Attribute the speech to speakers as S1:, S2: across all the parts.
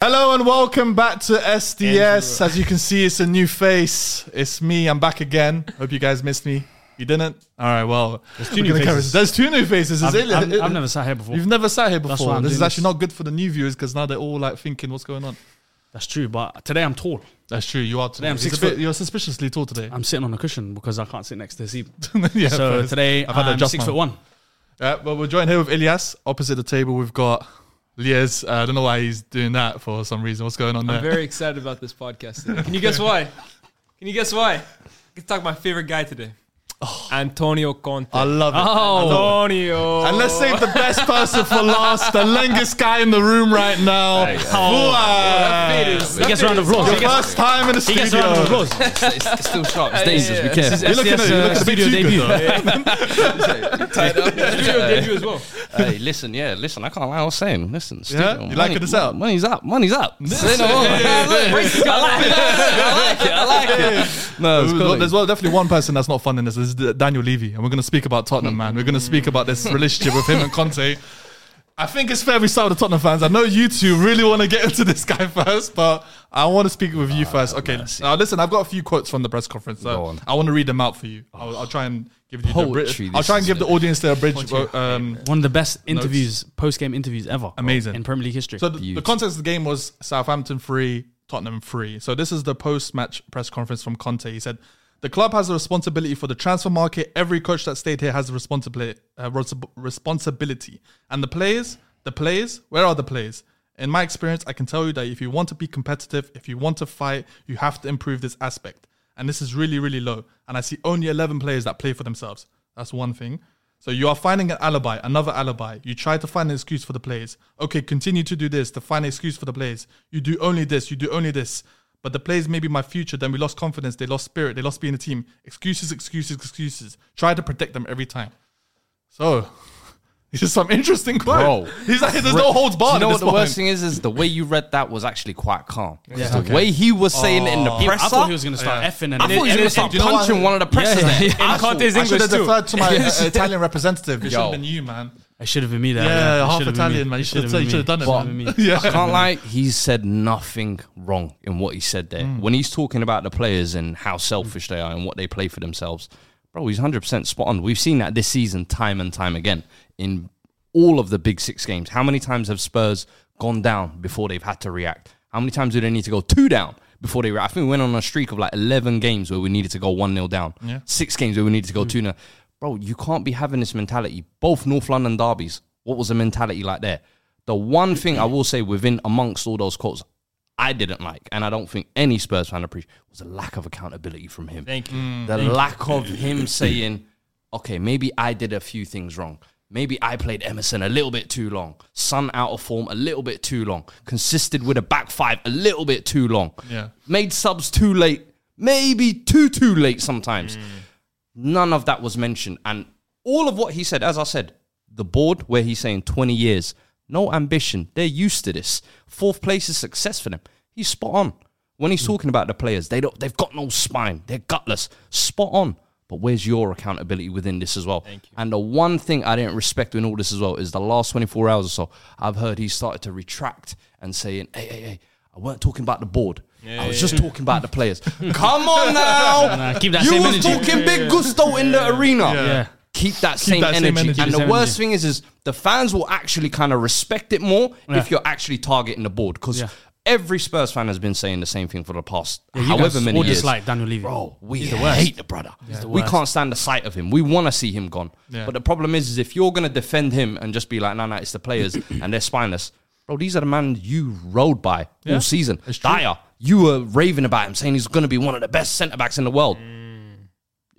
S1: Hello and welcome back to SDS. As you can see, it's a new face. It's me. I'm back again. Hope you guys missed me. You didn't? All right. Well, there's
S2: two new faces.
S1: There's two new faces. Is
S2: I've,
S1: it?
S2: I've- I've never sat here before.
S1: You've never sat here
S2: That's
S1: before.
S2: why I'm
S1: This
S2: doing
S1: is actually
S2: this.
S1: not good for the new viewers because now they're all like thinking, "What's going on?"
S2: That's true, but today I'm tall.
S1: That's true. You are today.
S2: I'm
S1: He's
S2: six
S1: a bit-
S2: foot.
S1: You're suspiciously tall today.
S2: I'm sitting on a cushion because I can't sit next to this either.
S1: yeah,
S2: so
S1: fair.
S2: today
S1: I've
S2: I've
S1: had an
S2: had am
S1: adjustment.
S2: six foot one.
S1: Yeah, well, we're joined here with Ilyas. Opposite the table, we've got Lies. Uh, I don't know why he's doing that for some reason. What's going on there?
S3: I'm very excited about this podcast today. Can you guess why? Can you guess why? I can talk about my favorite guy today.
S4: Oh.
S3: Antonio Conte.
S1: I love it.
S2: Oh,
S3: Antonio.
S1: And let's save the best person for last, the longest guy in the room right now. Fuad.
S3: He
S2: He gets a round of applause.
S1: Your
S2: He gets,
S1: first time in the
S2: he
S1: studio.
S2: gets a round of applause.
S4: It's still sharp. It's dangerous. Be
S3: yeah.
S4: careful.
S1: You're looking at,
S2: SDS,
S1: you look
S2: uh,
S1: a bit
S2: studio
S1: too good,
S2: debut.
S1: though.
S3: Studio debut as well.
S4: hey, listen, yeah, listen. I can't lie. I was saying, listen.
S1: Yeah?
S4: studio,
S1: You liking this out?
S4: Money's up. Money's up. Say no more. No, it's
S1: Well,
S4: cool.
S1: There's well, definitely one person that's not fun in this. This is D- Daniel Levy, and we're going to speak about Tottenham, man. We're going to speak about this relationship with him and Conte. I think it's fair we start with the Tottenham fans. I know you two really want to get into this guy first, but I want to speak with you first. Okay, now listen, I've got a few quotes from the press conference.
S4: Go
S1: So
S4: on.
S1: I want to read them out for you. I'll, I'll try and give you the
S4: Poetry,
S1: British. I'll
S4: this
S1: try and
S4: is
S1: give the
S4: it.
S1: audience their abridged. Um,
S2: One of the best interviews, post game interviews ever.
S1: Amazing.
S2: In Premier League history.
S1: So the, the context of the game was Southampton three, Tottenham three. So this is the post-match press conference from Conte. He said, "The club has the responsibility for the transfer market. Every coach that stayed here has the responsibility. Uh, res- responsibility. And the players, the players. Where are the players? In my experience, I can tell you that if you want to be competitive, if you want to fight, you have to improve this aspect. And this is really, really low. And I see only 11 players that play for themselves. That's one thing." So you are finding an alibi, another alibi. You try to find an excuse for the players. Okay, continue to do this to find an excuse for the players. You do only this, you do only this. But the players may be my future. Then we lost confidence. They lost spirit. They lost being a team. Excuses, excuses, excuses. Try to protect them every time. So, this is some interesting quote.
S4: Bro.
S1: He's like, there's no holds
S4: Do
S1: barred.
S4: you know
S1: at
S4: what
S1: this
S4: the
S1: point.
S4: worst thing is? Is the way you read that was actually quite calm. The way he was saying it in
S1: Oh.
S4: the
S2: He- I
S4: presser.
S2: thought he was going to start
S1: Yeah.
S2: effing and
S4: I thought he was
S2: and-
S4: going to start
S1: Do you know what?
S4: punching one of the pressers.
S2: Yeah, yeah,
S4: there.
S2: yeah.
S4: I
S3: And Conte's
S4: thought-
S1: I should have
S3: English too.
S1: deferred to my uh, Italian representative. It should have been you, man.
S2: It should have been me there.
S1: Yeah,
S2: It
S1: half
S2: should've been
S1: Italian,
S2: me.
S1: man. You should have
S2: should've been
S1: done it,
S2: me.
S1: man.
S2: Should've been me.
S1: Yeah.
S4: I can't lie, he said nothing wrong in what he said there. When he's talking about the players and how selfish they are and what they play for themselves, bro, he's 100% spot on. We've seen that this season time and time again in all of the big six games. How many times have Spurs gone down before they've had to react? How many times do they need to go two down? Before they, re- I think we went on a streak of like eleven games where we needed to go one 0 down, six games where we needed to go two 0 Bro, you can't be having this mentality. Both North London derbies, what was the mentality like there? The one thing I will say within amongst all those quotes I didn't like, and I don't think any Spurs fan appreciated, was the lack of accountability from him. Thank you. The lack of him saying, okay, maybe I did a few things wrong. Maybe I played Emerson a little bit too long. Sun out of form a little bit too long. Consisted with a back five a little bit too long.
S1: Yeah.
S4: Made subs too late. Maybe too, too late sometimes none of that was mentioned. And all of what he said, as I said, the board where he's saying 20 years, no ambition. They're used to this. Fourth place is success for them. He's spot on. When
S2: Hmm.
S4: he's talking about the players, they don't, they've got no spine. They're gutless. Spot on. But where's your accountability within this as well? And the one thing I didn't respect in all this as well is the last 24 hours or so, I've heard he started to retract and saying, hey, hey, hey, I weren't talking about the board. I was just talking about the players. Come on now.
S2: Nah, keep that
S4: you
S2: same
S4: was
S2: energy.
S4: talking big gusto in the arena.
S2: Yeah.
S4: Keep that same
S1: that same
S4: energy.
S1: energy.
S2: Keep
S4: And the
S2: the same
S4: worst
S2: energy.
S4: thing is, is the fans will actually kind of respect it more if you're actually targeting the board. Because
S2: Yeah.
S4: every Spurs fan has been saying the same thing for the past
S2: you guys
S4: however many
S2: all
S4: years.
S2: dislike Daniel Levy.
S4: Bro, we
S2: He's the worst.
S4: hate the brother. we can't stand the sight of him. We want to see him gone. But the problem is, is if you're going to defend him and just be like, no, no, it's the players and they're spineless. Bro, these are the man you rode by all season. Dyer, you were raving about him, saying he's going to be one of the best centre backs in the world.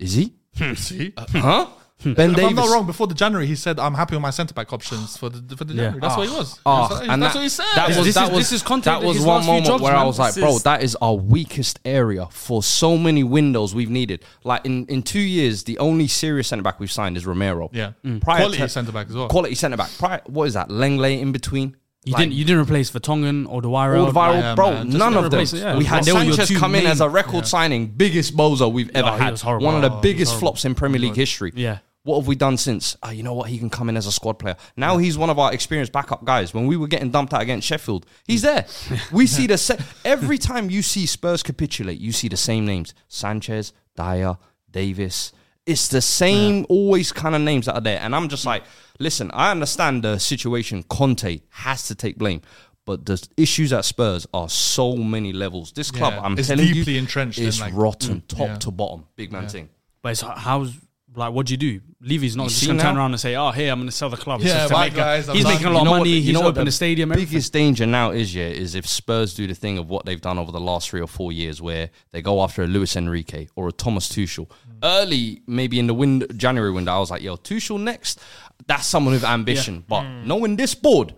S4: Is he?
S1: See?
S4: Uh, Huh? Ben
S1: If I'm
S4: Davis.
S1: not wrong, before the January, he said, "I'm happy with my centre back options for the for the
S2: Yeah.
S1: January." That's what he was.
S4: Ah,
S1: That's what-
S4: and
S1: that's
S4: that-
S1: what he said.
S4: That was,
S2: This
S4: that
S2: is-
S4: was,
S2: this is Conte
S4: that
S2: with
S4: was
S2: his
S4: one
S2: last few
S4: moment
S2: jobs,
S4: where I
S2: man.
S4: was like,
S2: This
S4: bro,
S2: is-
S4: that is our weakest area for so many windows we've needed. Like in, in two years, the only serious centre back we've signed is Romero.
S1: yeah,
S4: Prior
S1: quality
S4: to-
S1: centre back as well.
S4: Quality centre back. Prior, what is that? Langley in between.
S2: You
S4: Like,
S2: didn't you didn't replace Vertonghen or Dwyer.
S4: all viral,
S1: Yeah,
S4: bro.
S1: man. Just
S4: None
S2: gotta
S4: of them.
S2: replace it, yeah.
S4: We had
S2: They were your
S4: Sanchez
S2: two
S4: come in
S2: main-
S4: as a record signing, biggest bozo we've ever
S2: Oh, he
S4: had.
S2: was horrible.
S4: One of the
S2: Oh, he was
S4: biggest
S2: horrible.
S4: flops in Premier League history.
S2: Yeah.
S4: What have we done since? Oh, you know what? He can come in as a squad player. Now he's one of our experienced backup guys. When we were getting dumped out against Sheffield, he's there. We see the se- every time you see Spurs capitulate, you see the same names: Sanchez, Dyer, Davis. It's the same, always kind of names that are there. And I'm just like, listen, I understand the situation. Conte has to take blame. But the issues at Spurs are so many levels. This club,
S1: Yeah,
S4: I'm
S1: it's
S4: telling
S1: deeply
S4: you,
S1: entrenched in,
S4: It's
S1: like- mm,
S4: rotten, top
S1: Yeah.
S4: to bottom, big man thing.
S2: But it's, how's like what do you do? Levy's not
S4: You
S2: just
S4: see
S2: gonna turn
S4: now?
S2: around and say, "Oh, here I'm gonna sell the club."
S1: Yeah,
S2: Just to
S1: bye,
S2: make a-
S1: guys, I'm
S2: he's
S1: done.
S2: making a lot
S4: You know
S2: of
S4: what-
S2: money.
S4: you
S2: he's
S4: know what
S2: opened
S4: the
S2: a stadium. everything.
S4: Biggest danger now is yeah, is if Spurs do the thing of what they've done over the last three or four years, where they go after a Luis Enrique or a Thomas Tuchel
S2: Mm.
S4: early, maybe in the wind, January window. I was like, yo, Tuchel next. That's someone with ambition, but
S2: Mm.
S4: knowing this board.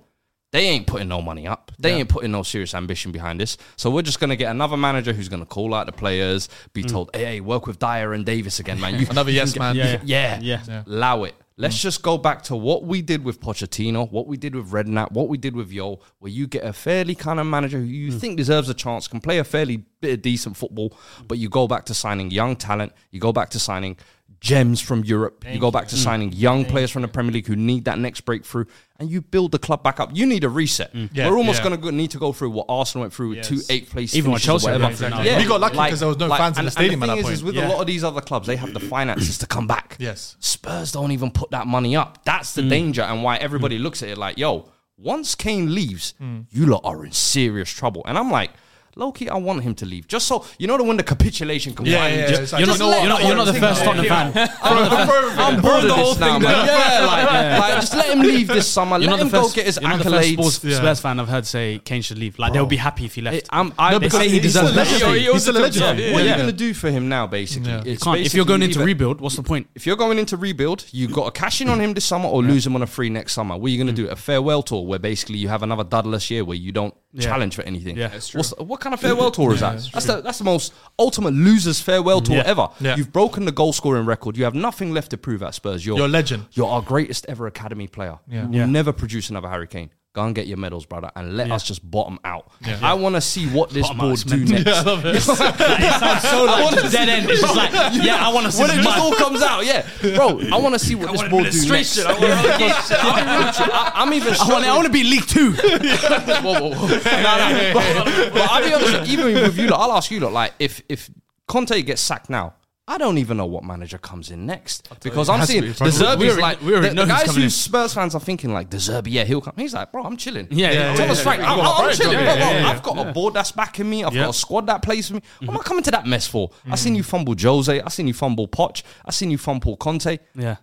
S4: They ain't putting no money up. They ain't putting no serious ambition behind this. So we're just gonna get another manager who's gonna call out the players,
S2: Mm.
S4: be told, "Hey, hey, work with Dyer and Davis again, man." You,
S1: Another
S4: you
S1: yes
S4: can
S1: man.
S4: you
S1: Yeah,
S4: can- yeah,
S2: yeah.
S1: Yeah. Mm.
S4: allow it. Let's just go back to what we did with Pochettino, what we did with Redknapp, what we did with Yo, where you get a fairly kind of manager who you
S1: Mm.
S4: think deserves a chance, can play a fairly bit of decent football, but you go back to signing young talent, you go back to signing gems from Europe, you go back to signing
S1: Mm.
S4: young players from the Premier League who need that next breakthrough, and you build the club back up. You need a reset.
S1: Mm. Yeah,
S4: We're almost
S1: yeah.
S4: going to need to go through what Arsenal went through with two eighth place
S2: Even what
S4: finishes
S2: Chelsea
S4: or
S2: went
S4: whatever.
S2: through now.
S1: We got lucky 'cause there was no fans in the stadium at
S4: thing
S1: that
S4: is,
S1: point.
S4: is with a
S2: Yeah.
S4: lot of these other clubs, they have the finances to come back.
S1: Yes.
S4: Spurs don't even put that money up. That's
S2: Mm.
S4: the danger and why everybody looks at it like, yo, once Kane leaves, you lot are in serious trouble. And I'm like, Loki, I want him to leave. Just so you know that when the capitulation comes
S1: Yeah, yeah, it's like,
S2: You're not,
S1: you know what?
S2: you're not, you're not the first Tottenham fan.
S4: I'm bored of this now, man. Yeah, like, like, just let him leave this summer.
S2: You're not
S4: let
S2: the
S4: him
S2: first.
S4: go get his
S2: you're not the first Spurs,
S4: accolades.
S1: Yeah.
S2: Spurs fan I've heard say Kane should leave. Like they'll be happy if he left.
S4: It- I'm, I,
S2: they say he
S1: he's still
S2: deserves
S1: a
S2: better.
S1: legend.
S2: He-
S1: He's still a legend.
S2: yeah,
S4: What are you
S2: yeah.
S4: going to do for him now, basically?
S1: Yeah.
S4: It's
S2: Can't- if you're
S4: basically
S2: going into
S4: either-
S2: rebuild, what's the point?
S4: if you're going into rebuild, you've got to cash in on him this summer or lose him on a free next summer. What are you
S2: Mm.
S4: going to do? A farewell tour where basically you have another dudless year where you don't challenge for anything.
S2: Yeah.
S4: That's What's, what kind of farewell tour is that? That's the, that's the most ultimate loser's farewell tour
S2: Yeah.
S4: ever.
S1: Yeah.
S4: You've broken the goal scoring record. You have nothing left to prove at Spurs. You're,
S1: You're a legend.
S4: You're our greatest ever academy player.
S1: Yeah.
S4: You will never produce another Harry Kane. Go and get your medals, brother, and let us just bottom out. I want to see what this
S2: Bottom out
S4: board
S2: is
S4: do
S2: mental.
S4: next.
S2: sounds so like dead end. It's just like, yeah, I want to see
S4: when it
S2: this
S4: just
S2: man.
S4: all comes out, yeah, bro. I want to see what this board do next.
S3: Administration. I want relegation.
S4: I, I'm even.
S2: I want, I want to be League Two.
S4: whoa, whoa, whoa. no, no. But, but I'll be honest, even with you, lot, I'll ask you, lot, like if if Conte gets sacked now. I don't even know what manager comes in next because I'm
S1: has to
S4: seeing
S1: be
S4: the
S1: Frank.
S2: We
S4: Zerbi's
S2: already-
S4: like
S2: we already
S4: the,
S2: know
S4: the
S2: who's
S4: guys
S2: coming
S4: who
S2: in.
S4: Spurs fans are thinking like the Zerbi, yeah, he'll come. He's like, bro, I'm chilling.
S2: Yeah, yeah,
S4: Thomas
S2: yeah,
S4: Frank,
S2: yeah.
S4: I'm,
S2: You got
S4: I'm
S2: Frank
S4: chilling.
S2: coming
S4: bro,
S2: in.
S4: bro,
S2: Yeah, yeah,
S4: I've got a board that's backing me. I've got
S2: Yeah. Mm-hmm.
S4: a squad that plays for me. What am I coming to that mess for? I seen you fumble Jose. I seen you fumble Poch. I seen you fumble Conte
S2: Yeah.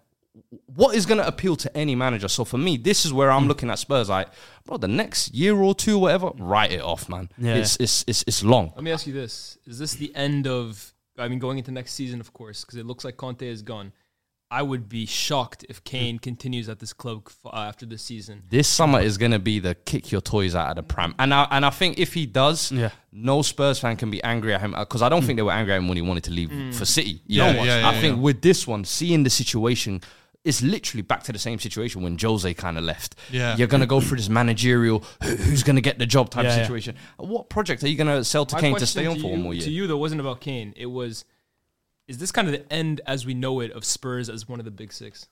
S4: what is going to appeal to any manager? So for me, this is where I'm
S1: Hmm.
S4: looking at Spurs. Like, bro, the next year or two, whatever, write it off, man.
S2: Yeah.
S4: It's, it's it's it's long.
S3: Let me ask you this: Is this the end of? I mean, going into next season, of course, because it looks like Conte is gone. I would be shocked if
S4: Hmm.
S3: Kane continues at this club f- uh, after this season.
S4: This summer is going to be the kick your toys out of the pram, and I and I think if he does,
S2: Yeah.
S4: no Spurs fan can be angry at him because I don't think they were angry at him when he wanted to leave
S3: Hmm.
S4: for City. You
S1: Hmm. Yeah,
S4: know what?
S1: yeah, yeah,
S4: I think
S1: yeah.
S4: with this one, seeing the situation. It's literally back to the same situation when Jose kind of left.
S1: Yeah.
S4: You're going to go through this managerial, who- who's going to get the job type
S2: Yeah, yeah.
S4: situation. What project are you going to sell to
S3: My
S4: Kane to
S3: question
S4: stay on for
S3: you,
S4: one more year?
S3: To you, though, wasn't about Kane. It was: Is this kind of the end as we know it of Spurs as one of the big six?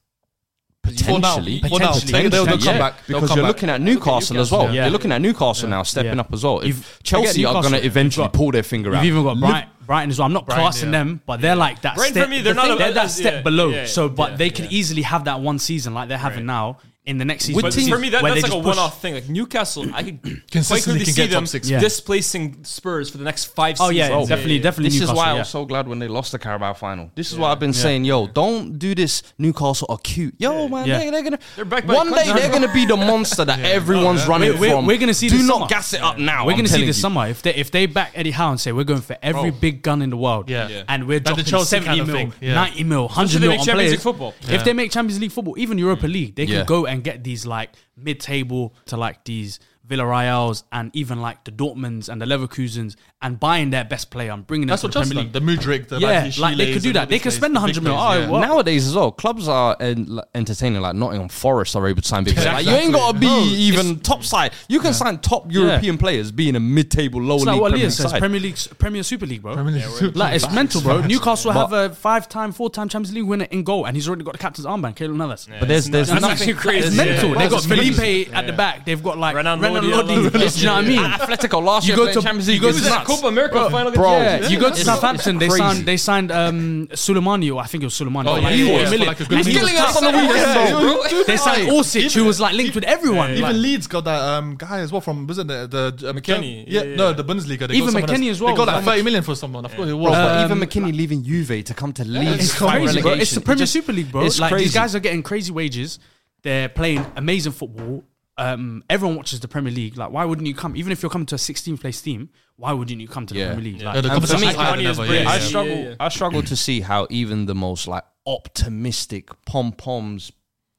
S1: For now.
S4: potentially,
S1: For now.
S4: potentially,
S1: They'll- they'll come
S4: Yeah,
S1: back. They'll
S4: because
S1: come
S4: you're
S1: back.
S4: looking at Newcastle as well.
S2: Yeah.
S4: You're looking at Newcastle now stepping
S2: Yeah.
S4: up as well. If
S2: You've-
S4: Chelsea
S2: forget
S4: are going
S2: Newcastle.
S4: to eventually
S2: You've got-
S4: pull their finger
S2: You've
S4: out.
S2: even got Bright, Brighton as well. I'm not classing
S1: yeah.
S2: them, but they're like that.
S3: Brighton
S2: step,
S3: for me, they're
S2: the
S3: not
S2: thing-
S3: a-
S2: they're that
S3: yeah,
S2: step below.
S3: yeah,
S2: so, but
S3: yeah,
S2: they can
S3: yeah.
S2: easily have that one season like they're having now in the next season.
S3: But
S2: season
S3: for me, that,
S2: where
S3: that's
S2: they
S3: like a
S2: just push-
S3: one-off thing. Like Newcastle, I could quite
S1: Consistently
S3: clearly
S1: can
S3: see
S1: get top
S3: them
S1: six.
S2: Yeah.
S3: displacing Spurs for the next five.
S2: Oh yeah,
S3: seasons.
S2: definitely, definitely.
S4: This
S2: Newcastle,
S4: is why I
S2: yeah.
S4: was so glad when they lost the Carabao final. This is what I've been saying, yo, don't do this. Newcastle are cute, yo, man.
S2: Yeah.
S4: They, they're gonna
S3: They're backed by
S4: one day
S3: Conte.
S4: they're gonna be the monster that everyone's running
S2: We're- we're-
S4: from.
S2: we're gonna see
S4: Do
S2: this
S4: not
S2: summer.
S4: gas it up now.
S2: We're
S4: going to
S2: see this
S4: you.
S2: summer if they if they back Eddie Howe and say we're going for every
S1: Bro.
S2: big gun in the world,
S1: Oh. Yeah. Yeah.
S2: and we're
S1: Like the
S2: dropping
S1: Chelsea
S2: seventy
S1: kind of
S2: mil,
S1: thing, yeah.
S2: ninety mil,
S3: if
S2: hundred
S3: they
S2: mil
S3: make
S2: on
S3: Champions
S2: players.
S3: League football.
S2: If they make Champions League football, even
S1: Mm.
S2: Europa League, they
S4: Yeah.
S2: can go and get these like mid-table to like these Villarreal's and even like the Dortmunds and the Leverkusens and buying their best player and bringing them
S1: That's
S2: to
S1: what
S2: the
S1: Chelsea
S2: Premier
S1: done.
S2: League.
S1: The Mudrik, the
S2: Yeah,
S1: Batistutas
S2: like, they could do
S1: and
S2: that.
S1: all
S2: They
S1: these
S2: could
S1: guys,
S2: spend
S1: the big
S2: 100 mil.
S1: players,
S2: Oh,
S1: yeah.
S2: well,
S4: Nowadays as well, clubs are en- entertaining like Nottingham Forest are able to sign big players. Like, you ain't
S1: Exactly.
S4: got to be
S1: No,
S4: even top side. You can sign top European players being a mid-table, lower
S2: It's
S4: league
S2: like what
S4: Premier
S2: Leah
S4: League
S2: says,
S4: side.
S2: Premier League, Premier Super League, bro.
S1: Premier League Super
S2: Like, it's
S1: League.
S2: mental, bro.
S1: Facts.
S2: Newcastle
S4: But-
S2: have a five-time, four-time Champions League winner in goal, and he's already got the captain's armband, Keylor Navas.
S4: but there's there's
S2: That's
S4: nothing
S2: actually crazy. It's
S4: Yeah.
S2: mental.
S4: Bro,
S2: They've got
S4: it's ridiculous.
S2: Felipe at the back. They've got like
S3: Renan
S2: Renan
S3: Lodi
S2: Lodi.
S3: on the
S2: Do
S3: left.
S2: you know what I mean?
S4: Atletico last
S2: You
S4: year
S2: go
S4: playing
S2: to-
S4: Champions
S2: you
S4: League.
S2: go
S4: it's
S2: to
S4: nuts.
S3: Copa America final.
S4: Bro,
S3: again.
S2: You go to
S4: It's-
S2: Southampton. They
S4: it's crazy.
S2: signed. They signed um, Suleimani, or I think it was Suleimani.
S1: Oh,
S2: for
S1: yeah,
S2: like
S1: yeah,
S2: 40
S1: yeah.
S2: million.
S1: Like a good
S2: And he
S1: deal.
S2: was
S4: Killing us on the
S2: tight.
S4: weekend, though, bro.
S2: They signed Orsic, who was like linked with everyone.
S1: Even
S2: Like,
S1: Leeds got that um, guy as well from wasn't it the uh,
S3: McKennie,
S1: Yeah,
S3: yeah,
S1: no,
S3: yeah.
S1: the Bundesliga. They got
S2: Even
S1: someone
S2: McKennie
S1: else-
S2: as well.
S1: They got like
S2: Like-
S1: thirty million for someone. I forgot who it
S4: Bro,
S1: was.
S4: but
S1: but
S4: even McKinney leaving Juve to come to Leeds.
S2: um, It's
S4: fight
S2: crazy, bro.
S4: relegation.
S2: It's the
S4: It
S2: Premier
S4: just-
S2: Super League, bro.
S4: It's
S2: like
S4: crazy.
S2: these guys are getting crazy wages. They're playing amazing football. Um, everyone watches the Premier League. Like, why wouldn't you come? Even if you're coming to a 16th place team, why wouldn't you come to the
S4: Yeah.
S2: Premier League?
S1: Yeah,
S2: Like,
S1: the
S2: and
S1: competition-
S2: for
S1: I-
S2: me,
S1: I-
S2: like,
S3: Money is
S1: Yeah,
S3: brain.
S1: yeah,
S4: I
S1: yeah.
S4: struggle. I struggle to see how even the most like optimistic pom poms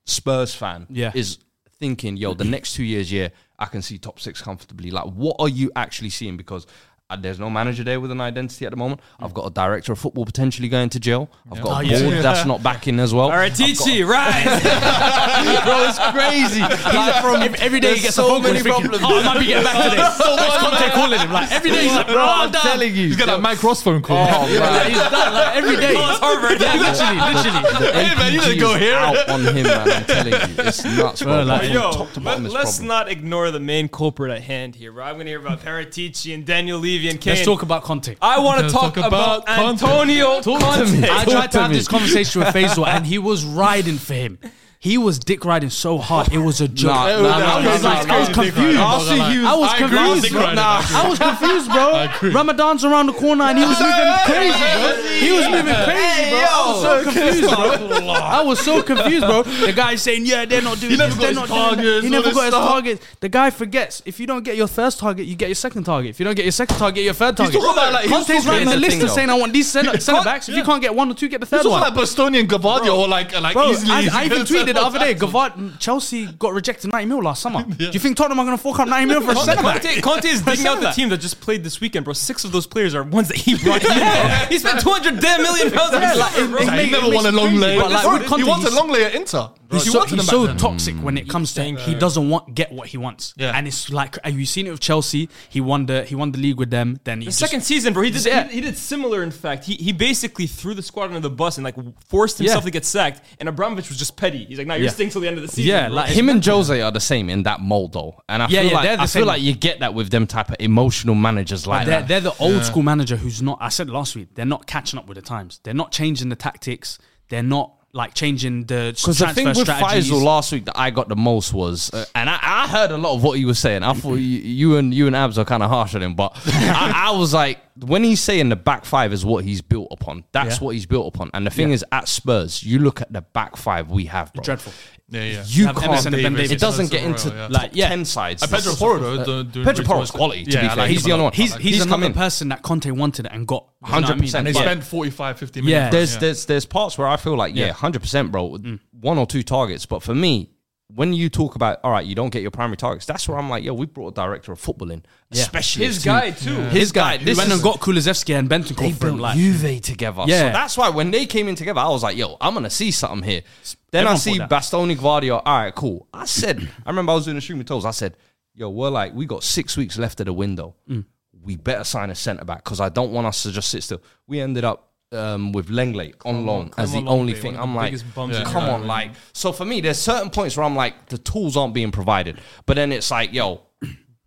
S4: Spurs fan
S2: Yeah.
S4: is thinking, yo, the next two years, yeah, I can see top six comfortably. Like, what are you actually seeing? Because. uh, There's no manager there with an identity at the moment. I've got a director of football potentially going to jail. I've got a
S2: Oh, yeah.
S4: board that's not backing as well.
S3: All right, Tichi, rise.
S4: bro, it's crazy. Like, from
S2: ev- every day he
S4: there's
S2: gets
S4: so
S2: a phone call
S4: many
S2: he's thinking,
S4: problems.
S2: Oh, I might be getting back to this. so much Conte calling him. Like every day he's like, bro, I'm
S4: I'm
S2: done.
S4: telling you,
S1: he's got that Mike Ross phone call.
S4: Oh, man.
S2: He's done. Like every day.
S3: Paul's Harvard.
S2: Yeah, literally, literally.
S1: Hey, man, you
S4: APG
S1: didn't go
S4: is
S1: here.
S4: Out on him, man. I'm telling you, it's nuts,
S2: Bro,
S4: bro.
S2: like-
S4: From
S3: Yo,
S4: top to
S3: let,
S4: bottom, it's
S3: us
S4: problem.
S3: not ignore the main culprit at hand here, bro. I'm going to hear about Paratici and Daniel Levy and Kane.
S2: Let's talk about Conte.
S3: I want to
S1: Let's
S3: talk,
S1: talk
S3: about,
S1: about Conte.
S3: Antonio Conte.
S2: I tried to
S4: to
S2: have
S4: me.
S2: this conversation with Faisal, and he was riding for him. He was dick riding so hard, it was a joke.
S4: Nah, nah, nah,
S2: I was
S4: nah,
S2: like,
S4: nah,
S2: I was
S4: nah.
S2: confused.
S4: I'll see you-
S2: I was
S1: I agree,
S2: confused.
S1: dick
S2: bro.
S1: riding.
S2: Nah, I was confused, bro. Ramadan's around the corner, and he was moving crazy, bro. He was moving crazy, bro. I was so confused, bro. I was so confused, bro. The guy's saying, "Yeah, they're not doing
S1: He never
S2: this.
S1: got
S2: They're
S1: his
S2: not doing that."
S1: targets,
S2: He
S1: all
S2: never
S1: this
S2: got his
S1: stuff.
S2: targets. The guy forgets. If you don't get your first target, you get your second target. If you don't get your second target, you get your third target.
S1: talking about, like, he was
S2: Conte's
S1: talking-
S2: writing the
S4: Here's the
S2: list
S4: thing,
S2: and
S4: though.
S2: saying, "I want these center
S1: Con-
S2: centre backs. If
S1: yeah.
S2: you can't get one or two, get the third
S1: It's
S2: one."
S1: like Bastoni and Gavardio, or like like
S2: Bro,
S1: easily.
S2: I, I even tweeted the other day, Gavard, mm, Chelsea got rejected 90 mil last summer. Do you think Tottenham are going to fork out 90 mil for a centre back?
S3: Conte, Conte is digging out the team that just played this weekend, bro. Six of those players are ones that he brought in. bro. He spent 200 damn million pounds on his locker, bro.
S2: it
S1: He
S2: makes-
S1: never
S2: it
S1: won a
S2: makes
S1: long
S2: crazy.
S1: lay.
S2: But like, with
S1: He
S2: Conte,
S1: wants a
S2: he's-
S1: long lay at Inter. Bro,
S2: He's
S1: he
S2: so,
S1: wanted
S2: he's
S1: them back
S2: so
S1: then.
S2: toxic when it comes to he doesn't want get what he wants,
S1: Yeah.
S2: and it's like have you seen it with Chelsea? He won the he won the league with them. Then he
S3: The
S2: just,
S3: second season, bro, he did,
S2: Yeah.
S3: he, he did similar. In fact, he, he basically threw the squad under the bus and like forced himself
S2: Yeah.
S3: to get sacked. And Abramovich was just petty. He's like, "No, you're
S2: Yeah.
S3: staying till the end of the season."
S2: yeah,
S3: bro."
S2: like
S4: Him and Jose are the same in that mold, though, and I
S2: Yeah,
S4: feel
S2: yeah, they're
S4: like
S2: the
S4: I
S2: same.
S4: feel like you get that with them type of emotional managers like
S2: they're,
S4: that.
S2: they're the old school manager who's not. I said last week they're not catching up with the times. They're not changing the tactics. They're not like changing the
S4: Because
S2: transfer
S4: the thing with
S2: strategies.
S4: Faisal last week that I got the most was, uh, and I, I heard a lot of what he was saying. I thought you, you and you and Abs are kind of harsh on him, but I, I was like, when he's saying the back five is what he's built upon, that's
S2: Yeah.
S4: what he's built upon. And the thing is, at Spurs, you look at the back five we have, bro.
S2: dreadful.
S1: Yeah, yeah.
S4: You
S2: Have
S4: can't.
S2: Emerson and Ben Davies.
S4: It doesn't get
S1: Royal,
S4: into
S1: yeah.
S4: like
S2: yeah.
S4: ten sides.
S1: Uh, Pedro Porro, though, do- doing
S4: Pedro
S1: pretty
S4: Porro's
S1: well.
S4: quality. To
S1: Yeah,
S4: be
S1: I
S4: fair,
S1: like
S4: he's
S1: him
S4: the
S1: a
S4: only one.
S1: lot.
S2: He's, he's,
S4: come
S2: another
S4: in.
S2: person that Conte wanted and got. You know what I mean?
S4: 100%.
S1: And he
S4: Yeah.
S1: spent 45, 50 million.
S2: Yeah.
S1: for him,
S4: there's there's there's parts where I feel like yeah,
S2: Yeah. Mm.
S4: hundred percent, bro. One or two targets, but for me, when you talk about all right, you don't get your primary targets. That's where I'm like, yeah, we brought a director of football in, especially
S3: his guy too.
S4: his, guy.
S2: Who
S4: This
S2: went
S4: is,
S2: and got Kulusevski and
S4: they
S2: Bentancur for him.
S4: built
S2: Like,
S4: Juve together.
S2: Yeah.
S4: so that's why when they came in together, I was like, yo, I'm gonna see something here. Then I
S2: Everyone
S4: see
S2: thought that.
S4: Bastoni, Guardiola. All right, cool. I said, I remember I was doing a stream with Toes. I said, yo, we're like, we got six weeks left of the window.
S3: Mm.
S4: We better sign a centre back because I don't want us to just sit still. We ended up. Um, with Lenglet on loan as the
S3: on,
S4: only
S3: Lenglet, one
S4: thing,
S3: of
S4: I'm
S3: the
S4: like,
S3: biggest bums in
S4: come
S3: the
S4: on, like. So for me, there's certain points where I'm like, the tools aren't being provided, but then it's like, yo,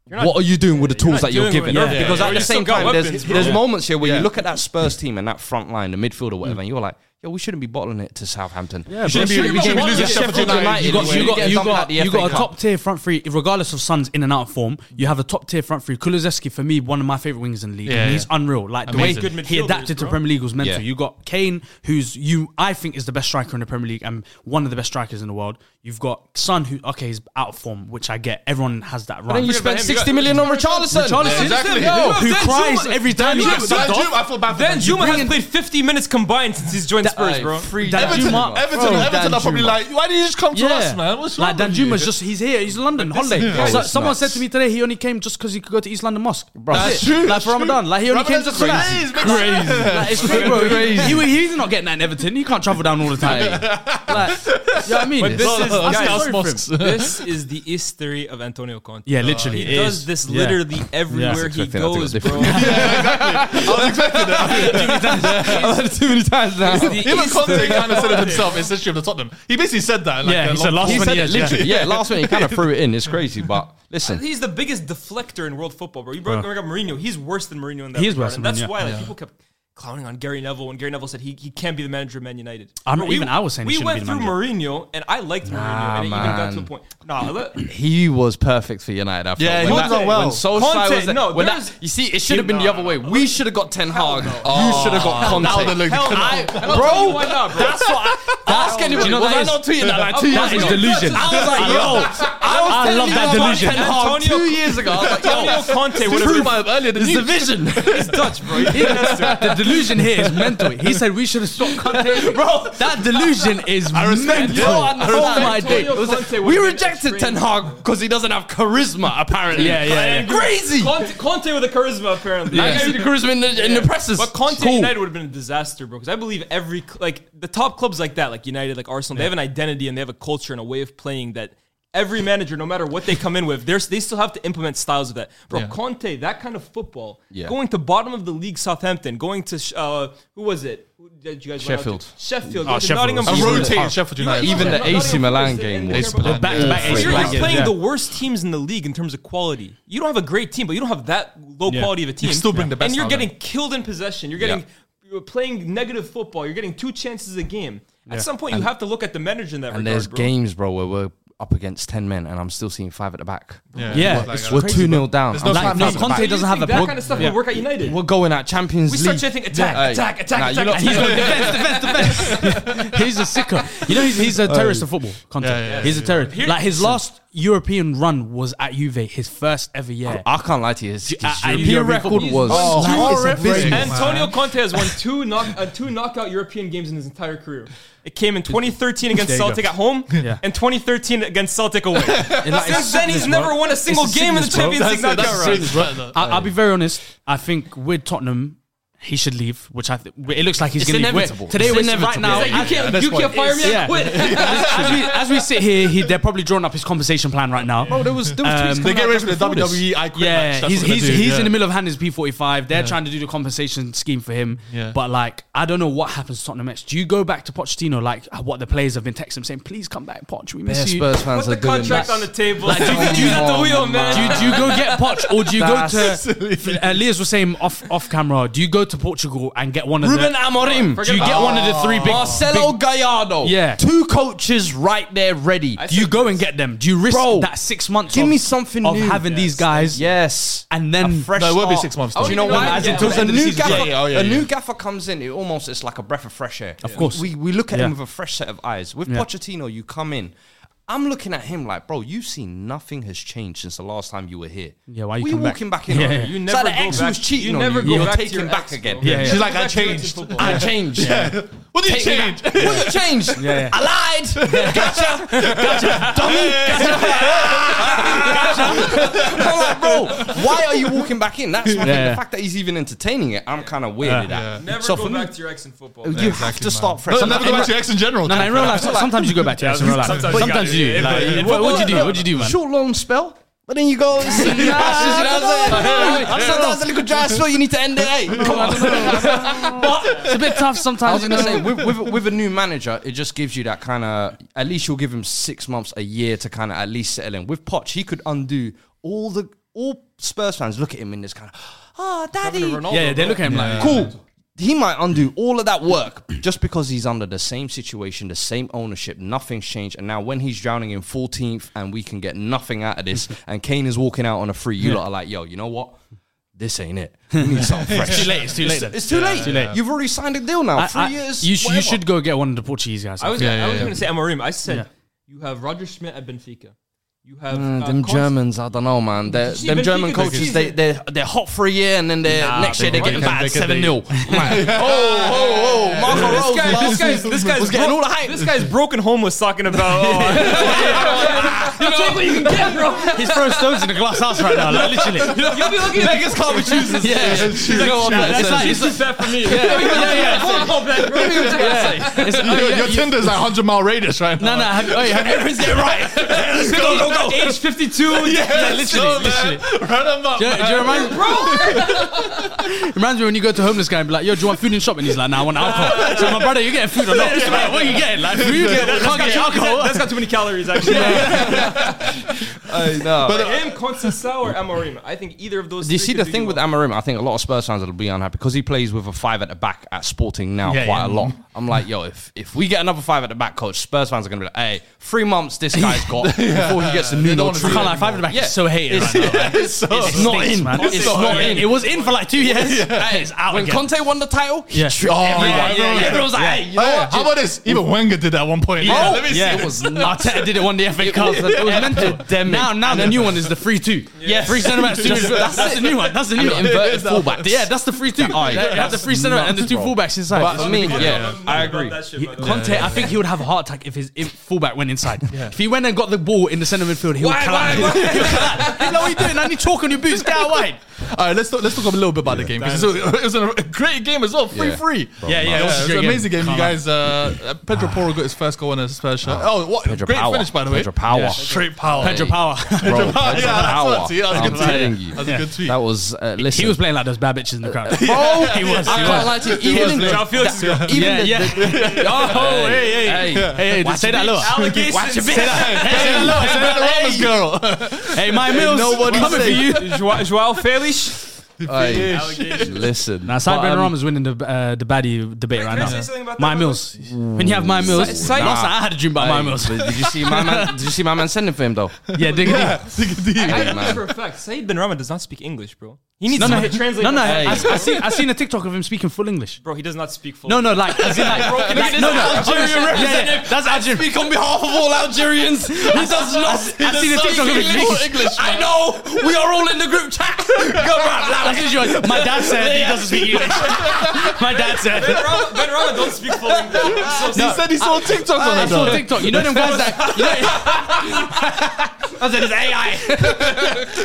S4: what are you doing with the tools
S3: not
S4: that you're
S3: doing
S4: given?
S3: what you're- Yeah.
S4: because
S3: Yeah.
S4: at
S3: You
S4: the
S3: still
S4: same
S3: got
S4: time,
S3: weapons,
S4: there's,
S3: bro.
S4: there's
S3: Yeah.
S4: moments here where
S1: Yeah.
S4: you look at that Spurs team and that front line, the midfield or whatever, and you're like, yo, we shouldn't be bottling it to Southampton.
S1: You shouldn't be-
S3: shouldn't
S1: we
S3: be
S1: shouldn't be losing
S3: bothered. Yeah,
S1: Sheffield
S4: Sheffield
S1: United.
S4: United.
S2: You got,
S4: Anyway,
S2: you got,
S4: get
S2: you
S4: dumped out
S2: got,
S4: the
S2: you
S4: FA
S2: got a
S4: Cup.
S2: top tier front three, regardless of Sun's in and out form. You have a top tier front three. Kulizeski, for me, one of my favorite wingers in the league.
S1: Yeah,
S2: he's
S1: yeah.
S2: unreal. Like the
S1: Amazing.
S2: way
S1: Good
S2: he adapted to
S3: bro.
S2: Premier League was mental.
S4: Yeah.
S2: You got Kane, who's you, I think, is the best striker in the Premier League and one of the best strikers in the world. You've got Son, who okay, he's out of form, which I get. Everyone has that right.
S4: Then you spent 60 million on Richarlison.
S2: Richarlison,
S1: exactly.
S2: yo,
S1: Yeah.
S2: who
S3: Then
S2: cries
S3: Zuma-
S2: every time he
S3: Then
S2: gets
S3: Zuma-
S2: subbed
S3: then
S2: off.
S1: Zuma- I feel bad for
S3: Then
S1: that.
S3: Zuma
S1: You
S3: has played 50 minutes combined since he's joined Spurs,
S4: Aye,
S3: bro.
S4: free
S2: Dan
S4: Dan
S2: Juma.
S4: Juma.
S1: Everton,
S2: Bro,
S1: Everton are
S4: Dan
S1: probably
S4: Juma.
S1: like, why did you just come to us, man? What's
S2: like
S1: wrong
S2: Dan
S1: with you?"
S2: Juma's just he's here, he's in London, holiday.
S4: yeah.
S2: So,
S4: Oh, it's
S2: someone said
S4: nuts.
S2: to me today he only came just because he could go to East London Mosque. Bro,
S1: That's true,
S2: Like
S1: that's
S2: for
S1: true.
S2: Ramadan, like he only
S1: Ramadan's
S2: came
S1: just
S2: just for that.
S1: crazy, makes sense.
S2: Like, it's true, bro. He, he, he's not getting that in Everton. He can't travel down all the time. like, you know what I mean?
S3: But this
S2: It's-
S3: is-
S2: I'm
S3: guys,
S2: sorry for him.
S1: mosques.
S3: this is the history of Antonio Conte.
S2: Yeah, literally,
S3: He
S2: it
S3: does
S2: is.
S3: this
S2: Yeah.
S3: literally everywhere he
S4: expecting that to go
S3: goes, bro.
S4: different.
S1: I was expecting that.
S4: I've heard it too many times now.
S1: Even Conte kind of said it himself. It's history of the Tottenham. He basically said that. Like,
S2: Yeah,
S1: a long
S2: he said last
S1: form.
S4: He
S2: When
S4: said
S2: he
S4: it
S2: is,
S4: literally. Yeah, last minute he kind of threw it in. It's crazy, but listen.
S3: He's the biggest deflector in world football, bro. You brought bring up Mourinho. He's worse than Mourinho in that.
S2: He is
S3: regard.
S2: worse
S3: And
S2: than
S3: That's
S2: Mourinho.
S3: why like, people kept clowning on Gary Neville when Gary Neville said he, he can't be the manager of Man United.
S2: I'm-
S3: Bro, we-
S2: even I was saying he
S3: we
S2: shouldn't
S3: went
S2: be the
S3: through Mourinho, and I liked Mourinho, and it even got to a
S4: man.
S3: point. Nah, let,
S4: He was perfect for United. I felt.
S1: Yeah, he
S4: When
S1: was
S4: that-
S1: done well.
S4: When Solskjaer
S3: Conte,
S4: was there-
S3: no,
S4: when
S3: there's-
S4: that, you see, it should have been the other way. We should have got Ten Hag. Oh. You should have got Conte.
S1: Now they're looking-
S3: hell no.
S4: I-
S3: Hell
S4: bro,
S3: no, why not, bro?
S4: That's what I, ask anybody.
S2: You know,
S4: was
S2: that
S4: I
S2: is-
S4: not tweeting that like two
S2: that
S4: years
S2: is
S4: ago?
S2: delusion.
S4: I was like,
S2: I
S4: yo, I, was
S2: I
S4: telling
S2: love
S4: you
S2: that
S4: about
S2: delusion.
S4: Ten Hag
S3: Antonio-
S4: two years ago. I was like, yo,
S3: Antonio Conte would have
S4: prove
S3: been-
S4: my earlier. This is the vision.
S3: He's Dutch, bro. He-
S2: the delusion here is mental. He said we should have stopped Conte. Bro, that delusion is I
S1: respect
S2: mental.
S1: it.
S4: Oh,
S1: I
S4: oh my
S3: Antonio
S4: day. It was like,
S3: Conte
S4: we
S3: would've been
S4: rejected
S3: extreme.
S4: Ten Hag because he doesn't have charisma, apparently.
S2: Yeah, yeah, yeah.
S4: Crazy.
S3: Conte, Conte with the charisma, apparently.
S4: Like, he's the charisma in the, in the presses.
S3: But Conte
S4: Cool.
S3: United would have been a disaster, bro. Because I believe every cl- like the top clubs like that, like United, like Arsenal, they have an identity and they have a culture and a way of playing that every manager, no matter what they come in with, there's they still have to implement styles of that. Bro, Conte, that kind of football,
S4: Yeah.
S3: going to bottom of the league, Southampton, going to sh- uh, who was it? Who did you guys went out
S4: Sheffield.
S3: to? Sheffield,
S2: Oh,
S3: going to
S2: Sheffield
S3: Nottingham
S2: was
S1: A
S3: Forest.
S2: brutal.
S1: rotating Sheffield United.
S4: Even
S3: Yeah,
S4: the
S3: Nottingham
S4: AC Milan
S3: Forest,
S4: game
S3: they
S4: was
S3: didn't care about
S4: bland.
S3: that.
S2: Back-to-back
S3: You're-
S2: AC Milan
S3: You're
S2: games,
S3: playing
S2: yeah.
S3: the worst teams in the league in terms of quality. You don't have a great team, but you don't have that low quality of a team.
S1: still bring the best
S3: and you're
S1: out of
S3: getting killed in possession. You're getting you're playing negative football. You're getting two chances a game. At some point, you have to look at the manager in that
S4: And
S3: regard,
S4: there's
S3: bro.
S4: games, bro, where we're up against 10 men and I'm still seeing five at the back.
S2: Yeah.
S1: Like,
S2: It's
S1: uh,
S4: We're 2 0 down.
S1: There's no
S4: I'm
S1: time
S4: like,
S1: for
S4: no,
S1: that.
S4: Conte-
S3: Why do you
S2: doesn't have
S3: think
S2: a
S3: that
S2: book-
S3: kind of stuff
S2: yeah.
S3: would work at United.
S4: We're going at Champions
S3: we
S4: League.
S3: start chanting attack,
S4: Aye.
S3: attack, attack,
S4: Nah, you
S3: attack,
S4: lot-
S3: attack.
S2: he's a sicko. You know, he's, he's a terrorist of football. Conte.
S1: Oh. Yeah, yeah,
S2: he's a terrorist. Like his last European run was at Juve, his first ever year.
S4: I can't lie to you. His, his
S2: I- I-
S4: European
S2: European
S4: record
S2: football-
S4: was
S1: Oh, horrific.
S3: Antonio Conte has won two knock, uh, two knockout European games in his entire career. It came in 2013 against
S2: There you go.
S3: Celtic at home
S2: Yeah.
S3: and 2013 against Celtic away.
S4: like,
S3: Since
S4: it's
S3: then, he's
S4: sickness,
S3: never
S4: bro.
S3: won a single
S4: It's a
S3: game in the
S4: sickness, bro.
S3: Champions
S1: That's-
S3: League knockout
S1: that's
S3: round.
S1: serious, right?
S2: I, I'll be very honest. I think with Tottenham, he should leave. Which I th- it looks like he's
S4: It's
S2: going to
S4: inevitable.
S2: Today,
S4: It's
S2: we're right
S4: inevitable.
S2: now.
S3: He's like, you
S1: at
S3: can't,
S1: this
S3: you
S1: point,
S3: can't fire me. I
S2: yeah.
S3: quit.
S2: as, we, as we sit here, he, they're probably drawing up his compensation plan right now. Um,
S4: Bro, there was, there was
S1: They
S4: tweets coming
S1: get
S4: out
S1: ready
S4: just
S1: for the
S4: before this.
S1: WWE I Quit match.
S2: Yeah,
S1: That's
S2: he's
S1: what they're
S2: he's,
S1: doing,
S2: he's
S1: yeah.
S2: in the middle of handing his P45. They're trying to do the compensation scheme for him.
S1: Yeah.
S2: But like, I don't know what happens to Tottenham next. Do you go back to Pochettino like uh, what the players have been texting him saying, please come back, Poch, we miss
S4: Bear
S2: you.
S4: Spurs fans
S3: Put the
S4: are doing
S3: contract
S4: that.
S3: on the table.
S2: Like, do you-
S3: He's
S2: do you-
S3: at the wheel,
S4: do
S3: man.
S2: Do you, do you go get Poch or do you go
S4: That's-
S2: to uh, Leah's was saying off off camera, do you go to Portugal and get one of
S4: Ruben
S2: the
S4: Amorim.
S2: do you get one of the three big
S4: Marcelo Gallardo.
S2: Yeah.
S4: Two coaches right there ready.
S2: Do you go and get them? Do you risk
S4: Bro,
S2: that six months
S4: give
S2: of,
S4: me something
S2: of
S4: new.
S2: having these guys
S4: Yes.
S2: and then
S4: A fresh
S1: No, it won't be
S4: start.
S1: six months,
S4: Do
S1: though.
S4: you know
S3: Yeah,
S4: why?
S3: yeah,
S4: As
S3: yeah.
S4: in, till
S3: Yeah,
S4: a
S1: yeah,
S4: new
S1: yeah.
S4: gaffer,
S1: Yeah, oh, yeah,
S4: a new
S1: yeah.
S4: gaffer comes in. It almost it's like a breath of fresh air. Of
S2: course.
S4: we we look at him
S2: Yeah.
S4: with a fresh set of eyes. With
S2: Yeah.
S4: Pochettino, you come in. I'm looking at him like, bro, you've seen nothing has changed since the last time you were here.
S2: Yeah, why you
S4: we
S2: come back?
S4: walking back, in?
S2: Yeah.
S4: on
S2: You
S4: you
S3: never go
S4: it's like the ex
S3: back-
S4: who's cheating
S3: you
S4: on
S3: never go
S4: you. You're
S3: back to
S4: taken
S3: your
S4: back
S3: ex,
S4: again.
S3: bro. Yeah,
S1: She's like, I
S3: Back to Everton
S1: changed.
S3: football.
S4: I changed.
S1: What did you
S4: Take me
S1: change?
S4: back. What you changed?
S2: yeah.
S4: I lied. Gotcha. Gotcha. Dummy. Gotcha. gotcha. I'm like, bro, why are you walking back in? That's my thing.
S2: Yeah.
S4: the fact that he's even entertaining it. I'm kind of weirded at.
S3: Never
S4: So
S3: go
S4: for me,
S3: back to your ex in football.
S4: you
S3: man.
S4: have to start fresh.
S1: No, never go back to your ex in general.
S2: No, no, in real life, so- sometimes you go back to it. in real life.
S3: sometimes you
S2: Sometimes
S3: gotta
S2: you
S3: do
S2: do.
S3: it,
S2: Like, what-
S3: but-
S2: what would you do? What'd you do, man?
S4: Short long spell. But then you go. and see the bastards, you know what I'm saying?
S2: I don't know.
S4: Sometimes a little dry spell. You need to end it. Hey, come on.
S2: It's a bit tough
S4: I
S2: sometimes. you
S4: was gonna
S2: know?
S4: say with, with with a new manager, it just gives you that kind of. At least you'll give him six months, a year to kind of at least settle in. With Poch, he could undo all the all Spurs fans look at him in this kind of. Oh, daddy,
S3: Ronaldo,
S2: Yeah, yeah, they
S3: bro.
S2: look at him like
S4: cool. he might undo all of that work just because he's under the same situation, the same ownership. Nothing's changed. And now when he's drowning in 14th and we can get nothing out of this and Kane is walking out on a free, you lot are like, yo, you know what? This ain't it. We need something fresh.
S2: It's too late. It's too late. then.
S4: It's too, late.
S2: Too late.
S4: You've already signed a deal now.
S2: I-
S4: Three
S2: I-
S4: years.
S2: You, sh- you
S4: whatever.
S2: should go get one of the Portuguese guys.
S3: I was,
S1: Yeah, yeah,
S3: I was
S1: yeah.
S3: going to say Amarim. I said
S2: Yeah.
S3: you have Roger Schmidt at Benfica. You have
S4: Mm,
S3: uh,
S4: them
S3: Const-
S4: Germans, I don't know, man. They're,
S3: see
S4: them
S3: Benfica
S4: German
S3: this
S4: coaches,
S3: season?
S4: they they're, they're hot for a year and then they're,
S3: Nah,
S4: next year
S3: they
S4: they're getting
S3: can-
S1: they
S4: bad
S1: can-
S4: 7
S1: they-
S4: 0. Oh, oh, oh. Marco
S3: This
S4: Rose,
S3: guy, this
S4: man.
S3: guy's, this guy's,
S4: was getting
S3: bro-
S4: all the hype.
S3: This guy's broken homeless talking about. Oh, you take what you can get, bro.
S2: He's throwing stones in the glass house right now. Like, literally.
S3: You'll be looking at beggars can't be choosers.
S4: Yeah, you know what I'm
S3: That's
S4: saying?
S3: like, it's that for me. Yeah, yeah, yeah. Phone call back, bro.
S2: It's- oh,
S1: Your,
S2: yeah,
S1: your
S2: you-
S1: Tinder's at 100 mile radius right now.
S2: No, no. Have, oh, yeah, have, everyone's getting right. Let's go, go, go.
S3: Age 52.
S2: Yeah, literally, literally.
S1: Run them up.
S2: Do you, do you remind, reminds me when you go to a homeless guy and be like, yo, do you want food in shop? And he's like, nah, I want alcohol. So my brother, you getting food or not? Like, what are you getting? Like, food? You can't get alcohol.
S3: That's got too many calories, actually.
S1: But, uh,
S3: Him, Conceição, or Amorim. I think either of those.
S4: Do you
S3: three
S4: see
S3: could
S4: the
S3: do
S4: thing
S3: you
S4: with
S3: well.
S4: Amarim? I think a lot of Spurs fans will be unhappy because he plays with a five at the back at Sporting now
S1: Yeah,
S4: quite
S1: yeah.
S4: a lot. I'm like, yo, if if we get another five at the back, coach, Spurs fans are gonna be like, hey, three months this guy's got before he gets the new
S1: don't
S4: no
S1: wanna see
S2: I
S4: tree.
S2: can't lie, five in the back
S4: Yeah.
S2: is so hated right now. man.
S1: it's so-
S2: It's not in, man. It's not in. It was in for like two years. Hey, It's out
S4: When
S2: again.
S4: Conte won the title, he
S2: Yeah.
S4: tripped
S1: Oh,
S4: everyone.
S1: yeah, yeah, yeah.
S4: Everyone's like, hey, you know
S1: Hey,
S4: what?
S1: how about this? Even Wenger did that at one point.
S4: Yeah.
S1: Oh, let me
S2: yeah,
S1: see.
S4: It was nuts.
S2: Arteta did it one the FA Cup. It was, mental. Now, now the new one is the free two. Yeah, free centre back. two- That's, that's the new one. That's the new
S4: And
S2: one.
S4: inverted fullbacks.
S2: Yeah, that's the free two.
S4: Oh, yeah,
S2: They have the
S4: that's
S2: free centre back and the
S4: nuts,
S2: two
S4: bro.
S2: fullbacks inside.
S4: But I mean, yeah, I
S3: About
S4: agree.
S3: that shit,
S2: He-
S3: by the way.
S2: Conte, I think he would have a heart attack if his if fullback went inside. If he went and got the ball in the centre midfield, he would
S3: Why,
S2: come
S3: why,
S2: out. He would come out. What are you doing? I need chalk on your boots. Get out wide.
S1: All right, let's talk, let's talk a little bit about the game because it was, it was a great game as well, free
S4: Yeah.
S1: free.
S2: Yeah, yeah,
S1: it
S2: it was a
S1: was
S2: great
S1: an
S2: game.
S1: amazing game, you
S2: Can't
S1: guys. Uh, uh, Pedro Porro got his first goal in his first shot. Oh, what
S4: Pedro
S1: great
S4: Power.
S1: finish by the way.
S4: Pedro Power.
S1: Yeah, straight power.
S2: Pedro Power.
S4: Bro,
S1: Pedro Power.
S4: that's
S1: Yeah, that's
S4: power.
S1: what I see. That was a
S4: I'm
S1: good tweet.
S4: telling
S1: That
S4: you.
S1: was a good tweet.
S4: That was, uh, listen.
S2: He was playing like those bad bitches in the crowd. Oh,
S4: Bro,
S2: he was.
S4: I
S2: he
S4: can't
S2: was.
S4: lie to you. Even,
S3: Joao Felix.
S4: even
S2: Yeah,
S4: the-
S2: yeah. Oh, hey, hey, hey, hey, hey!
S4: Watch
S2: Say
S4: your
S2: that
S4: bitch.
S2: lower.
S3: Allegations.
S2: Watch your bitch.
S3: Say that.
S2: Hey, say that lower. Say that
S1: Hey,
S2: lower.
S1: girl.
S2: Hey, my Mills,
S1: nobody
S2: coming for
S1: say-
S2: you.
S3: Joao, Joao Felix.
S4: Hey, listen.
S2: Now, side
S4: But,
S2: Ben
S4: um,
S2: Ram is winning the uh, the baddie debate right
S3: can I
S2: now.
S3: say something about
S2: my
S3: that,
S2: Mills. When you have my Mills,
S3: Si- si-
S2: last night I had a dream about my
S4: hey,
S2: Mills.
S4: but Did you see my man? Did you see my man sending for him though?
S2: yeah, dig yeah.
S3: I know
S4: man.
S3: for a fact, Saeed Ben Rama does not speak English, bro. He needs
S2: No, no,
S3: someone to translate.
S2: no, no.
S3: that.
S2: I,
S4: Hey.
S2: I, seen, I seen a TikTok of him speaking full English.
S3: Bro, he does not speak full.
S2: No, no, like, as in like,
S3: Bro, can I
S2: like,
S3: get
S2: no,
S3: his
S2: no,
S3: Algerian
S2: Algerian yeah, yeah, that's Algerian.
S4: Speak on behalf of all Algerians. He does not.
S2: I've seen a TikTok of him speaking.
S4: English. I know. We are all in the group chat. Go rap loud.
S2: That's usual. My dad said he doesn't speak English. My dad
S3: Ben
S2: said.
S3: Rama, ben Rama don't speak full English. I'm
S1: He
S3: so
S1: said he saw TikToks on
S2: I
S1: that.
S2: saw
S1: though.
S2: TikTok. You know them guys that. You know, I said it's AI.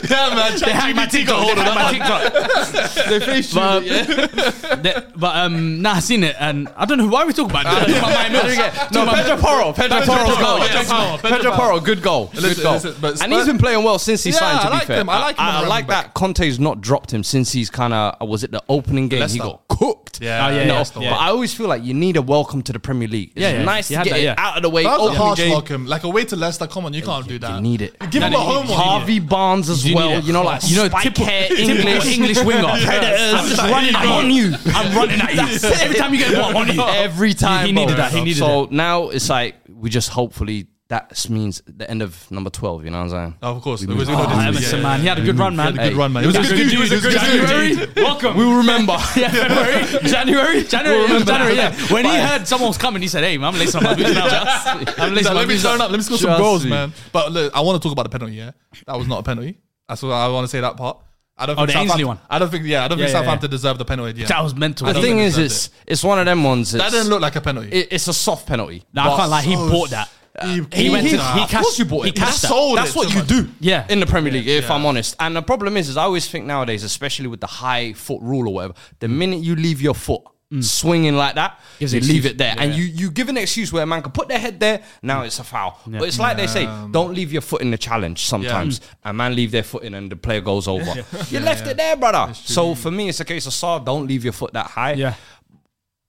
S1: Yeah, man.
S2: They hacked my TikTok. Hold on, my TikTok.
S1: They finished.
S2: But, the- but um, nah, I seen it, and I don't know why we talk about it. Talking about my Mills.
S4: No,
S2: Talking about-
S4: Pedro Porro. Pedro
S1: Pedro
S4: Porro's
S1: Porro,
S4: goal.
S1: Pedro
S4: yes.
S1: Porro, Pedro
S4: Pedro Porro, good goal. Good
S1: Listen,
S4: goal.
S1: listen, but
S4: And he's
S1: Spurs-
S4: been playing well since he
S1: Yeah,
S4: signed, to
S1: I
S4: be
S1: like
S4: fair.
S1: him. I like him
S4: I,
S1: around
S4: like
S1: the
S4: that Conte's not dropped him since he's kind of, was it the opening game? He
S1: Leicester.
S4: got cooked.
S1: Yeah, Oh, yeah,
S4: No,
S1: yeah.
S4: But I always feel like you need a welcome to the Premier League. It's
S2: Yeah, yeah.
S4: nice
S2: He
S4: to
S2: had
S4: get
S2: that,
S4: it
S2: yeah.
S4: out of the way.
S1: That was a
S4: opening
S1: harsh
S4: game.
S1: welcome. Like away to Leicester. Come on, you can't do
S2: Uh,
S1: that.
S4: You need it.
S1: Give him a home one.
S4: Harvey Barnes as
S2: You
S4: well.
S2: need it.
S4: You know, like
S2: you know,
S4: spike
S2: typical
S4: hair,
S2: typical
S4: English,
S2: English winger. Predators. I'm just running
S4: I'm
S2: at
S4: on you.
S2: I'm running at you. Every time you get the ball, I'm on you.
S4: Every time
S2: He, he needed
S4: bro.
S2: that. He needed
S4: so
S2: that.
S4: now it's like we just hopefully that means the end of number twelve. You know what I'm saying?
S1: Oh, Of course,
S4: We
S1: it was
S4: moved
S1: all
S4: on.
S1: this-
S2: Ah, Emerson, man. He had a good run, man.
S1: He had a good run, man. It was a
S2: That's
S1: good
S2: good
S1: dude. It was a good dude.
S2: January. Welcome. We'll remember. Yeah, February. January. January.
S4: We'll remember
S2: January,
S4: that.
S2: yeah. When he heard someone was coming, he said, hey, man, I'm lacing up my boots now. I'm
S1: He's like,
S2: lacing my
S1: let me
S2: boots
S1: turn
S2: up.
S1: up. Let me score some
S4: Chelsea.
S1: goals, man. But look, I want to talk about the penalty. Yeah, that was not a penalty. That's what I want to say. That part. I don't.
S2: Oh,
S1: think
S2: the
S1: Southampton-
S2: Ainsley one.
S1: I don't think. Yeah, I don't think
S2: yeah, yeah.
S1: Southampton deserved the penalty. Yeah,
S2: That was mental.
S4: The
S1: don't
S4: thing
S1: think
S4: is,
S1: he
S4: it's it's one of them ones.
S1: that
S4: It's,
S1: didn't look like a penalty.
S4: it- it's a soft penalty.
S2: Nah, I
S4: But
S2: can't lie. He
S1: so
S2: bought that.
S1: he,
S2: He went to- he
S1: Nah.
S2: cashed-
S4: Of course you bought
S2: he
S4: it.
S2: cashed
S4: You
S2: that.
S4: sold
S1: That's
S4: it
S1: what
S4: to
S1: you
S4: him.
S1: do.
S2: Yeah.
S4: in the Premier League, if I'm honest. And the problem is, is I always think nowadays, especially with the high foot rule or whatever, the minute you leave your foot swinging like that,
S2: Gives
S4: you
S2: an
S4: leave
S2: excuse.
S4: it there, and you you give an excuse where a man can put their head there. Now it's a foul. But it's like they say, don't leave your foot in the challenge. Sometimes a man leave their foot in, and the player goes over. You left it there, brother. So for me, it's a case of Saar, don't leave your foot that high
S2: Yeah.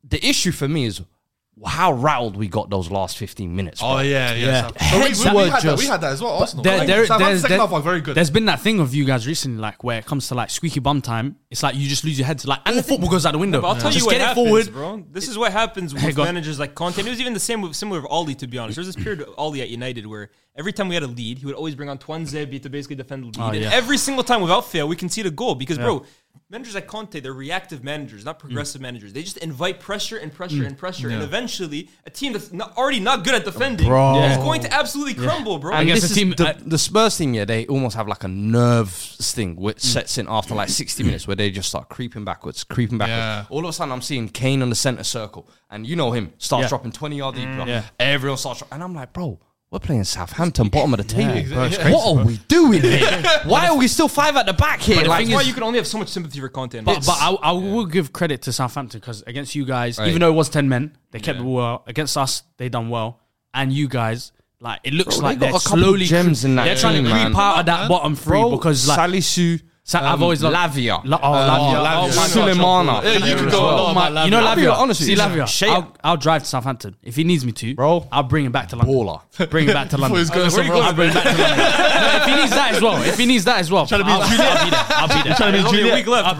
S4: the issue for me is how riled we got those last 15 minutes.
S1: Oh
S4: bro.
S1: yeah,
S2: Yeah.
S1: yeah. Southampton. But
S4: Heads
S1: we, we,
S4: were
S1: we, had that, we
S4: just-
S1: had that as well. Arsenal.
S2: There,
S1: Like,
S2: there,
S1: Southampton
S2: there's,
S1: second
S2: there,
S1: half are very good.
S2: there's been that thing of you guys recently, like where it comes to like squeaky bum time. It's it's like you just lose your head to like, and the football goes out the window.
S3: But I'll tell
S2: just
S3: you what
S2: get it
S3: happens,
S2: forward.
S3: bro. This is what happens with
S2: go on.
S3: managers like Conte. And It was even the same with similar with Ollie, to be honest. There was this period of Ollie at United where every time we had a lead, he would always bring on Twan Zebi to basically defend the lead. and
S2: Oh, yeah.
S3: every single time, without fail, we concede a goal because, bro, managers like Conte, they're reactive managers, not progressive
S2: Mm.
S3: managers. They just invite pressure and pressure and pressure, and eventually, a team that's not, already not good at defending is going to absolutely crumble, bro.
S4: And
S2: guess
S4: this
S2: the team-
S4: is the,
S2: I-
S4: the Spurs team, yeah, they almost have like a nerves thing
S2: Mm.
S4: which sets in after like 60 minutes where they just start creeping backwards, creeping backwards.
S1: Yeah.
S4: All of a sudden, I'm seeing Kane on the center circle, and you know him, starts
S2: Yeah. Mm,
S4: dropping 20 yard deep.
S2: yeah.
S4: Everyone starts, dro- and I'm like, bro. We're playing Southampton, bottom of the table.
S1: exactly. Bro, it's crazy,
S4: what are we doing here? Why are we still five at the back here?
S3: That's
S4: Like,
S3: why you can only have so much sympathy for Conte. and
S2: Uh, But, but I, I will give credit to Southampton because against you guys, even though it was ten men, they kept the well. Against us, they done well, and you guys, like it looks
S4: Bro, they
S2: like
S4: got
S2: they're
S4: a couple
S2: slowly
S4: gems in that
S2: They're trying to
S4: team,
S2: creep
S4: man.
S2: out of that bottom three because like
S4: Salisu, um,
S2: Sa- I've always loved
S4: Lavia,
S2: La- oh, Lavia.
S1: Oh, my
S4: Sulemana.
S1: Yeah, you could go a lot about
S2: you know
S4: I'll be
S2: Lavia.
S4: honest with
S2: See
S4: you.
S2: Lavia.
S4: Shea-
S2: I'll, I'll drive to Southampton if he needs me to,
S4: Bro.
S2: I'll bring him back to London.
S4: Baller.
S2: Bring him back to London.
S1: he's going
S2: I'll bring
S1: somewhere
S2: him back to London. No, if he needs that as well, if he needs that as well,
S1: Trying to be
S2: I'll, I'll be
S1: Juliet.
S2: there. I'll be
S1: Trying to
S2: there.
S1: be
S3: There's only a
S1: Juliet.
S3: week left,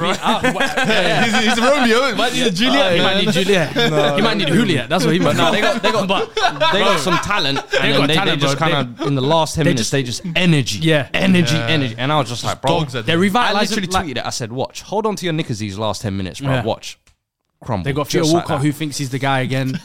S3: bro.
S1: he's, he's Romeo. Might need a Juliet.
S2: He might
S1: man.
S2: need er Juliet. he might need Juliet. That's what he might.
S4: No, they got- they got-
S2: But
S4: they got some talent, and
S2: They
S4: they,
S2: got
S4: they,
S2: talent,
S4: just
S2: bro.
S4: kind of in the last ten minutes
S2: just-
S4: they just energy,
S2: Yeah.
S4: energy, energy, and I was just like, bro,
S1: dogs at
S2: they're
S1: them.
S4: I
S2: revitalizing.
S4: literally
S2: like-
S4: tweeted it. I said, watch, hold on to your knickers these last ten minutes, bro.
S2: Yeah.
S4: Watch, crumble.
S2: They got Theo
S4: Just
S2: Walcott,
S4: like
S2: who thinks he's the guy again.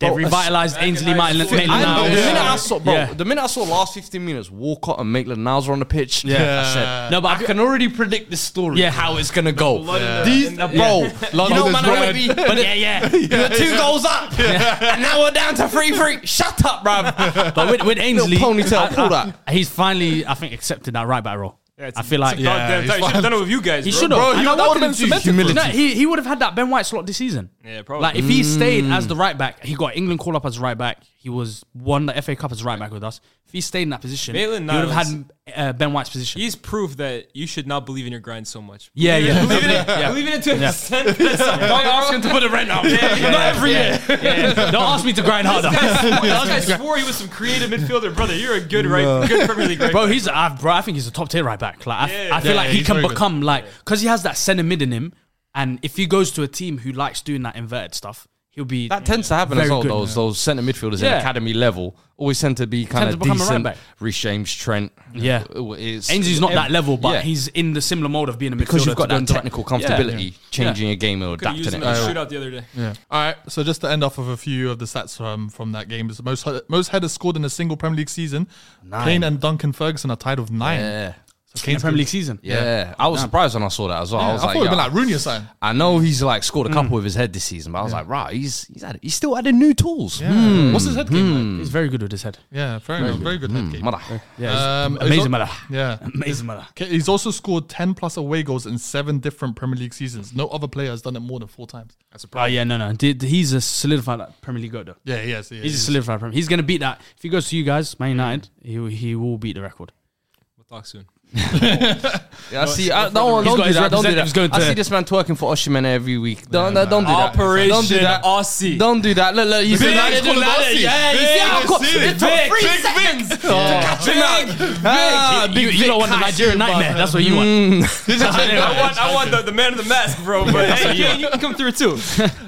S2: They
S4: Bro,
S2: revitalized Ainsley Maitland.
S4: that. I know, the minute I
S2: Niles.
S4: saw, bro,
S2: Yeah.
S4: the minute I saw last fifteen minutes, Walcott and Maitland Niles were on the pitch.
S2: Yeah.
S4: I said, no, but I can already predict this story.
S2: Yeah.
S4: how it's gonna go.
S3: in the-
S4: These,
S3: in the-
S4: bro, you know,
S1: is
S4: man, I
S1: red.
S4: would be, but
S2: yeah, yeah.
S4: You're two goals up, and now we're down to three three. Shut up, bro.
S2: But with, with Ainsley,
S4: ponytail, pull that.
S2: he's finally, I think, accepted that right back role. I feel like
S1: Yeah,
S3: Goddamn
S1: he's
S3: time. You should have
S1: fine.
S3: done it with you guys.
S2: he
S3: bro.
S2: should
S1: Bro,
S2: have.
S1: you
S2: And
S1: know,
S2: I
S1: that
S2: wanted
S1: would've
S2: him
S1: been
S2: to.
S1: cemented for
S2: Humility.
S1: him.
S2: No, he he would have had that Ben White slot this season.
S3: Yeah, probably.
S2: Like if he
S4: Mm.
S2: stayed as the right back, he got England call up as right back. He was won the FA Cup as right back with us. If he stayed in that position,
S3: Maitland
S2: he would have
S3: Niles-
S2: had uh, Ben White's position.
S3: He's proof that you should not believe in your grind so much.
S2: yeah, yeah.
S3: Believe in it. Believe in it to an extent. That's Don't ask him to put a rent up. Not every year.
S2: Don't ask me to grind harder.
S3: I swore he was some creative midfielder, brother. You're a good right, good Premier League right.
S2: Bro, he's I, bro. I think he's a top tier right back. Like I, I feel
S1: Yeah,
S2: like he
S1: he's
S2: can
S1: very good.
S2: become like because he has that centre mid in him, and if he goes to a team who likes doing that inverted stuff, he'll be
S4: That tends to happen
S2: Very
S4: as well.
S2: good.
S4: Those those centre midfielders
S2: Yeah.
S4: at academy level always tend to be kind
S2: to
S4: of
S2: become a right
S4: decent.
S2: back.
S4: Reece James, Trent.
S2: Yeah.
S4: it's,
S2: Ainsley's not that level, but
S4: Yeah.
S2: he's in the similar mode of being a midfielder
S4: because you've got
S2: to go
S4: that
S2: and take-
S4: technical
S2: Yeah.
S4: comfortability, changing a game or
S3: Could've used
S4: adapting
S3: him
S4: it.
S3: in a shootout the other day.
S1: All right. So just to end off with a few of the stats from from that game, is most most headers scored in a single Premier League season. Kane and Duncan Ferguson are tied with nine.
S4: yeah.
S1: So
S2: In
S1: Kane's
S2: the Premier League season.
S4: yeah, I was surprised when I saw that as well.
S1: Yeah, I,
S4: I was
S1: thought
S4: like,
S1: it would
S4: yeah,
S1: been like Rooney or something.
S4: I know he's like scored a
S2: Mm.
S4: couple with his head this season, but I was like, right, he's he's had, he's still adding new tools.
S1: Yeah. What's his head game like?
S2: He's very good with his head.
S1: Yeah, Hmm. very, very good, Hmm. head game.
S4: Mm, Mother.
S2: Yeah,
S1: Um,
S2: he's amazing
S1: he's-
S2: matter.
S1: Yeah.
S2: Amazing matter.
S1: Okay, He's also scored 10 plus away goals in seven different Premier League seasons. No other player has done it more than four times.
S2: Oh yeah, no, no. Did- He's a solidified like, Premier League goat though.
S1: Yeah, he has. He
S2: He's a
S1: is.
S2: solidified Premier. He's gonna beat that. If he goes to you guys, Man United, he he will beat the record.
S3: We'll talk soon.
S4: Yeah, I see. I, no,
S2: He's got
S4: don't do
S2: his
S4: that. Don't do that.
S2: representatives going
S4: I
S2: to-
S4: see this man twerking for Osimhen every week. Don't, don't, do that.
S3: Operation
S4: don't do that.
S3: Aussie.
S4: Don't do that. Look, look. You see,
S1: Big
S4: that?
S1: Aussie.
S4: Yeah, you
S1: Big
S2: eh?
S4: see how I got-
S1: Aussie.
S4: it took
S3: Big,
S4: three
S3: big,
S4: seconds to catch him out.
S3: Big,
S4: Ah,
S2: you
S4: big
S2: you don't want the
S4: Vic.
S2: Nigerian nightmare. That's what you want.
S3: I want, I want the, the man in the mask, bro. But hey, you, you can come through too.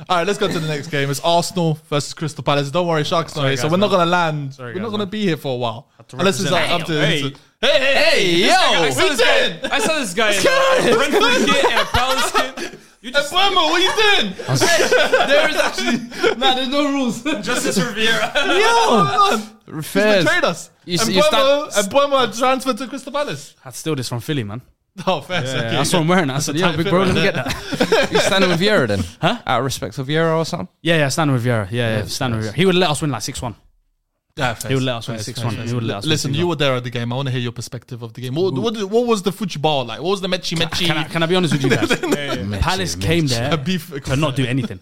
S1: All right, let's go to the next game. It's Arsenal versus Crystal Palace. Don't worry, Sharks not here, so we're not going to land. we're not going to be here for a while. Unless it's like, up to.
S3: Hey.
S1: Hey, hey, hey,
S3: This guy- I
S1: yo!
S3: saw
S1: What you
S3: this guy.
S1: doing?
S3: I saw this guy.
S1: Let's
S3: in a Brentford kit and a Palace kit. You
S1: Hey,
S3: just
S1: Buemo, what you doing?
S4: There is actually no, there's no rules.
S3: Justice Riviera.
S1: Yo! He's betrayed us.
S4: You see-
S1: and
S4: you
S1: Buemo,
S4: stand-
S1: and Buemo transferred to Crystal Palace.
S2: I'd steal this from Philly, man.
S1: Oh, fair. okay.
S2: That's what I'm wearing. I said,
S1: tight
S2: yeah, big
S1: fit
S2: bro,
S1: right
S2: let me
S1: there.
S2: get that.
S4: You standing with Vieira then? Huh? Out of respect for Vieira or something?
S2: Yeah, yeah, stand with Vieira. Yeah, yeah, stand with Vieira. He would let us win like 6 1.
S1: Yeah, fair.
S2: He would let us win
S1: Fair,
S2: 6
S1: fair,
S2: 1.
S1: fair.
S2: He would let us win
S1: Listen,
S2: 6-1.
S1: you were there at the game. I want to hear your perspective of the game. What, what, did- what was the football like? What was the mechi mechi?
S2: Can I, can I be honest with you guys? Palace came there
S1: beef-
S2: to not do anything.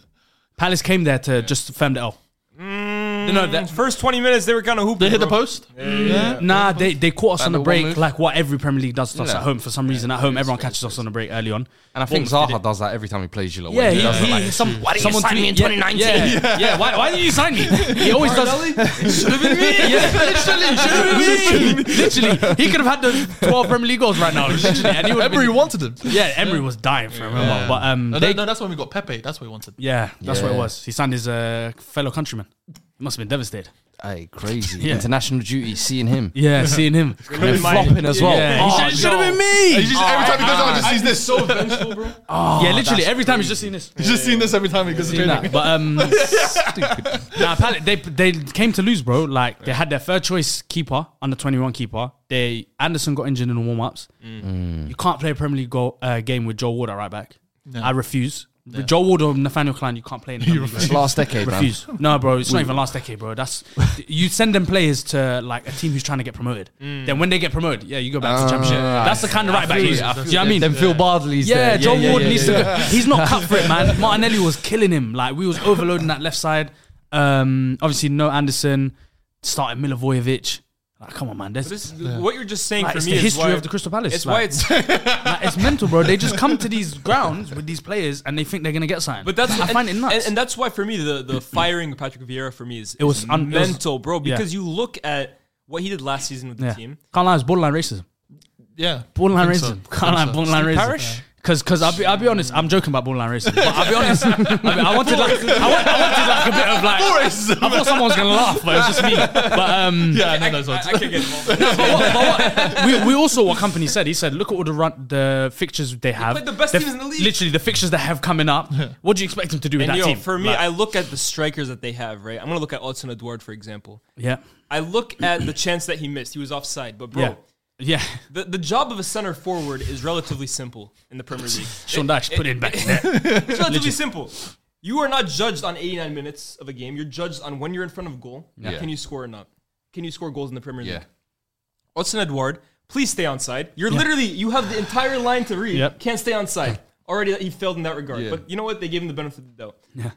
S2: Palace came there to just firm the L. no, that
S3: First 20 minutes, they were kind of hooping.
S1: They hit the
S3: bro.
S1: post.
S2: Nah, they, they caught us on the
S4: Bando one
S2: break
S4: move.
S2: like what every Premier League does to us
S4: Yeah.
S2: at home. For some reason, at home, everyone catches us on the break early on.
S4: And I think Zaha does that every time he plays Gillette.
S2: Yeah,
S4: when
S2: he,
S4: does it
S2: he,
S4: like-
S2: some, why did
S4: someone
S2: you sign
S4: tweeted
S2: me in 2019? Yeah, yeah. why, why did you sign me? He always does.
S3: Should have been me.
S2: literally, literally, he could have had the 12 Premier League goals right now. Literally, and he would have
S1: Emery
S2: been-
S1: wanted him.
S2: Yeah, Emery was dying for him. remember? But um,
S1: No,
S2: they,
S1: no, that's when we got Pepe. That's what he wanted.
S2: yeah, that's what it
S4: Yeah.
S2: was. He signed his uh, fellow countryman. He must have been devastated.
S4: Hey, crazy.
S2: Yeah.
S4: International duty, seeing him.
S2: Yeah, seeing him
S4: And flopping as well.
S2: Yeah,
S4: Oh,
S2: he should have been me.
S1: He's just, every time he goes out, he just sees this. So
S2: yeah, literally, every time he's just seen this.
S1: he's just seen this every time he goes to training.
S2: But um, nah, Palace, they they came to lose, bro. Like they had their third choice keeper, under twenty one keeper. They Anderson got injured in the warm ups. You can't play a Premier League goal, uh, game with Joel Ward at right back. I refuse. With Joel Ward or Nathaniel Klein, you can't play in the Premier League.
S4: It's last decade, man.
S2: refuse. No, bro, it's not even last decade, bro. That's you send them players to like a team who's trying to get promoted. Then when they get promoted, yeah, you go back to the championship. That's the kind of right back. he is. Do Mm. you know what I mean?
S4: Then Phil Bardley's
S2: Yeah,
S4: there.
S2: John Ward
S4: yeah,
S2: needs
S4: yeah.
S2: to go. He's not cut for it, man. Martinelli was killing him. Like we was overloading that left side. Um, obviously no Anderson. Started Milivojevic. Like, come on, man. There's,
S3: This, What you're just saying
S2: like,
S3: for
S2: it's
S3: me
S2: the
S3: is
S2: history
S3: why,
S2: of the Crystal Palace.
S3: It's
S2: like,
S3: why it's.
S2: like, it's mental, bro. They just come to these grounds with these players and they think they're gonna get something.
S3: But that's
S2: I
S3: and,
S2: find it nuts.
S3: And, and that's why for me the the firing of Patrick Vieira for me is it
S2: was un- it was-
S3: mental, bro.
S2: yeah.
S3: Because you look at what he did last season with the
S2: yeah.
S3: team.
S2: Can't lie, it's borderline racism.
S1: yeah.
S2: Borderline
S1: Think so.
S2: racism. Can't lie,
S1: Think so.
S2: borderline racism.
S3: Parrish?
S2: Cause, cause I'll be, I'll be honest. I'm joking about borderline racism. But I'll be honest. I, mean, I wanted like, I, wa- I wanted like a bit of like. I thought someone was gonna laugh, but it's just me. But um,
S1: Yeah, I know those
S3: I,
S1: ones.
S3: I can't get involved.
S2: But what- but what- we, we also what company said. He said, look at all the run, the fixtures they have.
S3: played the best teams in the league.
S2: Literally, the fixtures they have coming up. What do you expect them to do with
S3: And
S2: that
S3: yo,
S2: team?
S3: for me,
S2: Like,
S3: I look at the strikers that they have. Right, I'm gonna look at Odson Edward for example.
S2: yeah,
S3: I look at the chance that he missed. He was offside, but bro.
S2: yeah, yeah.
S3: The, the job of a center forward is relatively simple in the Premier League.
S2: Sean Dash put it back. in there.
S3: It's relatively simple. You are not judged on 89 minutes of a game. You're judged on when you're in front of goal.
S4: Yeah.
S3: Can you score or not? Can you score goals in the Premier League?
S4: Yeah.
S3: Odson Edward, please stay on side. You're literally, you have the entire line to read.
S2: Yep.
S3: Can't stay on side. Already, he failed in that regard.
S4: Yeah.
S3: But you know what? They gave him the benefit of the doubt.
S2: Yeah.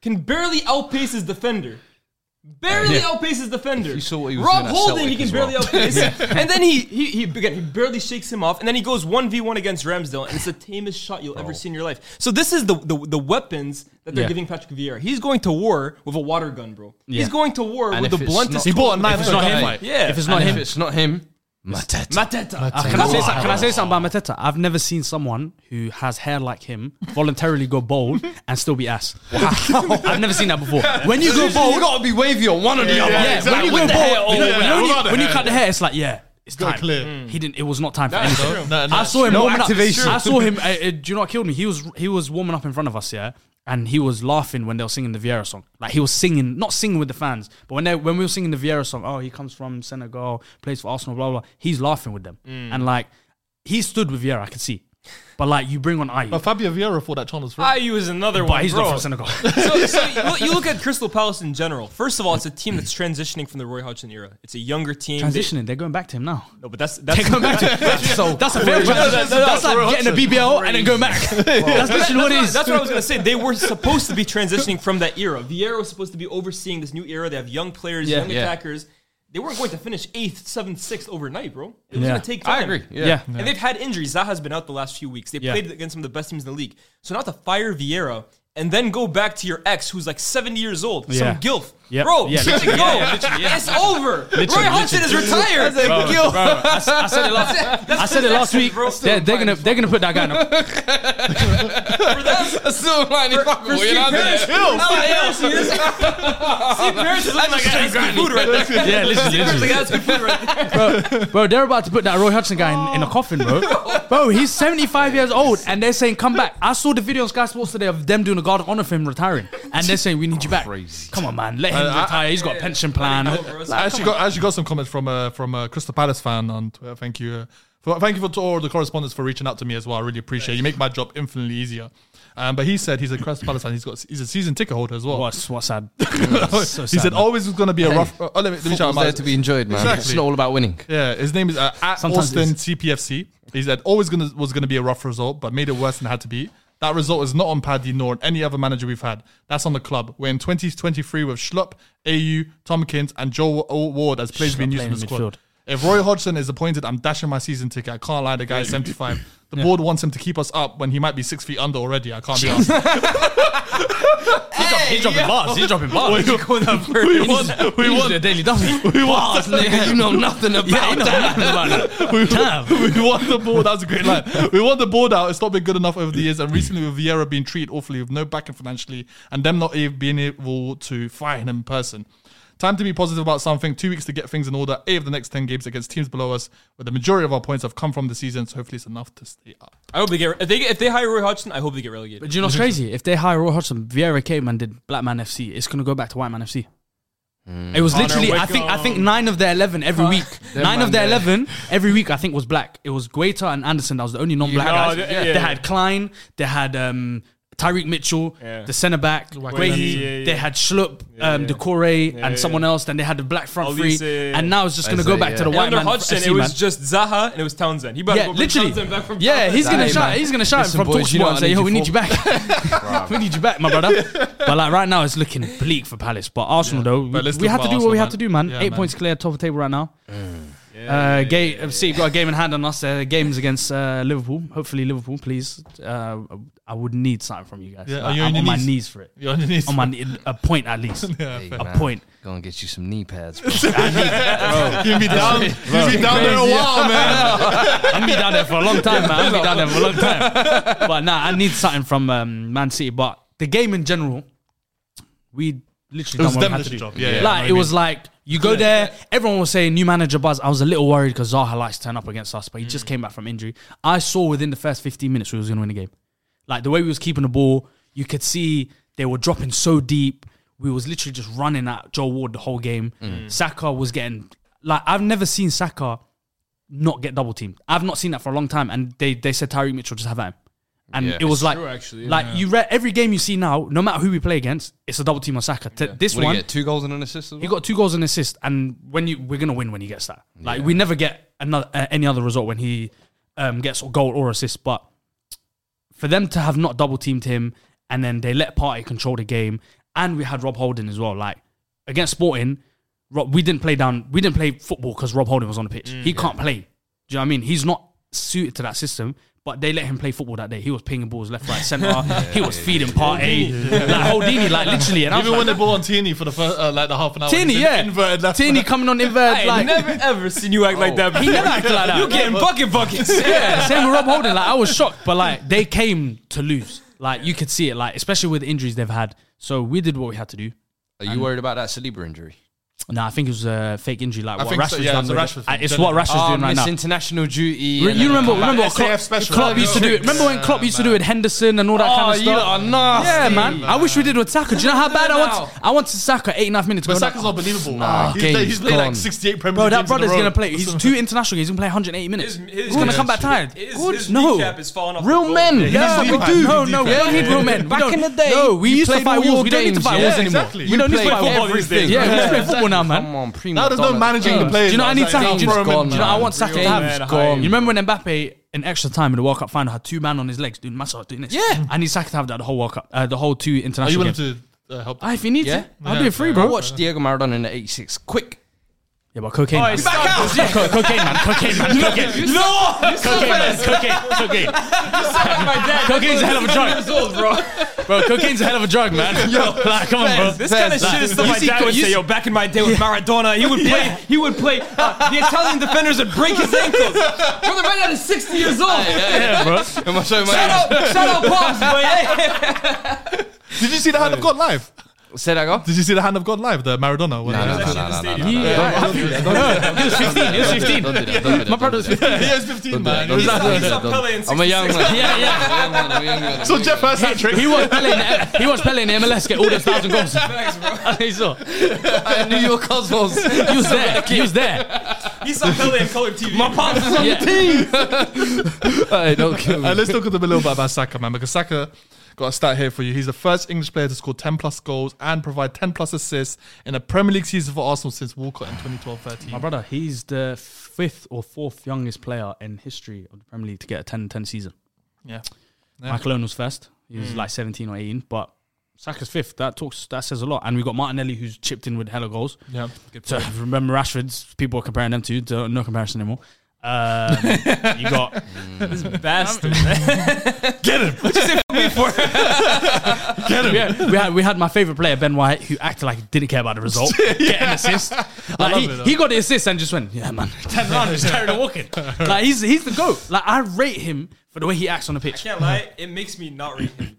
S3: Can barely outpace his defender. Barely outpace his defender.
S4: You saw what he was
S3: Rob
S4: doing at
S3: Holding,
S4: Celtic
S3: he can
S4: as well.
S3: barely outpace. And then he, he he again he barely shakes him off, and then he goes one v one against Ramsdale, and it's the tamest shot you'll ever see in your life. So this is the the, the weapons that they're
S2: Yeah.
S3: giving Patrick Vieira. He's going to war with a water gun, bro. He's going to war
S4: And
S3: with
S4: if
S3: the
S4: it's
S3: bluntest.
S4: not- He
S1: bought a knife
S2: If it's
S1: for
S2: not
S1: a
S2: him,
S1: guy.
S3: Yeah.
S2: if it's not
S4: And
S2: him,
S4: if it's not him, Mateta.
S3: Mateta. Ah,
S2: Uh, can, I say, some- can I say something about Mateta? I've never seen someone who has hair like him voluntarily go bald and still be ass. I've never seen that before. When you go bald,
S4: You gotta be wavy on one or the other.
S2: Yeah, when you go
S4: With the hair oh,
S2: bald,
S4: all
S2: you know,
S4: the way
S2: when
S4: out.
S2: you-
S1: without the
S2: when you
S1: hair.
S2: cut the hair, it's like yeah, it's
S1: Got
S2: time.
S1: clear.
S2: He didn't. It was not time for anything.
S1: No, no,
S2: I saw him.
S4: No
S2: warming up.
S4: activation.
S2: I saw him. uh, uh, do you know what killed me? He was he was warming up in front of us, yeah, and he was laughing when they were singing the Vieira song. Like he was singing, not singing with the fans, but when they when we were singing the Vieira song, oh, he comes from Senegal, plays for Arsenal, blah blah. blah. He's laughing with them,
S3: Mm.
S2: and like he stood with Vieira, I could see. But like you bring on
S1: But
S2: Ayu,
S1: Fabio Vieira thought that chance was free.
S3: Ayu is another one.
S2: but he's not
S3: bro.
S2: from Senegal.
S3: so, so you, look, you look at Crystal Palace in general. First of all, it's a team that's transitioning from the Roy Hodgson era. It's a younger team.
S2: Transitioning, they're going back to him now.
S3: They- no, but that's that's
S2: They go back to that's, so that's a fair
S3: No, no, no,
S2: transition.
S3: no,
S2: That's
S3: no,
S2: like
S3: no,
S2: getting a
S3: Hudson.
S2: BBL and then going back. That's
S3: That-
S2: literally what it
S3: that's
S2: is.
S3: That's what I was gonna say. They were supposed to be transitioning from that era. Vieira was supposed to be overseeing this new era. They have young players,
S4: Yeah,
S3: young
S4: yeah.
S3: attackers. They weren't going to finish eighth, seventh, sixth overnight, bro. It was
S2: Yeah.
S3: gonna take time.
S4: I agree. Yeah.
S2: Yeah.
S3: And they've had injuries. Zaha's been out the last few weeks. They
S2: Yeah.
S3: played against some of the best teams in the league. So now to fire Vieira and then go back to your ex who's like 70 years old,
S2: Yeah.
S3: some gilf.
S2: Yep.
S3: Bro,
S2: Yeah,
S3: let it go.
S2: literally. Yeah, yeah, literally, yeah.
S3: It's over. Roy Hodgson is retired.
S2: I, s- I said it last.
S3: That's
S2: I said it last
S3: excellent,
S2: week.
S3: bro.
S2: They're, they're gonna they're gonna put that guy in. A,
S3: For that-
S4: Still like, fuck,
S3: for
S4: well, you
S3: Steve
S4: know what I
S3: Parrish.
S4: mean?
S3: Oh, yeah, Steve Parrish is looking like that's good food right there.
S2: yeah, listen,
S3: Steve Parrish
S2: listen.
S3: is like that's good food right there.
S2: bro, bro, they're about to put that Roy Hudson guy in, in a coffin, bro. Bro, he's seventy five years old, and they're saying come back. I saw the video on Sky Sports today of them doing a guard of honor for him retiring, and they're saying we need you back.
S4: Crazy.
S2: Come on, man, let him retire. He's got a pension plan.
S1: I actually got I actually got some comments from uh, from a Crystal Palace fan on Twitter. Thank you, uh, for, thank you for to all the correspondents for reaching out to me as well. I really appreciate it. you make my job infinitely easier. Um, but he said he's a Crystal Palace fan. He's got he's a season ticket holder as well.
S2: What's what's sad? so
S1: he
S2: sad,
S1: said
S2: man.
S1: always was going to be a rough. Oh, let me, let me shout
S4: Football's
S1: him out.
S4: there to be enjoyed, man. It's
S1: Exactly.
S4: not all about winning.
S1: Yeah, his name is uh, at
S2: Sometimes
S1: Austin TPFC. He said always gonna was gonna be a rough result, but made it worse than it had to be. That result is not on Paddy nor on any other manager we've had. That's on the club. We're in 2023 with Schlupp, AU, Tompkins, and Joel Ward as players being used in the
S2: playing
S1: squad.
S2: midfield.
S1: If Roy Hodgson is appointed, I'm dashing my season ticket. I can't lie, the guy's 75. The board wants him to keep us up when he might be six feet under already. I can't be honest.
S2: He's dropping bars. He's dropping bars.
S3: We want-
S2: We want a daily double. We want
S4: you know nothing about
S1: we, we won the ball. That was a great line. We won the ball out. It's not been good enough over the years, and recently with Vieira being treated awfully, with no backing financially, and them not even being able to fire him in person. Time to be positive about something. Two weeks to get things in order. Eight of the next ten games against teams below us, where the majority of our points have come from this season. So hopefully it's enough to stay up.
S3: I hope they get if they get- if they hire Roy Hodgson. I hope they get relegated.
S2: But do you know what's crazy? If they hire Roy Hodgson, Vieira came and did Black Man FC, it's gonna go back to White Man FC. It was literally, I think, I think nine of their eleven every week. Nine of their eleven every week, I think, was black. It was Guaita and Anderson. That was the only non-black
S3: Yeah.
S2: guys.
S3: Oh, yeah, yeah,
S2: they
S3: yeah.
S2: had Klein. They had um, Tyreek Mitchell,
S3: Yeah.
S2: the centre back. Guaita.
S3: yeah, yeah.
S2: They had Schlupp, um, Decore, and someone else. Then they had the black front three.
S3: Olise, yeah, yeah.
S2: And now it's just gonna
S4: Olise,
S2: go back
S4: yeah.
S2: to the
S3: And
S2: white
S3: under
S2: man.
S3: Hodgson,
S2: FC,
S3: it was
S2: man.
S3: just Zaha and it was Townsend. He better
S2: Yeah,
S3: go bring
S2: literally.
S3: Townsend back from
S2: Yeah, he's
S4: Nah,
S2: gonna
S4: hey,
S2: shout.
S4: man.
S2: He's gonna shout
S4: Listen,
S2: from
S4: boys, you know
S2: Talksport and
S4: I
S2: say,
S4: need
S2: "Yo,
S4: you
S2: we need
S4: for-
S2: you back. we need you back, my brother." but like right now, it's looking bleak for Palace. But Arsenal, though,
S1: But
S2: we,
S1: let's
S2: we
S1: talk
S2: had to
S1: about
S2: do what we
S1: Arsenal,
S2: had to do,
S1: man.
S2: man.
S1: Mm. Yeah,
S2: Eight
S1: man.
S2: points clear, top of the table right now. Uh, Ga- City got a game in hand on us. Uh, games against uh, Liverpool. Hopefully, Liverpool, please. Uh, I would need something from you guys.
S1: Yeah, are
S2: Like,
S1: you
S2: I'm
S1: on your
S2: on my
S1: knees?
S2: knees for it.
S1: You're on your knees.
S2: On my knee, a point at least. a point.
S4: Go and get you some knee pads.
S1: You'll be down. You'll be down there a while, man.
S2: I'm be down there for a long time, man. I'll be down there for a long time. But nah, I need something from um, Man City. But the game in general, we literally
S1: It was
S2: done what we
S1: them
S2: had to
S1: that
S2: do.
S1: job. Yeah, yeah, I know
S2: like
S1: what
S2: it
S1: you
S2: was like you go there. Everyone was saying new manager buzz. I was a little worried because Zaha likes to turn up against us, but he just
S1: Mm.
S2: came back from injury. I saw within the first 15 minutes we was going to win the game. Like the way we was keeping the ball, you could see they were dropping so deep. We was literally just running at Joe Ward the whole game.
S1: Mm.
S2: Saka was getting like I've never seen Saka not get double teamed. I've not seen that for a long time. And they they said Tyreek Mitchell just have at him. And
S4: Yeah.
S2: it was like,
S3: true, actually,
S2: like
S3: yeah.
S2: you read every game you see now, no matter who we play against, it's a double team on Saka. T- This
S4: What do you
S2: one,
S4: get? Two goals and an assist. as
S2: he
S4: well?
S2: got two goals and assist, and when you we're gonna win when he gets that. Like we never get another uh, any other result when he um, gets a goal or assist. But for them to have not double teamed him, and then they let Party control the game, and we had Rob Holding as well. Like against Sporting, Rob, we didn't play down. We didn't play football because Rob Holding was on the pitch. he can't play. Do you know what I mean? He's not suited to that system. But they let him play football that day. He was pinging balls left, right, centre. he was feeding Partey, like Holdini, like literally. And I was
S1: Even when
S2: like,
S1: they ball on Tierney for the first, uh, like the half an hour.
S2: Tini,
S1: he's in
S2: yeah.
S1: Inverted left.
S2: Tini coming on inverted.
S3: I
S2: like, Oh.
S3: ain't never ever seen you act like that.
S2: he
S3: Before.
S2: never acted like that.
S3: You getting bucket buckets?
S2: yeah, same with Rob Holding. Like, I was shocked, but like, they came to lose. Like, you could see it, like, especially with the injuries they've had. So we did what we had to do.
S4: Are you worried about that Saliba injury?
S2: No, I think it was a fake injury, like
S1: I
S2: what
S1: think
S2: Rashford's
S1: so, yeah,
S2: done.
S1: it's a
S2: with
S1: Rashford
S2: it. Uh,
S1: thing, Oh,
S2: It's
S1: generally.
S2: what Rashford's doing right
S4: miss
S2: now.
S4: international duty.
S2: Re-
S4: and
S2: you
S4: then
S2: remember?
S4: come back.
S2: Remember what
S1: SAF
S2: Klopp,
S1: special,
S2: Klopp
S1: man.
S2: used to do?
S1: Tricks,
S2: Remember when Klopp used to do it with Henderson and all that
S4: Oh,
S2: kind of
S4: you
S2: stuff?
S4: lot are nasty,
S2: yeah, man. I wish we did with Saka. Do you know how bad I
S4: Now.
S2: want? I wanted Saka eight and a half minutes.
S1: But
S2: ago.
S1: Saka's not believable.
S4: Nah,
S1: he's, played- he's
S4: game's
S1: played
S4: gone.
S1: like 68 Premier
S2: Bro,
S1: League
S2: that
S1: games in a
S2: brother's
S1: row.
S2: gonna play. He's two international. games, He's gonna play 180 minutes.
S3: His- his-
S2: he's gonna come back
S3: his-
S2: tired.
S3: his-
S2: Good,
S3: his
S2: no.
S3: kneecap is falling off
S2: real
S3: the
S2: men.
S3: ball.
S2: Yeah,
S1: he's
S2: we
S1: deep.
S2: do.
S1: He's
S2: No,
S1: deep.
S2: no, we don't need real men. We
S4: Back
S2: don't-
S4: in the day,
S2: no, we
S4: you
S2: used to
S4: played
S2: fight
S4: all
S2: wars. We don't need to
S4: games,
S2: fight
S4: yeah,
S2: wars anymore.
S1: exactly.
S2: We don't need to
S4: played
S2: fight wars.
S3: football these days,
S2: Yeah,
S3: man.
S2: we just play football now, man.
S4: Come on, prima
S1: Now there's no
S4: donna.
S1: managing the
S4: Yeah.
S1: players.
S2: Do you know I need Saka? Do you know,
S4: Game's gone,
S2: do you know I
S4: man.
S2: want Saka to
S4: Game's
S2: have?
S4: gone.
S2: You remember when Mbappe in extra time in the World Cup final had two men on his legs doing massage, doing this?
S4: Yeah.
S2: I need Saka to have that the whole World Cup, uh, the whole two
S1: Are you
S2: international
S1: willing
S2: games.
S1: to uh, help?
S2: Ah, if he needs
S4: Yeah.
S2: it, I'll
S1: Yeah,
S2: do it free,
S1: yeah.
S2: bro.
S4: Watch Diego Maradona in the 86. Quick.
S2: Yeah, but cocaine. man.
S3: he's back out.
S2: Yeah, co- cocaine, man. Cocaine, man. Cocaine.
S3: No,
S2: Cocaine, man. Cocaine. Cocaine.
S3: my dad.
S2: Cocaine's a hell of a drug.
S3: Years old, bro.
S2: Bro, cocaine's a hell of a drug, man. like, come on, bro.
S3: This kind of shit is stuff my dad would say. Yo, back in my day with Maradona, he would play. He would play. Uh, the Italian defenders would break his ankles. Brother, my dad is 60 years old.
S2: Yeah, bro.
S4: Am I showing my
S3: Shout
S4: age?
S3: out, shout out, pops, but yeah.
S1: Did you see the hand of God live?
S4: Say that, go.
S1: Did you see the hand of God live? The Maradona. one?
S4: No, no, no,
S3: actually
S4: no,
S3: in the
S4: no, no, no,
S3: stadium.
S4: no.
S2: Yeah. He was 15. He was 15.
S4: Don't do that, don't do that,
S2: My
S4: don't
S2: brother
S4: do
S2: was
S4: that.
S1: He
S2: 15.
S1: was 15,
S4: Don't do
S1: man.
S4: that, don't do
S1: It was
S4: that,
S1: like-
S4: don't do
S3: He's
S4: that,
S3: up Pele in
S4: don't- I'm a young man.
S2: Yeah, yeah.
S4: Young man, young man.
S1: So Jeff has that trick.
S2: He was Pele in the, he was Pele in the MLS, get all those thousand goals. He saw.
S4: New York Cosmos.
S2: He was there. He was there.
S3: He's up Pele in color TV. My pops is
S2: Yeah.
S4: Hey, don't kill
S1: Uh,
S4: me.
S1: let's talk a bit- a little bit about Saka, man, because Saka got a stat here for you. He's the first English player to score 10 plus goals and provide 10 plus assists in a Premier League season for Arsenal since Walcott in 2012
S2: My
S1: 13.
S2: brother, he's the fifth or fourth youngest player in history of the Premier League to get a 10-10 season.
S1: Yeah. Mm.
S2: Michael Owen was first. He was like 17 or 18, but Saka's fifth. That talks. That says a lot. And we got Martinelli, who's chipped in with hella goals.
S1: Yeah.
S2: So remember Rashford's. People are comparing them to. so No comparison anymore. Um, you
S3: Mm.
S2: got
S3: Bastard.
S2: Yeah, we had we had my favorite player Ben White, who acted like he didn't care about the result, get an assist. Like
S1: love
S2: he,
S1: it, though.
S2: he got the assist and just went, yeah, man, ten round, just carried on walking. Like he's he's the goat. Like I rate him for the way he acts on the pitch.
S3: Can't lie, it makes me not rate him.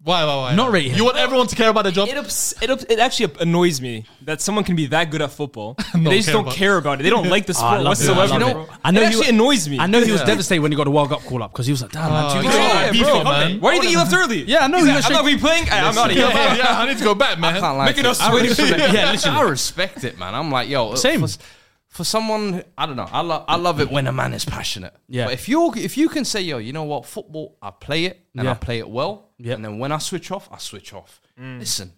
S1: Why, why, why?
S2: Not rating him.
S1: You want everyone to care about their job?
S3: It, ups, it, ups, it actually annoys me that someone can be that good at football. and
S1: Not
S3: they just
S1: care
S3: don't
S1: about-
S3: care about it. They don't like the
S2: Ah, I love
S3: sport
S2: it. I
S3: whatsoever.
S2: love
S3: bro.
S2: it. I know
S3: it
S2: he
S3: actually
S2: was-
S3: annoys me.
S2: I know he was devastated when he got the World Cup call up because he was like, damn, man,
S1: Oh,
S2: two
S1: yeah.
S2: goals.
S1: Yeah,
S3: Yeah,
S1: beef
S3: bro.
S1: it, man.
S3: Why do you think you left early?
S2: Yeah, I know
S3: He's
S2: he
S3: like,
S2: was
S3: I'm
S2: shaking-
S3: not be playing. I, I'm out of here.
S1: yeah, yeah, I need to go back, man.
S4: can't lie
S3: Making
S4: to
S3: us
S4: you. I
S3: wait
S4: respect-
S3: for that.
S2: Yeah, literally.
S4: I respect it, man. I'm like, yo,
S2: Same.
S4: For, for someone, who- I don't know. I love, I love it when a man is passionate.
S2: Yeah.
S4: But if you if you can say, yo, you know what, football, I play it and
S2: Yeah.
S4: I play it well,
S2: Yep.
S4: and then when I switch off, I switch off. Listen,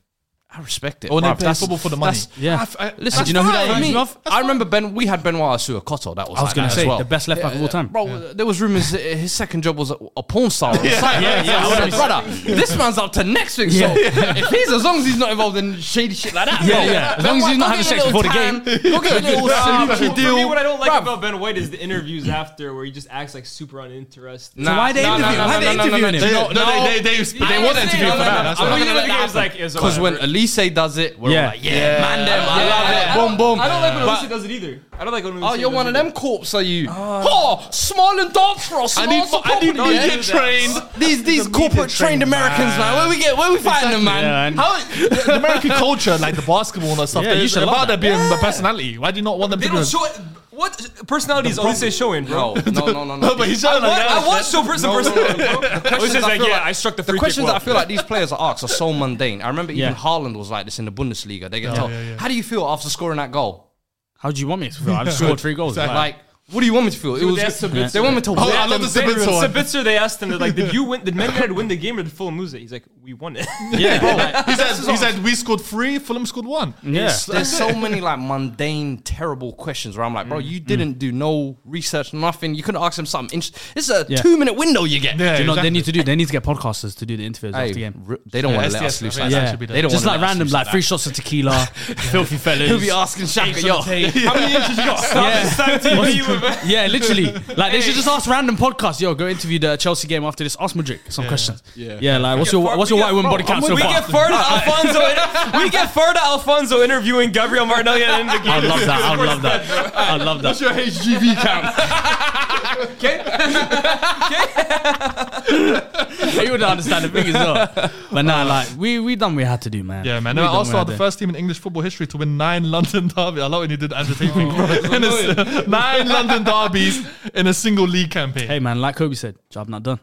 S4: I respect it.
S1: Or they
S4: bruv.
S1: play football for the
S4: that's-
S1: money.
S2: Yeah.
S4: I- I-
S2: And
S4: listen,
S2: do you know who that
S4: I
S2: reminds
S4: mean?
S2: me of?
S4: I remember Ben. We had Benoit Suakoto. That was.
S2: I was
S4: like
S2: gonna
S4: that
S2: say
S4: as well.
S2: the best left back of all time.
S4: Bro, there was rumors that his second job was a, a porn star. or something.
S2: yeah, yeah,
S4: I was like,
S2: yeah.
S4: brother, this man's up to next week. So if he's as long as he's not involved in shady shit like that.
S2: Yeah,
S4: bro,
S2: yeah. As
S4: Ben
S2: long as he's
S4: White,
S2: not
S4: go
S2: having
S4: get
S2: sex
S4: a
S2: before
S4: little
S2: the
S4: tan,
S2: game.
S4: Go get a little
S3: For
S4: solution
S3: me,
S4: deal.
S3: what I don't like
S4: Bruv.
S3: about Ben White is the interviews after where he just acts like super uninterested.
S4: Nah,
S2: why they
S4: nah, nah,
S2: interview-
S4: nah,
S2: why
S4: nah,
S2: they
S4: nah, nah,
S2: interviewing
S4: nah,
S2: him?
S1: No,
S4: nah,
S1: no,
S4: nah.
S1: they, they, they, they want to interview
S4: no,
S1: for
S4: no,
S1: that.
S4: no,
S1: That's what
S4: I'm not
S1: I'm
S4: gonna let that
S3: Because like,
S4: happen.
S3: it's
S4: Because when
S3: whatever.
S4: Elise does it, we're
S2: Yeah.
S4: all like, yeah, man, them, I
S3: I
S4: love
S3: don't-
S4: it. Boom, boom.
S3: I don't like when
S4: But-
S3: Elise does it either. I don't like when.
S4: Oh,
S3: Olise
S4: you're
S3: does
S4: one
S3: it
S4: of
S3: either.
S4: them corps, are you? Oh, smile and dance for us.
S1: I need,
S4: smile
S1: I need
S4: for
S1: media
S4: property, yeah?
S1: trained.
S4: These these
S1: media
S4: corporate
S1: trained
S4: trained Americans,
S1: man.
S4: man. Where we get where we fighting them,
S2: Exactly,
S4: man?
S2: yeah,
S4: How
S1: the American culture, like the basketball and that stuff,
S2: Yeah,
S1: yeah,
S2: you
S1: it's
S2: should love
S1: about there
S2: that.
S1: being the personality. Why do you not want them
S3: They
S1: to do
S3: don't
S1: it?
S3: show it. What personality is Olise showing, bro?
S4: No, Oh, no, no, no, no.
S1: No, but he's
S3: I
S1: showing like
S3: want,
S1: that.
S3: I want so person
S4: No, no,
S3: person.
S4: no, no. The questions
S3: like,
S4: feel
S3: yeah, I struck the free kick
S4: questions
S3: well.
S4: that I feel like these players are asked are so mundane. I remember
S2: Yeah.
S4: even Haaland was like this in the Bundesliga. They get
S1: Yeah,
S4: told,
S1: yeah, yeah.
S4: "How do you feel after scoring that goal?"
S2: How do you want me to feel? I just scored three goals.
S1: Exactly.
S2: Like,
S4: Like, what do you want me to feel? It was
S3: that's
S4: they want me to.
S1: I
S4: whip
S1: love
S4: them
S1: this
S4: down.
S1: Sabitzer one.
S3: Sabitzer, they asked him, they're like, did you win? Did Man United win the game or did Fulham lose it? He's like, we won it.
S2: yeah, bro.
S1: He said, he said we scored three, Fulham scored one.
S2: yeah.
S4: There's so many like mundane, terrible questions where I'm like, bro, you didn't do no research, nothing. You couldn't ask him something. Inter- this is a
S2: Yeah.
S4: two minute window you get.
S1: Yeah,
S2: Do you know what
S1: exactly.
S2: they need to do? They need to get podcasters to do the interviews
S4: Hey,
S2: after the game.
S4: r- they don't
S1: Yeah,
S4: want to let
S1: STS,
S4: us loose
S1: I think
S4: like
S1: that
S4: that.
S1: should be done.
S4: They don't
S2: just
S4: wanna
S2: like
S4: let us
S2: random,
S4: loose
S2: like three shots of tequila, filthy fellas.
S4: He'll be asking Shaka, yo, how many inches you got?
S2: yeah. yeah, literally. Like they should just ask random podcasts. Yo, go interview the Chelsea game after this. Ask Madrid some questions. Yeah, yeah. Like, what's your what's your white woman body count so
S3: We
S2: far?
S3: get Farda Alfonso. We get Farda Alfonso interviewing Gabriel Martinelli at the end of the game.
S2: I love that. I love that. I love that.
S4: your HGV count?
S2: You would understand the thing as well. But nah, like we we done what we had to do, man.
S1: Yeah, man.
S2: We
S1: No,
S2: done what we
S1: Arsenal are
S2: had
S1: the
S2: to-
S1: first team in English football history to win nine London derby. I love when you did Andrew Tate thing, bro. In a s- nine London derbies in a single league campaign.
S2: Hey, man. Like Kobe said, job not done.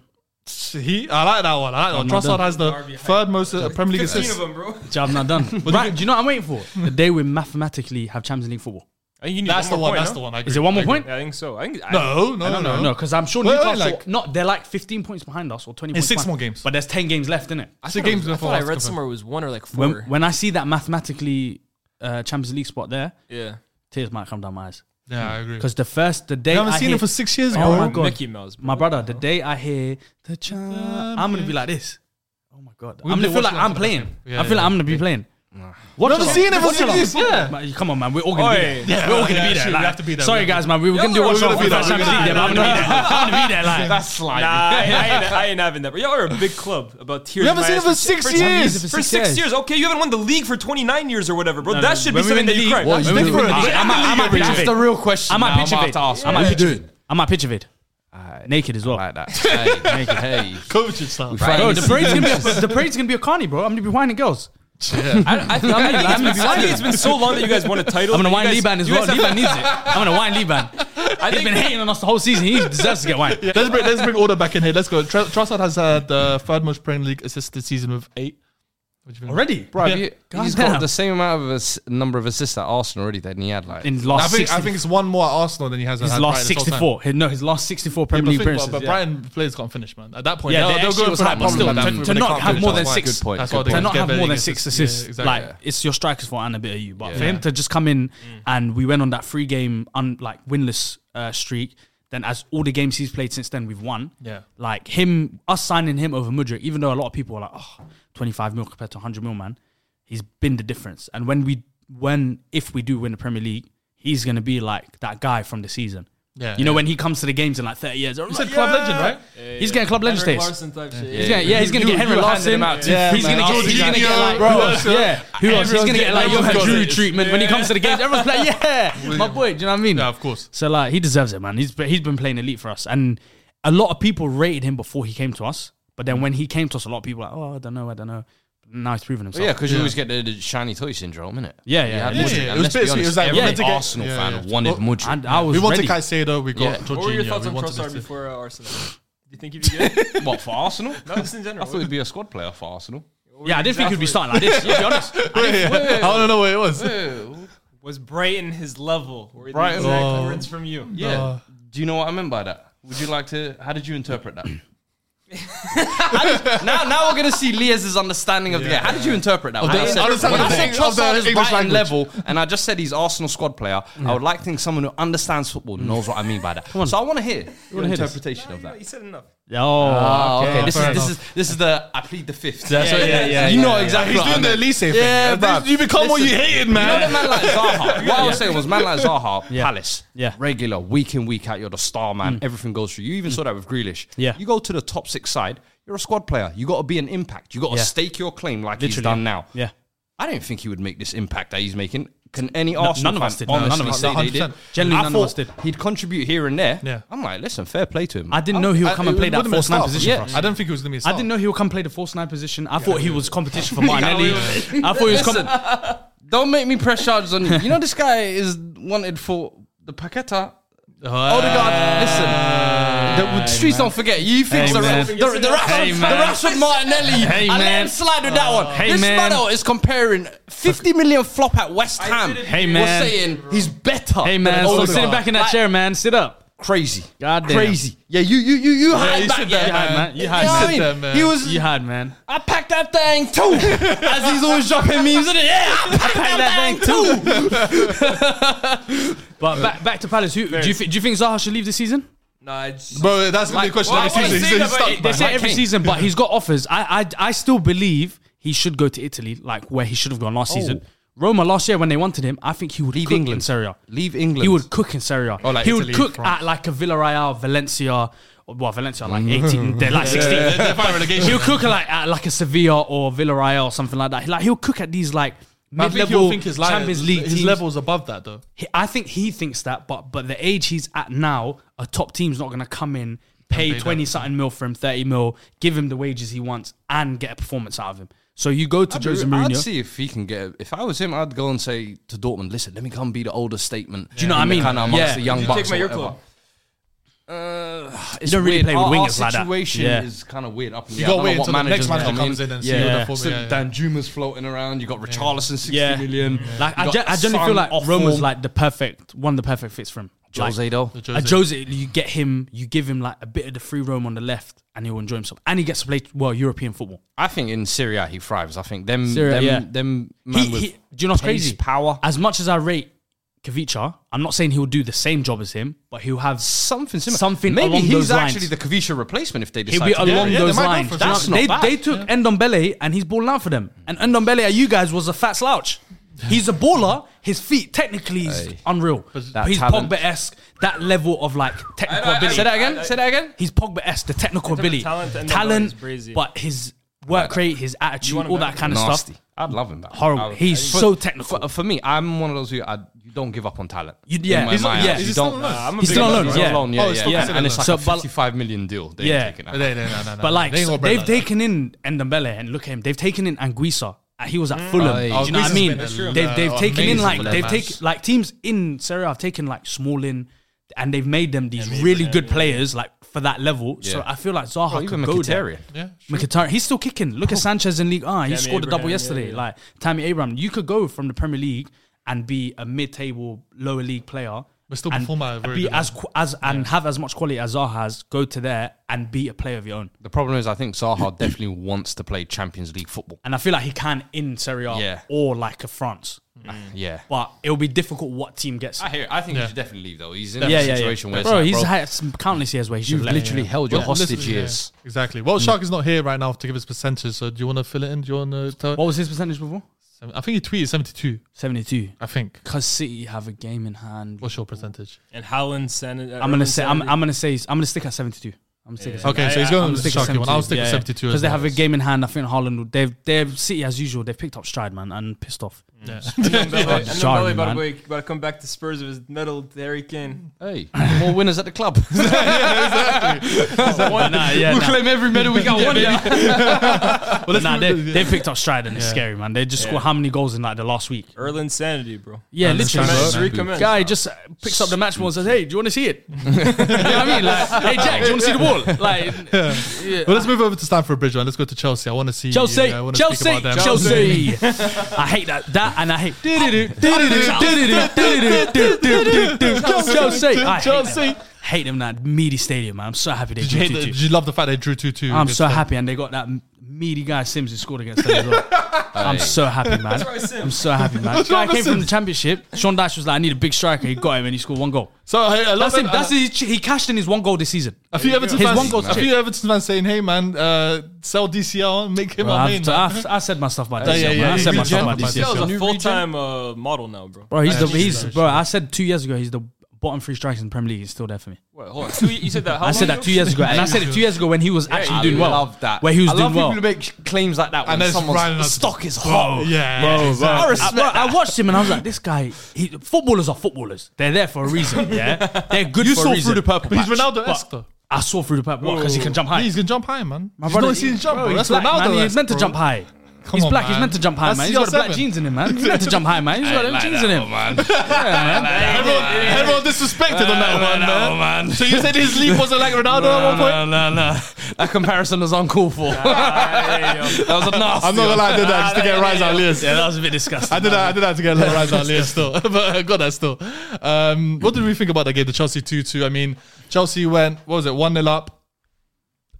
S1: He, I like that one. I like that one.
S2: not
S1: Trossard
S2: done.
S1: has the third most uh, Premier League
S3: 15 of
S1: assists.
S3: them, bro.
S2: Job not done. right? Do you know what I'm waiting for? The day we mathematically have Champions League football.
S1: That's the one. That's the one. I
S2: Is
S1: agree.
S2: it one more
S1: I agree.
S2: point?
S3: Yeah, I think so. I think I-
S1: No, no, no,
S2: No, because I'm sure
S1: Wait, wait,
S2: Newcastle.
S1: like-
S2: not they're like 15 points behind us or 20. points
S1: six
S2: behind-
S1: more games.
S2: but there's 10 games left, isn't it?
S3: I
S1: It's
S3: thought
S1: a game's
S3: it was- I
S1: been
S3: thought I
S1: fast,
S3: read
S1: confirm.
S3: somewhere it was one or like
S2: When,
S3: four.
S2: when I see that mathematically uh, Champions League spot there,
S3: Yeah.
S2: tears might come down my eyes
S1: Yeah, I agree.
S2: because the first the day
S1: I haven't
S2: I
S1: seen
S2: hear,
S1: him for six years,
S2: Oh
S1: bro.
S2: my god,
S3: Mickey Mouse, bro.
S2: my brother. The day I hear the champ, I'm gonna be like this. Oh my god,
S1: We
S2: I'm gonna
S1: did
S2: feel
S1: watch
S2: like I'm
S1: that
S2: playing.
S1: Yeah,
S2: I feel
S1: yeah.
S2: like I'm gonna be playing. What
S1: Never seen him for six years. Yeah.
S2: Come on, man. We're all gonna
S3: Oi.
S2: be there. We're all gonna
S1: yeah,
S2: be there.
S1: shoot, we
S2: like-
S1: have to be there.
S2: Sorry,
S1: We have
S2: guys, man. We were gonna do
S3: we're
S2: watch
S3: gonna
S2: off
S3: be
S2: for
S3: there.
S2: first
S3: We're
S2: Champions League. there,
S3: gonna
S2: but I'm gonna be
S3: be
S2: there. I'm gonna be there. Like
S4: That's
S3: Nah,
S4: slimy.
S3: I ain't, I ain't having that. Bro. Y'all are big club about tears.
S1: haven't
S3: in my
S1: seen
S3: eyes
S1: him for
S3: for
S1: six
S3: for-
S1: years.
S3: For six years, okay, you haven't won the league for 29 years or whatever, bro.
S2: No,
S3: that
S2: no,
S3: should be
S2: when we
S3: something
S2: win
S3: that
S2: the
S3: you
S2: league-
S3: cry.
S2: when
S3: That
S2: we win
S3: should
S2: the
S3: be-
S2: league-
S3: that
S2: I might- I
S3: should
S2: might
S3: be your
S2: pitch
S3: reason.
S2: it.
S4: That's the real question.
S2: I might
S4: now.
S2: pitch of
S4: I'm about
S2: it.
S4: to ask.
S2: I
S4: How
S2: might
S4: you
S2: pitch of
S4: doing?
S2: it. I might pitch of it. Naked as well.
S4: Like that. Hey, hey.
S1: Coaching stuff.
S4: Right.
S2: Bro, the parade's gonna be a, the parade's gonna be a carny, bro. I'm gonna be whining girls.
S3: I, I, think- I think it's been- I think it's been so long that you guys won a title.
S2: I'm gonna
S3: that you
S2: whine
S3: guys-
S2: Liban as
S3: you
S2: well.
S3: guys have-
S2: Liban needs it. I'm gonna whine Liban.
S3: I
S2: He's
S3: think
S2: been hating on us the whole season. He deserves to get whined.
S1: Let's bring, let's bring order back in here. Let's go. Tr- Trossard has had the third most Premier League assists this season with eight. What do you think?
S2: Already,
S4: Bro,
S1: Yeah.
S4: you,
S2: God
S4: he's
S2: damn.
S4: got the same amount of ass- number of assists at Arsenal already than he had like.
S2: in
S1: I
S2: last
S1: think,
S2: 60,
S1: I think it's one more at Arsenal than he has.
S2: his
S1: at
S2: last
S1: Brighton this whole time.
S2: 64. His- no, his last 64
S1: Yeah,
S2: Premier
S1: but,
S2: League
S1: think about,
S2: appearances.
S1: but
S2: yeah.
S1: Brighton players can't finish, man. At that point,
S2: Yeah,
S1: they'll,
S2: they
S1: they'll
S2: actually
S1: go
S2: was
S1: for that
S2: high, but still, to- to not have more than six-
S1: That's
S4: that's
S1: why
S4: why
S1: they
S2: to
S1: got
S2: not have
S1: Gabriel
S2: more than
S1: against
S2: six
S1: us.
S2: assists,
S1: Yeah, Mm. exactly.
S2: like it's your strikers fault and a bit of you. But for
S4: Yeah.
S2: him to just come in and we went on that three game un, like winless uh, streak, then as all the games he's played since then, we've won.
S1: Yeah.
S2: Like him, us signing him over Mudrik, even though a lot of people are like, oh, 25 mil compared to 100 mil, man, he's been the difference. And when we, when, if we do win the Premier League, he's going to be like that guy from the season.
S1: Yeah,
S2: You know,
S1: yeah.
S2: when he comes to the games in like 30 years, you
S1: said club legend, right?
S2: He's getting club legend
S3: Henrik
S2: status.
S3: Larsson type shit.
S2: He's gonna, yeah, he's gonna
S4: You-
S2: get Henry
S4: you handed
S2: Larsson.
S4: him out to-
S2: Yeah,
S4: Yeah,
S2: he's gonna
S4: man.
S2: get, he's gonna get like,
S1: Bro,
S2: who else?
S1: yeah.
S2: Yeah, who else? He's
S1: Everyone's
S2: gonna get
S1: getting-
S2: like
S1: everyone's
S2: Johan
S1: got
S2: Drew
S1: it.
S2: treatment when he comes to the games. Everyone's like, yeah, my boy. Do you know what I mean?
S1: Yeah, of course.
S2: So like, he deserves it, man. He's but he's been playing elite for us, and a lot of people rated him before he came to us. But then when he came to us, a lot of people were like, oh, I don't know, I don't know. Now he's proven himself.
S4: yeah, because you always get the, the shiny toy syndrome, innit?
S2: Yeah,
S4: You
S2: yeah,
S4: had
S2: yeah,
S4: Modric,
S1: yeah.
S4: and
S1: It was
S4: let's be
S1: basically- it
S4: honest,
S1: was like, we
S4: every
S1: had to get-
S4: Arsenal
S1: Yeah,
S4: fan
S1: yeah.
S4: wanted
S1: Well,
S4: Modric.
S2: and I was
S1: We wanted
S2: ready.
S1: Caicedo. We got
S4: Yeah.
S1: Jorginho.
S3: What were your thoughts on
S1: we wanted this
S3: Trossard
S1: to-
S3: before uh, Arsenal? Do you think he'd be good?
S4: what for Arsenal?
S3: no, just in general.
S4: I thought he'd be a squad player for Arsenal.
S2: yeah, I didn't think he'd be starting like this. I'll be honest.
S1: Yeah, I don't know where it was.
S3: Was Brighton his level? Were Brighton,
S4: Brighton-
S3: the
S2: Oh.
S3: exact words from you.
S4: Yeah.
S1: Uh,
S4: Do you know what I meant by that? Would you like to? How did you interpret that? now, now we're gonna see Liaz's understanding of the game. How did you interpret that? When
S1: the-
S4: I said,
S1: understanding
S4: when I
S1: of the-
S4: said
S1: of the
S4: Trossard is
S1: English
S4: Brighton
S1: language.
S4: level, and I just said he's Arsenal squad player, I would like to think someone who understands
S1: Mm.
S4: football knows what I mean by that. So I want to hear your
S2: hear this?
S4: interpretation of
S3: No,
S4: that.
S3: he said enough.
S2: Oh,
S4: Oh, okay.
S1: Yeah,
S4: this
S1: fair
S4: is this
S1: enough.
S4: is this is the I plead the fifth.
S2: yeah, yeah, yeah,
S4: You
S2: yeah,
S4: know
S2: yeah.
S4: exactly.
S1: He's
S4: what I
S1: doing the
S4: meant.
S1: Elise thing.
S4: Yeah,
S1: That's
S4: bruv.
S1: bad. you become what you
S4: Listen,
S1: hated,
S4: You know that
S1: man.
S4: man like Zaha. What I was saying was man like Zaha, Palace.
S2: Yeah. Mm.
S4: Regular, week in, week out, you're the star man. Everything goes through. You even saw that with Grealish.
S2: Yeah.
S4: You go to the top six side, you're a squad player. You gotta be an impact. You gotta
S2: Yeah.
S4: stake your claim like he's
S2: Literally.
S4: done now.
S2: Yeah.
S4: I don't think he would make this impact that he's making. Can any Arsenal
S2: none of
S4: fan
S2: us did. No,
S4: honestly
S2: none of us
S4: say
S1: did.
S4: they did?
S1: 100%.
S2: Generally,
S4: I
S2: none of us
S4: thought
S2: did.
S4: He'd contribute here and there.
S1: Yeah.
S4: I'm like, listen, fair play to him.
S2: I didn't know he would come and play
S1: It
S2: that
S1: wouldn't have been a
S2: false nine
S1: start.
S2: position
S4: Yeah.
S2: for us.
S1: I don't think it was going to be a
S2: I
S1: start.
S2: didn't know he would come play the false nine position. I thought he was competition for Martinelli. I thought he was
S4: Listen,
S2: competition.
S4: don't make me press charges on you. You know this guy is wanted for the Paqueta. Odegaard, listen. The, the streets don't forget. You think
S2: Uh, Hey,
S4: the,
S2: man.
S4: the, the, the, raps
S2: Hey,
S4: on, the
S2: man.
S4: raps on Martinelli?
S2: Hey,
S4: I let
S2: man.
S4: him slide with that one.
S2: Hey,
S4: this
S2: man.
S4: fellow is comparing 50 million flop at West Ham.
S3: didn't
S2: Hey,
S4: We're
S2: man.
S4: saying he's better.
S2: Hey man,
S4: than
S2: stop
S4: Odegaard.
S2: sitting back in that
S4: Like,
S2: chair, man. Sit up.
S4: Crazy.
S2: God damn.
S4: Crazy. Yeah, you you you you hide
S1: you
S4: back
S1: sit
S4: there,
S1: there, man.
S2: You
S4: know what I
S2: hide,
S4: mean?
S1: there, man.
S4: He was.
S2: man. You hide, man.
S4: I packed that thing too. As he's always dropping memes in it. Yeah, I packed, that, thing too.
S2: But back, back to Palace. Who, do you thi- do you think Zaha should leave this season?
S3: No, I just,
S1: Bro, that's going to be a question
S3: why
S1: every
S3: would
S1: season. He's
S3: they say
S1: he's
S3: that about
S1: stuck.
S3: it?
S2: They say
S4: Mike
S2: every
S4: King.
S2: season, but he's got offers. I, I I still believe he should go to Italy, like where he should have gone last season. Roma last year when they wanted him, I think he would
S4: Leave
S2: cook
S4: Oh. England.
S2: in Serie. A.
S4: Leave England.
S2: He would cook in Serie. A.
S1: Oh, like
S2: he would
S1: Italy,
S2: cook
S1: France.
S2: at like a Villarreal, Valencia. Well, Valencia are like eighteen, they're like sixteen.
S1: Mm. They're fine relegation.
S2: He'll cook at like at like a Sevilla or Villarreal or something like that. Like he'll cook at these like
S1: I think
S2: mid-level
S1: he'll think his,
S2: Champions League
S1: his
S2: teams.
S1: level's above that, though.
S2: He- I think he thinks that, but but the age he's at now, a top team's not going to come in, pay
S1: that.
S2: twenty something mil for him, thirty mil, give him the wages he wants, and get a performance out of him. So you go to
S4: I'd
S2: Jose
S4: be- I'd
S2: Mourinho.
S4: see if he can get. If I was him, I'd go and say to Dortmund, "Listen, let me come be the older statement. Do
S2: you know what I mean?
S4: Kind of amongst
S2: Yeah.
S4: the young
S3: you
S4: bucks
S3: take my
S4: or
S3: your
S4: whatever. Uh,
S3: club.
S4: It's
S2: don't really
S4: weird.
S2: play with
S4: Our- our
S2: wingers like that.
S4: situation
S2: Yeah.
S4: is kind of weird. Up in the
S1: You
S4: air. I
S1: got to
S4: don't
S1: wait
S4: know what
S1: until the next
S4: managers
S1: manager
S4: come in.
S1: comes in and see
S4: yeah.
S1: what
S2: Yeah.
S1: the form
S4: So
S1: yeah, yeah.
S4: Dan Juma's floating around. You got Richarlison, sixty
S2: Yeah.
S4: million.
S2: Like
S4: You
S2: I,
S4: got
S2: gen- I generally
S4: Son
S2: feel like
S4: off
S2: Roma's
S4: form.
S2: like the perfect one, of the perfect fits for him. Like,
S4: Jose though.
S2: A Jose, you get him, you give him like a bit of the free roam on the left, and he'll enjoy himself, and he gets to play well European football.
S4: I think in Syria he thrives. I think them.
S2: Serie A,
S4: them,
S2: yeah.
S4: them man
S2: He,
S4: with
S2: he, do you know what's
S4: pace,
S2: crazy?
S4: power.
S2: As much as I rate Kavicha, I'm not saying he'll do the same job as him, but he'll have
S4: Something similar.
S2: Something
S4: Maybe
S2: along
S4: he's
S2: those lines.
S4: actually the Kavisha replacement if they decide.
S2: He'll be
S4: to do
S2: along
S4: it.
S1: yeah, they
S2: those
S1: might go
S2: lines.
S1: for That's
S4: that. not
S2: they,
S4: bad.
S2: they took Endombele and he's balling out for them. And Endombele, at you guys, was a fat slouch. He's a baller. His feet technically is
S4: Hey.
S2: unreal.
S4: That
S2: he's
S4: talent.
S2: Pogba-esque. That level of like technical
S3: I- I-
S2: ability.
S4: Say that again.
S3: I- I-
S4: Say that again.
S2: He's Pogba-esque, the technical
S3: In terms of
S2: ability,
S3: talent, Ndombele is crazy.
S2: but his work rate, his attitude,
S3: want him
S2: all that
S3: back?
S2: kind of
S4: Nasty.
S2: stuff.
S4: I'd love him back.
S2: Horrible.
S4: I would-
S2: He's
S4: I-
S2: so
S4: for-
S2: technical.
S4: For, for me, I'm one of those who I, you don't give up on talent.
S2: You- yeah.
S4: In my
S2: He's not-
S4: mind,
S2: yeah,
S4: you
S2: he's
S4: don't.
S1: not alone.
S2: He's
S4: you
S2: still
S4: don't-
S2: on loan.
S4: he's
S2: Yeah.
S4: alone, yeah,
S1: Oh, it's
S4: yeah,
S1: not
S4: yeah.
S1: considered
S4: And it's like
S2: alone.
S4: a
S2: So, but-
S4: 55 million deal. They
S2: Yeah.
S4: yeah. Taking
S1: No,
S4: that.
S1: no, no, no, no.
S2: But like
S1: They ain't gonna break
S2: they've
S1: like that.
S2: taken in Endombele and look at him. They've taken in Anguissa. Uh, He was at
S1: Mm.
S2: Fulham.
S4: Oh,
S2: Do you
S4: yeah.
S2: know what I
S1: Anguissa's
S2: mean?
S1: been a true-
S2: They've they've
S1: uh,
S2: taken in
S1: amazing
S2: like
S1: player,
S2: they've
S1: man.
S2: taken like teams in Serie A have taken like Smalling and they've made them these really good players like for that level. So
S4: Yeah.
S2: I feel like Zaha
S4: Oh, even
S2: could go there.
S4: Mkhitaryan.
S1: Yeah.
S2: Mkhitaryan, he's still kicking. Look at Sanchez in League Ah, he
S3: Tammy
S2: scored a double
S3: Abraham, yeah,
S2: yesterday.
S3: yeah.
S2: Like Tammy Abraham, you could go from the Premier League and be a mid-table lower league player
S1: But still
S2: and
S1: perform at a very
S2: be
S1: good
S2: as qu- as and have as much quality as Zaha has. Go to there and beat a player of your own.
S4: The problem is, I think Zaha definitely wants to play Champions League football.
S2: And I feel like he can in Serie A
S4: Yeah.
S2: or like a France,
S4: Yeah.
S2: but it'll be difficult what team gets.
S4: I hear. I think
S1: Yeah.
S4: he should definitely leave though. He's in
S2: yeah,
S4: a
S2: yeah,
S4: situation
S2: yeah.
S4: where it's
S2: bro,
S4: like,
S2: he's
S4: bro,
S2: had some countless years where he should
S4: you've
S2: have left.
S4: literally held your
S1: Well, listen,
S4: hostage
S1: yeah,
S4: years.
S1: Exactly. Well, Shark is not here right now to give his percentage. So do you want to fill it in? Do you want to tell?
S2: What was his percentage before?
S1: I think he tweeted seventy-two.
S2: Seventy-two.
S1: I think.
S2: Because City have a game in hand.
S1: What's your percentage?
S3: And Haaland, Sen- uh,
S2: I'm gonna
S3: Erling
S2: say I'm,
S3: Sandy.
S2: I'm gonna say I'm gonna stick at 72. I'm sticking. at 72.
S1: Okay, so he's going with the Sharky one. I'll stick with seventy-two
S2: because
S1: as
S2: they
S1: well.
S2: have a game in hand. I think Haaland, they've they've City as usual. They've picked up stride, man, and pissed off.
S3: And then Mbele- and then
S2: Sorry,
S3: Mbele about,
S2: man.
S3: to wake- about to come back to Spurs with his medal to Harry Kane.
S4: Hey, more winners at the club.
S2: Nah, yeah,
S4: we
S2: nah.
S4: claim every medal we got. One yeah.
S2: But nah, they they picked up stride and it's scary, man. They just scored how many goals in like the last week?
S3: Erlin Sanity, bro.
S2: Yeah,
S1: And the
S2: literally.
S1: Champions
S3: Just
S1: League.
S3: recommend.
S2: Guy just uh, picks up the match ball and says, "Hey, do you want to see it?" you know what I mean? Like, hey, Jack, do you want to see the ball? Like,
S1: Well, let's move over to Stamford Bridge and let's go to Chelsea. I want to see
S2: Chelsea,
S1: I wanna speak
S2: Chelsea,
S1: about them.
S2: Chelsea. I hate that. That and I hate Chelsea. I Chelsea. Hate them that meaty stadium, man. I'm so happy they
S1: Did you,
S2: drew
S1: hate the,
S2: two
S1: did
S2: two.
S1: you love the fact they drew two-two?
S2: I'm
S1: against
S2: so
S1: them?
S2: happy, and they got that meaty guy Sims who scored against them as well. I'm so happy, man. I'm so happy, man. This guy
S1: wrong with
S2: came from the
S1: Sims?
S2: championship. Sean Dash was like, I need a big striker. He got him and he scored one goal.
S1: So hey, I love
S2: That's him.
S1: it.
S2: That's
S1: I-
S2: his, he cashed in his one goal this season.
S1: A few Everton
S2: His
S1: fans,
S2: one goal's
S1: a few Everton fans saying, "Hey man, uh, sell DCL and make him
S2: Bro,
S1: our
S2: I've-
S1: main." man."
S2: I've- I said my stuff about
S1: Yeah,
S2: this.
S1: yeah,
S2: man.
S1: yeah.
S2: I said my stuff about
S1: Regen-
S2: this.
S3: That
S1: Yo,
S3: was
S1: new
S3: a
S1: region?
S3: full time uh, model now, bro.
S2: Bro, he's the
S1: Actually,
S2: he's
S1: actually.
S2: bro. I said two years ago he's the bottom three strikers in Premier League. He's still there for me.
S3: Wait, hold on. Two, you said that. How
S2: I said
S3: long
S2: that two years ago, and I said it two years ago when he was actually
S4: I
S2: doing well.
S4: love that.
S2: Where he was
S4: I
S2: doing
S4: love
S2: well.
S4: people who make claims like that
S1: And
S4: when
S1: it's running
S4: someone's
S1: up-
S4: the stock is hot.
S1: yeah,
S2: Bro, bro.
S1: exactly.
S2: I, bro, I watched him and I was like, this guy. He, footballers are footballers. They're there for a reason. Yeah, they're good.
S1: You saw
S2: for a
S1: through
S2: reason.
S1: the purple. But he's Ronaldo-esque, though.
S2: But I saw through the purple because he can jump high.
S1: He's gonna jump high, man.
S2: My
S1: He's
S2: brother-
S1: not seen his jump.
S2: bro,
S1: bro.
S2: he's
S1: That's
S2: black, man.
S1: Ronaldo.
S2: He's meant to jump high.
S1: Come
S2: he's
S1: on,
S2: black. He's
S1: man.
S2: meant to jump high,
S1: That's
S2: man. He's got the black
S1: CR7.
S2: jeans in him, man. He's meant to jump high, man. He's got them jeans in him.
S4: man.
S1: Everyone, everyone disrespected on that one, man.
S4: man.
S1: So you said his leap wasn't like Ronaldo at one point?
S4: no, no. That comparison is uncalled for. that was a nasty.
S1: I'm not gonna lie, I did that just to get rise out Lears.
S2: Yeah, that was a bit disgusting.
S1: I did that. I did that to get a little rise out Lears still, but I got that still. Um, what did we think about that game? The Chelsea two-two. I mean, Chelsea went what was it one 0 up.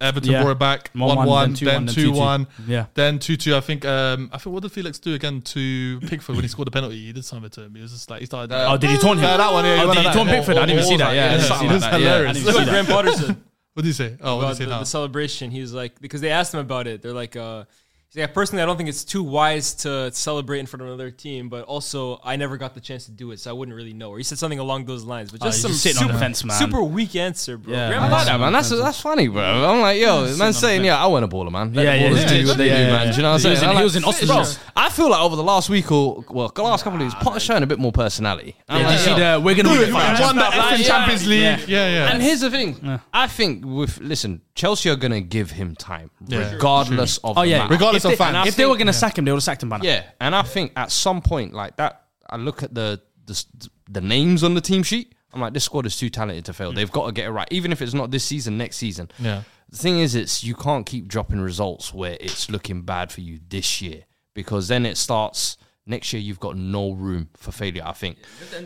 S1: Everton
S2: Yeah.
S1: brought it back one
S2: 1-1,
S1: one, then
S2: then 2-1, then
S1: two one,
S2: 2-2. Yeah.
S1: then two two. I think um, I think what did Felix do again to Pickford when he scored the penalty? He did something to him. He was just like he started.
S2: Oh, did he taunt him?
S1: Yeah, that one, yeah, he
S2: oh,
S1: went
S2: did he
S1: like
S2: taunt
S1: that.
S2: Pickford? I didn't even see that. Yeah, I
S1: Yeah,
S2: didn't
S1: yeah,
S2: see
S1: yeah.
S2: that.
S1: That's hilarious.
S2: I didn't
S3: This
S2: even
S3: is
S2: see
S3: Graham Potterson.
S1: What did he say? Oh, what
S3: about
S1: did he
S3: the,
S1: say
S3: the
S1: now?
S3: celebration. He's like, because they asked him about it. They're like, uh, he's like, personally, I don't think it's too wise to celebrate in front of another team, but also I never got the chance to do it, so I wouldn't really know. Or he said something along those lines, but
S2: Oh,
S3: Ah, just
S2: he's
S3: some
S2: just sitting on
S3: super,
S2: the fence, man.
S3: super weak answer, bro.
S2: Yeah.
S3: Graham
S4: I like
S3: Potter-
S4: that, man. That's that's funny, bro. I'm like, yo, this man's saying, yeah, I want a baller, man. Let
S2: Yeah,
S4: the
S2: yeah,
S4: ballers
S2: yeah,
S4: do
S2: yeah,
S4: what they
S2: yeah,
S4: do,
S2: yeah,
S4: man.
S2: yeah.
S4: Do you know what I'm
S2: He was
S4: saying?
S2: in-
S4: I'm
S2: he
S4: like,
S2: was in Austin
S4: bro,
S2: just-
S4: I feel like over the last week or well, the last couple of weeks, Potter's showing a bit more personality. I'm
S2: that.
S4: like,
S2: You see
S4: yo,
S2: the we're gonna
S1: Dude,
S2: win
S1: you
S2: the final.
S1: won the effing
S4: yeah,
S1: Champions League. Yeah,
S2: yeah.
S1: yeah.
S4: And here's the thing. I think with listen, Chelsea are gonna give him time, regardless of
S2: Oh
S4: the
S2: yeah,
S4: match.
S1: Regardless
S2: If
S1: of
S2: they-
S1: fans.
S2: If they were gonna sack him, they would have sacked him by now.
S4: Yeah, and I think at some point like that, I look at the the, s- the names on the team sheet. I'm like, this squad is too talented to fail. They've got to get it right, even if it's not this season, next season.
S1: Yeah.
S4: The thing is, it's you can't keep dropping results where it's looking bad for you this year because then it starts next year. You've got no room for failure. I think.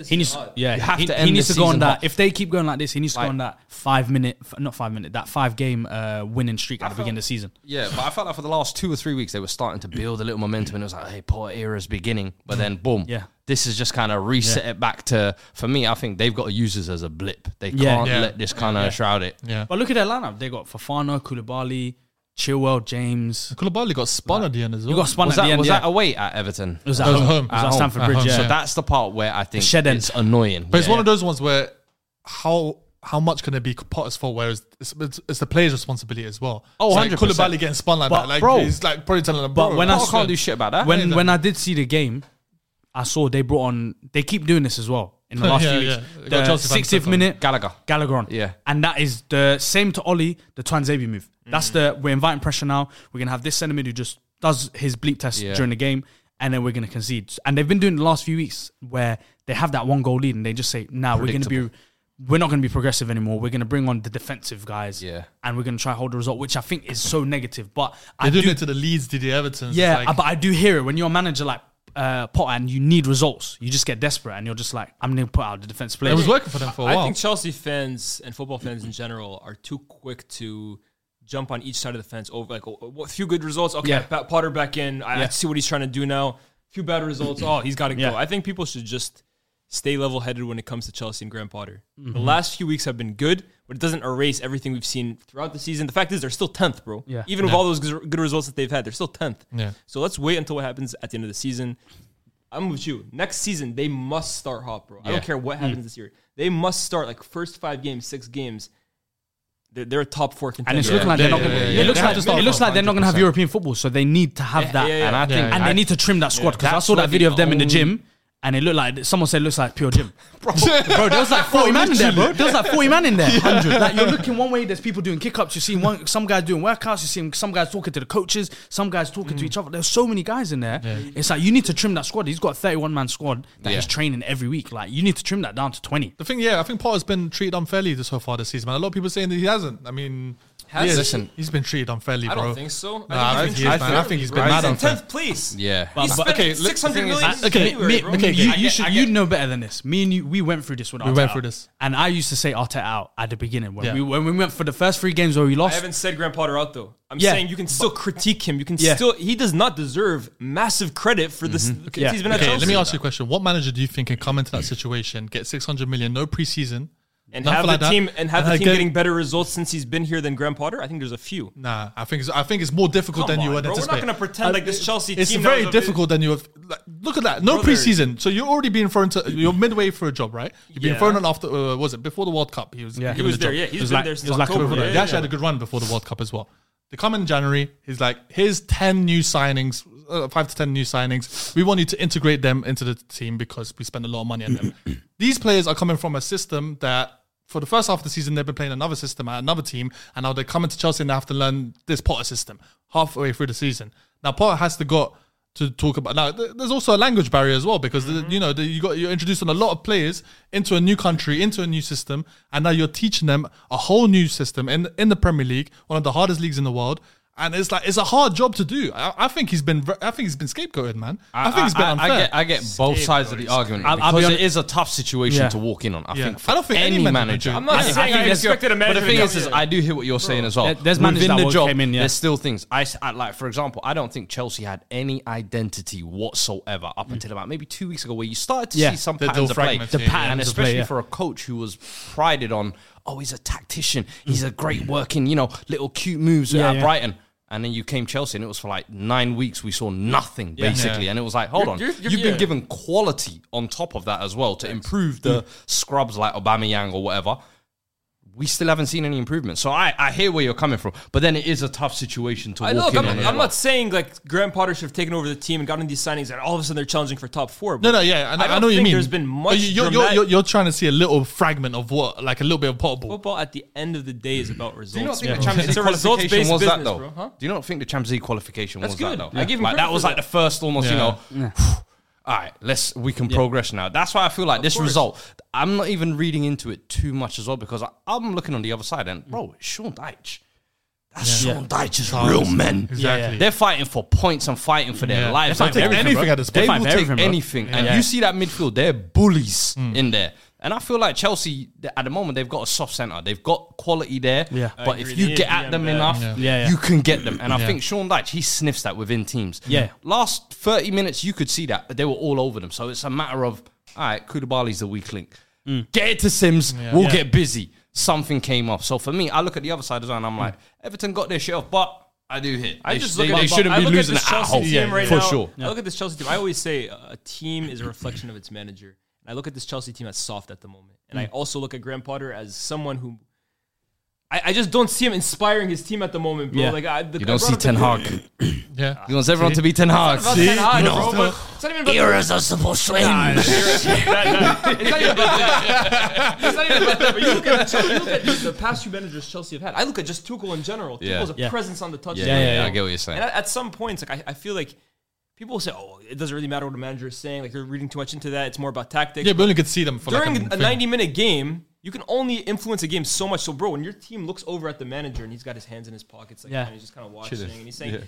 S2: He needs, yeah,
S4: You have
S2: he,
S4: to
S2: he
S4: end
S2: needs
S4: the
S2: to go on
S4: season
S2: that.
S4: hot.
S2: If they keep going like this, he needs to go
S4: Like-
S2: on that five minute, f- not five minute, that five game uh, winning streak at the beginning of the season.
S4: Yeah, but I felt like for the last two or three weeks they were starting to build a little momentum, and it was like, hey, Potter era's beginning. But then, boom,
S2: Yeah.
S4: this is just kind of reset it back to. For me, I think they've got to use this as a blip. They
S2: Yeah.
S4: can't
S1: Yeah.
S4: let this kind of shroud it.
S1: yeah.
S2: But look at their lineup. They got Fafana, Koulibaly, Chilwell, James.
S1: Koulibaly got spun at the end as well.
S2: You got spun
S4: Was
S2: at the
S4: that
S2: end.
S4: was
S2: yeah.
S4: that away at Everton?
S2: it was at
S1: That was
S2: home.
S1: home.
S2: It was
S4: At
S2: at
S4: home.
S2: Stamford
S1: At
S2: Bridge.
S1: home.
S2: Yeah.
S1: So
S4: So that's the part where I think
S2: The shed end.
S4: it's annoying.
S1: But it's
S4: Yeah.
S1: one of those ones where how how much can it be Potter's fault? Whereas it's, it's, it's the player's responsibility as well.
S4: Oh,
S1: It's like
S4: 100%.
S1: Koulibaly getting spun like
S2: But
S1: that. Like
S4: bro-
S1: he's like probably telling him,
S2: But
S1: bro,
S2: when I
S4: Potter
S2: saw-
S4: can't do shit about that.
S2: when when I did see the game, I saw they brought on. They keep doing this as well in the last
S1: Yeah,
S2: few
S1: yeah.
S2: weeks.
S1: They got
S2: The
S1: Chelsea fans
S2: sixtieth
S1: sometimes.
S2: minute,
S4: Gallagher.
S2: Gallagher on.
S4: Yeah.
S2: and that is the same to Oli, the Twanzabi move. That's the we're inviting pressure now. We're gonna have this centre mid who just does his bleep test
S4: Yeah.
S2: during the game, and then we're gonna concede. And they've been doing the last few weeks where they have that one goal lead, and they just say, "Now nah, we're gonna be." We're not going to be progressive anymore. We're going to bring on the defensive guys,
S4: Yeah.
S2: and we're going to try hold the result, which I think is so negative. But I
S1: they're doing
S2: do uh,
S1: it to the Leeds, did the Everton.
S2: yeah, but I do hear it when your manager like uh, Potter and you need results. You just get desperate and you're just like, I'm going to put out the defensive
S1: It
S2: players.
S1: was working for them for a
S3: I
S1: while.
S3: think Chelsea fans and football fans in general are too quick to jump on each side of the fence over like oh, oh, a few good results. Okay,
S2: Yeah.
S3: Pa- Potter back in. I, I
S2: Yeah.
S3: see what he's trying to do now. few bad results. Oh, he's got to
S2: Yeah.
S3: go. I think people should just stay level-headed when it comes to Chelsea and Graham Potter.
S2: Mm-hmm.
S3: The last few weeks have been good, but it doesn't erase everything we've seen throughout the season. The fact is, they're still tenth, bro.
S2: Yeah.
S3: Even with all those g- good results that they've had, they're still tenth.
S1: Yeah.
S3: So let's wait until what happens at the end of the season. I'm with you. Next season, they must start hot, bro. I
S4: Yeah.
S3: don't care what happens this year. They must start like first five games, six games. They're, they're a top four contender.
S2: and it's looking like
S1: yeah,
S2: they're not
S1: yeah,
S2: going
S1: yeah,
S2: to.
S1: yeah.
S2: It looks
S1: They have
S2: like
S1: to start
S2: it looks
S1: from
S2: like they're not going to have
S4: 100%.
S2: European football, so they need to have that.
S3: yeah,
S4: And I
S3: yeah.
S4: think
S2: And
S4: I-
S2: they need to trim that squad because I
S4: That's
S2: saw
S4: why
S2: that video
S4: the
S2: of them in the
S4: only-
S2: gym, and it looked like someone said it looks like pure gym. Bro, there was like 40 man in there, bro. There was like 40 man in there. Like you're looking one way, there's people doing kick-ups, you see one some guys doing workouts, you see some guys talking to the coaches, some guys talking to each other. There's so many guys in there. It's like you need to trim that squad. He's got a 31 man squad that
S4: Yeah.
S2: he's training every week. Like you need to trim that down to 20.
S1: The thing, yeah, I think Potter's been treated unfairly this so far this season, man. A lot of people saying that he hasn't. I mean,
S3: Has
S1: yes,
S3: he?
S4: Listen.
S1: he's been treated unfairly,
S3: I
S1: bro.
S3: don't think
S1: Nah,
S3: so.
S1: I think
S3: he's been
S1: he is,
S3: treated
S1: man. I
S3: fairly,
S1: think he's
S3: bro.
S1: been mad
S3: in
S1: unfair.
S3: tenth place.
S4: Yeah.
S3: he
S1: But-
S3: spent
S1: okay,
S3: okay,
S1: look,
S3: six
S1: the
S3: hundred
S1: thing is-
S3: million.
S1: I- okay,
S3: in January,
S2: me,
S3: bro.
S2: okay,
S3: I
S2: you,
S3: get-
S2: you
S3: I
S2: should
S3: get-
S2: you know better than this. Me and you, we went through this with Arteta.
S1: went through this.
S2: and I used to say Arteta out at the beginning when
S1: Yeah.
S2: we when we went for the first three games where we
S3: I
S2: lost.
S3: haven't said Graham Potter out though. I'm
S2: Yeah,
S3: saying you can still critique him. You can
S2: Yeah.
S3: still. He does not deserve massive credit for this. since
S2: Yeah.
S3: He's been at
S1: Okay,
S3: Chelsea.
S1: let me ask you a question. What manager do you think can come into that situation, get 600 million, no preseason,
S3: and
S1: nothing
S3: have
S1: like
S3: the
S1: that, Uh,
S3: team and have the team
S1: get-
S3: getting better results since he's been here than Graham Potter. I think there's a few.
S1: Nah, I think it's, I think it's more difficult
S3: Come
S1: than you
S3: on,
S1: would
S3: bro. We're not
S1: anticipate.
S3: gonna pretend
S1: Uh,
S3: like this Chelsea
S1: It's
S3: team that
S1: very
S3: was a bit-
S1: difficult than you have. Like, look at that. No
S3: Brother.
S1: preseason, so you're already being thrown to. You're midway for a job, right? You've been
S3: Yeah.
S1: thrown on after. Uh, what was it before the World Cup? He was.
S2: Yeah.
S1: given
S2: He
S3: was
S1: the
S3: there,
S1: job.
S3: yeah. He's
S1: It
S3: been
S2: like-
S3: there
S2: it
S3: since
S2: was like
S3: October.
S2: over there.
S3: Yeah,
S1: They
S3: yeah,
S1: actually had
S3: yeah.
S1: a good run before the World Cup as well. They come in January. He's like, here's ten new signings, uh, five to ten new signings. We want you to integrate them into the team because we spend a lot of money on them. These players are coming from a system that. For the first half of the season, they've been playing another system at another team, and now they're coming to Chelsea and they have to learn this Potter system halfway through the season. Now Potter has to go to talk about. Now th- there's also a language barrier as well because
S4: Mm-hmm.
S1: the, you know the, you got you're introducing a lot of players into a new country, into a new system, and now you're teaching them a whole new system in in the Premier League, one of the hardest leagues in the world. And it's like it's a hard job to do. I, I think he's been ver- I think he's been scapegoated, man. I, think he's been
S4: I,
S1: unfair.
S4: I get, I get both sides of the argument
S2: I'll- I'll be
S4: because it
S2: honest-
S4: is a tough situation
S2: Yeah.
S4: to walk in on. I
S1: Yeah.
S4: think for
S1: I don't think any
S4: any
S1: manager
S4: manager.
S1: would.
S3: I'm not
S2: I think- I
S3: saying I,
S2: think there's-
S3: expected a
S4: But
S3: manager.
S4: the thing
S3: to
S4: is,
S3: come
S4: is
S3: in.
S4: I do hear what you're saying as well.
S2: There- there's managers that will- came in, yeah.
S4: there's still things. I, s- I- like, for example, I don't think Chelsea had any identity whatsoever up until about maybe two weeks ago, where you started to
S2: Mm. Yeah.
S4: see some
S1: The- the
S4: patterns of play,
S1: fragments, The
S2: yeah, yeah.
S4: and
S2: patterns of play,
S4: especially
S2: yeah.
S4: for a coach who was prided on, oh, he's a tactician, he's a great working, you know, little cute moves
S2: Yeah,
S4: at
S2: yeah.
S4: Brighton. And then you came Chelsea, and it was for like nine weeks. We saw nothing basically,
S1: Yeah.
S4: and it was like, hold
S3: You're-
S4: on,
S3: you're- you're-
S4: you've been
S3: yeah.
S4: given given quality on top of that as well to improve the scrubs like Aubameyang or whatever. We still haven't seen any improvement. So I, I hear where you're coming from, but then it is a tough situation to
S3: I know.
S4: walk
S3: I'm,
S4: in. on as
S3: I'm
S4: well.
S3: not saying like Graham Potter should have taken over the team and gotten these signings, and all of a sudden they're challenging for top four.
S1: No,
S3: but
S1: no, yeah, I know, I
S3: don't
S1: know what you
S3: think
S1: mean.
S3: There's been
S1: But
S3: much.
S1: you- You're, you're,
S3: dramatic-
S1: you're, you're trying to see a little fragment of what, like a little bit of potball.
S3: football at the end of the day is about results.
S4: Do you not think
S3: bro.
S4: the Champions
S3: it's
S4: League
S3: a results
S4: qualification
S3: based
S4: was
S3: business,
S4: that though?
S3: bro. Huh?
S4: Do you not think the Champions League qualification
S3: That's
S4: was
S3: good.
S4: that though?
S3: I give him
S4: like,
S3: credit
S4: that was
S3: for
S4: like the
S3: that.
S4: first almost, you
S1: Yeah.
S4: know. All right, let's we can progress now. That's why I feel like this result. I'm not even reading into it too much as well because I, I'm looking on the other side and bro, it's Sean Deitch. That's Sean Deitch's real men.
S1: Exactly.
S4: They're fighting for points and fighting for their
S1: Yeah.
S4: lives.
S1: They'll take
S4: and everything,
S1: anything
S4: bro. Mm.
S1: at this point.
S4: They
S1: They'll
S4: will
S2: fight for
S4: take
S2: everything, bro.
S4: anything. And
S2: Yeah.
S4: you see that midfield, they're bullies in there. And I feel like Chelsea, th- at the moment, they've got a soft centre. They've got quality there.
S2: Yeah. I
S4: But if
S3: agree.
S4: you
S3: They
S4: get
S3: need
S4: at them
S3: DM
S4: enough,
S1: there.
S2: Yeah, yeah.
S4: you can get them. And I
S1: Yeah.
S4: think Sean Dyche, he sniffs that within teams.
S2: Yeah.
S4: Last 30 minutes, you could see that, but they were all over them. So it's a matter of, all right, Koulibaly's the weak link.
S3: Mm.
S4: Get it to Sims. We'll
S2: Yeah.
S4: get busy. Something came off. So for me, I look at the other side as well, and I'm like, Everton got their shit off, but I do hit.
S3: Mm. I
S4: They-
S3: just
S4: they,
S3: look at
S4: they
S3: the-
S4: shouldn't
S3: I
S4: be
S3: look at
S4: losing
S3: this
S4: at
S3: Chelsea
S4: home.
S3: team right
S4: for
S3: now.
S4: sure.
S3: I look at this Chelsea team. I always say uh, a team is a reflection of its manager. And I look at this Chelsea team as soft at the moment, and
S1: Hmm.
S3: I also look at Graham Potter as someone who. I, I just don't see him inspiring his team at the moment, bro.
S2: Yeah.
S3: Like I, the,
S4: You
S3: I
S4: don't
S3: brought
S4: see
S3: up the-
S4: Ten Hag.
S1: yeah.
S4: He wants everyone to be Ten Hag.
S3: About Ten Hag, bro, but it's not even about
S4: Eras are supposed to end.
S3: It's not even about that. It's not even about that. But you look at, the, you look at the past few managers Chelsea have had. I look at just Tuchel in general.
S4: Yeah.
S3: Tuchel's a
S2: Yeah.
S3: presence on the touchline.
S4: Yeah, yeah, yeah,
S3: bro.
S4: I get what you're saying.
S3: And at, at some points, like I, I feel like people say, "Oh, it doesn't really matter what a manager is saying. Like you're reading too much into that. It's more about tactics."
S1: Yeah, but only could see them for
S3: During
S1: like
S3: a
S1: thing.
S3: 90 minute game, you can only influence a game so much. So, bro, when your team looks over at the manager and he's got his hands in his pockets, like
S2: Yeah.
S3: and he's just kind of watching and he's saying,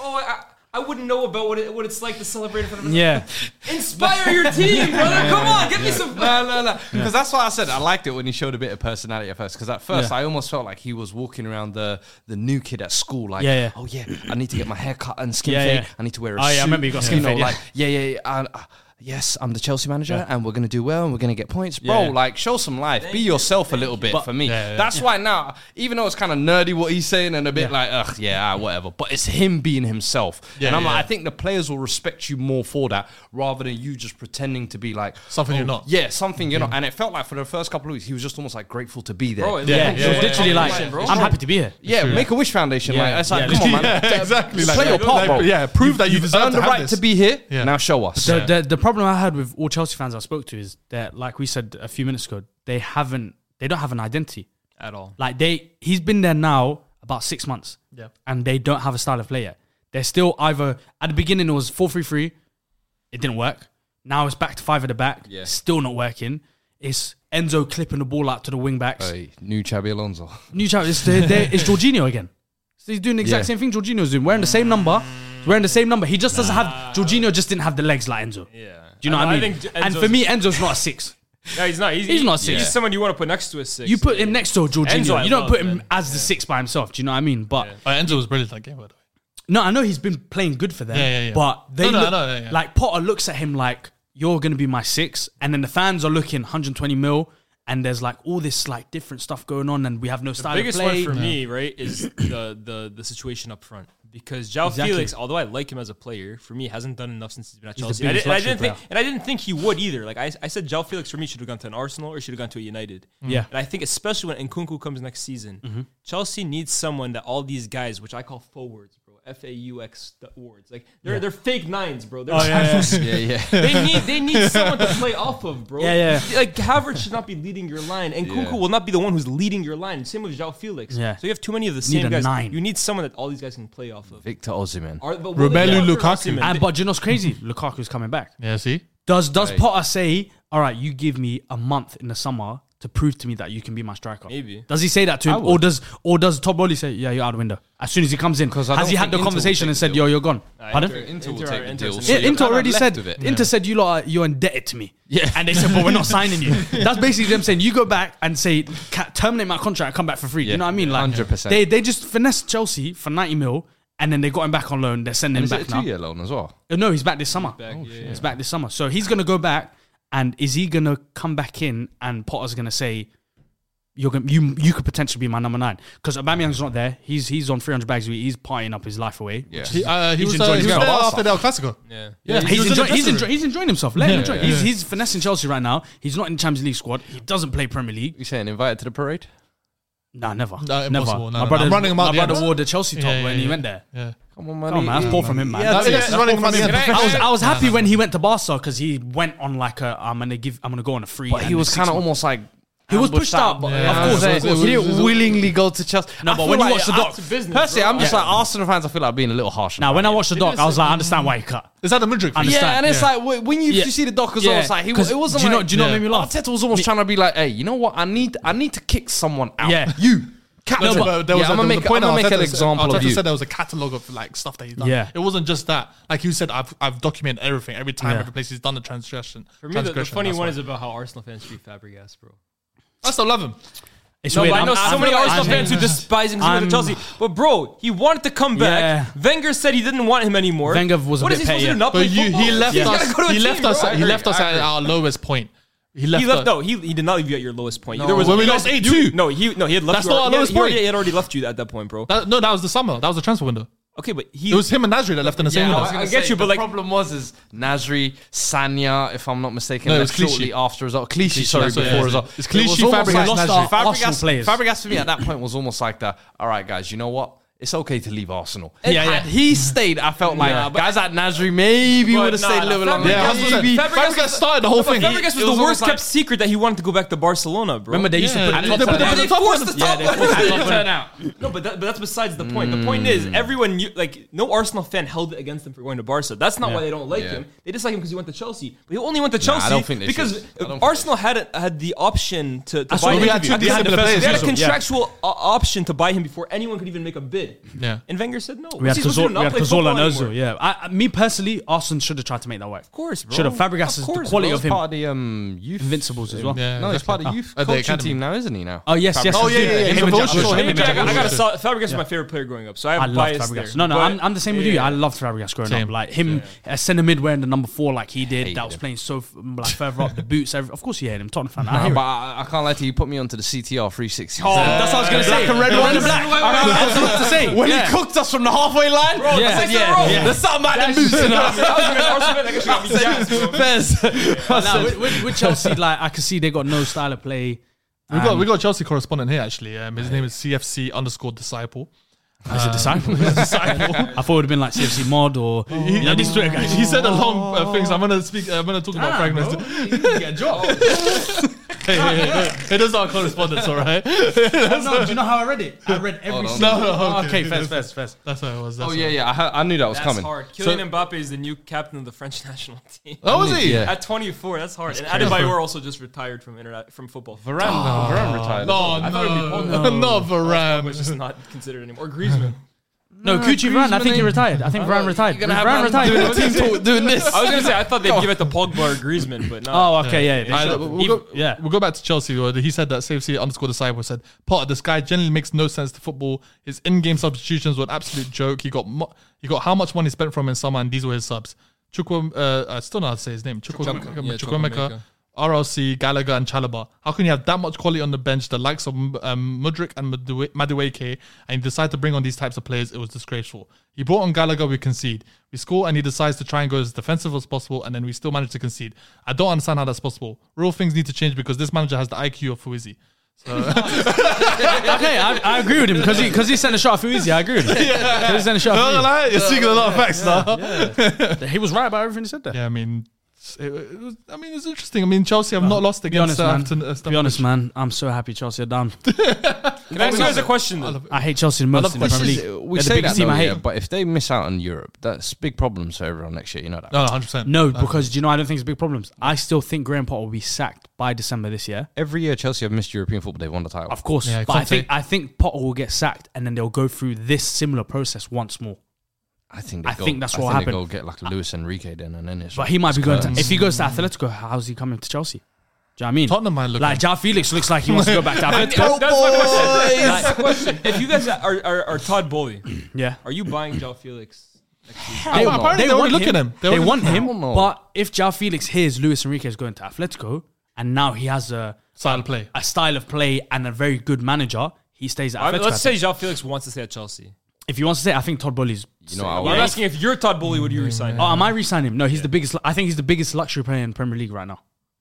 S3: "Oh, I, I wouldn't know about what, it, what it's like to celebrate in front of.
S2: Yeah.
S3: Inspire your team, brother. Come on, give me some.
S4: No, no, no. Because that's what I said. I liked it when he showed a bit of personality at first. Because at first, I almost felt like he was walking around the the new kid at school. Like,
S2: Yeah, yeah.
S4: oh yeah, I need to get my hair cut and skin
S2: Yeah,
S4: fade.
S2: yeah.
S4: I need to wear a
S2: Oh, yeah, I
S4: suit.
S2: remember you got skin
S4: know,
S2: fade, yeah.
S4: Like, yeah, yeah. yeah and, uh, yes, I'm the Chelsea manager, and we're gonna do well, and we're gonna get points, bro.
S2: yeah.
S4: Like, show some life. Be yourself a little bit for me.
S2: Yeah, yeah.
S4: That's why now, even though it's kind of nerdy what he's saying and a bit like, ugh, yeah, ah, whatever. But it's him being himself, and I'm
S1: yeah,
S4: like,
S1: yeah.
S4: I think the players will respect you more for that rather than you just pretending to be like
S1: Something you're not.
S4: Oh, yeah, something you know, and it felt like for the first couple of weeks he was just almost like grateful to be there.
S3: Bro,
S4: yeah,
S2: Yeah,
S3: it's
S2: it was
S3: yeah,
S2: literally
S3: yeah.
S2: like,
S3: Yeah, bro.
S2: I'm happy to be here.
S4: yeah Make a Wish Foundation.
S2: Yeah.
S4: Like, it's like,
S2: Yeah,
S4: come on, man,
S1: yeah, exactly.
S4: play
S1: like,
S4: your part, bro.
S1: Yeah, prove that you deserve
S4: earned
S1: to
S4: the
S1: have
S4: right
S1: this.
S4: to be here.
S1: Yeah.
S4: Now show us.
S2: The, the, the problem I had with all Chelsea fans I spoke to is that, like we said a few minutes ago, they haven't, they don't have an identity.
S3: at all.
S2: Like they, he's been there now about six months.
S1: Yeah.
S2: and they don't have a style of play yet. They're still either at the beginning it was four three three, it didn't work. Now it's back to five at the back, yeah. still not working. It's Enzo clipping the ball out to the wing backs.
S4: Hey, new Chabi Alonso.
S2: New challenge. It's, the, the- it's Jorginho again. So he's doing the exact
S4: Yeah.
S2: same thing Jorginho's doing. Wearing the same number. He's wearing the same number. He just doesn't have. Jorginho just didn't have the legs like Enzo.
S3: Yeah.
S2: Do you know what I mean?
S3: think
S2: and
S3: Enzo's-
S2: for me, Enzo's not a six.
S3: no, he's not. He's,
S2: he's not a six.
S3: He's someone you want to put next to a six.
S2: You put him next to
S3: Enzo
S2: Jorginho.
S3: I
S2: you don't
S3: love,
S2: put him
S3: man.
S2: as the six by himself. Do you know what I mean? But
S1: Oh, Enzo was brilliant that game, by the way.
S2: No, I know he's been playing good for them.
S1: Yeah, yeah, yeah.
S2: But they
S1: No, no,
S2: look-
S1: I know, yeah, yeah.
S2: like Potter looks at him like you're going to be my six, and then the fans are looking 120 mil, and there's like all this like different stuff going on, and we have no style of
S3: biggest
S2: play.
S3: one for me, right, is the the the situation up front because Jao
S2: Exactly.
S3: Felix, although I like him as a player, for me hasn't done enough since he's been at
S2: He's the
S3: Chelsea. And I,
S2: biggest
S3: didn't- and I
S2: luxury
S3: didn't think,
S2: player.
S3: and I didn't think he would either. Like I, I said, Jao Felix for me should have gone to an Arsenal or should have gone to a United.
S2: Mm. Yeah. Mm-hmm.
S3: and I think especially when Nkunku comes next season, Chelsea needs someone that all these guys, which I call forwards, bro, F A U X forwards, like they're they're fake nines, bro.
S2: Oh,
S3: They're
S4: yeah, yeah.
S3: they need they need someone to play off of, bro.
S2: Yeah, yeah.
S3: Like Havertz should not be leading your line, and Kunku will not be the one who's leading your line. Same with Jao Felix.
S2: Yeah.
S3: So you have too many of the
S2: need
S3: same
S2: a
S3: guys.
S2: nine.
S3: You need someone that all these guys can play off of.
S4: Victor Osimhen.
S3: Are, but
S1: Romelu
S3: will they go for
S1: Lukaku.
S3: Osimhen?
S2: And but do you know what's crazy? Lukaku's coming back.
S1: Yeah, see?
S2: Does does Potter say, "All right, you give me a month in the summer to prove to me that you can be my striker"?
S3: Maybe.
S2: Does he say that to him, or does or does Todd Bowley say, "Yeah, you're out of window"? As soon as he comes in,
S4: 'Cause I
S2: has
S4: don't
S2: he
S4: think
S2: had the
S4: Inter will
S2: conversation
S4: take
S2: and said,
S4: the
S2: "Yo, you're gone"? Pardon?
S4: Inter
S3: Inter
S4: will
S3: are-
S4: take the
S3: Inter
S4: deal.
S3: are-
S4: so
S2: Yeah,
S4: you're
S2: Inter
S4: kind of
S2: already
S4: left
S2: said
S4: with it.
S2: Inter said you lot are, you're indebted to me.
S4: Yeah.
S2: and they said, but we're not signing you. That's basically them saying you go back and say "Ca- terminate my contract, come back for free.
S4: Yeah,
S2: You know what I mean? Like
S4: 100%.
S2: They they just finessed Chelsea for ninety mil, and then they got him back on loan. They're sending
S4: Is
S2: him
S4: it a
S2: back now.
S4: two-year loan as well?
S2: Uh, No, he's back this summer.
S3: back, Oh, yeah, shit.
S2: He's back this summer. So he's gonna go back, and is he gonna come back in? And Potter's gonna say, "You're gonna you you could potentially be my number nine because Aubameyang's not there. He's he's on three hundred bags. a week. He's partying up his life away.
S4: Yeah.
S1: He, uh, he
S2: He's
S1: was, uh,
S2: enjoying
S1: he was
S2: his
S1: there
S2: game.
S1: after the El Clasico.
S3: Yeah.
S1: Yeah,
S2: He's,
S1: was in the
S2: enjoying, he's,
S1: dressing
S2: enjoy,
S1: room.
S2: he's enjoying himself. Let him enjoy.
S4: yeah,
S2: He's, he's finessing Chelsea right now. He's not in the Champions League squad. He doesn't play Premier League.
S4: You saying invited to the parade?
S2: Nah, never.
S1: No,
S2: never.
S1: impossible. No,
S2: my
S1: no,
S2: brother,
S1: I'm running him out
S2: my
S1: the
S2: brother
S1: end.
S2: wore the Chelsea top
S1: Yeah,
S2: when
S1: yeah, Mm.
S2: he
S1: yeah.
S2: went there.
S1: Yeah.
S4: Come on, man.
S2: Come on, man. That's poor from him, man.
S1: That's
S2: That's
S1: it.
S2: it.
S1: That's running him out the end.
S2: I was, I was happy when he went to Barca because he went on like a I'm gonna give I'm gonna go on a free.
S4: But he
S2: and
S4: was
S2: six
S4: kind of
S2: months.
S4: almost like
S2: He was
S4: ambushed
S2: pushed out, but- Yeah.
S4: Of
S2: of
S4: course, eh.
S2: course, of course.
S4: he didn't
S2: Yeah.
S4: willingly go to Chelsea.
S2: No,
S4: I
S2: but
S4: feel
S2: when you
S4: like-
S2: watch the doc,
S3: It's a business,
S4: personally,
S3: bro.
S4: I'm just
S2: Yeah.
S4: like Arsenal fans. I feel like being a little harsh.
S2: Now, when I watched the doc, I was like, I understand why he cut.
S1: Is that the Mudrik?
S2: I
S1: Yeah.
S2: understand.
S4: yeah, and it's
S2: yeah.
S4: like wh- when you,
S2: Yeah.
S4: you see the doc as well,
S2: Yeah,
S4: it's like he
S2: 'cause
S4: was. It wasn't.
S2: do you know-
S4: like,
S2: do you know what
S4: Yeah.
S2: made me laugh?
S4: Arteta was almost trying to be like, hey, you know what? I need, I need to kick someone out.
S2: Yeah.
S4: you. Captain.
S1: No, but there was
S4: yeah,
S1: a, there
S4: I'm gonna
S1: was
S4: make,
S1: a point
S4: I'm
S1: out
S4: gonna make
S1: Arteta
S4: an
S1: said-
S4: example of
S1: Arteta
S4: you.
S1: said there was a catalog of like stuff that he's done.
S2: Yeah.
S1: it wasn't just that. Like you said, I've I've documented everything, every time,
S2: Yeah.
S1: every place he's done the transgression.
S3: For me, the, the
S1: transgression,
S3: funny
S1: that's
S3: one
S1: why.
S3: is about how Arsenal fans treat Fabregas, bro.
S1: I still love him.
S2: It's
S3: No,
S2: weird.
S3: but I
S2: I'm-
S3: know so
S2: I'm-
S3: many
S2: I'm-
S3: Arsenal fans who despise him because he went to
S2: I'm-
S3: Chelsea. But bro, he wanted to come back.
S2: Yeah.
S3: Wenger said he didn't want him anymore.
S2: Wenger was a
S3: What
S2: bit
S3: is he supposed
S2: petty.
S3: to do? Not play
S1: But you, he
S3: football?
S1: left
S3: He's gotta
S1: us.
S3: go to a
S1: He
S3: team,
S1: left us.
S3: bro.
S1: He left us at our lowest point. He left.
S3: He left.
S1: us-
S3: No, he, he did not leave you at your lowest point.
S1: No. When we
S3: you
S1: lost
S3: guys-
S1: 8-2.
S3: you- No, he no he had left.
S1: That's
S3: you
S1: not our
S3: already-
S1: lowest
S3: he already-
S1: point.
S3: He had already left you at that point, bro.
S1: That, no, that was the summer. That was the transfer window.
S3: Okay, but he
S1: It was him and Nasri that left in the same
S3: Yeah,
S1: window.
S3: I was gonna I get say, you, but
S4: the
S3: like-
S4: problem was is Nasri, Sanya, if I'm not mistaken,
S1: No, it
S4: left
S1: was Clichy.
S4: shortly after as well. Clichy,
S1: Clichy,
S4: sorry,
S1: that's what it
S4: before
S1: is.
S4: as well.
S1: It's
S4: It was
S1: Clichy,
S4: almost
S1: Fabregas,
S4: like-
S1: Nasri.
S2: Lost our Arsenal
S4: Fabregas,
S2: players.
S4: Fabregas for me at that point was almost like the all right, guys, you know what? It's okay to leave Arsenal. And
S2: Yeah, yeah.
S4: had he stayed, I felt like
S2: Yeah, but-
S4: guys at Nasri maybe
S3: But
S4: would have
S3: nah,
S4: stayed a
S3: nah,
S4: little bit longer.
S3: Fabregas
S1: Yeah,
S3: was-
S4: maybe.
S1: 100%. Fabregas started the whole
S3: But
S1: thing.
S3: Fabregas was
S4: It
S3: the
S4: was
S3: worst
S4: almost
S3: kept
S4: like-
S3: secret that he wanted to go back to Barcelona, bro.
S4: Remember they used
S1: Yeah.
S4: to put
S1: They put-
S4: Klopp
S1: they
S4: on
S1: put
S4: it.
S3: They forced the
S2: Yeah,
S3: top
S2: they forced the top
S3: one.
S2: one out.
S3: No, but, that, but that's besides the point. The point
S4: Hmm.
S3: is, everyone, knew, like, no Arsenal fan held it against him for going to Barca. That's not why they don't like him. They dislike him because he went to Chelsea. But he only went to Chelsea
S4: I don't think they
S3: because
S4: should. I don't think
S3: Arsenal had a, had the option to, to
S2: That's
S3: buy
S2: what
S3: him.
S2: we had two
S3: At the end
S1: decent
S3: of the
S1: players
S3: season, They had a
S1: also.
S3: uh, contractual o- option to buy him before anyone could even make a bid. did.
S1: Yeah.
S3: And Wenger said no.
S2: We had
S3: What's he supposed to do,
S2: Cazorla,
S3: not
S2: we had
S3: play
S2: Cazorla and
S3: football
S2: Ozil.
S3: anymore?
S2: Yeah, I, I- me personally, Arsenal should have tried to make that work. Of
S3: course, bro.
S2: Should have. Fabregas
S3: Of
S2: is the
S3: course,
S2: quality
S3: bro.
S2: of him.
S4: part of the um, youth
S2: Invincibles as well.
S1: Yeah,
S4: no, he's part of
S1: exactly.
S4: the youth
S1: Ah, at the
S4: coaching
S1: academy.
S4: team now, isn't he? Now,
S2: Oh yes, yes.
S1: Oh,
S2: yes,
S1: yeah,
S2: yes.
S1: yeah, yeah.
S2: Him
S1: Him
S2: and
S1: and
S2: Joshua.
S1: Joshua.
S3: Well,
S1: Him
S2: Him and
S1: and
S3: I,
S2: Joshua.
S3: got- I gotta
S1: Joshua.
S3: sell. Fabregas is my favorite player growing up, so I have
S2: I love
S3: bias
S2: Fabregas.
S3: there.
S2: no, no,
S3: But-
S2: I'm, I'm the same with you. I love Fabregas growing up. Like him, a centre midway and the number four, like he did. That was playing so f- like further up the boots. Every, of course, he hated him. Tottenham fan. I hear
S4: Nah,
S2: it.
S4: but I, I can't lie to you. You put me onto the CTR 360.
S2: Oh, That's what I was gonna say.
S4: Black and red
S2: The
S4: ones.
S2: black.
S4: Wait, wait, wait.
S2: That's what I was to say.
S4: When
S2: Yeah.
S4: he cooked us from the halfway line, bro,
S3: Yeah.
S4: said,
S3: six in a
S4: yeah,
S3: row.
S4: yeah. there's something about the
S3: That's-
S4: boots in us.
S3: That's- that's- that's- that's-
S4: Fez. I
S2: Nah,
S4: said,
S2: with, with, with Chelsea, like I could see they got no style of play.
S1: We got we got a Chelsea correspondent here actually. Um, his name is CFC underscore disciple.
S2: He's a disciple. I thought it would have been like CFC mod or
S1: He,
S2: you know, these Twitter guys.
S1: he said a long uh, things. I'm gonna speak. I'm gonna talk about fragments. hey, hey, hey, hey, those are correspondents, all right?
S2: no, do you know how I read it? I read every
S4: on.
S2: single.
S1: No, no,
S2: Oh,
S1: okay.
S2: okay, first, first, first.
S1: That's what it was. That's
S4: Oh
S1: what
S4: yeah,
S1: it was.
S4: yeah. I, ha- I knew that was
S3: That's
S4: coming.
S3: hard.
S4: So-
S3: Kylian Mbappe is the new captain of the French national team.
S1: Oh, was he?
S4: Yeah.
S3: At 24, that's hard. and Adebayor also just retired from internet from football.
S4: Varane, Varane retired.
S2: Oh,
S1: No,
S3: I thought it'd be
S1: no,
S3: Pogba.
S1: no, not
S3: Which
S1: Varane.
S3: is not considered anymore. Or Griezmann.
S2: No, Gucci Varane. I think he retired. I think Varane retired.
S4: gonna have
S2: Varane
S4: Varane doing
S2: retired.
S4: the team talk, doing this.
S3: I was gonna say I thought they'd give it to Pogba or Griezmann, but no.
S2: Oh, okay, yeah. they
S1: I-
S2: should.
S1: we'll, go,
S2: yeah.
S1: we'll go back to Chelsea. where He said that CFC underscore disciple said part of the sky generally makes no sense to football. His in-game substitutions were an absolute joke. He got mo- he got how much money spent from in summer, and these were his subs. Chukwum, uh, I still know how to say his name. Chukwum-
S3: Chukwuemeka.
S1: Chukwuemeka,
S3: Yeah,
S1: Chukwuemeka,
S3: Chukwuemeka.
S1: RLC, Gallagher, and Chalaba. How can you have that much quality on the bench, the likes of um, Mudrik and Madue- Madueke, and you decide to bring on these types of players? It was disgraceful. He brought on Gallagher, we concede. We score, and he decides to try and go as defensive as possible, and then we still manage to concede. I don't understand how that's possible. Real things need to change because this manager has the IQ of Fuizi.
S2: Okay, I, I agree with him because he because he sent a shot for Uzi. I agree with him. 'Cause He sent a shot. For
S1: you're speaking a lot of facts now. Yeah,
S2: Uzi. He was right about everything he said there.
S1: I mean, it, it was, I mean, it's interesting. I mean, Chelsea have not lost
S2: Be
S1: against
S2: honest, man.
S1: Southampton. uh,
S2: Be honest, man. I'm so happy Chelsea are down.
S3: Can I ask you guys a question? then?
S2: I hate Chelsea the most in the
S4: This
S2: Premier
S4: is-
S2: League.
S4: we
S2: They're the
S4: say that
S2: biggest team
S4: though,
S2: I hate.
S4: yeah, but if they miss out on Europe, that's big problems for everyone next year. You know that.
S1: No, no, 100%.
S2: No, because do you know I don't think it's big problems. I still think Graham Potter will be sacked by December this year.
S4: Every year Chelsea have missed European football. They've won the title.
S2: Of course,
S1: Yeah,
S2: but I
S1: Conte-
S2: think I think Potter will get sacked, and then they'll go through this similar process once more.
S4: I think. They
S2: I
S4: go,
S2: think that's
S4: I
S2: what
S4: think
S2: happened.
S4: They go get like Luis Enrique then, and then it's.
S2: But he might be
S4: it's
S2: going
S4: cursed.
S2: to if he goes to Atletico. How's he coming to Chelsea? Do you know what I mean?
S1: Tottenham might look
S2: like Jao Felix looks like he wants to go back to
S3: That's
S2: Atletico.
S3: my question. That's my question. If you guys are, are, are Todd Bowley,
S2: yeah,
S3: are you buying Jao Felix?
S2: they,
S4: no. Apparently
S1: they already
S2: want
S1: look at him. They
S2: They,
S1: already
S2: want
S1: look at
S2: him.
S4: him. Hell no.
S2: But if Jao Felix hears Luis Enrique is going to Atletico, and now he has a
S1: Style of play.
S2: a style of play and a very good manager, he stays at
S3: I
S2: Atletico.
S3: mean,
S2: I
S3: let's say
S2: think.
S3: Jao Felix wants to stay at Chelsea.
S2: if he wants to stay, I think Todd Bowley's.
S4: You know, I
S3: I'm
S4: would-
S3: asking if you're Todd Bowley, would you resign? him?
S2: Oh, am I re-signing him? No, he's the biggest. I think he's the biggest luxury player in Premier League right now.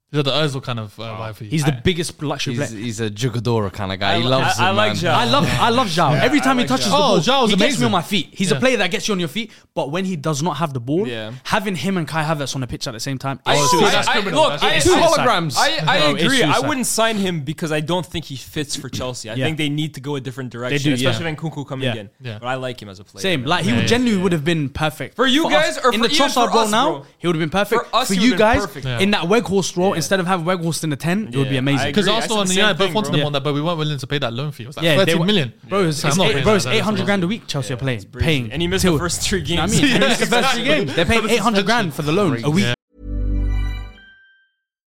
S1: These are the Ozil kind of uh, vibe for you.
S2: He's the biggest luxury
S4: He's,
S2: player.
S4: he's a jugadora kind of guy. he
S3: li-
S4: loves
S3: I-
S4: it,
S3: I like
S4: man.
S3: Jao.
S2: I love, I love Zhao. Every time he
S3: like
S2: touches
S3: Zhao.
S2: the ball,
S1: Oh, Zhao's
S2: he gets me
S1: amazing.
S2: on my feet. He's
S1: Yeah.
S2: a player that gets you on your feet, but when he does not have the ball,
S3: Yeah.
S2: having him and Kai Havertz on the pitch at the same time,
S3: I-
S2: it's
S3: I-
S2: suicide.
S3: I-
S1: criminal.
S3: look, I-
S1: That's
S2: Two
S3: I-
S2: suicide.
S4: holograms.
S3: I, I
S2: No, it's
S3: agree. I
S2: suicide.
S3: wouldn't sign him because I don't think he fits for Chelsea. I
S2: Yeah.
S3: think they need to go a different direction,
S2: do, yeah.
S3: especially when Kunku coming
S2: Yeah.
S3: in.
S1: Yeah.
S3: But I like him as a player.
S2: Same, like he would genuinely would have been perfect
S3: For you
S2: us.
S3: guys or
S2: in
S3: for-
S2: the
S3: even
S2: Trossard
S3: for
S2: role
S3: us,
S2: now,
S3: bro.
S2: he would have been perfect.
S3: For us, he
S2: you
S3: would've been
S2: guys
S3: perfect. Yeah.
S2: in that Weghorst role, instead of having Weghorst in the ten, it would be
S3: Yeah, I
S2: amazing.
S3: agree.
S1: Because
S3: I
S1: Arsenal
S3: said
S1: and
S3: the
S1: United
S3: same
S1: both
S3: thing,
S1: wanted
S3: bro.
S1: him on that, but we weren't willing to pay that loan fee. It was like
S2: Yeah, they
S1: 13
S2: were-
S1: million.
S2: Bro, it's,
S1: I'm
S2: it's,
S1: not
S2: eight,
S1: paying
S2: bro,
S1: that. That's-
S2: it's
S1: that's
S2: 800 grand a
S1: bullshit.
S2: week Chelsea are playing.
S3: breezy.
S2: Paying.
S3: And he missed the
S2: till-
S3: first three
S2: You know what
S3: games.
S2: I mean, And he missed the first three games. They're paying
S1: This is
S2: 800 grand for the loan a week.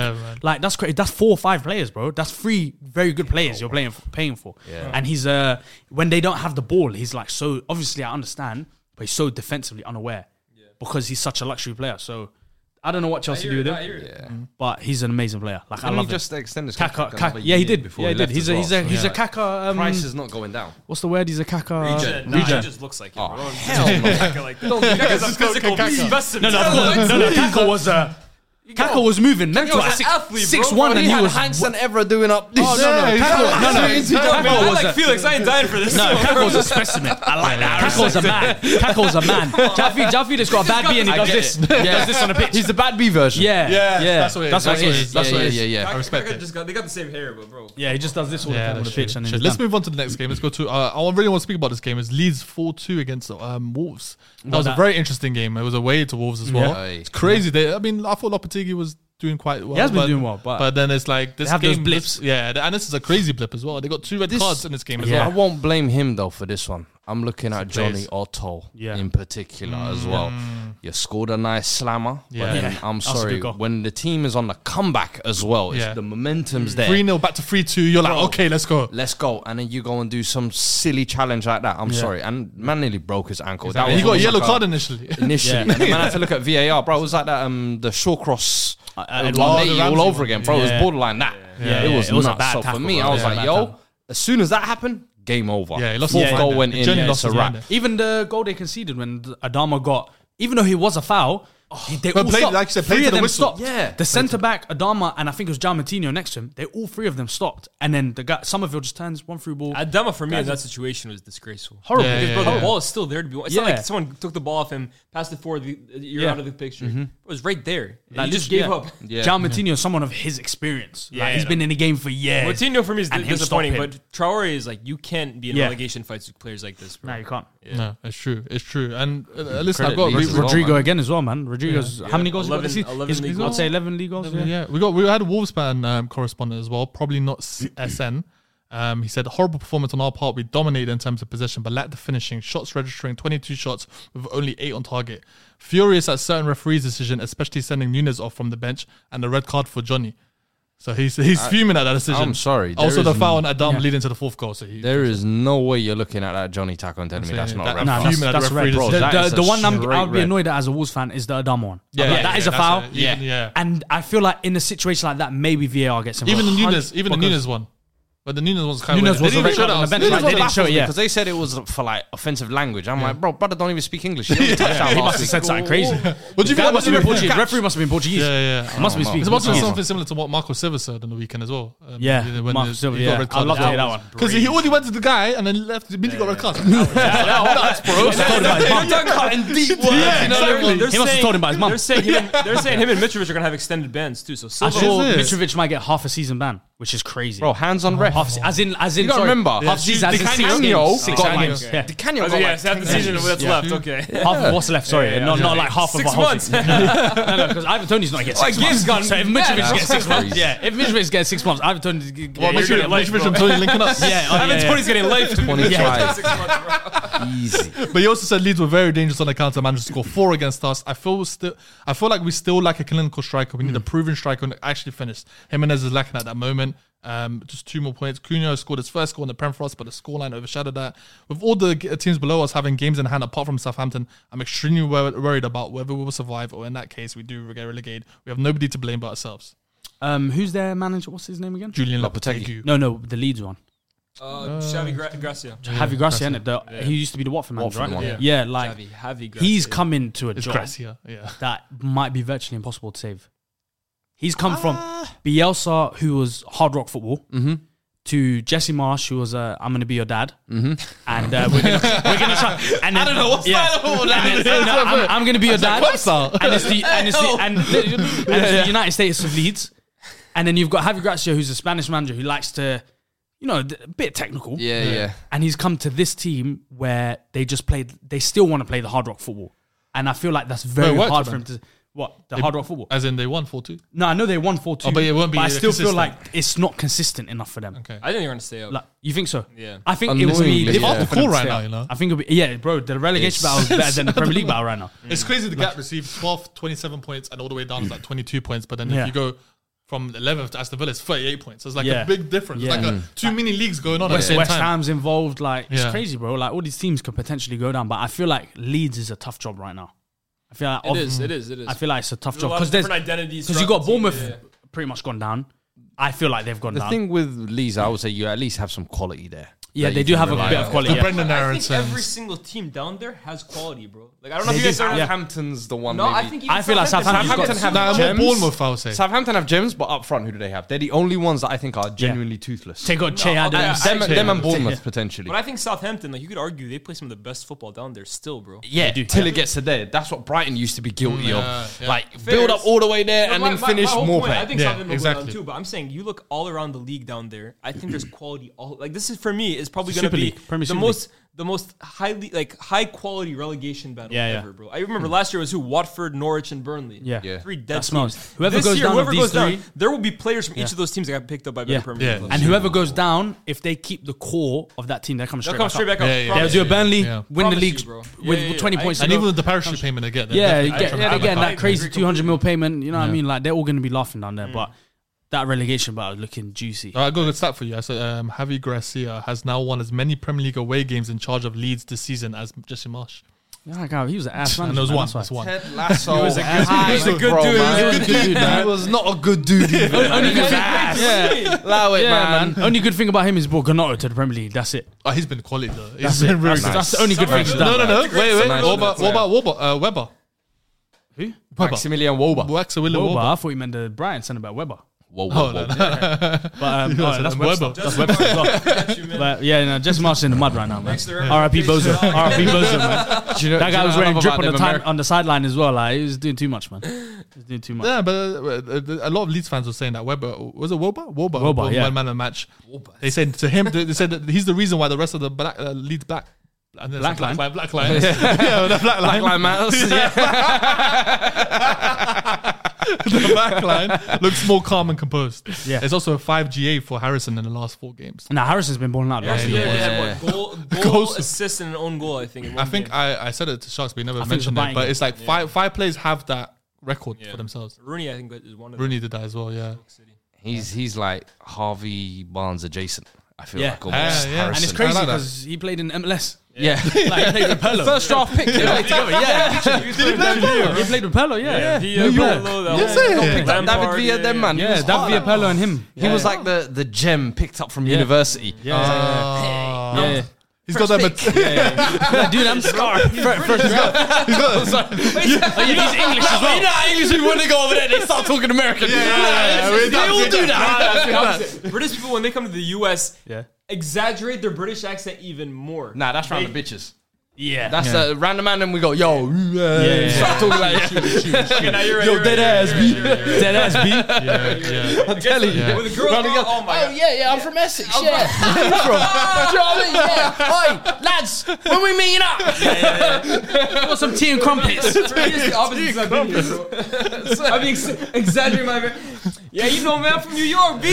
S1: Yeah, man.
S2: Like that's crazy. That's four or five players, bro. That's three very good players you're playing paying for. And he's uh when they don't have the ball, he's like so obviously I understand, but he's so defensively unaware because he's such a luxury player. So I don't know what Chelsea do with him, but he's an amazing player. Like I
S4: And he
S2: love him.
S4: just extended his
S2: Kaka,
S4: contract
S2: Kaka-
S4: another
S2: yeah, he
S4: year
S2: did.
S4: before
S2: Yeah,
S4: he
S2: he did.
S4: left
S2: He's
S4: as
S2: a
S4: well.
S2: he's a
S4: So,
S2: he's
S4: yeah.
S2: a Kaka. Um,
S4: Price is not going down.
S2: what's the word? He's a Kaka. um,
S3: Nah, he just looks like him.
S2: Oh,
S3: bro.
S4: hell no.
S3: Kaka like that. That guy's a physical specimen.
S2: No, no, of course- no, no. Kaka was a Kaka was moving mental.
S3: was an
S2: six,
S3: athlete, bro.
S2: six one,
S3: But
S2: and
S4: he
S2: he,
S4: had
S2: was.
S4: Hanks and Evra doing up this.
S2: Oh no, no,
S1: Yeah,
S2: Kaka,
S1: he's-
S2: no, no,
S1: he's-
S2: Kaka
S3: I
S2: was
S3: like
S2: a-
S3: Felix. I ain't dying for this.
S2: No, Kako's a specimen. I like that. Kako's a man. Kako's a man. Jaffe, Jaffe just got a bad beat and he
S4: I
S2: does
S4: get
S2: this.
S4: it.
S2: He does this on the pitch.
S4: He's the bad B version.
S2: yeah.
S1: Yeah, that's what it is.
S2: That's what it is.
S1: That's
S4: yeah,
S1: what it is.
S4: yeah, yeah, yeah.
S1: I respect
S3: Kaka
S1: it.
S3: just got, they got the same hair, but bro.
S2: Yeah, he just does this all the
S1: Yeah,
S2: time on the
S1: that's
S2: pitch
S1: true.
S2: and
S1: Shit,
S2: then he's
S1: Let's
S2: done.
S1: move on to the next game. Let's go to. Uh, I really want to speak about this game. Is Leeds four two against um, Wolves? That was a
S2: that-
S1: very interesting game. It was away to Wolves as well.
S4: Yeah. Aye.
S1: It's crazy. They, I mean, I thought Lopetegui was doing quite well.
S2: has been doing well, but-
S1: then it's like this
S2: have
S1: game.
S2: those blips.
S1: this- yeah, and this is a crazy blip as well. They got two red
S4: This-
S1: cards in this game as
S2: Yeah.
S4: I
S1: well.
S4: won't blame him though for this one. I'm looking at Johnny
S1: plays.
S4: Otto
S2: Yeah. Mm.
S4: in particular as well. You scored a nice slammer,
S1: Yeah.
S4: but then
S2: Yeah.
S4: I'm
S2: That's a good
S4: sorry
S2: goal.
S4: when the team is on the comeback as well. It's
S1: Yeah.
S4: the momentum's there.
S1: Three 0 back to three two. You're like, okay, let's go.
S4: Let's go, and then you go and do some silly challenge like that. I'm sorry, and man nearly broke his ankle. That
S1: And he got a
S4: almost
S1: yellow
S4: like
S1: card initially.
S4: initially.
S2: Yeah.
S4: And then man had to look at VAR, bro. It was like that um the Shawcross uh,
S2: Edward
S1: Ramsey
S4: all
S1: one.
S4: over again, bro. It was
S2: Yeah.
S4: borderline that.
S2: Yeah,
S4: it
S2: yeah,
S4: was,
S2: it was a
S4: nuts.
S2: bad
S4: so
S2: tackle,
S4: for me,
S2: bro.
S4: I was
S2: Yeah,
S4: like,
S2: bad
S4: yo,
S2: tackle.
S4: as soon as that happened, game over.
S1: Yeah, he lost
S4: Fourth
S1: his
S4: goal
S1: mind
S4: went
S1: there.
S4: in.
S1: Johnny
S4: yeah,
S1: lost
S4: it's a
S1: his
S4: wrap.
S1: mind there.
S2: Even the goal they conceded when Adama got, even though he was a foul, he- they
S1: But
S2: all
S1: played-
S2: stopped.
S1: like you said, played
S2: three
S1: to
S2: of
S1: the
S2: them
S1: whistle.
S2: stopped.
S4: Yeah.
S2: the centre back Adama and I think it was Giamatino next to him. They all three of them stopped, and then the guy Somerville just turns one through ball.
S3: Adama for me in that situation was disgraceful.
S2: Horrible.
S1: Yeah,
S3: Because, bro,
S1: yeah,
S3: the
S1: yeah.
S3: ball is still there to be. It's not
S2: Yeah.
S3: like someone took the ball off him, passed it forward. the- You're
S2: Yeah.
S3: out of the picture. It was right there. And
S2: Like,
S3: he just
S2: yeah.
S3: gave up.
S4: Yeah.
S2: Gian Martino is someone of his experience.
S3: Yeah,
S2: like, he's
S3: no.
S2: been in the game for years.
S3: Coutinho for me is
S2: And him
S3: disappointing,
S2: stop him.
S3: but Traore is like you can't be in
S2: Yeah.
S3: relegation fights with players like this. Bro.
S2: no, you can't.
S1: No, it's true. It's true. And uh, listen, I've
S4: Credit
S1: got.
S4: Leeds
S1: we-
S4: as well,
S2: Rodrigo
S4: man.
S2: again as well, man. Rodrigo's how many goals? he got this
S3: 11
S2: season?
S3: 11
S2: He's-
S3: league
S2: I'd
S3: goals.
S2: say eleven league goals. yeah.
S1: Yeah, we got we had a Wolves fan um, correspondent as well, probably not S- SN. Um, he said horrible performance on our part. We dominated in terms of possession, but lacked the finishing. Shots registering 22 shots with only eight on target. Furious at certain referees' decision, especially sending Nunes off from the bench and the red card for Johnny. So he's he's fuming at that decision.
S4: I'm sorry, there
S1: Also, the
S4: is-
S1: foul on Adam leading to the fourth goal. So he,
S4: There is no way you're looking at that Johnny tackle and telling me that's
S1: saying
S4: not
S1: that-
S4: a red
S1: nah,
S2: No,
S4: card.
S2: that's,
S1: Fuming at
S2: that's
S1: the
S2: red.
S1: referees.
S4: Bro,
S2: the
S4: that is
S2: the,
S4: a
S2: the one I'm,
S4: straight
S2: I'll be
S4: red.
S2: annoyed at as a Wolves fan is the Adama one.
S1: Yeah,
S2: Yeah,
S1: yeah,
S2: that
S1: yeah,
S2: is a
S1: that's
S2: foul.
S1: a- even- yeah.
S2: and I feel like in a situation like that, maybe VAR gets involved.
S1: even the Nunes, even the
S2: Because-
S1: Nunes one, but the Nunes one's kind of
S2: Nunes was a red card on the bench. Like, they didn't show it. Yeah,
S4: Because they said it was for like offensive language. I'm like, bro, brother, don't even speak English. You only touched that
S2: he
S4: last
S2: must have
S4: week.
S2: said something crazy.
S1: What do you think?
S2: That
S1: What
S2: must
S1: do you
S2: have been
S1: think?
S2: Portuguese. Referee must have been Portuguese.
S1: Yeah, yeah. Oh,
S2: It must be speaking.
S4: It's
S1: It's also
S2: Portuguese.
S1: something similar to what Marco Silva said on the weekend as well. Um,
S2: Yeah,
S1: when
S2: Marco
S1: the-
S2: Silva,
S1: he got
S2: yeah.
S1: red card
S2: I'd love
S1: as
S2: to hear
S1: well.
S2: that one.
S1: Because he already went to the guy and then left. Immediately got red card. Nuts, bro.
S3: Yeah,
S2: exactly. He must have told him about his mum.
S3: They're saying him, they're saying him and Mitrovic are gonna have extended bans too. So
S2: I
S3: Silva,
S2: saw
S1: Is it?
S2: Mitrovic might get half a season ban, which is crazy.
S4: Bro, hands on ref.
S2: half se- as in as in.
S4: You gotta
S2: sorry,
S4: remember,
S2: half season as in six games.
S4: Canio
S2: Six
S4: got
S2: games.
S4: like,
S2: Yeah.
S4: Di Canio
S3: Oh,
S4: got
S3: yeah,
S4: like
S3: it's half the season of what's left. Okay,
S2: Half of what's left, sorry. not not like half
S3: Six
S2: of a whole
S3: months.
S2: season. No, no, because Ivan Tony's not getting
S3: Oh,
S2: six months.
S3: game's gone
S2: So if
S3: mad.
S2: Mitrovic
S3: That's
S2: gets six
S4: crazy.
S2: months, yeah, if Mitrovic gets six months, Ivan Tony's g- g- yeah,
S1: Well,
S2: you're
S1: Mitrovic
S2: gonna-
S1: Mitrovic and Tony linking up.
S2: yeah, oh, yeah, yeah.
S3: Tony's getting late.
S4: 25. Easy.
S1: But he also said Leeds were very dangerous on the counter. Managed to score four against us. I feel still. I feel like we still lack a clinical striker. We need a proven striker who actually finished. Jimenez is lacking at that moment. Um, just two more points. Cunha scored his first goal in the Prem for us, but the scoreline overshadowed that. With all the g- teams below us having games in hand, apart from Southampton, I'm extremely wor- worried about whether we will survive or, in that case, we do get relegated. We have nobody to blame but ourselves.
S2: Um, who's their manager? What's his name again?
S1: Julian
S4: Lopetegui.
S1: Lopetegui.
S2: No, no, the Leeds one.
S3: Uh, Xavi Gra- Gracia.
S2: Javi Gracia, innit? The, He used to be the Watford manager,
S4: Watford
S2: right?
S4: one.
S2: Yeah, like
S3: Javi- Javi Gracia.
S2: he's coming to a
S1: It's
S2: job
S1: Gracia. Yeah.
S2: that might be virtually impossible to save. He's come from Bielsa, who was hard rock football, to Jesse Marsh, who was uh, I'm going to be your dad, mm-hmm. and uh, we're going to try. And then, I don't know what's
S4: that all that
S2: I'm, going to be your dad, and it's the and it's the and, the, and it's the United States of Leeds, and then you've got Javi Gracia, who's a Spanish manager who likes to, you know, d- a bit technical,
S4: Yeah, yeah.
S2: and he's come to this team where they just played. They still want to play the hard rock football, and I feel like that's very
S1: worked
S2: hard
S1: for
S2: for him to. What the hard rock football?
S1: As in they won four two.
S2: No, I know they won four two,
S1: Oh, but it won't be
S2: I still
S1: consistent.
S2: feel like it's not consistent enough for them.
S1: Okay.
S3: I think they're gonna stay up.
S2: Like, you think so?
S3: Yeah.
S2: I think it was
S4: Annoyingly,
S2: be
S4: They've
S1: upped the
S2: difficult for
S1: call
S2: them to
S1: right
S2: stay
S1: now,
S2: up.
S1: you know?
S2: I think it'll be yeah, bro. The relegation
S4: It's-
S2: battle is better than the Premier League battle right now.
S1: It's crazy the gap received 12, 27 points and all the way down to like 22 points. But then
S2: Yeah.
S1: if you go from 11th to Aston Villa is 38 points. So it's like
S2: Yeah.
S1: a big difference. It's
S2: Yeah.
S1: like a, too many leagues going on at the
S2: West,
S1: same
S2: West
S1: time.
S2: Ham's involved. Like it's
S1: Yeah.
S2: crazy, bro. Like all these teams could potentially go down, but I feel like Leeds is a tough job right now. I feel like
S3: It is, it is, it is.
S2: I feel like it's a tough
S3: There's a
S2: job
S3: lot
S2: because
S3: of
S2: there's
S3: different identities
S2: because you
S3: throughout
S2: got
S3: the team,
S2: Bournemouth
S3: yeah.
S2: pretty much gone down. I feel like they've gone
S4: The
S2: down.
S4: thing with Leeds, I would say you at least have some quality there.
S2: yeah,
S4: that
S2: they
S4: you
S2: do
S4: can
S2: have a
S4: rely
S2: bit
S4: on.
S2: of quality.
S1: The
S2: Yeah.
S1: Brendan
S3: I think
S1: Aronson.
S3: every single team down there has quality, bro. Like I don't know if you
S2: They
S3: guys
S2: do,
S3: are.
S2: yeah.
S4: Southampton's the one.
S3: No, I
S4: maybe-
S3: think even
S2: I feel like Southampton's got-
S4: Southampton have
S1: Nah, I'm more
S4: gems.
S1: Bournemouth, I would say.
S4: Southampton have gems, but up front, who do they have? They're the only ones that I think are genuinely toothless. Uh,
S2: They got Che
S3: No,
S2: Adams.
S3: I-
S4: them,
S1: Actually,
S4: them and
S1: yeah.
S4: Bournemouth
S2: Yeah.
S4: potentially.
S3: But I think Southampton, like you could argue, they play some of the best football down there still, bro.
S4: yeah, till it gets to there. That's what Brighton used to be guilty of. Like build up
S3: Fair.
S4: all the way there
S3: But
S4: and
S3: my-
S4: then
S3: my-
S4: finish
S3: my whole
S4: more.
S3: point, I
S4: back.
S3: think
S1: Yeah,
S3: Southampton will go
S1: exactly.
S3: down too, but I'm saying you look all around the league down there. I think there's quality all like this is for me is probably going to
S2: Super
S3: be
S2: League, Premier
S3: the
S2: Super
S3: most the most highly like high quality relegation battle
S2: Yeah, yeah.
S3: ever, bro. I remember last year was who Watford, Norwich, and Burnley.
S2: Yeah. Yeah.
S3: three dead
S2: That
S3: teams.
S2: smells. Whoever
S3: this
S2: goes
S3: year,
S2: down of
S3: whoever goes
S2: these
S3: down,
S2: three-
S3: there will be players from each of those teams that got picked up by better
S2: Yeah.
S3: Premier
S1: Yeah.
S3: League clubs.
S2: and whoever goes down, if they keep the core of that team, they're coming
S3: They'll
S2: straight,
S3: come
S2: back,
S3: straight
S2: up.
S3: back up.
S1: Yeah, yeah.
S2: They'll
S3: promise
S2: do a
S3: you.
S2: Burnley,
S1: Yeah.
S2: win the
S3: Promise
S2: league
S3: you, bro. Yeah,
S2: with
S3: yeah, yeah.
S2: 20
S3: I-
S2: points. to
S1: and
S2: go.
S1: even with the parachute payment they get,
S2: Yeah,
S1: they
S2: you get, yeah, they're getting that
S3: back.
S2: crazy
S3: Agree
S2: 200 mil payment. You know what I mean? Like, they're all going to be laughing down there, but that relegation battle is looking juicy.
S1: I got a good stat for you. I said um, Javi Gracia has now won as many Premier League away games in charge of Leeds this season as Jesse Marsh.
S2: Yeah, God, he was an ass man.
S1: And there was
S2: man,
S1: one.
S2: that's why.
S1: That's one.
S4: Lasso he was a good,
S1: he was a good dude, he was a good
S4: dude. He was not a good dude. Even,
S2: Only good thing-
S4: yeah, allow it,
S2: Yeah,
S4: man.
S2: man. Only good thing about him is brought Ganato to the Premier League. That's it.
S1: Oh, he's been quality though. He's
S2: That's it.
S1: been really
S2: That's-
S1: good.
S2: that's the only good thing he's
S1: No,
S2: done.
S1: no, no. Wait, wait.
S4: Nice.
S1: What about what about Weber? Uh, Weber.
S2: Who?
S1: Weber.
S4: Maximilian Woba.
S1: Waxawilla
S2: Wilbur.
S1: Weber.
S2: I thought you meant the Brighton centre back Weber.
S4: Woba.
S2: But um, oh,
S1: so
S2: that's
S1: that's
S2: Webster.
S1: Webster.
S2: That's Webster as well. But yeah, no, Jesse Marsh in the mud right now, man.
S3: to the
S2: R.I.P. Bozo.
S3: reputation.
S2: R.I.P. Bozo, man.
S4: Do you know-
S2: That guy
S4: do you know
S2: was
S4: what I
S2: wearing
S4: love
S2: drip
S4: about
S2: on the,
S4: them
S2: time,
S4: Ameri-
S2: on the sideline as well. Like he was doing too much, man. He was doing too much.
S1: Yeah, but uh, uh, a lot of Leeds fans were saying that Weber was it Woba? Woba,
S2: Wilbur,
S1: won
S2: yeah.
S1: one man of the match. They said to him, they they said that he's the reason why the rest of the black uh, Leeds black. and then it's
S2: Black
S1: like
S2: line?
S1: black line, black line. yeah, the black line,
S4: Black Lives Matters. Yeah.
S1: the back line looks more calm and composed.
S2: Yeah.
S1: there's also a five GA for Harrison in the last four games.
S2: Now Harrison's been balling out.
S3: Yeah,
S2: last
S3: yeah,
S2: year.
S3: yeah, yeah. What, Goal, goal,
S1: Goals.
S3: assist, and an own goal. I think. in
S1: I
S3: one
S1: think
S3: game.
S1: I, I said it to Sharks, but he never
S2: think it's a
S1: mentioned
S2: buying
S1: it. But
S2: game.
S1: it's like five five players have that record for themselves.
S3: Rooney. I think is one of them.
S1: Rooney did that as well. Yeah,
S4: He's he's like Harvey Barnes adjacent. I feel
S2: Yeah.
S4: like almost
S1: Yeah, yeah.
S2: And it's
S4: Harrison.
S1: I
S2: crazy
S1: like that.
S2: because he played in MLS.
S4: Yeah.
S2: Like he played with Pello.
S4: First draft pick. they played together, Yeah.
S2: He played with Pello, yeah. uh,
S3: Villa, Pirlo, that
S1: Yes,
S3: one.
S1: yeah.
S3: Got
S1: Yeah.
S3: picked up
S4: David
S3: Lampard,
S4: Villa, them man. He
S2: Yeah,
S4: was
S2: that
S4: hard.
S2: via Pello and him.
S4: He was like the the gem picked up from university.
S1: Ah,
S2: Yeah, yeah.
S1: he's got that. mat-
S2: Like, dude, I'm scarred.
S4: He's English as well. English people, when they go over there, they start talking American.
S1: yeah, yeah,
S4: They all do that.
S3: Nah, nah, it's the opposite. British people when they come to the US
S2: Yeah.
S3: exaggerate their British accent even more.
S4: Nah, that's round the bitches.
S2: Yeah.
S4: That's the random man, and we go, yo, yeah,
S2: yeah,
S4: start talking like,
S3: Okay, now you're right,
S4: yo,
S3: you're right,
S4: dead
S3: you're right, you're
S4: ass,
S3: right,
S4: B.
S3: you're right, you're right.
S4: dead ass, B. I'm
S3: Against
S4: telling you.
S3: the- With a girl,
S4: Round the
S3: girl,
S4: girl,
S3: oh my
S4: Oh
S3: god.
S4: yeah, yeah, Oh, I'm from Essex. Yeah, Where you from? Do you know what I mean? Yeah. Oi, lads, when we meeting up,
S2: got some tea and crumpets.
S3: It's the opposite since I've been here, bro. I'm ex- exaggerating my Yeah, you know, man, I'm from New York, B.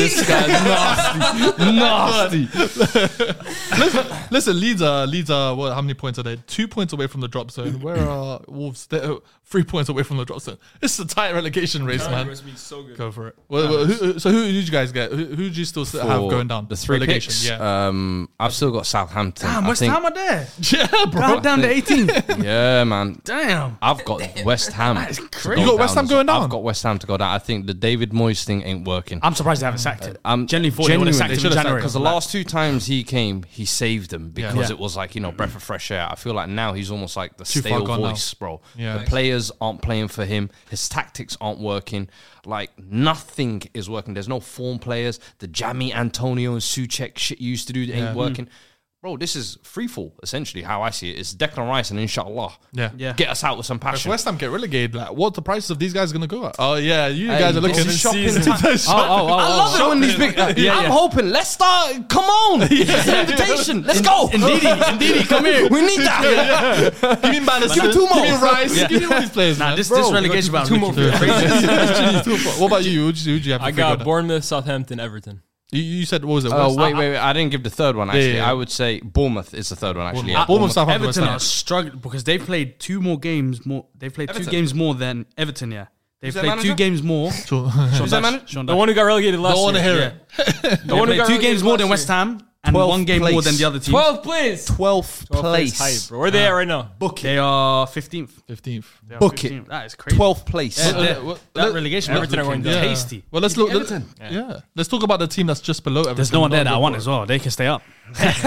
S4: nasty.
S1: Listen, Leeds are Leeds are what? How many points are they? Two points away from the drop zone. Where are Wolves? They're uh, three points away from the drop zone. It's a tight relegation race, man.
S3: so good.
S1: Go for it. Well, well, who, so who did you guys get? Who, who do you still s- have going down?
S4: The three
S1: relegation.
S4: picks.
S1: Yeah,
S4: Um, I've still got Southampton.
S2: Damn,
S4: I
S2: West
S4: think-
S2: Ham are there.
S1: yeah, bro.
S2: Down, down to 18.
S4: Yeah, man.
S2: Damn.
S4: I've got West Ham. to
S2: crazy.
S4: go
S1: You got West
S4: down
S1: Ham
S4: as well.
S1: going down?
S4: I've got West Ham to go down. I think the David Moyes thing ain't working.
S2: I'm surprised they haven't sacked him.
S4: I'm
S2: Generally thought they would have sacked him in January.
S4: because the last two times he came, he saved them because
S2: Yeah.
S4: it was like you know breath of fresh air. I feel like now he's almost like the
S1: far
S4: stale
S1: gone now.
S4: voice, bro.
S1: Yeah.
S4: The players aren't playing for him. His tactics aren't working. Like nothing is working. There's no form players. The jammy Antonio and Suchek shit you used to do that ain't working. Bro, this is free fall essentially how I see it. It's Declan Rice and inshallah.
S1: Yeah.
S2: Yeah.
S4: Get us out with some
S1: If
S4: passion.
S1: West Ham get relegated, like, what the prices of these guys going to go at? Oh yeah, you
S4: Hey,
S1: guys are
S4: this
S1: looking.
S4: is shopping time.
S1: This-
S2: Oh, oh, oh,
S4: I
S2: oh.
S4: love it when these big. uh,
S2: yeah,
S4: I'm
S2: yeah.
S4: hoping. Let's start. Come on. It's an invitation. Let's go.
S2: Indeedy, Indeedy, come here.
S4: We need that.
S1: Give me Madison.
S4: Give me two more.
S1: Give me Rice. Give me all these players.
S2: Nah,
S1: man.
S2: this,
S1: Bro,
S2: this relegation battle.
S3: Two more.
S2: looking-
S1: what about you? Who'd you, who'd you have? to
S3: I
S1: figure
S3: got
S1: out?
S3: Bournemouth, Southampton, Everton.
S1: You, you said what was it?
S4: Oh
S1: West-
S4: wait, wait, wait! I didn't give the third one. Actually,
S1: yeah, yeah.
S4: I would say Bournemouth is the third one. Actually,
S1: Bournemouth. Bournemouth, Southampton, West
S2: Everton
S1: Ham.
S2: are struggling because they played two more games more. They played two games more than Everton. Yeah, They
S4: Who's their
S2: played two
S4: manager?
S2: games more.
S1: Sure.
S2: Sean
S4: their
S2: Dyche.
S4: manager?
S2: Sean
S3: The
S2: Dyche.
S3: one who got relegated last
S1: Don't want to
S3: year.
S1: hear
S3: Yeah.
S1: it.
S3: The one who
S2: They played
S3: got
S2: two
S3: relegated
S2: games more
S3: last
S2: than
S3: year.
S2: West Ham and
S4: 12th
S2: one game more
S4: place.
S2: than the other team.
S3: 12th place.
S4: 12th
S3: 12th
S4: place.
S3: Hype, bro. Where they at right now?
S2: They are 15th.
S1: 15th.
S2: They are
S4: Book it.
S2: 15th. That is crazy.
S4: 12th place.
S2: Yeah,
S1: Uh,
S2: that-
S1: what-
S2: that
S1: let-
S2: relegation
S3: Everton are
S2: looking
S3: going down.
S2: tasty.
S1: Well, let's look. let-
S4: Everton.
S1: yeah. let's talk about the team that's just below Everton.
S2: There's no one there that I
S1: Not
S2: want as well. They can stay up. Margaret.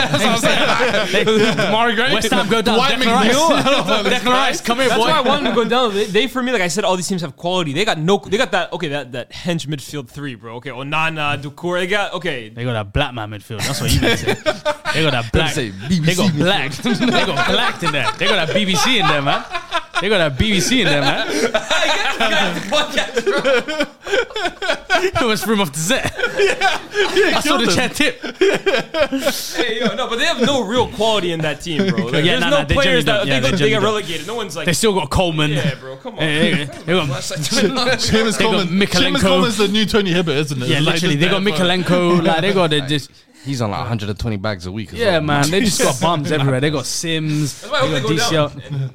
S2: West Ham go down.
S1: Dwight
S2: Declan Rice. Declan Rice, come here,
S3: That's why I
S2: boy.
S3: wanted to go down. They, they for me, like I said, all these teams have quality. They got no. They got that. Okay, that that hench midfield three, bro. Okay, Onana, Ducour. They got okay.
S2: They got that black man midfield. That's what you meant to say. They got that black.
S4: say
S2: they
S4: BBC
S2: got black. they got blacked in there. They got that BBC in there, man. They got that BBC in there, man. It was from off the set. I saw the chat tip.
S3: Hey, yo, no, but they have no real quality in that team, bro. Like,
S2: Yeah,
S3: there's
S2: nah,
S3: no
S2: nah, they generally
S3: players that
S2: don't. Yeah,
S3: they, go,
S2: they
S3: they get
S2: generally don't.
S3: relegated. No one's like,
S2: They still got Coleman.
S3: yeah, bro, come on.
S2: Hey, hey, hey, they got-
S1: Seamus
S2: They got
S1: Coleman.
S2: Mikalenko.
S1: Seamus Coleman's the new Tony Hibbert, isn't it?
S2: yeah,
S1: It's like
S2: literally,
S1: just
S2: they got
S1: there for-
S2: Mikalenko. Like they got they just.
S4: He's on like 120 bags a week. As
S2: Yeah,
S4: well.
S2: man, they just got bums everywhere. They got Sims. They
S3: That's why I hope
S2: got
S3: they go
S2: DCL.
S3: down. And they-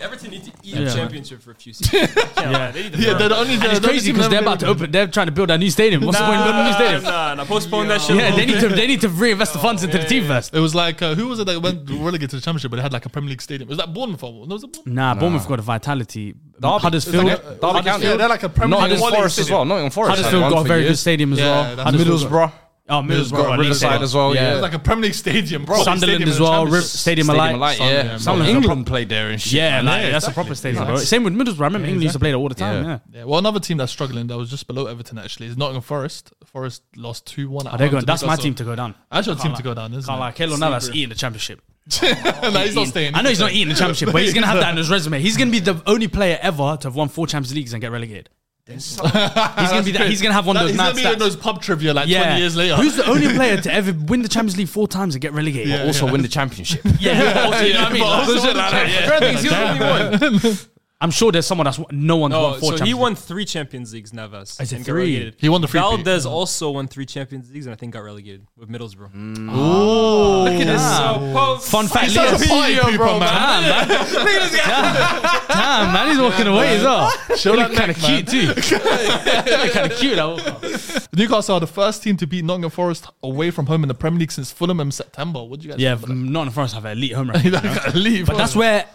S3: Everton need to eat a championship for a few seasons. yeah, they need to
S1: Yeah,
S3: burn.
S1: they're the only.
S2: And it's crazy because they're about to open. They're trying to build a new stadium. What's the point of building a new
S3: nah,
S2: stadium?
S3: nah, nah, postpone that shit. a
S2: Yeah,
S3: little
S2: they need
S3: bit.
S2: to they need to reinvest the funds into the team first.
S1: It was like uh, who was it that went relegated to the championship, but they had like a Premier League stadium. Was that Bournemouth? Or, no, was it Bournemouth?
S2: Nah, Bournemouth got a vitality.
S1: It's
S2: Huddersfield,
S1: like a-
S4: Derby
S1: Huddersfield.
S4: County.
S1: Yeah, they're like a Premier League
S4: Nottingham
S1: quality
S4: Forest as
S1: stadium.
S4: well. Nottingham Forest. had
S2: Huddersfield
S4: one
S2: got a
S4: for
S2: very good
S4: years.
S2: stadium as
S1: Yeah,
S2: well.
S1: that's-
S2: Huddersfield got-
S4: Middlesbrough.
S2: Oh, Middlesbrough,
S4: Middlesbrough,
S2: I need to say
S4: Riverside
S2: that.
S4: as well.
S1: Yeah,
S4: Yeah,
S1: it's like a Premier League stadium, bro. Stadium
S2: Sunderland
S1: in
S2: as
S1: the
S2: well. Ri-
S1: championship.
S2: Stadium Alight.
S4: Alight, Yeah,
S1: Sunderland.
S4: Bro,
S2: Sunderland's a
S4: England played there and shit.
S2: Yeah,
S4: man.
S2: like, that's a proper stadium, bro. Same with Middlesbrough. I remember England used to play there all the time.
S4: Yeah.
S2: Yeah.
S1: Yeah, well, another team that's struggling that was just below Everton actually is Nottingham Forest. Forest lost two one.
S2: Oh, they're going, that's my team to go down.
S1: That's your team to go down, isn't
S2: Can't
S1: it?
S2: lie, Keylor Navas eating the championship.
S1: no, he's not
S2: Eating-
S1: staying.
S2: I know he's not eating the championship, but he's gonna have that on his resume. He's gonna be the only player ever to have won four Champions Leagues and get relegated. He's gonna be that, he's gonna have one of
S1: That-
S2: those
S1: He's
S2: mad
S1: gonna be in
S2: stats.
S1: those pub trivia like twenty years later.
S2: Who's the only player to ever win the Champions League four times and get relegated?
S1: Yeah,
S4: Also
S1: yeah.
S4: win the championship.
S2: Yeah, also, you know what I mean?
S1: But
S2: Like,
S1: also
S2: those
S1: won
S2: shit
S1: the
S2: like that,
S1: Champions
S2: yeah.
S3: He's the only one.
S2: I'm sure there's someone that's won- no one's won
S3: No,
S2: four
S3: Oh, so
S2: Champions
S3: he won three Champions Leagues, Navas.
S2: I said
S3: and got
S2: three.
S3: relegated.
S1: He won the three-peat.
S3: Valdez also won three Champions Leagues, and I think got relegated with Middlesbrough.
S1: Oh,
S2: League.
S3: So, Pope-
S2: Fun fact,
S1: He's such a
S2: Leo-
S1: party pooper, man.
S2: Damn, man. Damn, man, he's walking away as well.
S1: Show
S2: He
S1: that
S2: looked kind of
S1: neck, man.
S2: cute too. kind of cute. Like,
S1: Newcastle are the first team to beat Nottingham Forest away from home in the Premier League since Fulham in September. What do you guys?
S2: yeah,
S1: think about
S2: not in France have an elite home
S1: that?
S2: record.
S1: Like, I leave.
S2: But that's where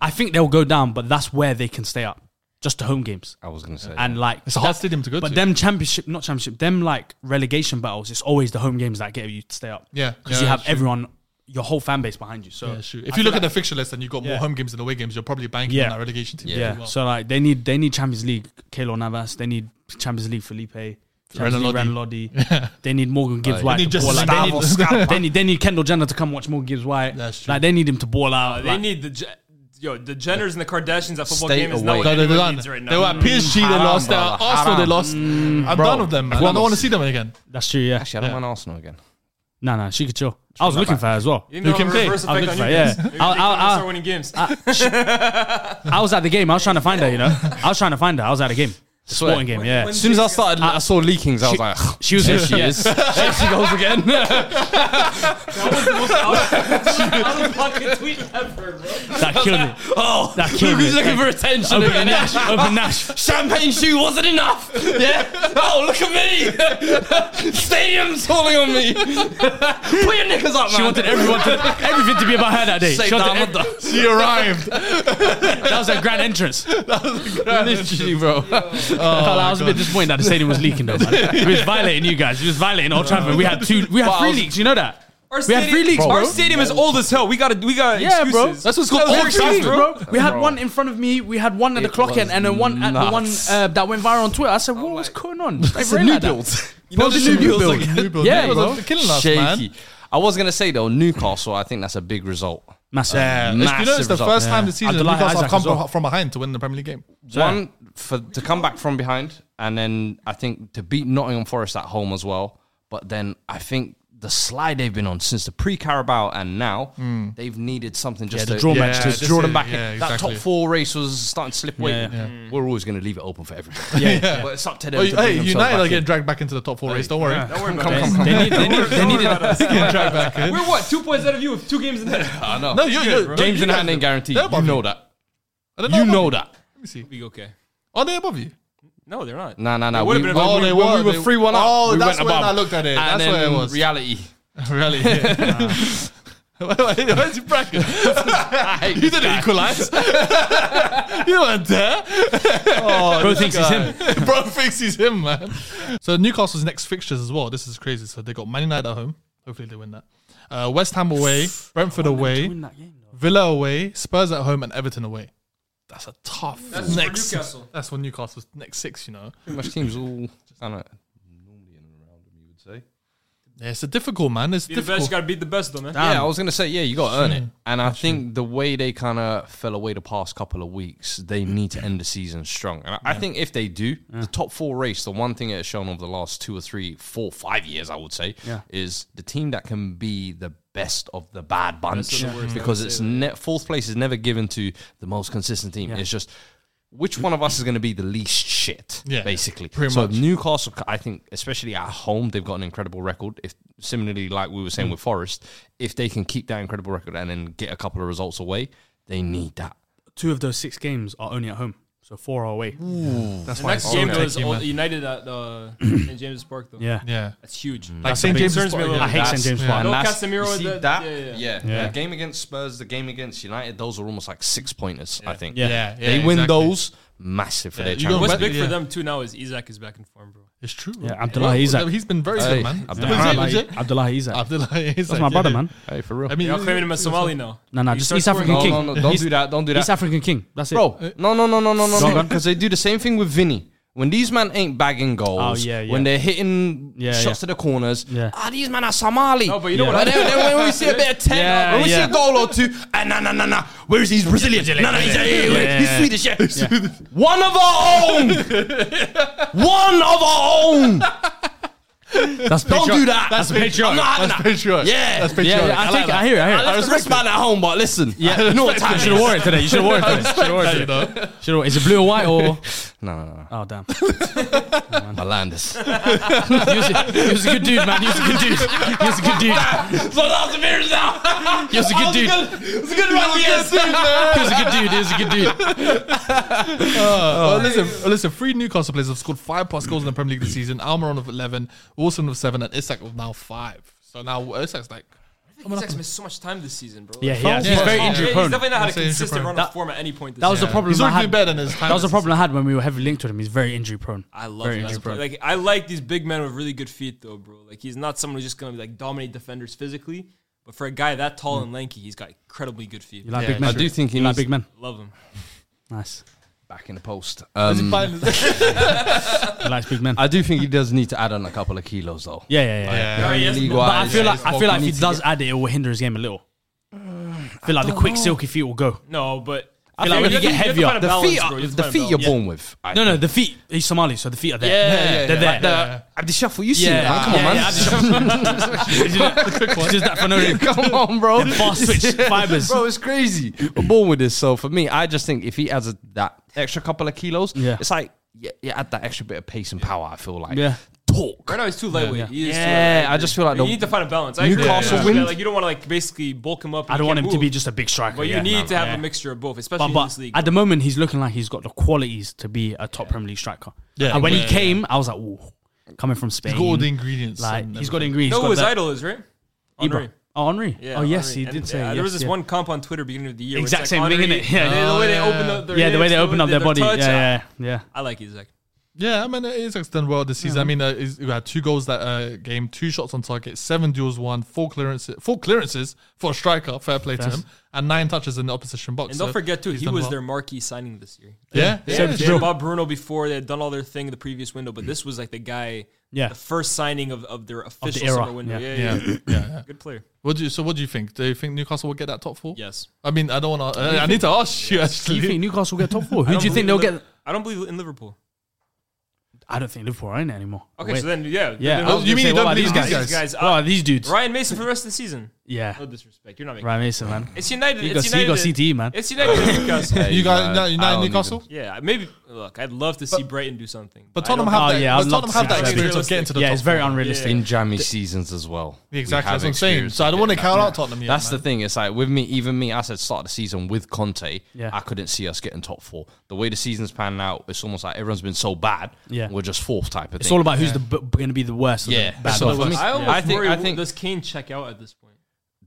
S2: I think they'll go down. But that's where they can stay up, just to home games.
S4: I was gonna say.
S2: And like
S1: It's a hard stadium to go
S2: But
S1: to.
S2: them championship, not championship, them like relegation battles. It's always the home games that get you to stay up.
S1: Yeah,
S2: because
S1: yeah,
S2: you have
S1: that's true.
S2: everyone, your whole fan base behind you. So
S1: Yeah, shoot. If
S2: I
S1: you
S2: feel
S1: look at the
S2: like-
S1: fixture list and you've got more
S2: Yeah.
S1: home games than away games, you're probably banking
S2: Yeah.
S1: on that relegation team.
S2: yeah,
S1: as well.
S2: so like they need they need Champions League Keylor Navas. They need Champions League Felipe. Champions League
S1: Ranalodi.
S2: Ranalodi. they need Morgan Gibbs White.
S1: need
S2: to
S1: just
S2: ball out. they,
S1: Stavros
S2: need, they, need, they need Kendall Jenner to come watch Morgan Gibbs White.
S1: That's true.
S2: Like they need him to ball out.
S3: They
S2: Like,
S3: need the Je- yo the Jenners and the Kardashians at football
S4: Stay
S3: game is not
S4: away.
S3: what
S1: No, they're
S3: anyone
S1: done.
S3: needs right now.
S1: They were at PSG, they
S4: Haram,
S1: lost. They were at
S4: brother,
S1: Arsenal, they
S4: haram.
S1: lost.
S2: Mm.
S1: I'm
S4: Bro,
S1: done with them, man. I don't
S4: promise.
S1: want to see them again.
S2: That's true. Yeah.
S4: Actually, I don't want Arsenal again.
S2: No, no, she could chill. I was looking for her as well.
S3: You think
S1: Who
S3: they'll have
S1: can
S3: a reverse
S1: play?
S2: I'll look
S3: effect on you
S2: for- yeah.
S3: guys?
S2: I'll-
S3: Maybe they
S2: I'll-
S3: can
S2: I'll-
S3: start winning games.
S2: I was at the game. I was trying to find her. You know, I was trying to find her. I was at a game, sporting game. Yeah.
S4: As soon as I started, I saw leakings. I was like,
S2: She was
S4: there
S2: in-
S4: she
S2: yeah.
S4: is. There she goes again.
S3: fucking tweet ever, bro.
S2: That killed me.
S4: oh,
S2: That killed me.
S4: for attention
S2: Open Nash. Open Nash.
S4: Champagne shoe wasn't enough. Yeah. Oh, look at me. Stadium's falling on me. Put your knickers up, man.
S2: She wanted everyone to, everything to be about her that day.
S4: Say
S2: She wanted
S4: damn,
S2: ev-
S4: what the-
S1: She arrived.
S2: that was her grand entrance.
S4: Literally, bro.
S2: I was a bit disappointed that the stadium was leaking though. Man. He was violating you guys. He was violating Old Trafford. We had two. We had
S4: Well, I
S2: three
S4: was-
S2: leaks. You know that.
S3: Our
S2: We had
S3: stadium,
S2: three leaks,
S3: our
S2: bro.
S3: stadium is old as hell. We got to we got
S2: Yeah, bro.
S3: excuses.
S1: That's what's called
S3: That
S1: Old
S3: was very
S1: Trafford,
S3: true,
S1: bro.
S2: We had one in front of me. We had one at the
S4: It
S2: clock end, and then
S4: was
S2: one at the one
S4: nuts.
S2: uh, that went viral on Twitter. I said, "What's going on?" It's
S4: a new build.
S1: You know,
S2: the
S1: the
S2: new
S1: new
S2: build.
S1: build. New build.
S2: Yeah,
S1: New builds
S2: bro.
S1: are killing us,
S4: Shaky.
S1: man.
S4: I was gonna say though, Newcastle. I think that's a big result.
S2: Massive.
S1: It's- you know, it's
S4: Massive
S1: the
S4: result.
S1: first time this
S2: Yeah.
S1: season
S2: Abdullah
S1: Newcastle have
S2: Isaac
S1: come
S2: as well.
S1: from- from behind to win the Premier League game.
S4: One for to come back from behind, and then I think to beat Nottingham Forest at home as well. But then I think the slide they've been on since the pre Carabao and now, they've needed something just
S2: the
S4: to,
S2: draw
S4: yeah,
S2: match
S4: to
S1: to-
S4: draw them
S1: Hmm. yeah,
S4: back. in.
S1: yeah,
S4: That top
S1: exactly.
S4: four race was starting to slip away.
S2: Yeah. Yeah.
S3: Hmm.
S4: We're always going to leave it open for everybody. Yeah, but it's up to them.
S1: Oh,
S4: to bring
S1: hey,
S4: themselves
S1: United
S4: back
S1: are getting
S4: in.
S1: dragged back into the top four race. Don't worry. They're
S3: Don't worry about
S4: Come,
S3: it.
S4: come, come.
S2: They need. They need. They need.
S1: getting dragged back in.
S3: We're what? Two points out of you with two games in hand.
S4: I know.
S1: No, you, you,
S4: Games in hand ain't
S1: guaranteed.
S4: guaranteed.
S1: They're
S4: You
S1: above you.
S4: know that.
S1: I don't
S4: You
S1: about-
S4: know that.
S1: Let me see.
S3: We okay.
S1: Are they above you?
S3: No, they're not.
S4: No, no, no.
S3: They would've
S4: We-
S3: been
S4: when
S3: above
S4: we,
S3: you.
S4: when we were
S1: They-
S4: three one up.
S1: Oh,
S4: we
S1: that's
S4: went
S1: when
S4: above.
S1: I looked at it.
S4: And
S1: That's where it
S4: then
S1: was.
S4: Reality.
S1: Really? Yeah. Where's your bracket? you didn't equalize. you weren't there.
S3: Oh,
S2: Bro thinks he's him.
S1: Bro thinks he's him, man. So Newcastle's next fixtures as well. This is crazy. So they got Man United at home. Hopefully they win that. Uh, West Ham away, Brentford away, Villa away, Spurs at home, and Everton away. That's a tough
S3: for
S1: next.
S3: Newcastle.
S1: That's for Newcastle's next six. You know,
S4: My team's all. I don't know. Normally in and around them, you would say.
S1: yeah, it's a difficult man. It's
S3: Be the
S1: difficult.
S3: best. You gotta beat the best, though, man.
S4: Yeah, I was gonna say, yeah, you gotta earn it. And I think the way they kind of fell away the past couple of weeks, they need to end the season strong. And I, I think if they do, the top four race, the one thing it has shown over the last two or three, four, five years, I would say, is the team that can be the best of the bad bunch because it's ne- fourth place is never given to the most consistent team. It's just. Which one of us is going to be the least shit,
S1: Yeah,
S4: basically?
S1: pretty
S4: so
S1: much.
S4: Newcastle, I think, especially at home, they've got an incredible record. If similarly, like we were
S1: Hmm.
S4: saying with Forest, if they can keep that incredible record and then get a couple of results away, they need that.
S2: Two of those six games are only at home, so four are away. That's
S3: The
S2: why.
S3: next
S2: it's-
S3: game
S1: I'll take
S3: was
S1: you,
S3: all-
S1: man.
S3: United at uh, St James's Park, though.
S2: Yeah.
S1: yeah,
S3: that's huge.
S1: like St
S2: big-
S1: James's.
S3: concerns me a
S1: Park,
S3: little
S1: yeah.
S2: I hate St James
S1: yeah.
S2: Park.
S3: No
S4: that's-
S3: Casemiro,
S4: you see
S3: the-
S4: that,
S3: yeah, yeah,
S4: yeah.
S2: Yeah.
S4: The game against Spurs, the game against United, those are almost like six pointers. I think.
S2: Yeah.
S1: Yeah, yeah,
S4: they win
S1: exactly.
S4: those massive for
S1: Yeah,
S4: their
S1: you
S4: chance.
S1: don't-
S3: What's
S1: But-
S3: big
S1: yeah.
S3: for them too now is Isaac is back in form, bro.
S1: It's true.
S2: Yeah,
S1: bro.
S2: Abdullah
S1: Well,
S2: Izzak.
S1: He's been very
S4: Hey,
S1: good, man.
S4: Abdullah
S1: Legit,
S2: Abdullah-
S1: legit.
S2: Abdullah Izzak.
S1: Abdullah Izzak.
S2: That's my brother,
S1: yeah.
S2: man.
S4: Hey, for real.
S1: I mean,
S3: Y'all claiming him as Somali now.
S2: No, no,
S3: You
S2: just
S3: start
S2: East African
S3: scoring-
S4: no,
S2: King.
S4: no, no, don't
S2: He's-
S4: do that. Don't do that,
S2: East African King. That's it.
S4: bro. No, no, no, no, no, no,
S2: Go
S4: no.
S2: on.
S4: Because they do the same thing with Vinny. When these man ain't bagging goals,
S2: Oh, yeah, yeah.
S4: when they're hitting
S2: Yeah,
S4: shots
S2: yeah.
S4: to the corners,
S2: Yeah.
S4: ah, these man are Somali.
S3: No, but you know what I-
S4: But then, then when we see a bit of ten,
S2: Yeah,
S4: when we
S2: yeah.
S4: see a goal or two, ah, nah, nah, nah, nah. Where is he's Brazilian? Nah, nah, he's, he's Swedish. Yeah. one of our own. one of our own.
S2: That's
S4: Don't do that.
S2: That's patriotic.
S4: I'm not having
S1: That's
S4: that.
S1: patriotic.
S4: Yeah,
S1: That's patriotic.
S2: yeah, I
S4: I,
S2: take
S4: like
S2: it,
S4: that.
S2: I hear it, I hear it. I
S4: left the wristband at home, but listen. Yeah,
S2: You know what
S4: time
S2: You should have worn it today. You should have worn it today. Should have worn it today.
S1: You know?
S2: Should've worn- Is it blue or white or?
S4: No, no, no.
S2: Oh damn!
S4: Malandis.
S2: He was, a, he was a good dude, man. He was a good dude. He was a good dude.
S4: So that's the mirrors now.
S2: He was
S3: Oh,
S2: a good dude.
S4: It was a good run, yes.
S2: He was a good dude. He was a good dude.
S1: Oh, listen, oh, listen. Three Newcastle players have scored five plus goals in the Premier League this season. Almiron of eleven, Wilson of seven, and Isak of now five. So now uh, Isak's like,
S3: Isaac's missed so much time this season, bro.
S2: Yeah, he has.
S1: Yeah,
S2: He's
S1: yeah.
S2: very
S1: Yeah,
S2: injury
S3: He's
S2: prone.
S3: definitely not had a
S1: That's an injury
S3: consistent
S1: prone.
S3: run of form at any point this
S2: That was the
S3: season.
S2: problem
S1: he's
S2: I
S1: always been
S2: had.
S1: better than his time.
S2: That was the problem I had when we were heavily linked to him. He's very injury prone.
S3: I love
S2: very
S3: him. as a
S2: injury
S3: player.
S2: prone.
S3: Like I like these big men with really good feet, though, bro. Like he's not someone who's just gonna like dominate defenders physically, but for a guy that tall and lanky, he's got incredibly good feet.
S2: Mm. you like
S1: Yeah,
S2: big men.
S4: I do think he
S2: you like
S4: needs-
S2: big men.
S3: Love him.
S2: Nice.
S4: Back in the post.
S1: Is he
S4: Um,
S1: fine?
S2: He likes big men.
S4: I do think he does need to add on a couple of kilos though.
S2: yeah, yeah, yeah.
S1: Yeah.
S3: Yeah, he has-
S4: League
S3: but
S2: But I
S4: wise,
S2: feel
S4: yeah,
S2: like
S4: he's
S2: I feel like if
S4: probably
S2: he
S4: needs
S2: does
S4: to
S2: add it, it will hinder his game a little. I feel like the quick silky feet will go.
S3: No, but
S2: feel like when you get heavier,
S4: get- the feet, are, the feet you're
S3: yeah.
S4: born with. I
S2: No, no,
S4: think.
S2: the feet. He's Somali, so the feet are there. Yeah, they're there.
S4: Abdi Shuffle, you seen it, man? Come on, man.
S2: Just that for no reason.
S4: Come on, bro.
S2: The fast twitch fibers.
S4: Bro, it's crazy. We're born with this. So for me, I just think if he adds a, that extra couple of kilos,
S2: Yeah.
S4: it's like yeah, you add that extra bit of pace and power. I feel like
S2: Yeah.
S4: talk.
S3: Right now he's too lightweight.
S2: Yeah.
S3: He is too
S4: Yeah,
S3: lightweight.
S4: I just feel like
S3: you
S4: the-
S3: need to find a balance. I agree with
S4: Newcastle
S3: you.
S4: wind-
S3: Yeah, Like you don't want to like basically bulk him up. and
S2: I don't
S3: he
S2: want him
S3: can't
S2: to be
S3: move.
S2: just a big striker.
S3: But
S2: yeah.
S3: you need
S2: No,
S3: to have
S2: yeah.
S3: a mixture of both, especially
S2: But,
S3: in
S2: but
S3: this league.
S2: at the moment, he's looking like he's got the qualities to be a top Premier League striker. and when he
S1: yeah,
S2: came, I was like, "Ooh, coming from Spain,
S1: He's got all the ingredients.
S2: like
S1: and
S2: he's got the
S1: everything.
S2: ingredients."
S3: know who
S2: he's
S3: his
S2: got
S3: idol is, right?
S2: that-
S3: Henry.
S2: Oh, Henri.
S3: Yeah,
S2: oh, yes, he
S3: Henry.
S2: did
S3: And,
S2: say.
S3: uh,
S2: yes,
S3: There was this
S2: yeah.
S3: one comp on Twitter beginning of the year. where it's
S2: Exact
S3: like
S2: same thing,
S3: Henry-
S2: innit? Yeah.
S3: and the way they
S1: Oh,
S3: open
S1: yeah.
S3: up their
S2: Yeah, the way they
S3: hips,
S2: opened up their body. Yeah,
S3: touch.
S2: yeah, yeah.
S3: I like Isaac.
S1: Yeah, I mean, Isak's done well this season. I mean, uh, he's he had two goals that uh, game, two shots on target, seven duels won, four clearances, four clearances for a striker. Fair play to him, and nine touches in the opposition box.
S3: And
S1: So
S3: don't forget too,
S1: he's
S3: he
S1: done
S3: was
S1: well.
S3: their marquee signing this year.
S1: Yeah,
S3: They
S1: yeah,
S3: had
S1: it's
S3: Jay
S1: true.
S3: Bob Bruno before they had done all their thing in the previous window, but this was like the guy,
S2: Yeah.
S3: the first signing of, of their official
S2: era,
S3: summer window.
S2: yeah.
S1: Yeah,
S3: Yeah, yeah,
S1: yeah. yeah.
S3: good player.
S1: What do you, so? What do you think? Do you think Newcastle will get that top four?
S3: Yes.
S1: I mean, I don't want to. Uh, I need to ask you
S2: Do
S1: actually.
S2: you think Newcastle will get top four?
S3: I
S2: Who
S3: don't
S2: do you think they'll
S3: believe in
S2: get?
S3: Liver- I don't believe in Liverpool.
S2: I don't think Liverpool are in it anymore.
S3: Okay,
S2: Wait.
S3: so then yeah,
S2: yeah.
S3: then
S2: I
S1: Oh,
S2: was
S1: you mean
S2: gonna say,
S1: you
S2: what
S1: don't
S2: about
S1: believe
S2: these guys?
S1: these
S3: these guys.
S2: What are these dudes?
S3: Ryan Mason for the rest of the season.
S2: Yeah,
S3: No disrespect, you're not making.
S2: Ryan Mason, man.
S3: It's United.
S2: He
S3: it's
S2: got, he
S3: United.
S2: got CTE, man.
S3: It's United. and Newcastle.
S1: You guys, United Newcastle.
S3: Yeah, maybe. look, I'd love to see Brighton do something.
S1: But
S3: I
S1: Tottenham
S3: don't-
S1: have
S2: Oh,
S1: that.
S2: yeah, I'd
S1: but
S2: love
S1: Tottenham
S2: to see
S1: have that
S2: that.
S1: experience of getting to the
S2: yeah,
S1: top
S2: it's very
S1: four.
S2: unrealistic.
S4: in jammy seasons as
S1: Yeah,
S4: well. We
S1: Exactly,
S4: have
S1: that's what I'm saying.
S4: experienced
S1: So I don't want to
S4: that.
S1: count out Tottenham yet.
S4: That's
S1: man.
S4: the thing. It's like with me, even me, I said start of the season with Conte.
S2: Yeah.
S4: I couldn't see us getting top four. The way the season's panning out, it's almost like everyone's been so bad.
S2: Yeah.
S4: we're just fourth type of
S2: It's
S4: thing.
S2: all about who's the b- going to be the worst. of the
S4: Yeah,
S2: bad
S4: so
S2: lot.
S4: for me-
S3: I almost
S4: I think
S3: worry,
S4: I think
S3: does Kane check out at this point?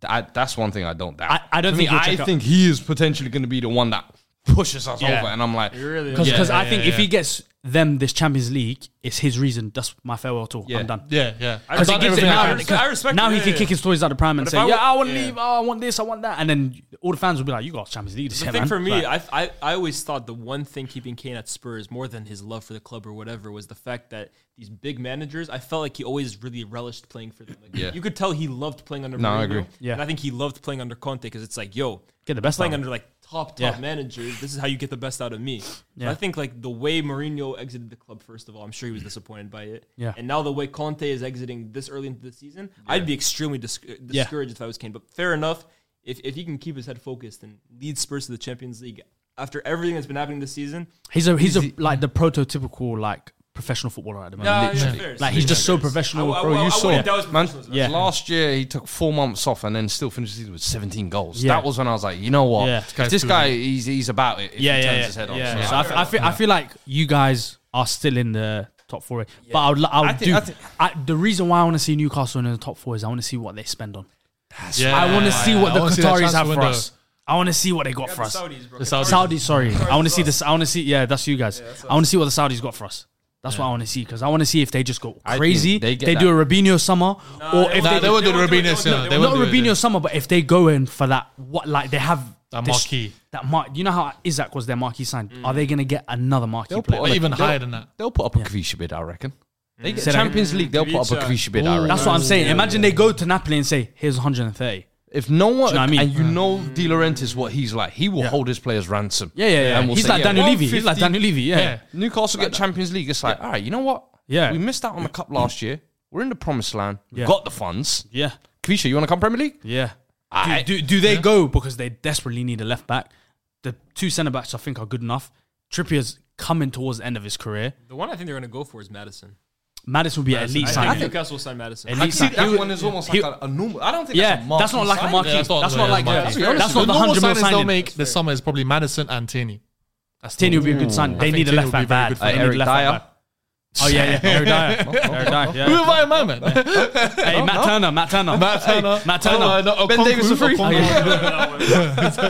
S4: I, that's one thing I don't doubt.
S2: I- I don't
S4: For
S2: think
S4: me,
S2: he'll
S4: I
S2: check out-
S4: think he is potentially going to be the one that pushes us
S2: Yeah.
S4: over. And I'm like, really?
S2: Because
S4: Yeah,
S2: I think if he gets them this Champions League, it's his reason. That's my farewell tour.
S4: Yeah.
S2: I'm done.
S1: Yeah, yeah.
S3: I
S2: Because
S3: respect it. No, I respect- I
S2: now,
S3: respect
S2: now
S3: it.
S2: he
S3: Yeah,
S2: can
S3: yeah.
S2: kick his toys out of prime and
S3: But if
S2: say,
S3: I
S2: "Yeah,
S3: wa-
S2: I want to
S3: yeah.
S2: leave. Oh, I want this. I want that." And then all the fans will be like, "You got Champions League." This
S3: The
S2: year,
S3: thing
S2: man."
S3: for me,
S2: Like,
S3: I, I I always thought the one thing keeping Kane at Spurs more than his love for the club or whatever was the fact that these big managers. I felt like he always really relished playing for them. Like,
S4: Yeah.
S3: you could tell he loved playing under.
S4: No, I
S3: Mourinho,
S4: agree.
S2: Yeah.
S3: and I think he loved playing under Conte because it's like, yo,
S2: Get the best
S3: playing
S2: out of
S3: under like top top
S2: Yeah.
S3: managers. This is how you get the best out of me. So
S2: Yeah. Mm.
S3: I think like the way Mourinho exited the club. First of all, I'm sure he was disappointed by it.
S2: Yeah.
S3: and now the way Conte is exiting this early into the season, I'd be extremely dis- uh, discouraged if I was Kane. But fair enough, if, if he can keep his head focused and lead Spurs to the Champions League after everything that's been happening this season,
S2: he's a he's a like the prototypical like professional footballer at the moment.
S3: yeah,
S2: literally.
S3: fair.
S2: like he's just so professional,
S3: I- I-
S2: bro.
S3: I- I
S2: you saw
S3: wouldn't doubt his
S4: Man,
S3: professionalism.
S2: Yeah.
S4: last year he took four months off and then still finished the season with 17 goals.
S2: Yeah.
S4: That was when I was like, you know what?
S2: Yeah.
S4: If this guy, he's, he's about it. If
S2: yeah,
S4: he
S2: yeah,
S4: turns
S2: yeah.
S4: his head on.
S2: yeah.
S4: So,
S2: So I, f- I feel, I feel like you guys are still in the top four, but I would, lo- I would
S4: I think-
S2: do.
S4: I
S2: I
S4: think-
S2: the reason why I want to see Newcastle in the top four is I want to see what they spend on.
S1: Yeah,
S2: I want to see
S1: yeah.
S2: what
S1: I
S2: the
S1: wanna see that
S2: Qataris
S1: transfer
S2: have for
S1: window.
S2: us. I want to see what they got for us.
S3: Saudis, bro.
S1: The Saudis.
S2: Saudi, sorry. I want to see this. I want to see. Yeah, that's you guys. I want to see what the Saudis got for us. That's what I want to see because I want to see if they just go
S4: I think
S2: crazy.
S4: they
S2: They,
S4: get
S2: do a Robinho summer, or if
S1: Nah,
S2: they,
S1: they won't do the
S3: won't do
S1: Rubinho
S3: it, they won't
S1: summer.
S3: do it.
S1: They
S2: not
S1: won't do it.
S2: Robinho summer, but if they go in for that, what like they have
S1: That
S2: this-
S1: marquee. Mm.
S2: that mark. You know how Isaac was their marquee sign. Are they gonna get another marquee player?
S1: Or
S4: Like,
S1: even
S4: they'll-
S1: higher than that.
S4: They'll put up a Kvisha bid, I reckon. They get
S2: Mm. Say that
S4: Champions League, they'll put up a
S3: Kvisha.
S4: Kvisha bid, I reckon.
S2: That's what I'm saying. Imagine they go to Napoli and say, "Here's 130."
S4: If no one,
S2: Do you know what I mean?
S4: and you know De Laurentiis, what he's like, he will hold his players ransom.
S2: Yeah, yeah, yeah.
S4: And we'll
S2: He's
S4: say,
S2: like Daniel Levy. He's like
S4: 150
S2: Daniel Levy. Yeah.
S1: Yeah.
S4: Newcastle get Champions League. It's like, all right, you know what?
S2: Yeah.
S4: we missed out on the cup last year. We're in the promised land. We've
S2: Yeah.
S4: got the funds.
S2: yeah.
S4: Kvisha, you want to come Premier League?
S2: Yeah.
S4: Aye.
S2: Do, do, do they go because they desperately need a left back? The two centre backs I think are good enough. Trippier's coming towards the end of his career.
S3: The one I think they're gonna go for is Madison.
S2: Madison will be an elite
S3: I,
S2: signing.
S3: think Newcastle will sign Madison.
S2: Elite signing.
S4: that one is almost
S2: he-
S4: a, a normal. I don't think
S2: yeah, that's not like a marquee.
S1: Yeah,
S2: that's,
S1: that's not-
S2: not
S1: yeah,
S2: like
S1: that's
S2: a-
S1: marquee.
S4: To be honest
S2: that's
S1: The
S2: not the
S1: normal
S2: hundred mil
S1: signings they'll
S2: signing.
S1: make this summer is probably Madison and Tierney. That's
S2: Tierney
S1: the-
S2: will be a good sign. They
S1: think
S2: need a
S1: Tierney
S2: left
S1: will be very
S2: back bad.
S1: good for
S2: They
S1: them.
S2: need a
S4: Eric
S2: left
S4: Dyer.
S2: back bad. Oh yeah, yeah, Eric Dyer. Eric Dyer.
S1: Who
S2: Yeah.
S1: am I, my man?
S2: Hey, Matt Turner. Matt Turner.
S1: Matt Turner.
S2: Hey, Matt Turner.
S1: Oh, no,
S4: Ben
S1: Okonkwo,
S4: Davis for free.
S1: Okonkwo. well,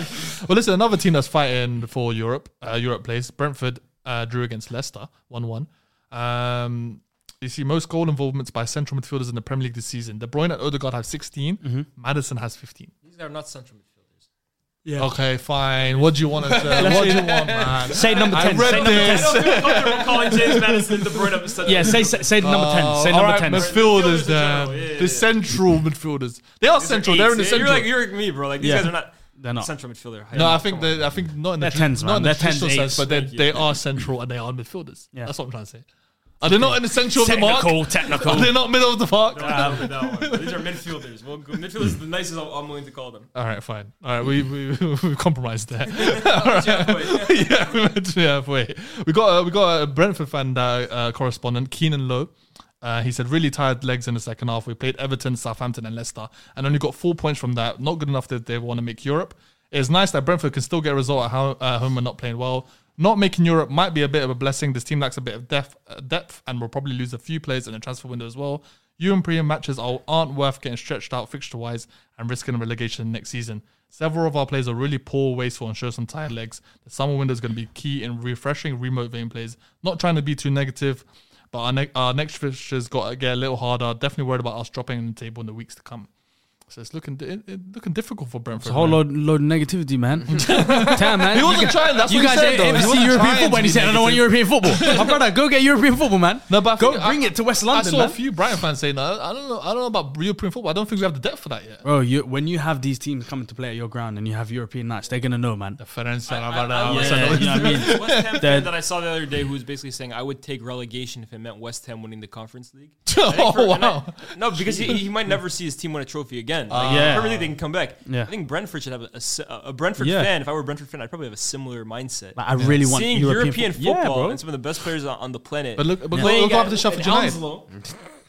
S1: listen, another team that's fighting for Europe, uh, Europe plays. Brentford uh, drew against Leicester 1 1. Um, you see most goal involvements by central midfielders in the Premier League this season. De Bruyne and Odegaard have 16, Madison has 15.
S3: These are not central midfielders.
S1: Okay, fine. What do you want to say? What do you want, man?
S2: Say number
S1: I
S2: ten.
S1: read
S2: Say number ten.
S1: this.
S3: calling James Madison the Bruyne of
S2: Yeah. Say say say number ten.
S1: Oh,
S2: Say
S1: all
S2: number
S1: right,
S2: ten.
S1: midfielders,
S3: Midfielders in general,
S1: then.
S3: yeah, yeah,
S1: the
S3: yeah.
S1: central midfielders. They are central. They're in the
S3: You're
S1: central.
S3: like you're like me, bro. Like these
S2: Yeah.
S3: guys are not.
S2: They're not.
S3: central midfielder.
S1: No, I think they, I think not in the
S2: They're
S1: tr-
S2: tens,
S1: not in
S2: man.
S1: the
S2: They're tens,
S1: traditional sense,
S2: eights.
S1: but they
S3: Thank you.
S1: they are central and they are midfielders.
S2: Yeah.
S1: That's what I'm trying to say. Are they not in the central of the mark?
S2: Technical. Technical.
S1: Are they not middle of the park?
S3: These are midfielders. Well, midfielders is the nicest I'm I'm willing to call them.
S1: All right, fine. All right, we we we compromised there.
S3: Halfway.
S1: yeah, we went to halfway. We got a, we got a Brentford fan uh, uh, correspondent Keenan Lowe. Uh, he said really tired legs in the second half. We played Everton, Southampton, and Leicester, and only got four points from that. Not good enough that they want to make Europe. It's nice that Brentford can still get a result at ho- uh, home and not playing well. Not making Europe might be a bit of a blessing. This team lacks a bit of depth, uh, depth, and will probably lose a few players in the transfer window as well. European matches are, aren't worth getting stretched out fixture wise and risking relegation next season. Several of our players are really poor, wasteful, and show some tired legs. The summer window is going to be key in refreshing, remotivating players. Not trying to be too negative, but our, ne- our next fixtures got to get a little harder. Definitely worried about us dropping in the table in the weeks to come. So it's looking it, it looking difficult for Brentford.
S2: It's a whole
S1: man.
S2: load, load of negativity, man. Damn, man.
S1: He wasn't
S2: guys-
S1: trying, that's
S2: you
S1: what he
S2: guys
S1: said,
S2: ain't
S1: though.
S2: ever
S1: He
S2: see
S1: wasn't
S2: European
S1: trying
S2: football,
S1: to
S2: and
S1: be
S2: he said, "I don't want European football." My brother, go get European football, man.
S1: No, but I
S2: go
S1: think-
S2: bring
S1: I-
S2: it to West
S1: I
S2: London,
S1: saw a
S2: man.
S1: few Brighton fans saying, "No, I don't know, I don't know about European football. I don't think we have the depth for that yet."
S2: Bro, you, when you have these teams coming to play at your ground and you have European nights, they're gonna know, man.
S1: Ferenc,
S3: I
S1: Rabada,
S3: like-
S2: Yeah, you know what I mean?
S3: West Ham fan
S2: That-
S3: that I saw the other day who was basically saying I would take relegation if it meant West Ham winning the Conference League. I think
S1: Oh
S3: for- and I-
S1: wow!
S3: no, because he, he might never see his team win a trophy again. again. Like,
S2: Yeah.
S3: Premier League, they can come back.
S2: Ah. Yeah.
S3: I think Brentford should have a, a s- a Brentford
S2: Yeah.
S3: fan. If I were a Brentford fan, I'd probably have a similar mindset.
S2: Like, I really want
S3: Seeing
S2: European,
S3: European,
S2: fo- Yeah,
S3: football
S2: bro.
S3: and some of the best players on, on the planet.
S1: But look, but
S3: Playing
S1: look, look
S3: at-
S1: up the shot for
S3: at
S1: United.
S3: Onslow.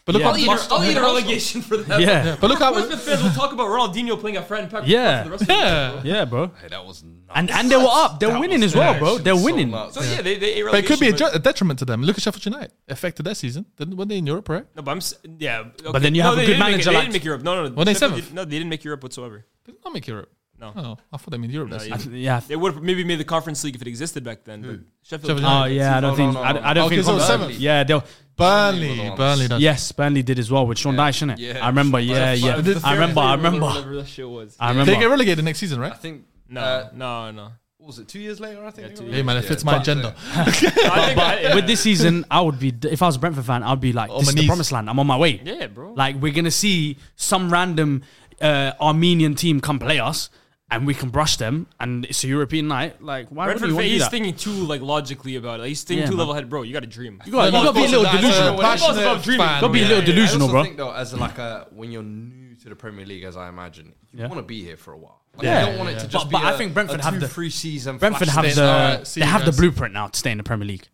S1: But look
S2: Yeah.
S1: up.
S3: I'll eat, a- I'll eat a relegation for that.
S2: Mm. Yeah.
S3: Yeah.
S1: But look how-
S3: Portsmouth fans will talk about Ronaldinho playing a friend pack.
S2: Yeah.
S3: For the rest of
S1: Yeah.
S3: The
S2: Yeah, bro.
S4: that was nuts.
S2: And and they were up. They're winning as well, bro. They're winning.
S3: so yeah, they, they ate
S1: But it could be a,
S3: relegation,
S1: ju- a detriment to them. Look at Sheffield United. Affected their season. Didn't were they in Europe, right?
S3: No, but I'm s- yeah. okay.
S2: But then you
S3: No,
S2: have a
S3: they
S2: good
S3: didn't make it-
S2: manager
S3: They
S2: like-
S3: didn't make Europe. No, no.
S1: Were they
S3: Sheffield
S1: seventh?
S3: did- No, they didn't make Europe whatsoever.
S1: They did not make Europe.
S3: No.
S1: Oh, I thought they made Europe. this
S3: you-
S1: season.
S2: Yeah.
S3: They would have maybe made the Conference League if it existed back then. But Sheffield.
S1: Sheffield
S2: Oh
S1: United.
S2: yeah, I don't think I, I don't
S1: Okay,
S2: think
S1: so
S2: Conte-
S1: seventh.
S2: Yeah, they were,
S1: Burnley, Burnley. done-
S2: yes, Burnley did as well with Sean Dyche, innit?
S4: Yeah.
S2: I remember. Yeah, yeah.
S4: The
S2: I remember. I remember. Uh,
S3: Whatever that shit was.
S2: I
S1: They get
S2: remember.
S1: relegated next season, right?
S4: I think.
S3: No,
S4: Uh,
S3: no, no.
S4: what was it two years later? I think.
S1: Hey man, it fits my agenda.
S3: I think I- yeah.
S2: With this season, I would be. If I was a Brentford fan, I'd be like,
S1: On
S2: "This
S1: my
S2: is the
S1: knees.
S2: promised land. I'm on my way."
S3: Yeah, bro.
S2: Like we're gonna see some random uh, Armenian team come play us, and we can brush them, and it's a European night. Like why would
S3: Brentford
S2: you
S3: fan,
S2: want to do
S3: he's
S2: that?
S3: thinking too like logically about it. Like, he's thinking
S2: Yeah,
S3: too
S2: man.
S3: level headed, bro. You got to dream. You
S2: got- you gotta be a little delusional.
S3: Football's about dreaming.
S1: fan,
S2: Gotta be a
S1: yeah.
S2: little delusional,
S4: I also
S2: bro.
S4: think though, as like a when you're new to the Premier League, as I imagine, you
S2: Yeah.
S4: want to be here for a while. Like,
S2: Yeah.
S4: you don't want it to
S2: But-
S4: just be.
S2: but I
S4: a-
S2: think Brentford
S4: a
S2: have
S4: two,
S2: the-
S4: three season.
S2: Brentford
S4: flash
S2: have
S4: stage.
S2: the
S1: Alright, see
S2: they
S1: you
S2: have the
S1: guys.
S2: blueprint now to stay in the Premier League.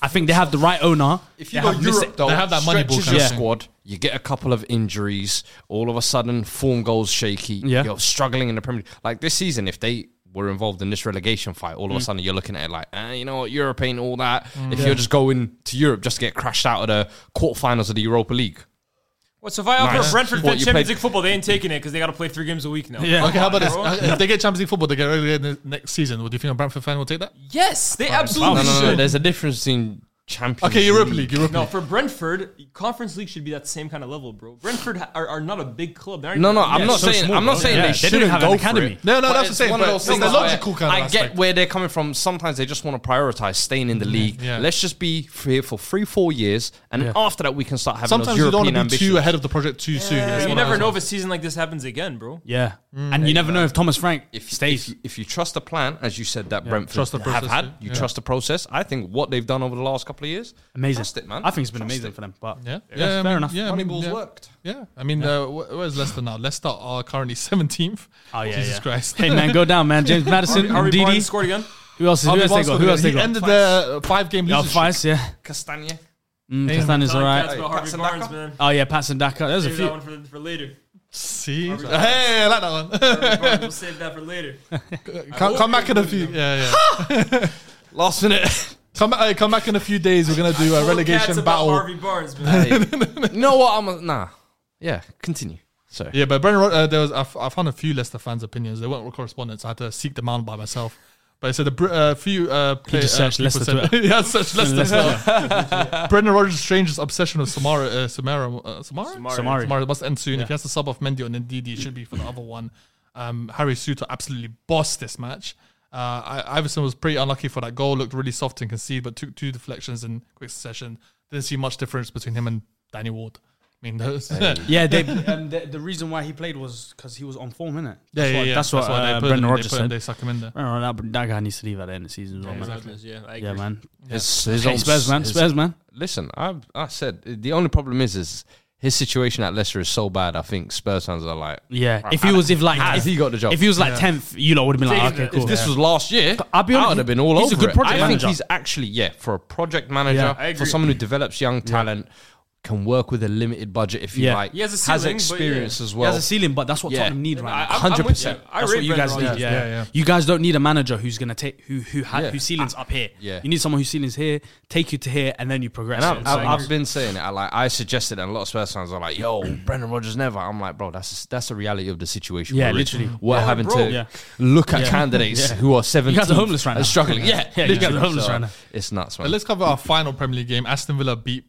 S2: I think they have the right owner.
S4: If
S2: They
S4: you go
S2: have Mr-
S4: Europe, though,
S1: they have that Moneyball
S4: stretches
S1: kind
S4: your
S1: of thing.
S4: squad. You get a couple of injuries. All of a sudden, form goes shaky.
S2: Yeah.
S4: you're struggling in the Premier. League. Like this season, if they were involved in this relegation fight, all of a
S2: Mm.
S4: sudden you're looking at it like, eh, you know what, Europe ain't all that. If you're just going to Europe just to get crashed out of the quarterfinals of the Europa League,
S3: What, so if I offer
S4: Nice.
S3: Brentford
S4: What,
S3: fan
S4: you
S3: Champions
S4: played-
S3: League football, they ain't taking it because they got to play three games a week now.
S2: Yeah.
S1: Okay, how about this?
S3: Bro.
S1: Uh, If they get Champions League football, they get relegated ne- next season. Would you think a Brentford fan will take that?
S3: Yes, they
S4: no,
S3: absolutely
S4: no, no, no.
S3: should.
S4: There's a difference between Champions.
S1: Oh, Okay, Europa League, Europa
S3: No,
S1: League.
S3: for Brentford, Conference League should be that same kind of level, bro. Brentford ha- are, are not a big club. They're not
S4: No,
S3: even-
S4: no, I'm
S2: Yeah,
S4: not
S2: so
S4: saying
S2: small,
S4: I'm not
S2: bro.
S4: saying
S2: Yeah,
S4: they
S2: they didn't
S4: shouldn't
S2: have an
S4: go for
S2: academy.
S4: it.
S1: No, no,
S4: But
S1: that's
S4: it's
S1: the same,
S4: One of
S1: but
S4: those
S1: it's
S4: things
S1: the
S4: where
S1: logical kind of
S4: I get
S1: aspect.
S4: where they're coming from. Sometimes they just want to prioritize staying in the league.
S1: Yeah.
S4: Let's just be here for three, four years, and after that we can start having
S1: Sometimes
S4: those
S1: you don't
S4: European
S1: want to be
S4: ambitions.
S1: too ahead of the project too soon. That's
S3: You
S1: what I
S3: never
S1: was
S3: know if
S1: like.
S3: a season like this happens again, bro.
S2: Yeah, and you never know if Thomas Frank
S4: If,
S2: stays.
S4: if, you, if you trust the plan, as you said that Brentford
S1: Trust the
S4: have
S1: process,
S4: had,
S1: yeah.
S4: you
S1: Yeah.
S4: trust the process. I think what they've done over the last couple of years,
S2: amazing.
S4: Trust it, man.
S2: I think it's been amazing for them. But fair
S1: I mean,
S2: enough.
S1: Yeah, I mean,
S4: Moneyball's
S1: yeah.
S4: worked.
S1: Yeah, I mean, Uh, wh- where's Leicester now? Leicester are currently 17th.
S2: Oh yeah,
S1: Jesus
S2: yeah.
S1: Christ.
S2: Hey man, go down, man. James Madison,
S3: Are we
S2: Didi.
S3: scored again?
S2: Who else? Who
S1: Harvey
S2: else they
S1: Barnes
S2: got?
S1: scored
S2: Who
S1: again.
S2: else they
S1: He
S2: got?
S1: ended their uh, five-game
S2: Yeah,
S1: losing streak.
S2: Vice, yeah.
S4: Castagne.
S2: Mm, Castan is all
S3: That's
S2: right.
S3: about Harvey
S4: Patsandaka?
S3: Barnes, man.
S2: Oh yeah, Patson Daka. There's a
S3: Save that one
S2: few.
S3: for, for later.
S1: See, hey, I like that one.
S3: Harvey Barnes, we'll save that for later.
S1: come, come back in a few. Yeah, yeah.
S4: Last minute.
S1: Come, ba- uh, come back in a few days. We're gonna do a
S3: Cats
S1: relegation
S3: about
S1: battle.
S3: Harvey Barnes, man.
S4: you know what? I'm a, nah. Yeah, continue. So
S1: Yeah, but Brendan, Rod- uh, there was I, f- I found a few Leicester fans' opinions. They weren't correspondents. I had to seek them out by myself. But it said a br- uh, few. Uh, play,
S2: just
S1: uh,
S2: searched
S1: people
S2: Leicester
S1: said-
S2: Twitter.
S1: yeah, I searched Leicester. Brendan Rodgers' strange obsession with Samara, uh, Samara, uh, Samara,
S2: Samari.
S1: Samara must end soon. If he has to sub off Mendy on Ndidi, it should be for the other one. Um, Harry Suter absolutely bossed this match. Uh, I- Iverson was pretty unlucky for that goal. Looked really soft and conceded, but took two deflections in quick succession. Didn't see much difference between him and Danny Ward. I mean, those.
S2: Yeah, they, and the, the reason why he played was because he was on form, innit?
S1: Yeah,
S2: that's
S1: yeah,
S2: what,
S1: yeah.
S2: That's what,
S1: why
S2: uh,
S1: put
S2: Brendan
S1: him-
S2: Rodgers
S1: put him-
S2: said.
S1: They suck him in there.
S2: Brendan Rodgers- that, that guy needs to leave at the end of the season as well, man.
S3: Yeah, I agree.
S2: Yeah, man.
S4: his, his
S2: Hey,
S4: own-
S2: Spurs, man.
S4: his-
S2: Spurs, man.
S4: Listen, I I said the only problem is is his situation at Leicester is so bad. I think Spurs fans are like,
S2: Yeah. If he was, if like,
S4: How
S2: if
S4: has he got the job?
S2: If he was like tenth, you lot would have been like, Ah, okay, cool.
S4: if this was last year, I'll be honest, I would have been all
S2: he's a
S4: over
S2: good
S4: it.
S2: project
S4: I think
S2: manager.
S4: he's actually yeah for a project manager
S2: Yeah,
S3: I
S4: for
S3: agree.
S4: someone who develops young talent, can work with a limited budget if you
S2: Yeah.
S4: like.
S3: He has a ceiling, but
S4: experience
S3: yeah.
S4: as
S2: He
S4: well.
S2: has a ceiling, but that's what
S4: Yeah.
S2: Tottenham need
S3: I-
S2: right now.
S3: I'm- I'm with you.
S4: 100%.
S3: I
S2: That's
S3: rate
S2: what you guys
S3: Brendan
S2: need.
S3: Rodgers.
S2: Yeah.
S1: Yeah, yeah.
S2: you guys don't need a manager who's gonna take who who ha-
S4: Yeah.
S2: whose ceiling's up here.
S4: Yeah.
S2: you need someone whose ceiling's here, take you to here, and then you progress.
S4: And
S2: You
S4: I've,
S2: know what I'm
S4: I've,
S2: saying?
S4: I've been saying it. I like I suggested, it, and a lot of Spurs fans are like, "Yo, Brendan Rodgers never." I'm like, "Bro, that's that's the reality of the situation."
S2: Yeah,
S4: we're in.
S2: literally.
S4: We're
S2: Yeah,
S4: having
S2: bro.
S4: to
S2: Yeah.
S4: look at candidates who are seven.
S2: homeless right now.
S4: Struggling.
S2: Yeah. Yeah,
S4: Yeah,
S2: you guys are
S4: literally.
S2: homeless right now.
S4: It's nuts,
S1: But
S4: man.
S1: let's cover our final Premier League game. Aston Villa beat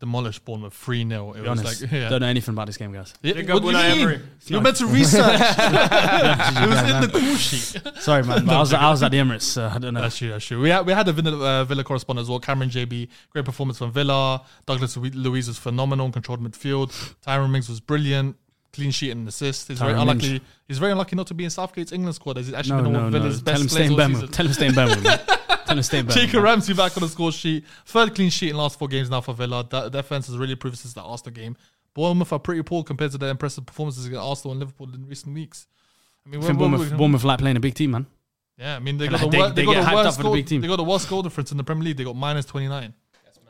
S1: demolished Bournemouth three 0 It
S2: Be
S1: was
S2: honest.
S1: like yeah.
S2: Don't know anything about this game, guys.
S1: Yeah,
S3: Pick
S1: what
S3: up
S1: do you
S3: Unai
S1: mean?
S3: Emery.
S1: You're meant to research. it was in the cool sheet.
S2: Sorry, man. But I was I was at the Emirates. So I don't know.
S1: That's true. That's true. We had, we had a Villa, uh, Villa correspondent as well. Cameron JB, great performance from Villa. Douglas Lu- Luiz was phenomenal, controlled midfield. Tyron Mings was brilliant, clean sheet and assist. He's very
S2: Tyrone
S1: unlucky.
S2: Mings.
S1: He's very unlucky not to be in Southgate's England squad. As he's actually
S2: No,
S1: been
S2: no,
S1: one of
S2: no.
S1: Villa's
S2: Tell him
S1: best players
S2: stay in
S1: all
S2: Birmingham.
S1: season.
S2: Tell him stay in Birmingham. man. Tell him stay in Birmingham.
S1: Jacob
S2: man.
S1: Ramsey back on the score sheet. Third clean sheet in last four games now for Villa. That defense has really proved since the Arsenal game. Bournemouth are pretty poor compared to their impressive performances against Arsenal and Liverpool in recent weeks. I mean,
S2: I
S1: when-
S2: think
S1: when
S2: Bournemouth,
S1: we-
S2: Bournemouth like playing a big team, man.
S1: yeah, I mean they
S2: And
S1: got
S2: I
S1: the
S2: think
S1: wor-
S2: they
S1: they got
S2: get hyped
S1: the
S2: up
S1: worst
S2: for the
S1: goal-
S2: big team.
S1: they got the worst goal difference in the Premier League. They got minus twenty nine.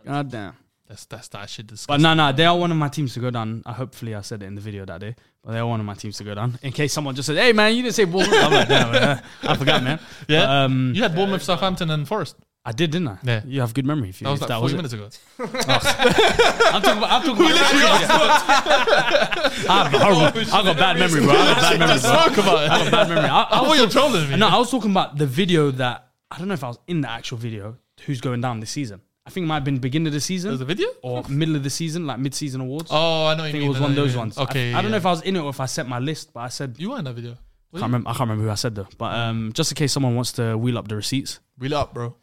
S2: God damn.
S1: That's that's that shit.
S2: But no, no, they are one of my teams to go down. I hopefully I said it in the video that day, but they are one of my teams to go down. In case someone just said, "Hey man, you didn't say Bournemouth," I'm like, "Damn, man, I forgot, man."
S1: Yeah,
S2: But, um,
S1: you had Bournemouth, Southampton, and Forest.
S2: I did, didn't I?
S1: Yeah.
S2: you have good memory. If you
S1: That was like
S2: that
S1: forty
S2: it.
S1: minutes ago.
S2: I'm talking about. I'm talking about I have a horrible. I got bad memory, bro. I got bad memory, bro.
S1: Talk about it.
S2: I got bad memory. I, I
S1: I thought
S2: was
S1: you were trolling me.
S2: no, I was talking about the video that I don't know if I was in the actual video. Who's going down this season? I think it might have been beginning of the season.
S1: There's a video?
S2: or middle of the season, like mid-season awards.
S1: Oh, I know.
S2: I
S1: you
S2: think it
S1: mean,
S2: was
S1: I know
S2: one of
S1: you
S2: those
S1: mean.
S2: ones.
S1: Okay,
S2: I, I don't know
S1: yeah.
S2: if I was in it or if I sent my list, but I said
S1: you were in that video. Were
S2: can't
S1: you?
S2: remember. I can't remember who I said though. But um, just in case someone wants to wheel up the receipts,
S1: Reel up, bro.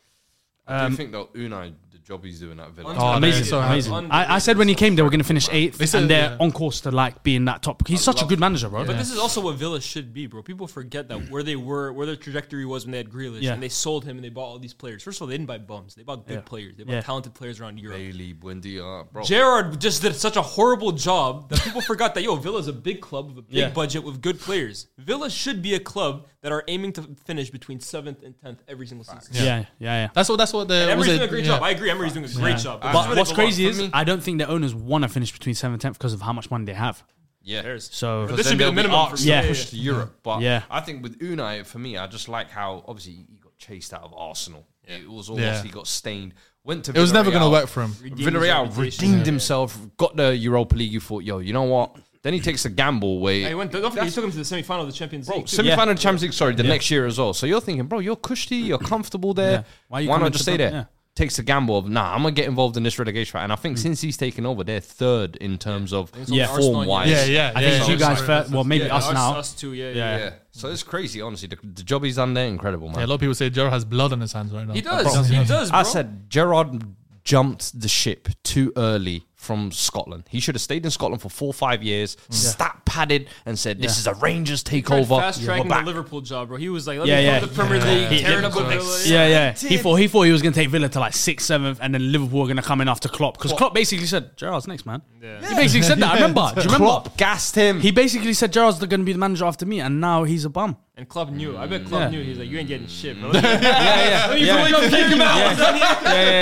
S2: Um,
S4: I do think that Unai, the job he's doing at Villa.
S3: Oh,
S2: amazing,
S1: they're so happy.
S2: amazing. I, I said when he came, they were going to finish eighth,
S1: They said-
S2: and they're
S1: yeah.
S2: on course to like being that top. He's such a good manager, bro.
S3: But this is also what Villa should be, bro. People forget that where they were, where their trajectory was when they had Grealish,
S2: Yeah.
S3: and they sold him and they bought all these players. First of all, they didn't buy bums; they bought good
S2: Yeah.
S3: players. They bought
S2: Yeah.
S3: talented players around Europe.
S4: Bailey, Buendia, bro.
S3: Gerard just did such a horrible job that people forgot that yo Villa's a big club with a big
S2: Yeah.
S3: budget with good players. Villa should be a club that are aiming to finish between seventh and tenth every single season.
S2: yeah, yeah, yeah.
S1: That's what. That's what the.
S3: And
S1: was
S3: Emery's
S1: it-
S3: doing a great
S1: yeah.
S3: job. I agree. Emery's doing a great job.
S4: But
S3: That's where
S2: But
S3: they
S2: what's
S3: belong.
S2: crazy
S4: For
S2: is
S4: me-
S2: I don't think the owners want to finish between seventh and 10th because of how much money they have.
S4: Yeah.
S2: So
S3: This should be the minimum for
S2: Yeah.
S3: yeah.
S4: Push to Europe, but
S2: Yeah.
S4: I think with Unai, for me, I just like how obviously he got chased out of Arsenal. It was almost
S1: Yeah.
S4: he got stained. Went to
S1: It was never
S4: going to
S1: work for him.
S4: Villarreal redeemed himself, got the Europa League. You thought, yo, you know what? Then he takes the gamble away.
S3: Hey, went, don't forget, he took him to the semifinal of the Champions
S4: Bro,
S3: League. too.
S4: semi final Champions League, sorry, the next year as well. So you're thinking, bro, you're cushy, you're comfortable there.
S2: Yeah. Why
S4: Why,
S2: you coming
S4: not just
S2: to
S4: stay
S2: the-
S4: there?
S2: yeah.
S4: Takes the gamble of, nah, I'm going to get involved in this relegation fight. And I think since he's taken over, they're third in terms of
S2: Yeah.
S4: form wise.
S1: Yeah, yeah.
S2: I
S1: yeah,
S2: think
S1: yeah.
S2: you guys,
S1: Sorry.
S2: first, well, maybe
S3: Yeah,
S2: us now.
S3: Us too. Yeah, yeah.
S2: Yeah.
S4: Yeah. So it's crazy, honestly. The, the job he's done there, incredible, man.
S1: Yeah, a lot of people say Gerard has blood on his hands right now.
S3: He
S1: I promise
S3: does.
S1: you.
S3: He does. Bro.
S4: I said Gerard jumped the ship too early from Scotland. He should have stayed in Scotland for four or five years, stat padded, and said, This is a Rangers takeover.
S3: Fast
S4: We're
S3: tracking the
S4: back."
S3: Liverpool job, bro. He was like, let
S2: Yeah,
S3: me
S2: yeah.
S3: come to the Premier League,
S2: He-
S3: tearing up
S2: yeah.
S3: with Villa.
S2: Yeah, yeah. He thought he thought he was going to take Villa to like sixth, seventh, and then Liverpool were going to come in after Klopp because Klopp basically said Gerard's next man. He basically said that. I remember. Do you remember?
S4: Klopp gassed him.
S2: He basically said Gerard's going to be the manager after me, and now he's a bum.
S3: And Klopp knew. I bet Klopp
S2: Yeah.
S3: knew. He's like, you ain't getting shit, bro. yeah,
S4: yeah,
S3: Let me really kick him out.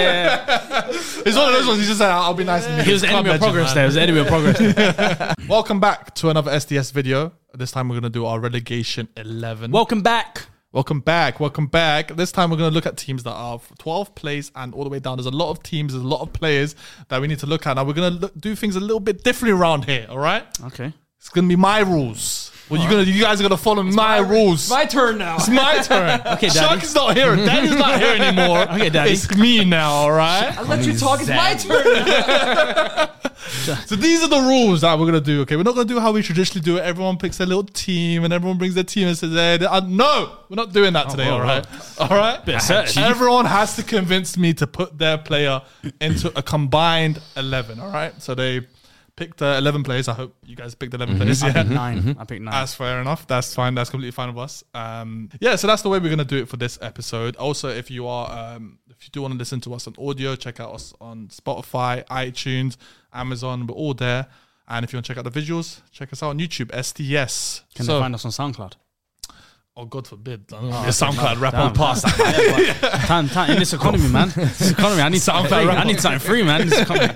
S1: It's one of those ones. He just said, "I'll be nice." and
S2: He was the enemy of
S1: Legend,
S2: progress
S1: man.
S2: there. He was the enemy of progress.
S1: Welcome back to another SDS video. This time we're gonna do our relegation eleven.
S2: Welcome back.
S1: Welcome back. Welcome back. This time we're going to look at teams that are 12th place and all the way down. There's a lot of teams, there's a lot of players that we need to look at. Now we're going to look, do things a little bit differently around here, all right?
S2: Okay.
S1: It's going to be my rules. Well, you're going to you guys are going to follow my, rules.
S3: My turn now.
S1: it's my turn. okay,
S2: Daddy.
S1: Chuck's not here. Daddy's not here anymore.
S2: Okay, Daddy.
S1: It's me now, all right?
S3: I let you talk. It's my turn. now.
S1: So these are the rules that we're going to do, okay? We're not going to do how we traditionally do it. Everyone picks their little team and everyone brings their team and says, hey, uh, no, we're not doing that today, all right? All right? Everyone has to convince me to put their player into a combined 11, all right? So they picked uh, 11 players. I hope you guys picked 11 players. Yeah.
S2: Nine. I picked nine.
S3: Ah,
S1: That's fair enough. That's fine. That's completely fine with us. Um, yeah, so that's the way we're gonna do it for this episode. Also, if you are, um, if you do want to listen to us on audio, check out us on Spotify, iTunes, Amazon. We're all there. And if you want to check out the visuals, check us out on YouTube. SDS.
S2: Can
S1: So-
S2: they find us on SoundCloud?
S1: Oh God forbid! I don't know. Your SoundCloud rap on past.
S2: Time, time, in this economy, man. This economy, I need something. free. I need something free, man. This economy.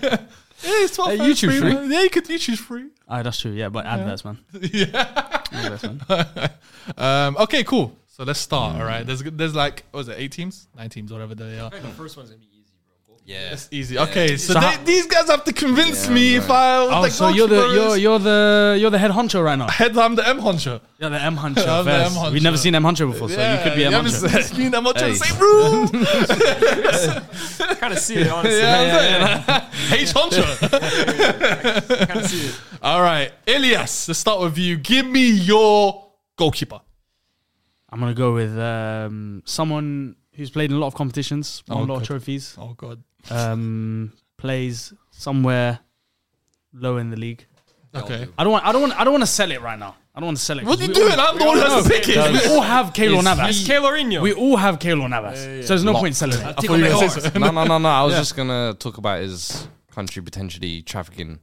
S1: Yeah, it's
S2: Hey,
S1: YouTube
S2: YouTube
S1: free.
S2: free?
S1: man. Yeah, you could YouTube's free.
S2: Ah, that's true. Yeah, but adverts, man. Adverts, man.
S1: Um, okay, cool. So let's
S2: Mm.
S1: start. All right. There's there's like what was it eight teams, nine teams, whatever they are.
S3: The first one's gonna be easy, bro.
S4: yeah.
S1: It's easy. Okay, so,
S2: So
S1: they,
S2: how-
S1: these guys have to convince me if I was
S2: Oh,
S1: like,
S2: so you're the
S1: goalkeeper
S2: you're
S1: is-
S2: you're the you're the head honcho right now.
S1: head. I'm the M honcho.
S2: You're the M
S1: I'm
S2: honcho.
S1: the M
S2: Fez.
S1: honcho.
S2: We've never seen M honcho before, so you could be M
S1: haven't
S2: honcho.
S1: s- seen M honcho in
S4: Hey.
S1: the same room.
S3: I kind of see it, honestly.
S1: yeah, H honcho.
S3: I kind of see it.
S1: All right, Ilias. Let's start with you. Give me your goalkeeper.
S2: I'm gonna go with um, someone who's played in a lot of competitions, won
S1: Oh,
S2: a lot
S1: good.
S2: of trophies,
S1: Oh God.
S2: um, plays somewhere low in the league.
S1: Okay.
S2: I don't want. I don't want. I don't want to sell it right now. I don't want to sell it.
S1: What are
S2: 'cause
S1: you
S2: we all-
S1: doing? I'm the one who has to pick it.
S2: We all have Keylor
S4: It's
S2: Navas.
S3: It's Lorino.
S2: We all have Keylor Navas. So there's no point in selling it.
S1: I thought you were gonna say something.
S4: no, no, no, no. I was just gonna talk about his country potentially trafficking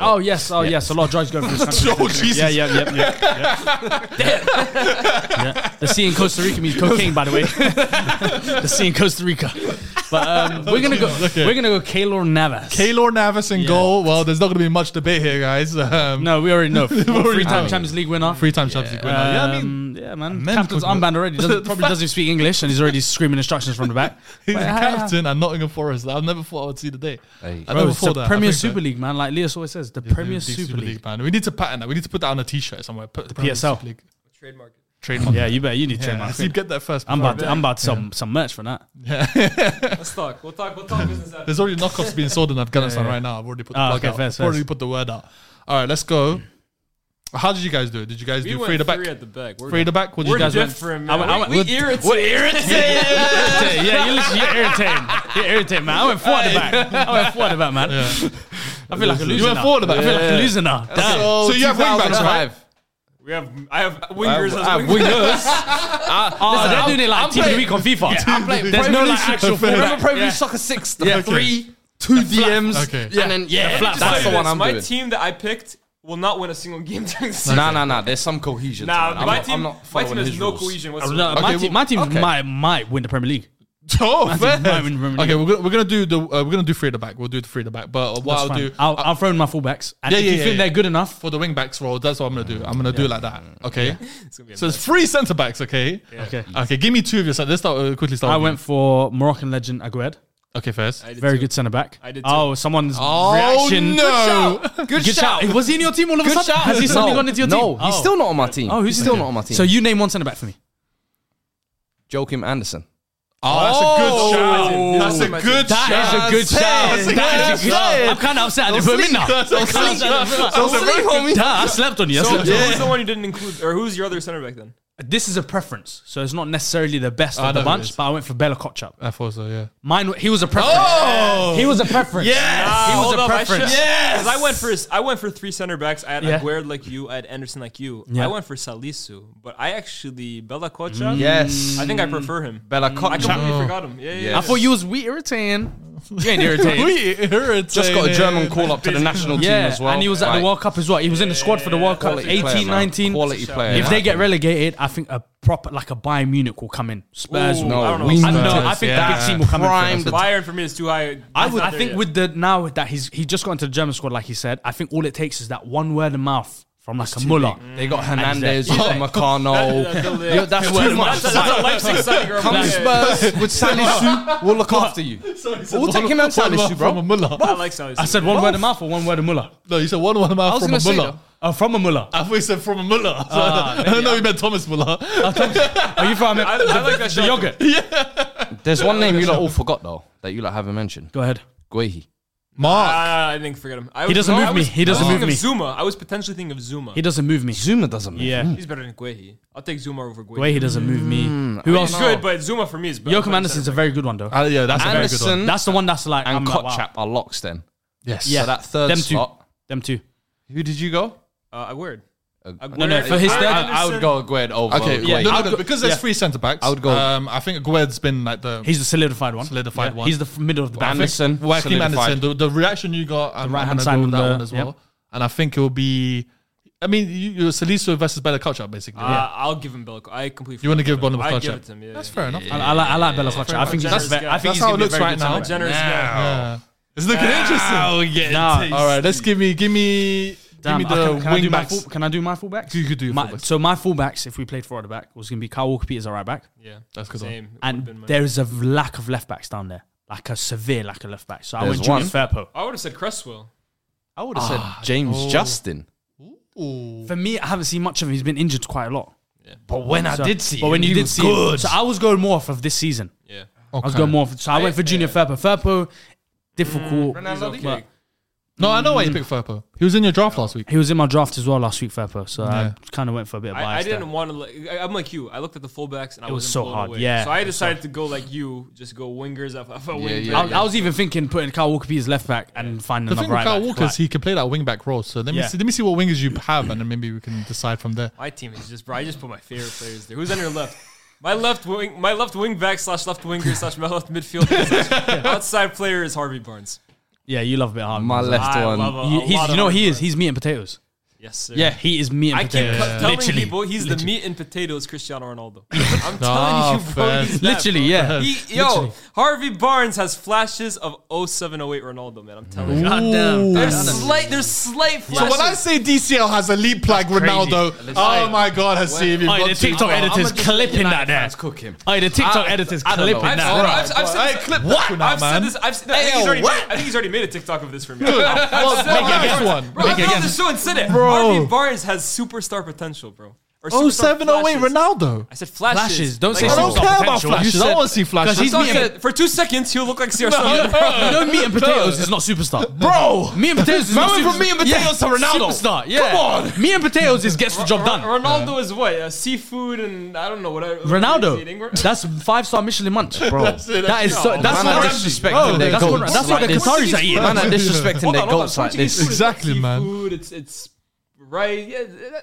S2: Oh yes, oh yes, a lot of drugs go through this country.
S1: Oh, Jesus.
S2: Yeah, yeah, yeah, yeah. yeah. yeah. The sea in Costa Rica means cocaine, by the way. the sea in Costa Rica. But um, we're gonna go.
S1: Okay.
S2: We're gonna go. Kaylor Navas.
S1: Kaylor Navas in goal. Well, there's not going to be much debate here, guys. Um,
S2: No, we already know.
S1: already
S2: Three-time
S1: know.
S2: Champions League winner.
S1: Three-time Champions League winner. Yeah, I mean,
S2: Um, yeah, man.
S1: man
S2: Captain's
S1: could-
S2: armband already. Doesn't, probably doesn't speak English, and he's already screaming instructions from the back.
S1: he's
S2: But,
S1: the
S2: yeah, yeah.
S1: captain and Nottingham Forest. I never thought I would see the day. I
S2: Bro,
S1: never
S2: it's the
S1: thought that. I
S2: Premier
S1: think that-
S2: Super League, man. Like Leos always says, the
S1: Yeah,
S2: Premier
S1: the
S2: Super, League.
S1: man. We need to patent that. We need to put that on a T-shirt somewhere. Put the Premier
S2: PSL.
S1: Super League
S3: Trademark.
S1: trademark.
S2: Yeah, you better. You need to
S1: yeah.
S2: trademark.
S1: So you get that first.
S2: I'm
S1: before
S2: about. To,
S1: I-
S2: I'm about some some merch for that.
S3: Let's talk. We'll talk. We'll talk business after.
S1: There's already knockoffs being sold in Afghanistan right now. I've already put the
S2: Ah,
S1: plug
S2: okay,
S1: out.
S2: fair,
S1: I've
S2: fair.
S1: already put the word out. All right, let's go. How did you guys do? it? Did you guys
S3: We
S1: do
S3: went
S1: free to back?
S3: three at the back. We're
S1: Free to back. What did
S3: We're
S1: you guys went?
S3: different,
S2: I
S3: man.
S2: went- I went-
S3: we,
S2: with-
S3: we irritate.
S2: We're irritating. yeah, yeah, you listen, you're irritating. You're irritating, man. I went forward the back. I went forward the back, man. I feel like a
S1: You
S2: loser.
S1: went
S2: now.
S1: forward the back.
S2: I feel like a
S1: Yeah.
S2: loser now. Damn.
S4: Oh,
S1: So you have wing backs, right?
S4: 2005.
S3: We have. I have
S4: I have-
S3: wingers.
S4: I have
S3: as wingers.
S4: Uh, wingers.
S2: Listen, they're doing it er like
S4: Ah,
S2: team
S4: I'm
S2: of the
S4: playing-
S2: week on FIFA.
S4: I'm playing
S2: There's
S4: Pro
S2: no like
S4: Evolution.
S2: actual
S4: Remember
S2: fullback.
S4: Pro Evolution
S2: Yeah.
S4: Soccer 6? The
S2: Yeah.
S4: three, two DMs,
S1: Okay.
S4: and then, yeah,
S2: The flat
S4: that's
S2: five.
S4: the one I'm
S3: my
S4: doing.
S3: team that I picked will not win a single game during the season.
S4: Nah, nah, nah. There's some cohesion. to
S3: Nah,
S4: it. I'm
S3: my
S4: not-
S3: team.
S4: I'm not
S3: my
S4: following
S3: team has
S4: his
S3: no
S4: rules.
S3: cohesion
S2: Uh,
S3: whatsoever.
S2: no, my,
S1: well-
S2: team, my team
S4: okay.
S2: might might win the Premier League.
S1: Oh,
S2: Might-
S1: fair.
S2: might win Premier League.
S1: Okay, we're gonna, we're gonna do the uh, we're gonna do free to back. We'll do the free to back. But what
S2: That's
S1: I'll
S2: fine.
S1: do
S2: I'll, I'll throw in my fullbacks. And
S1: Yeah,
S2: if
S1: yeah,
S2: you
S1: yeah,
S2: think
S1: yeah.
S2: they're good enough,
S1: for the wing backs role, that's what I'm gonna do. I'm gonna do it like that. Okay. so it's three centre backs. Okay.
S2: okay.
S1: Okay. Give me two of your. cent- Let's start uh, quickly. Start.
S2: I
S1: with
S2: went for Moroccan legend Agued.
S1: you. Okay, first.
S3: I did
S2: Very
S3: too.
S2: good centre back.
S3: I did too.
S2: Oh, someone's
S1: Oh,
S2: reaction.
S1: no.
S2: Good shout.
S4: Good shout.
S2: Was he in your team all of a
S4: Good
S2: sudden?
S4: shout.
S2: Has he suddenly
S4: no,
S2: gone into your
S4: no,
S2: team?
S4: he's
S2: Oh.
S4: still not on my team.
S2: Oh, who's
S4: he's
S2: in
S4: still
S2: your
S4: not on my team.
S2: So you name one centre back for me.
S4: Joakim Anderson.
S1: Oh, that's a
S4: Oh.
S1: good shout. That's a good shout.
S2: That is a good shout.
S4: That's it.
S2: That is a good
S4: That's
S2: shout.
S4: it.
S2: I'm kind of upset I didn't
S4: Don't
S2: put him in now.
S4: sleep. Don't
S2: I'm kinda
S4: sleep.
S2: upset I
S4: Don't
S2: didn't put him in.
S4: sleep, homie.
S2: Duh, I slept on you. I
S3: So,
S2: slept
S3: so
S2: on you.
S3: who's the one you didn't include, or who's your other center back then?
S2: This is a preference, so it's not necessarily the best
S1: I
S2: of the
S1: know who it
S2: bunch.
S1: is.
S2: But Oh, I went for Bella Kotchup.
S1: I thought so. Yeah.
S2: Mine, he was a preference.
S4: Oh!
S2: He was a preference.
S3: Ah,
S2: he was
S3: hold
S2: a
S3: up, I
S2: preference.
S3: should- 'cause I went for I went for three center backs. I had
S2: Yeah.
S3: Aguero like you. I had Anderson like you.
S2: Yeah.
S3: I went for Salisu, but I actually Bella Kocha.
S2: Mm.
S4: Yes.
S3: I think I prefer him.
S4: Bella
S3: I
S4: Kocha.
S3: completely forgot him. Yeah, yeah.
S2: Oh. I thought you was we irritating. You ain't irritating.
S4: Just
S1: Just
S4: got a German call up to the national team
S2: yeah,
S4: as well.
S2: and he was at
S4: Like,
S2: the World Cup as well. He was in the squad for the World Cup,
S4: quality
S2: 18,
S4: player, man.
S2: 19.
S4: Quality player.
S2: If
S4: yeah.
S2: they get relegated, I think a proper like a Bayern Munich will come in. Spurs.
S3: Ooh,
S2: will.
S4: no,
S3: I don't know.
S4: we
S2: I
S4: need
S2: don't know.
S4: to-
S2: I think
S1: Yeah.
S2: the big team will come in.
S4: Prime
S2: first.
S4: the-
S3: Bayern for me is too high.
S2: I
S3: It's
S2: would.
S3: not
S2: I
S3: there
S2: think
S3: yet.
S2: with the now that he's he just got into the German squad, like he said. I think all it takes is that one word of mouth from like a Muller.
S4: They got Hernandez,
S2: Yeah. Oh.
S3: That- that's
S4: Upamecano.
S3: the-
S4: Yo, That's
S3: That's-
S4: too much.
S3: That's, that's a Leipzig signing. right
S4: Come
S3: there.
S4: Spurs with Salisu, we'll look after you. We'll take him out Salisu,
S1: From a
S4: bro.
S1: Muller.
S3: I like Salisu.
S2: "Oh, I said one word of mouth or one word of Muller.
S1: No, you said one one
S4: I
S1: mouth
S4: was
S1: from a
S4: gonna say Ah,
S1: Muller.
S4: that.
S2: Oh, from a Muller.
S1: I thought you said from a Muller. So I don't know you meant Thomas Muller.
S2: Are you from?
S3: I, I like that
S2: the
S3: shot.
S2: yogurt.
S4: There's one name you lot all forgot though that you lot haven't mentioned.
S2: Go ahead.
S4: Guehi.
S3: Ah,
S1: Mark.
S3: I think forget him. I
S2: He doesn't
S3: no,
S2: move
S3: I
S2: me.
S3: was-
S2: He
S3: I was
S2: doesn't
S3: thinking
S2: move
S3: of
S2: me.
S3: Zuma. I was potentially thinking of Zuma.
S2: He doesn't move me.
S4: Zuma doesn't make
S2: Yeah.
S3: He's better than Guehi. I'll take Zuma over Guehi.
S2: Way he doesn't move me. Who else?
S3: He's good, but Zuma for me is better.
S2: Joachim Anderson's a very good one though.
S1: Ah,
S4: Uh,
S1: yeah, that's a very good one.
S4: Anderson
S2: That's the one that's like I'm
S4: and
S2: like, wow.
S4: Kotchap are locks then.
S1: Yes.
S2: Yeah.
S4: So that third
S2: Them two.
S4: slot.
S2: Them two.
S4: Who did you go?
S3: Uh, Aguerd.
S2: No, no, for his
S3: I-
S2: third-
S3: I
S4: I would
S3: understand-
S4: go Agued over.
S1: Okay.
S4: Guehi.
S1: no, no,
S2: I'd
S1: no,
S2: go-
S1: because there's
S2: yeah.
S1: three centre backs.
S4: I would go-
S1: Um, I think Agued's been like the.
S2: He's the solidified one.
S1: Solidified one.
S2: He's the f- middle of the back.
S4: Anderson.
S1: Joachim
S4: solidified.
S1: Anderson. The, the reaction you got, I'm,
S2: right-hand
S1: I'm
S2: side
S1: gonna go with that
S2: on the-
S1: one as well.
S2: yep.
S1: And I think it will be. I mean, you, you Salisu versus Bella Culture, basically.
S3: Uh, I'll give him Belichick. I completely.
S1: You want to
S3: forgot
S1: give Bonner
S3: about him. I give
S1: Culture?
S3: it to him. Yeah,
S1: That's
S3: yeah.
S1: fair enough.
S2: I, I, like- I like Bella Koch. I think
S3: much.
S2: that's
S3: Generous
S2: ve-
S3: guy.
S2: I think
S1: That's
S2: he's
S1: how
S2: gonna
S1: it
S2: be a
S1: looks
S2: very
S1: right
S2: good
S1: now.
S2: centre-back.
S3: Generous guy.
S1: Yeah. It's looking interesting.
S2: Nah.
S1: All right, let's give me give me
S2: Damn,
S1: give me
S2: I
S1: the
S2: can, can I
S1: wing
S2: do my
S1: backs.
S2: full, Can I do my fullbacks?
S1: You could do your
S2: my,
S1: fullbacks.
S2: So my fullbacks, if we played four at the back, was going to be Kyle Walker Peters at right back,
S3: Yeah,
S1: That's good.
S3: Same. It would've been
S2: and
S3: mine.
S2: there is a v- lack of left backs down there, like a severe lack of left backs. So I
S4: There's
S2: went Julian
S4: one.
S2: Fairpo.
S3: I would have said Cresswell.
S4: I would have said James Justin.
S2: For me, I haven't seen much of him. He's been injured quite a lot.
S4: But when
S2: So-
S4: I did see,
S2: but when you
S4: him, he
S2: did
S4: was
S2: see, him-
S4: good.
S2: so I was going more off of this season.
S3: Yeah.
S2: I was going more. For, so I, went for Junior Fairpo. Fairpo, difficult.
S3: Ronaldo?
S2: but
S1: No, I know why you picked Firpo. He was in your draft last week.
S2: he was in my draft as well last week, Fairpo. So
S1: Yeah.
S2: I kind of went for a bit of bias.
S3: I, I didn't
S2: there.
S3: want to. Like, I, I'm like you. I looked at the fullbacks and I
S2: It was
S3: wasn't
S2: so
S3: blown
S2: hard,
S3: away.
S2: yeah.
S3: So I
S2: It was so
S3: decided to go like you, just go wingers. I, I felt
S4: Yeah,
S3: wing
S4: yeah,
S3: back.
S4: yeah.
S2: I, I was even thinking putting Kyle Walker Peters left back and finding
S1: The
S2: another
S1: thing with
S2: right
S1: Kyle
S2: back.
S1: Walker is he can play that wing back role. So let me
S2: Yeah.
S1: see, let me see what wingers you have, and then maybe we can decide from there.
S3: My team is just bro. I just put my favorite players there. Who's on your left? My left wing, my left wing back slash left winger slash my left midfielder slash outside player is Harvey Barnes.
S2: Yeah, you love a bit of
S4: My
S2: Harvey.
S4: left
S3: I
S4: one.
S3: love a-
S2: You, he's,
S3: lot
S2: you know what
S3: of
S2: he
S3: hardcore.
S2: is? He's meat and potatoes.
S3: Yes, sir.
S2: Yeah, he is meat and
S3: I keep
S2: potatoes.
S3: cu- telling
S2: Literally.
S3: people he's the meat and potatoes Cristiano Ronaldo. I'm telling you, bro.
S1: fair.
S3: He's that,
S2: Literally,
S3: bro.
S2: yeah. oh,
S3: He, yo,
S2: Literally.
S3: Harvey Barnes has flashes of 0708 Ronaldo, man. I'm telling you.
S2: God damn.
S3: There's slight, there's slight
S1: So
S3: flashes.
S1: when I say DCL has elite plaque Ronaldo, oh my God, Haseeb, you've
S2: Oh,
S1: got
S2: the
S1: to-
S2: TikTok editors clipping that there.
S4: That's cooking.
S2: Oh, the TikTok editors
S4: I don't know.
S2: clipping
S3: I've,
S2: that.
S3: I've, I've, I've,
S1: Hey,
S3: said
S1: clip
S3: this.
S1: that one out,
S3: I've
S1: man.
S3: said this. I've said, I, think he's
S1: Hey,
S3: already made,
S1: what?
S3: I think he's already made a TikTok of this for me.
S1: well, make a guess one.
S3: Bro,
S1: Make a
S3: I was on
S1: guess.
S3: the show and said it.
S1: Bro.
S3: Harvey Barnes has superstar potential, bro. Or
S1: Oh
S3: superstar
S1: seven oh eight
S3: flashes.
S1: Ronaldo.
S3: I said flashes.
S2: Flashes. Don't
S3: Like,
S2: say
S1: I don't
S2: superstar
S1: care about
S2: potential. You
S1: flashes. I
S2: said-
S1: don't wanna see flashes.
S2: 'cause He's
S3: So I
S2: meat and-
S3: said, for two seconds, he'll look like CR7.
S2: you know meat and potatoes is not superstar.
S1: Bro!
S2: Meat and potatoes is
S1: Man
S2: not
S1: went
S2: superstar.
S1: from meat and potatoes to Ronaldo.
S2: Superstar, yeah.
S1: Come
S2: Meat and potatoes is gets the job done.
S3: Ronaldo is what? Uh, seafood and I don't know what. I- what he's eating.
S2: Ronaldo, that's five star Michelin munch, bro. that is so, that's what
S4: Man, I
S2: Ram-
S4: disrespect
S2: Bro,
S4: their
S2: that's what
S4: goats
S2: that's what
S4: like
S2: the
S4: this.
S2: Qataris are eating.
S4: Man, are disrespecting
S3: Hold
S4: their
S3: on, hold on.
S4: goats like
S3: Portuguese
S4: this.
S3: food is like
S1: Exactly, man.
S3: seafood, It's it's right. Yeah,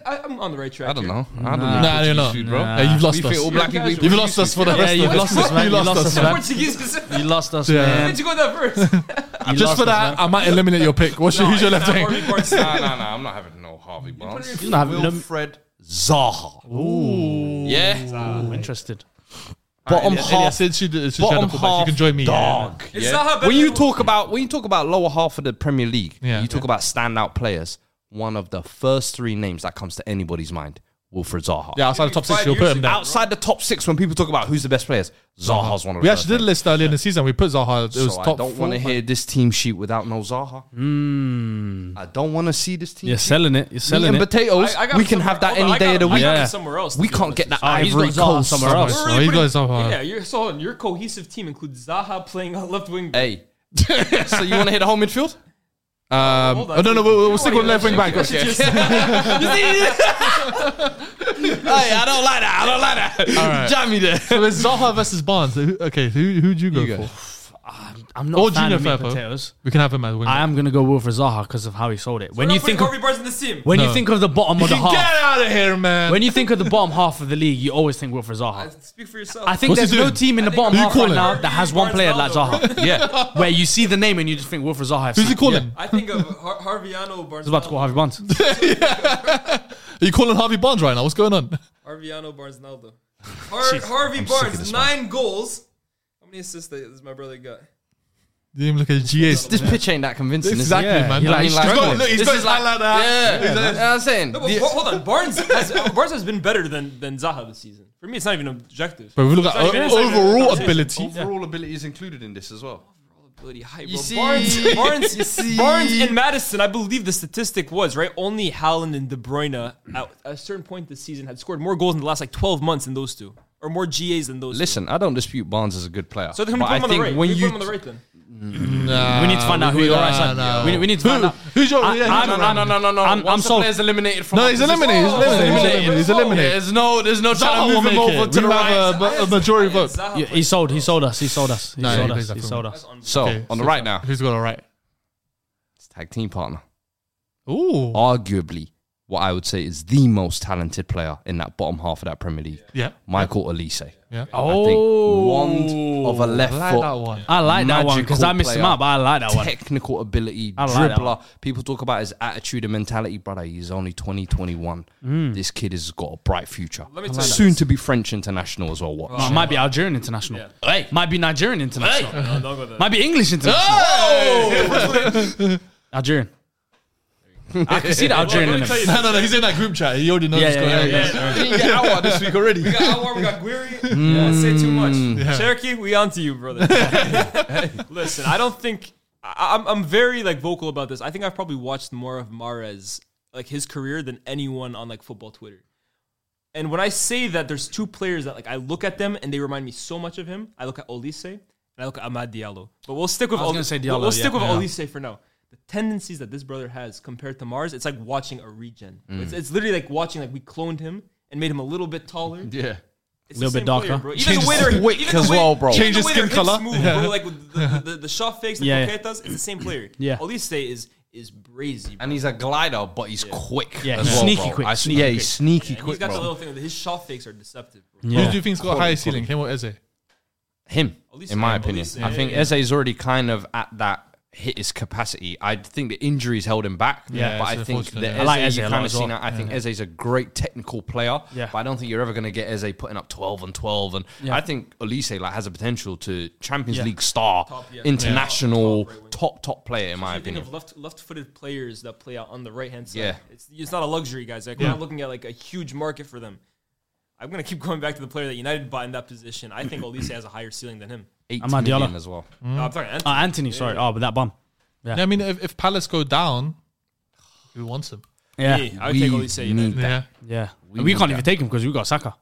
S3: I, I'm on the right track.
S4: I don't
S3: here.
S4: know. I don't know.
S1: Nah, you're not.
S4: Food, bro.
S1: Nah. Yeah, you've lost
S4: we
S1: us.
S4: Fit all black
S3: Yeah,
S4: people. eat
S3: guys,
S1: You've
S3: you
S1: lost us for the
S2: Yeah,
S1: rest
S2: you've
S1: of
S2: lost us, man.
S1: You
S2: You
S1: lost
S2: lost
S1: us,
S2: us,
S1: man.
S3: Portuguese. Why
S2: You lost us,
S1: Yeah.
S3: did you go that first?
S1: Just for that, I might eliminate your pick. What's your, who's your left wing?
S4: Nah, nah, nah. I'm not having no Harvey Barnes.
S2: He's not having no-
S4: Wilfred Zaha. Yeah.
S2: I'm interested.
S4: Bottom
S1: Yeah,
S4: half.
S1: since she did, since she had
S4: Bottom
S1: a fullback, you
S4: half.
S1: can join me. yeah.
S4: Dog.
S3: Is
S4: Yeah.
S3: Zaha better
S4: When you
S3: than-
S4: talk about when you talk about lower half of the Premier League,
S1: Yeah.
S4: you talk about standout players. One of the first three names that comes to anybody's mind: Wilfred Zaha.
S1: Yeah, outside the top six, you'll put him there.
S4: Outside the top six, when people talk about who's the best players, Zaha's one of the
S1: We
S4: first
S1: actually did a
S4: names.
S1: list earlier in the season. We put Zaha. It was
S4: so
S1: top
S4: I don't
S1: four,
S4: want to
S1: man.
S4: hear this team sheet without no Zaha. I don't want to see this team.
S2: You're
S4: sheet.
S2: selling it. You're
S4: Meat
S2: selling
S4: and
S2: it.
S4: potatoes.
S3: Hmm. I- I got
S4: we
S3: him
S4: can
S3: somewhere-
S4: have that
S3: hold on,
S4: any
S3: I got
S4: day of the
S3: him- I
S4: week.
S3: got him
S2: Yeah.
S3: somewhere else.
S4: We
S3: to
S4: can't
S3: put
S4: get
S3: this.
S4: that
S2: Oh, he's
S4: ivory
S2: got Zaha
S4: coast
S2: somewhere
S4: somewhere
S2: else.
S4: else.
S3: We're really
S1: you guys
S3: putting-
S1: are hard.
S3: Yeah, you're so hold on, your cohesive team includes Zaha playing a left wing. back.
S4: Hey, so you want to hit the whole midfield?
S1: Um,
S3: Hold on.
S1: oh, no, no, we'll, we'll stick with left wing back.
S3: That's just- That's
S4: hey, I don't like that. I don't like that.
S1: right.
S4: Jam me there.
S1: So it's Zaha versus Barnes. Who- Okay, who who'd you go
S4: You go.
S1: for?
S2: I'm not
S1: Or
S2: a fan
S1: Gino
S2: of meat and
S1: Firpo.
S2: potatoes.
S1: We can have him as wing.
S2: I
S1: back.
S2: am gonna go Wilfred Zaha because of how he sold it. when
S3: not
S2: you
S3: putting
S2: think of
S3: Harvey Barnes in this team.
S2: when
S1: No.
S2: you think of the bottom of the
S1: Get
S2: half,
S1: out of here, man.
S2: when you think of the bottom half of the league, you always think Wilfred Zaha.
S3: Speak for yourself.
S2: I think
S1: What's he
S2: there's no
S1: doing?
S2: team in the
S3: I think
S1: Who
S2: bottom
S1: you
S2: half right
S1: calling?
S2: now that has one player like
S3: Ronaldo,
S2: Zaha.
S4: Yeah.
S2: Where you see the name and you just think Wilfred Zaha. FC.
S1: Who's he calling?
S3: I think of Har- Harviano
S2: I was
S3: Barnes.
S2: about to call Harvey Barnes.
S1: Are you calling Harvey Barnes right now? What's going on?
S3: Harviano Barnes Naldo. Har- Harvey Barnes, nine goals. How many assists that- does my brother got?
S1: You even look at GAs.
S4: This pitch ain't that convincing. is it?
S1: Exactly,
S4: Yeah.
S1: man.
S4: You're
S1: Like,
S4: like,
S1: he's got- look, he's
S4: this
S1: got
S4: is
S1: his highlight out.
S4: Yeah.
S1: He's
S4: You know
S1: like-
S4: what I'm saying.
S3: No, but
S4: The-
S3: Bar- hold on. Barnes has, Barnes has been better than, than Zaha this season. For me, it's not even objective.
S1: But we look at
S3: It's not even-
S1: o-
S3: it's not even-
S1: overall
S3: it's not
S1: ability.
S4: Overall ability is included in this as well.
S3: Bloody hype,
S4: You
S3: bro.
S4: see?
S3: Barnes, Barnes,
S4: You see?
S3: Barnes and Madison, I believe the statistic was, right? Only Haaland and De Bruyne at a certain point this season had scored more goals in the last like 12 months than those two, or more GAs than those
S4: Listen, I don't dispute Barnes is a good player.
S3: two. So they're going
S4: but
S3: to put him
S4: I
S3: on the
S4: think
S3: right.
S4: when
S3: They
S4: you
S3: put him on the right then.
S2: we need to find out who
S1: we-
S2: your
S1: nah,
S2: right side.
S1: nah.
S2: We, we need to find
S1: Who-
S2: out.
S1: who's your- yeah,
S2: I,
S1: who's
S2: I'm,
S1: your
S2: no, no, no, no, no. I'm, I'm
S4: once a
S2: sold.
S4: player's eliminated from
S1: No,
S4: our
S1: he's
S4: position-
S1: eliminated. He's
S3: Oh,
S1: eliminated. He's
S3: oh,
S1: eliminated. He's
S3: oh,
S1: eliminated.
S4: There's no, there's no
S1: Zaha
S4: trying to
S1: will
S4: move him
S1: make
S4: over
S1: it.
S4: to
S1: We'll
S4: the
S1: have
S4: right.
S1: a- a uh, majority vote.
S3: Zaha
S2: Yeah,
S3: played
S2: he sold. He sold us. He sold us. He
S1: Nah, he
S2: sold
S1: plays
S2: us.
S1: that
S2: He
S1: for
S2: sold
S1: me.
S2: us.
S4: So
S1: Okay,
S4: on the
S1: so
S4: right now,
S1: Who's got all right?
S4: his tag team partner,
S1: Ooh.
S4: Oh, arguably what I would say is the most talented player in that bottom half of that Premier League,
S1: Yeah.
S4: Michael Olise.
S1: Yeah.
S4: I think
S2: Oh.
S4: wand of a left
S1: I like
S4: foot.
S1: that one.
S2: I like that one because I missed him
S4: Magical
S2: out, but I like that one.
S4: Technical ability,
S2: I like that
S4: dribbler. People talk about his attitude and mentality, brother. He's only 20, 21.
S2: Mm.
S4: This kid has got a bright future.
S3: Let me tell you
S4: Soon to be French international as well. Watch.
S2: No, it might be Algerian international. Hey. Might be Nigerian international. Might be English international. Algerian. I can see the Algerian in him.
S1: No, no, no. He's in that group chat. He already knows
S2: Yeah,
S1: what's
S2: yeah,
S1: going
S2: yeah,
S1: on.
S2: yeah.
S4: didn't get out this week already.
S3: We got Alwar, we got Guiri. Yeah, say too
S2: Mm.
S3: much. Cherokee, we on to you, brother. Listen, I don't think I, I'm I'm very like vocal about this. I think I've probably watched more of Mares like his career than anyone on like football Twitter. And when I say that there's two players that like I look at them and they remind me so much of him. I look at Olise and I look at Ahmad Diallo. But we'll stick with
S2: I was
S3: Oli-
S2: gonna say
S3: we'll- We'll,
S2: Diallo,
S3: stick
S2: yeah.
S3: with
S2: Yeah.
S3: Olise for now. The tendencies that this brother has compared to Mars, it's like watching a regen. It's, it's literally like watching like we cloned him and made him a little bit taller.
S4: Yeah.
S3: It's
S2: Little
S3: the
S2: bit
S3: same
S2: darker.
S3: Player, bro. Even
S4: Change
S3: the
S4: the
S3: way they're
S4: quick
S3: even the
S4: as
S3: way-
S4: well, bro.
S3: even
S1: Change
S3: the
S1: his
S3: way their
S1: skin
S3: hips
S1: colour.
S3: Move, bro. Like with the, the, the, the shot fakes, the
S2: Yeah.
S3: coquetas, it's the same player.
S2: Yeah.
S3: Olise is is brazy. Bro.
S4: And he's a glider, but he's quick.
S2: Yeah,
S4: as
S2: he's
S4: well,
S2: sneaky
S4: bro.
S2: quick,
S4: I-
S2: sneaky
S4: yeah, he's sneaky
S3: And he's
S4: quick,
S3: got the
S4: bro.
S3: little thing. that His shot fakes are deceptive. Bro.
S1: Who
S2: Yeah.
S1: do you think's got a higher ceiling? Him or Eze?
S4: Him,
S3: Olise,
S4: in my
S3: yeah,
S4: opinion.
S3: Olise,
S4: I think
S3: yeah, yeah.
S4: Eze is already kind of at that. hit his capacity. I think the injuries held him back.
S1: Yeah,
S4: but
S1: it's
S4: I think
S1: unfortunate,
S4: that
S1: yeah.
S2: I like
S4: Eze,
S2: Eze a
S4: you've
S2: lot
S4: kind of
S2: as well.
S4: seen that. I think Eze's a great technical player.
S2: Yeah.
S4: But I don't think you're ever going to get Eze putting up 12 and 12. And I think Olise like has a potential to Champions League star, international, top, top player in my
S3: I think
S4: opinion.
S3: of left left-footed players that play out on the right-hand side.
S4: Yeah.
S3: It's, it's not a luxury, guys. Like, We're not looking at like a huge market for them. I'm gonna keep going back to the player that United bought in that position. I think Olise has a higher ceiling than him.
S4: 8
S2: Amad
S4: million
S2: Diallo.
S4: as well.
S3: No, I'm sorry, Anthony.
S2: Uh, Anthony, sorry. Oh, but that bum.
S1: Yeah, I mean, if, if Palace go down, who wants him?
S2: Yeah.
S3: Me,
S2: Yeah.
S3: I would take
S4: We
S3: Olise.
S4: need
S3: United.
S4: that.
S2: We, can't even take him because we got Saka.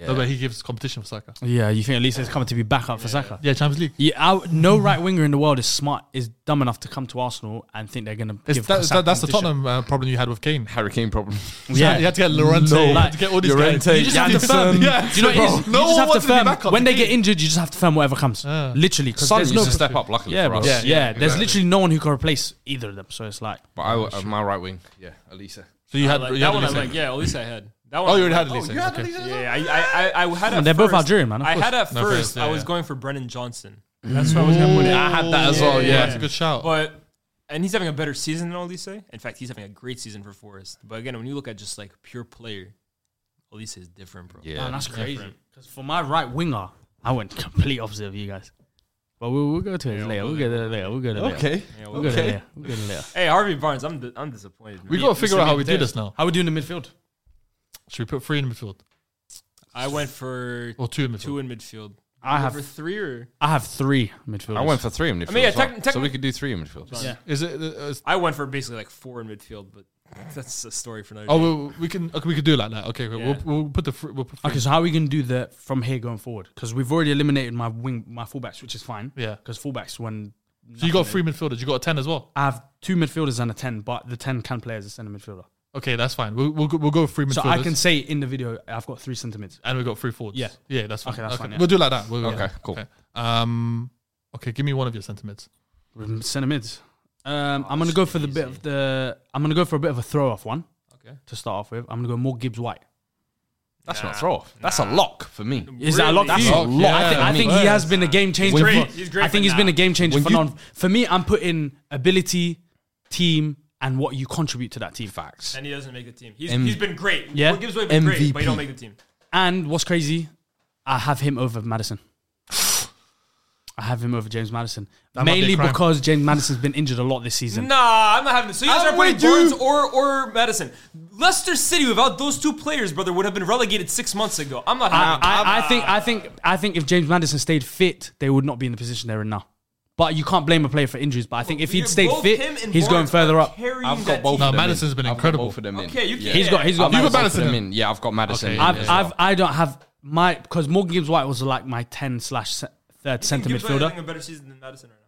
S1: No, but he gives competition for Saka.
S2: Yeah, you think Elise's coming to be backup for Saka?
S1: Yeah, Champions League.
S2: Yeah, I, no right winger in the world is smart, is dumb enough to come to Arsenal and think they're going to
S1: It's
S2: give
S1: that,
S2: Saka
S1: that, that's the
S2: competition.
S1: Tottenham uh, problem you had with Kane.
S4: Harry Kane problem.
S2: Yeah,
S1: you had to get Llorente, you had to get all these guys.
S4: Llorente,
S1: You just have to firm.
S4: Jansen.
S1: Yeah,
S2: Do you know what it
S1: bro,
S2: is? You
S1: no
S2: just
S1: one
S2: have to
S1: wants to be
S2: firm.
S1: back up.
S2: when they get injured, you just have to firm whatever comes. Literally, because
S4: Son
S2: there's
S4: used
S2: no
S4: to step up, luckily
S2: Yeah,
S4: for
S2: bro.
S4: us.
S2: yeah,
S1: Yeah,
S2: There's literally no one who can replace either of them. So it's like,
S4: But I, uh, my right wing, yeah, Elisa.
S1: So you
S3: I
S1: had
S3: like-
S1: you
S3: that
S1: had
S3: one, I'm
S1: Olise.
S3: like, yeah, Olise I had. That one
S1: Oh,
S3: I'm
S1: you already
S3: like,
S1: had Elise. okay.
S3: Yeah, I, I, I, I had. at
S2: they're both
S3: first-
S2: Algerian, man, of
S3: I
S2: course.
S3: had at
S1: No,
S3: first.
S1: fair,
S3: I
S1: yeah,
S3: was
S1: yeah.
S3: going for Brennan Johnson. That's why I was going with.
S1: I had that as well. Yeah,
S3: Yeah.
S1: that's a good shout.
S3: But and he's having a better season than Olise. In fact, he's having a great season for Forest. But again, when you look at just like pure player, Olise is different, bro.
S4: Yeah.
S2: man, that's crazy. Because for my right winger, I went complete opposite of you guys. But we'll, we'll go to it later. We'll get to it later. We'll go to it later. We'll go to it later. We'll go to it later.
S3: Hey, Harvey Barnes, I'm di- I'm disappointed. man.
S1: we got to figure out how we do
S2: Mateus.
S1: this now.
S2: How we do in the midfield?
S1: Should we put three in midfield
S3: I went for
S1: or two in midfield?
S3: two in midfield.
S2: I
S3: You
S2: have-
S3: went for three or
S2: I have three midfielders.
S4: I went for three in midfield. I
S3: mean, yeah,
S4: well.
S3: techni- techni-
S4: so we could do three in midfield.
S3: Yeah.
S1: Is it? Uh, is-
S3: I went for basically like four in midfield, but that's a story for another. day.
S1: oh, we, we can. Okay, we could do like that. Okay, okay,
S3: Yeah.
S1: we'll, we'll put the. fr- We'll put three.
S2: Okay, so how are we gonna do that from here going forward? Because we've already eliminated my wing, my fullbacks, which is fine.
S1: Yeah.
S2: Because fullbacks, when
S1: So you got three midfielders. You got a ten as well.
S2: I have two midfielders and a ten, but the ten can play as a centre midfielder.
S1: Okay, that's fine. We'll we'll go, we'll go with three midfielders.
S2: So I can say in the video, I've got three centre mids.
S1: and we got three forwards.
S2: Yeah.
S1: yeah, that's fine.
S2: Okay, that's fine, yeah.
S1: We'll do like that. We'll,
S4: Okay,
S1: yeah.
S4: cool.
S1: Um, okay, give me one of your sentiments.
S2: Centre mids. Um, I'm gonna go for the bit of the. I'm gonna go for a bit of a throw off one.
S3: Okay.
S2: To start off with, I'm gonna go more Gibbs White.
S4: That's not throw off. That's a lock for me.
S2: Is that a lot?
S3: That's
S2: for you?
S1: a lot.
S2: I think,
S1: Yeah,
S2: I
S1: I
S2: think
S1: mean,
S2: he has been a game changer.
S3: great.
S2: For,
S3: He's great
S2: I think
S3: for
S2: he's been
S3: now.
S2: a game changer
S4: When
S2: for
S4: you-
S2: non. For me, I'm putting ability, team, and what you contribute to that team. Facts.
S3: And he doesn't make the team. He's,
S4: M-
S3: he's been great.
S2: Yeah.
S3: Will Gibbs White been great, but he
S4: MVP.
S3: don't make the team.
S2: And what's crazy, I have him over Madison. I have him over James Madison.
S1: might be a
S2: Mainly
S1: crime.
S2: because James Madison's been injured a lot this season.
S3: Nah, I'm not having this. So you guys
S4: I'm
S3: are playing
S4: with you.
S3: Barnes or or Madison. Leicester City without those two players, brother, would have been relegated six months ago. I'm not
S2: I,
S3: having. it.
S2: I, I think I think I think if James Madison stayed fit, they would not be in the position they're in now. But you can't blame a player for injuries. But I think if he'd
S3: You're-
S2: stayed
S3: both
S2: fit,
S3: him and
S2: he's going
S3: Barnes
S2: further
S3: are
S2: up.
S3: carrying
S4: I've
S3: that
S4: got both.
S3: team.
S4: of
S1: No,
S4: them in.
S1: Madison's been
S4: I've got
S1: incredible.
S4: both of them in.
S3: Okay, you
S4: Yeah.
S3: can't-
S2: He's got he's got
S1: You got
S2: Madison.
S4: Both of them
S1: Madison.
S4: in. Yeah, I've got Madison.
S1: Okay,
S4: in
S1: yeah,
S2: I've,
S4: as well.
S2: I've, I don't have my because Morgan Gibbs White was like my ten slash se- third
S3: Gibbs
S2: centre
S3: White is having
S2: midfielder.
S3: a better season than Madison right now.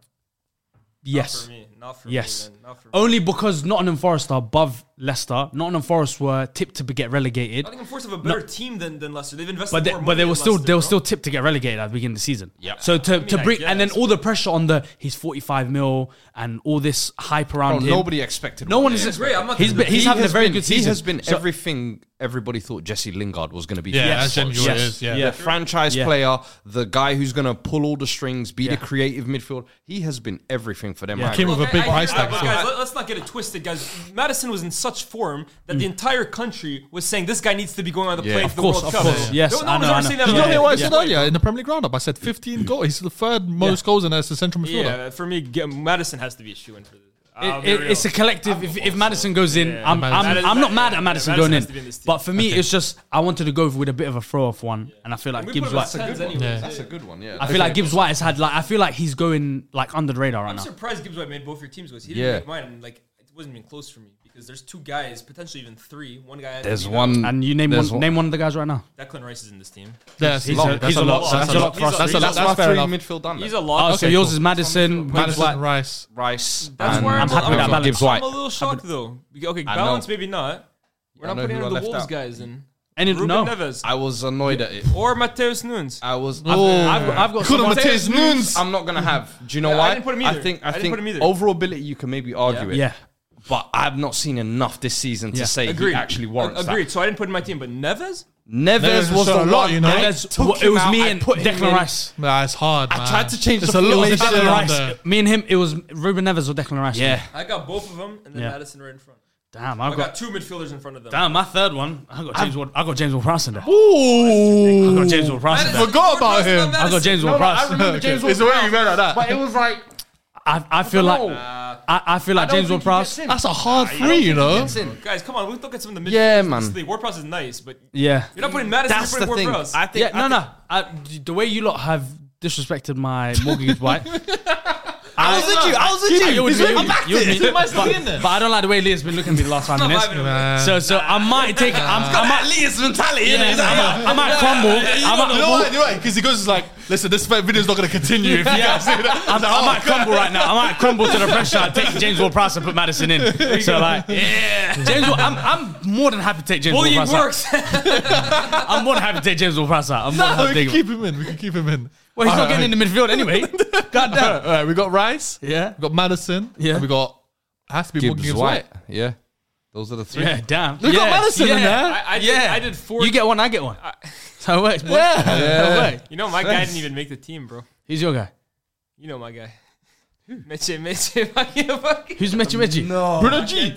S2: Yes,
S3: For me, not for
S2: Yes.
S3: me. man. Not for me.
S2: only because Nottingham Forest are above Leicester. Nottingham Forest were tipped to be- get relegated.
S3: I think Force have a better team than, than Leicester. They've invested
S2: But they,
S3: more
S2: but they
S3: money
S2: were
S3: in
S2: still
S3: Leicester,
S2: they were
S3: bro.
S2: still tipped to get relegated at the beginning of the season.
S4: Yeah.
S2: So to, to
S3: I
S2: bring and then
S3: guess,
S2: all the pressure on the he's forty five mil and all this hype around
S4: Bro,
S2: him.
S4: nobody expected.
S2: No
S4: what
S2: one
S4: they
S2: is
S4: expected.
S3: great. I'm not
S2: he's
S3: gonna-
S2: been, he's
S3: He
S2: having a
S4: has
S2: very
S4: been-
S2: good season.
S4: He has been
S2: So-
S4: everything everybody thought Jesse Lingard was going to be.
S1: Yeah,
S4: for
S1: that's
S4: Spurs.
S1: genuinely what it is, yeah.
S4: The franchise
S2: Yeah.
S4: player, the guy who's going to pull all the strings, be
S2: Yeah.
S4: the creative midfield. He has been everything for them.
S2: Yeah.
S4: I
S1: Came with
S4: agree.
S1: a
S3: Look,
S1: big
S3: I- I-
S1: price
S3: I-
S1: tag.
S3: but
S1: so-
S3: Guys, let, us not get it twisted, guys. Madison was in such form that the entire country was saying this guy needs to be going on the plane
S2: Hmm. Of
S3: for
S2: course,
S3: the World
S2: of
S3: Cup.
S2: course.
S3: No-
S2: Yes,
S3: no,
S2: I
S3: one's
S2: know,
S3: ever
S2: I know.
S3: seen that
S1: Did you
S3: before.
S1: not hear what I said
S2: Yeah. Mm.
S1: earlier in the Premier League roundup? I said 15 goals. He's the third most goals and as a central midfielder.
S3: Yeah, for me, G- Madison has to be a shoe in for this. I'll
S2: It,
S3: be
S2: it-
S3: real.
S2: it's a collective. If, if Madison goes in,
S3: Yeah.
S2: I'm, I'm,
S3: Madison-
S2: I'm not mad
S3: yeah,
S2: at Madison
S3: Madison
S2: going
S3: has to be in
S2: in.
S3: this team.
S2: But for me, it's just I wanted to go with a bit of a throw off one, and I feel like
S3: We
S2: Gibbs
S3: put him
S2: White.
S3: at tens anyway.
S1: Yeah.
S4: That's a good one. Yeah.
S2: I feel like Gibbs White has had like I feel like he's going like under the radar right
S3: I'm
S2: now.
S3: surprised Gibbs White made both your teams was he didn't
S4: Yeah.
S3: make mine. and, Like it wasn't even close for me because there's two guys, potentially even three. One guy. had to
S4: There's
S3: leave out.
S4: one.
S2: And you name one,
S4: there's
S2: name one of the guys right now.
S3: Declan Rice is in this team.
S1: That's
S2: He's
S1: lot.
S2: a-
S1: That's
S2: he's a lot.
S1: That's
S2: He's a lot for us.
S1: That's a lot.
S4: That's my
S1: That's fair
S4: three
S1: enough.
S4: midfield done.
S3: He's
S4: there.
S3: a lot.
S2: Oh, so yours
S1: cool.
S2: is Madison, Gibbs
S1: Madison
S2: White.
S1: Rice.
S4: Rice.
S3: That's
S4: and
S3: where
S2: I'm happy with that balance.
S4: Gibbs White.
S3: I'm a little shocked though. Okay,
S4: I
S3: balance
S4: know.
S3: maybe not. We're
S4: I
S3: not
S4: know
S3: putting
S4: who
S3: in
S4: I
S3: the
S4: left
S3: Wolves
S4: out.
S3: guys in.
S2: And it,
S3: Ruben
S2: no,
S3: Neves
S4: I was annoyed at it.
S3: or Mateus Nunes.
S4: I was.
S2: I've, I've got
S1: Could have
S2: someone-
S1: Mateus Nunes.
S4: I'm not gonna have. Do you know
S3: Yeah, I
S4: why?
S3: didn't put him either.
S4: think. I,
S3: I didn't
S4: think
S3: put him either.
S4: overall ability, you can maybe argue it.
S2: Yeah.
S4: But I've not seen enough this season
S2: Yeah.
S4: to say
S3: Agreed.
S4: he actually warrants
S3: Agreed. So I didn't put in my team, but Neves.
S4: that. Neves
S1: Neves
S4: was
S1: shot a
S4: the
S1: lot,
S4: one.
S1: you know?
S4: I
S1: Neves
S4: took
S2: Well, it
S4: him
S2: was
S4: out,
S2: me
S4: I
S2: and
S4: put him
S2: Declan
S4: in.
S2: Rice.
S1: Nah, it's hard.
S4: I
S1: man.
S4: tried to change
S1: It's
S4: the
S1: a lot
S4: formation.
S1: of shit
S2: Declan
S1: on
S2: Rice.
S1: there.
S2: Me and him. It was Ruben Neves or Declan Rice.
S4: Yeah.
S3: I got both of them, and then
S2: Yeah.
S3: Madison right in front.
S2: Damn, I
S3: I got
S2: got.
S3: two midfielders in front of them.
S2: Damn, my third one. I got James. Ward, I got James Ward-Prowse in there. I
S1: Ooh,
S2: got James Ward-Prowse in
S3: Madison-
S2: there.
S1: Forgot
S3: We're
S1: about
S3: crossing
S1: him.
S3: on
S2: I got
S3: Madison.
S2: James Ward-Prowse.
S1: James It's the way you read like that.
S4: But it was like
S2: I, I feel like I, I feel like
S4: don't
S2: James
S4: think he
S2: Ward-Prowse.
S4: gets in.
S1: that's a hard three, you know.
S3: Guys, come on. We look at some of the midfielders.
S4: Yeah,
S3: in this
S4: man.
S3: league. Ward-Prowse is nice, but
S2: Yeah,
S3: you're not putting Madison.
S4: That's
S3: you're
S4: the
S3: putting
S4: thing.
S3: Ward-Prowse.
S4: I think.
S2: yeah. No, no. I, the way you lot have disrespected my mortgage wife.
S4: I was at you. I was at
S2: You
S4: you.
S2: would
S4: He's
S2: be-
S4: right back
S2: you would
S4: there.
S2: be-
S3: Who am I still in there?
S2: But I don't like the way Leah's been looking at me the last five
S3: I'm
S2: minutes.
S3: not vibing with it.
S2: So, so I might take. I'm, I might.
S4: Leah's mentality.
S2: Yeah,
S4: innit? He's like,
S2: I might, I might crumble. I might,
S1: You know why? You know why? Because he goes it's like, listen, this video's not going to continue if you guys do that. Oh,
S2: I'm, I might crumble right now. I might crumble to the pressure. I take James Ward-Prowse and put Madison in. So like, yeah, James. Ward, I'm, I'm more than happy to take James
S3: Bullying
S2: Ward-Prowse. out.
S3: works.
S2: I'm more than happy to take James Ward-Prowse out. I'm more than
S1: No,
S2: happy
S1: we
S2: to
S1: can
S2: take him.
S1: keep him in. We can keep him in.
S2: Well, he's not getting in the midfield anyway. God
S1: All right,
S2: damn.
S1: all right, we got Rice.
S2: Yeah.
S1: We got Madison.
S2: Yeah.
S1: And we got has to be Morgan
S4: Gibbs
S1: Gibbs White.
S4: White. Yeah. Those are the three.
S2: Yeah, damn.
S1: We got Madison in there.
S3: I, I did,
S2: Yeah.
S3: I did four.
S2: You get one, I get one. So it works, boy.
S1: Yeah.
S2: So it works.
S3: You know, my guy didn't even make the team, bro.
S2: Who's your guy?
S3: You know my guy. Meche, Meche, fucking, fucking.
S2: Who's Michi Michi? No.
S1: Bruno G.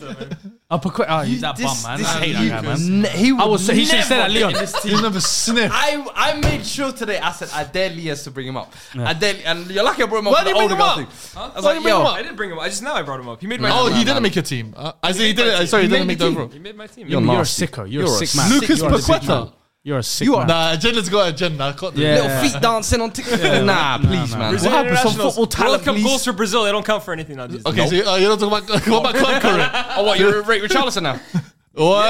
S2: Upper quick. Oh, he's that bum, man. I hate that guy, man.
S4: He
S2: I was. He should have said that, Leon.
S1: He's never sniffed.
S4: I, I made sure today. I said I dare Leah to bring him up. I dare, and you're lucky I brought him up.
S1: Why do
S4: for
S1: you
S4: the
S1: bring
S4: older
S1: him
S4: girl
S1: up?
S4: thing. I was
S1: Why do
S4: like,
S1: you bring him
S4: yo,
S1: up?
S3: I didn't bring him. I just now I brought him up. He made my.
S1: Oh,
S3: team.
S1: he didn't make a team. Uh, I said he didn't. uh, Sorry, he didn't make the overall.
S3: He made my team.
S4: You're
S2: You're a
S4: nasty.
S2: sicko. You're a
S4: You're a
S2: sick man.
S1: Lucas
S2: You're a sick
S1: Paqueta.
S2: man. You're a sick
S4: You
S2: man.
S4: are-
S1: Nah, agenda's got agenda. I can't do
S2: Yeah.
S1: it.
S4: little feet dancing on TikTok. nah, please, man. What
S3: Brazilian
S4: happened? Some
S3: internationals.
S4: football talent,
S3: World Cup
S4: please.
S3: goals for Brazil. They don't count for anything now. these
S1: Okay,
S3: days.
S1: so you- uh, you're not talking about what about club career.
S4: Oh, what? You're Rick Richarlison now.
S1: What?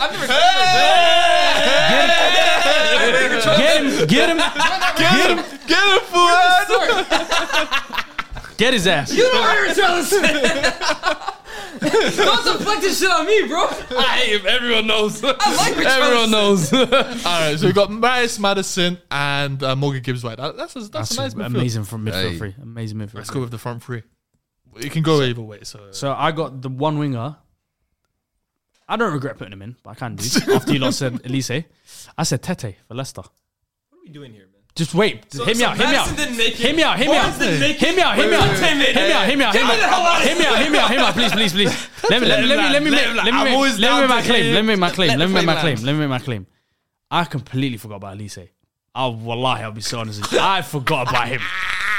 S3: I've never
S2: Get him. Get him.
S1: Get him! Get him, Fuad!
S2: Get his ass.
S3: You don't hear Don't deflect this shit on me, bro.
S4: I hate him. Everyone knows.
S3: I like Richarlison.
S4: Everyone knows.
S1: All right, so we got Maris Madison and uh, Morgan Gibbs White. That- That's a, that's,
S2: That's
S1: a nice midfield.
S2: amazing from midfield
S4: Hey.
S2: three. Amazing midfield.
S1: Let's go with the front three. It can go either way. So
S2: So I got the one winger. I don't regret putting him in, but I can do. After you lot said Elise, I said Tete for Leicester.
S3: What are we doing here, man?
S2: Just wait.
S3: So-
S2: hear me
S3: so
S2: out. Hear me
S3: Madison
S2: out.
S3: didn't make it.
S2: Hear me out. Hear me out.
S3: Barnes didn't make
S2: Hear me
S3: it.
S2: out. Hear
S3: Wait,
S2: me
S3: wait,
S2: out.
S3: wait, wait, wait.
S2: Hear me out. Hear me out. Hear
S3: Get
S2: me
S3: me the hell
S2: out.
S3: out of
S2: Hear me out. Hear me out. Hear me out. Please, please, please. Let me let me let me let me make let me
S4: I'm
S2: make let
S4: always
S2: me
S4: down
S2: make my
S4: to
S2: claim.
S4: hit.
S2: Let me make my
S4: Let
S2: claim.
S4: the
S2: Let me make my
S4: claim
S2: claim.
S4: land.
S2: Let me make my claim. I completely forgot about Elise. I wallahi, I'll be so honest. With you. I forgot about him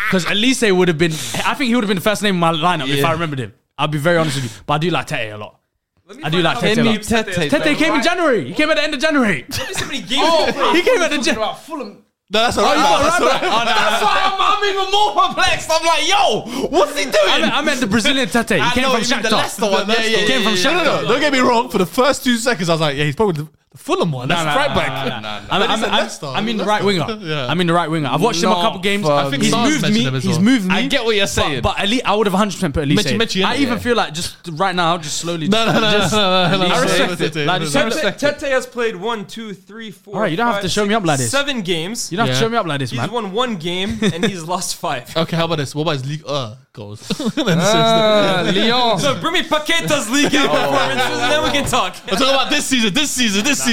S2: because Elise would have been. I think he would have been the first name in my lineup if I remembered him. I'll be very honest with you, but I do like Tete a lot.
S3: Let me
S2: I do
S3: find
S2: like
S3: out how
S2: Tete a
S3: many
S2: lot.
S3: games Tete Oh, has
S4: Tete
S3: played.
S2: Tete came in January. He came at the end of January.
S3: Tell me so many games
S4: Oh,
S3: he played.
S2: he came at the January.
S4: about Fulham.
S1: no, that's all right.
S4: Oh,
S1: that's all right.
S4: no, That's why I'm, I'm even more perplexed. I'm like, yo, what's he
S1: Oh,
S4: doing?
S2: I meant, I meant the Brazilian Tete. He
S4: I
S2: came
S4: know
S2: from
S4: you mean the
S2: Shakhtar.
S4: Leicester one. Yeah, yeah,
S2: He came from
S4: yeah, yeah, yeah.
S2: Shakhtar.
S1: No, no, no, don't get me wrong. For the first two seconds, I was like, yeah, he's probably the, the Fulham one. That's
S2: no,
S1: right
S2: no,
S1: back.
S2: no, no, no. I'm, I'm,
S1: He's at
S2: I'm,
S1: Leicester.
S2: I mean the
S1: Leicester.
S2: right winger.
S1: Yeah.
S2: I mean the right winger. I've watched him a
S4: No,
S2: couple games.
S4: fuck.
S2: I think
S1: He's
S2: he's
S1: Sarr's
S2: moved
S1: mentioned
S2: me.
S1: him as
S2: He's
S1: well.
S2: moved me.
S4: I get what you're saying.
S2: But, but Ali, I would have 100% put Elise.
S1: Mitch- Mitch,
S2: I
S1: yeah.
S2: even feel like just right now, just slowly.
S1: No, no, no,
S2: just,
S1: no, no, no, no,
S2: Elise.
S1: no,
S3: I
S1: respect it.
S2: Like, just
S1: I
S2: don't-
S1: respect
S3: Tete has played one, two, three, four.
S2: All right, you don't have
S3: five,
S2: to show me
S3: six,
S2: up like this.
S3: Seven games.
S2: You don't have
S1: Yeah.
S2: to show me up like this,
S3: He's
S2: man.
S3: won one game and he's lost five.
S1: Okay, how about this? What about his league uh goals? Then
S4: uh, Leon.
S3: So bring me Paqueta's league out performances, and then we can talk.
S1: I'm talking about this season, this season, this season.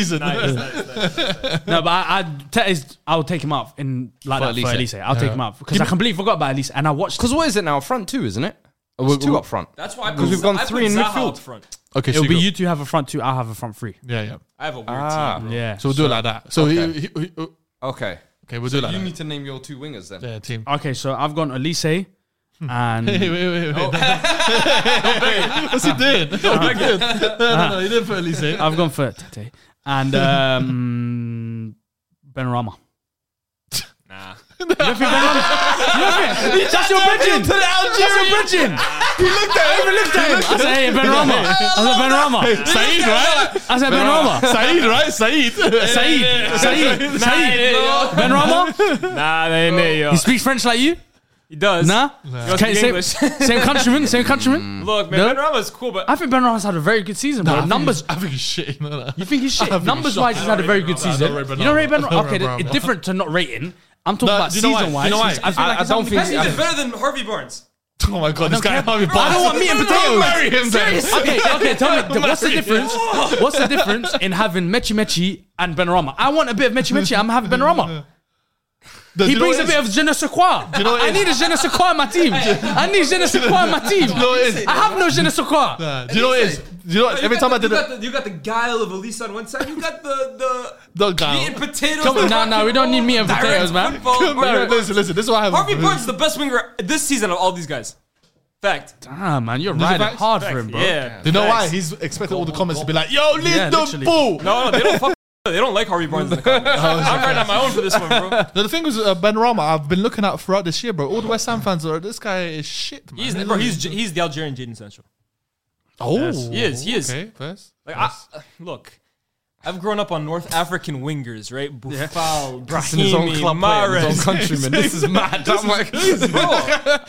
S2: No, but I, I, Tete's, I'll take him out in like
S4: For
S2: that for
S4: Elise.
S2: Elise. I'll take him out because I completely forgot about Elise and I watched.
S4: Because what is it now? Front two, isn't it? It's two up front.
S3: That's why I
S4: Because
S3: put-
S4: we've gone
S3: I put
S4: three in
S3: Zaha
S4: midfield.
S3: up front.
S1: Okay, so
S2: It'll
S1: you
S2: be
S1: go-
S2: you two have a front two. I'll have a front three.
S1: Yeah, yeah.
S3: I have a weird
S4: Ah.
S3: team. Bro.
S2: Yeah.
S1: So we'll do it like that. So he, he, he,
S4: Okay.
S1: okay, we'll do it like
S4: You
S1: that.
S4: need to name your two wingers then.
S1: Yeah, team.
S2: Okay, so I've gone Elise and
S1: Wait, wait, wait, wait.
S2: Oh.
S1: What's he doing? No, he did. No, no, no, he didn't put Elise in.
S2: I've gone for Tete and um, Benrama.
S3: Nah.
S2: You don't think Benrahma- you don't think- That's your bridging. That's your bridging. I said, hey, Benrama. I said, Benrama.
S1: Saeed, right?
S2: I said, Benrama.
S1: Saeed, right? Saeed.
S2: Saeed. Saeed. Saeed.
S3: Nah,
S2: Benrama.
S3: they they yo.
S2: He speaks French like you?
S3: He does.
S2: Nah.
S3: He
S2: Okay,
S3: speaks
S2: same,
S3: English. Mm.
S2: same countryman. Same countryman.
S3: Look, man,
S2: No?
S3: Ben Rama's cool, but
S2: I think Benrama's had a very good season, bro. Numbers.
S1: I think he's shit. No, no.
S2: You think he's
S1: I
S2: shit?
S1: think
S2: Numbers
S1: he's
S2: wise,
S1: shit.
S2: he's had a very
S1: I
S2: good
S1: don't rate
S2: season.
S1: Benrahma.
S2: You don't rate
S1: I don't
S2: Benrama?
S1: rate
S2: Okay,
S1: Benrahma.
S2: it's different to not rating. I'm talking
S1: No,
S2: about
S1: do you know why? Do
S2: season
S1: you
S2: wise.
S1: know why?
S2: I feel
S4: I-
S2: like
S4: I
S2: it's
S4: don't
S2: only
S4: think
S2: been-
S3: he's better than Harvey Barnes.
S1: Oh my god, this guy
S2: care.
S1: Harvey Barnes.
S2: I don't want meat and
S1: Don't
S2: potatoes.
S1: marry him then.
S2: Okay, okay, tell me,
S1: Don't
S2: what's the
S1: marry him.
S2: difference? What's the difference in having Mechi Mechi and Benarama? I want a bit of Mechi Mechi, I'm having Benarama.
S1: Do
S2: He
S1: you know
S2: brings
S1: what
S2: a
S1: it
S2: bit
S1: is?
S2: of je ne sais quoi.
S1: you know what
S2: I
S1: it
S2: need a je ne sais quoi in my team. I need je ne sais quoi in my team.
S1: Do you know what it is?
S2: I have no je ne sais quoi.
S1: Uh, Do you know what it is? Do you know what? Every time I did
S3: you
S1: it,
S3: got the, you got the guile of Elise on one side. You got the the
S1: The guile.
S3: meat and potatoes.
S2: Come on, nah, nah, we don't need meat and
S3: Direct
S2: potatoes, man.
S3: football.
S1: Come
S3: Harvey
S1: on,
S3: Barnes.
S1: listen, listen. This is what I have.
S3: Harvey Barnes is the best winger this season of all these guys. Fact.
S2: Ah, man, you're
S1: are
S2: riding
S1: facts.
S2: hard for him, bro.
S3: Yeah.
S1: Do you know why? He's expecting all the comments to be like, "Yo, leave
S2: Yeah,
S1: the
S2: literally.
S1: ball."
S3: No, no, they don't. Fuck, they don't like Harvey Barnes in the comments. I'm right on my own for this one, bro.
S1: No, the thing was uh, Ben Rama. I've been looking at throughout this year, bro. All the West Ham fans are. This guy is shit, man.
S3: He's bro. He's he's the Algerian Jaden Sancho.
S1: oh,
S3: He is. He is.
S1: Okay, first.
S3: Like, I, uh, look, I've grown up on North African wingers, right? Buffal, Brahimi, Mahrez.
S4: countryman. This is mad. I'm like,
S3: Bro,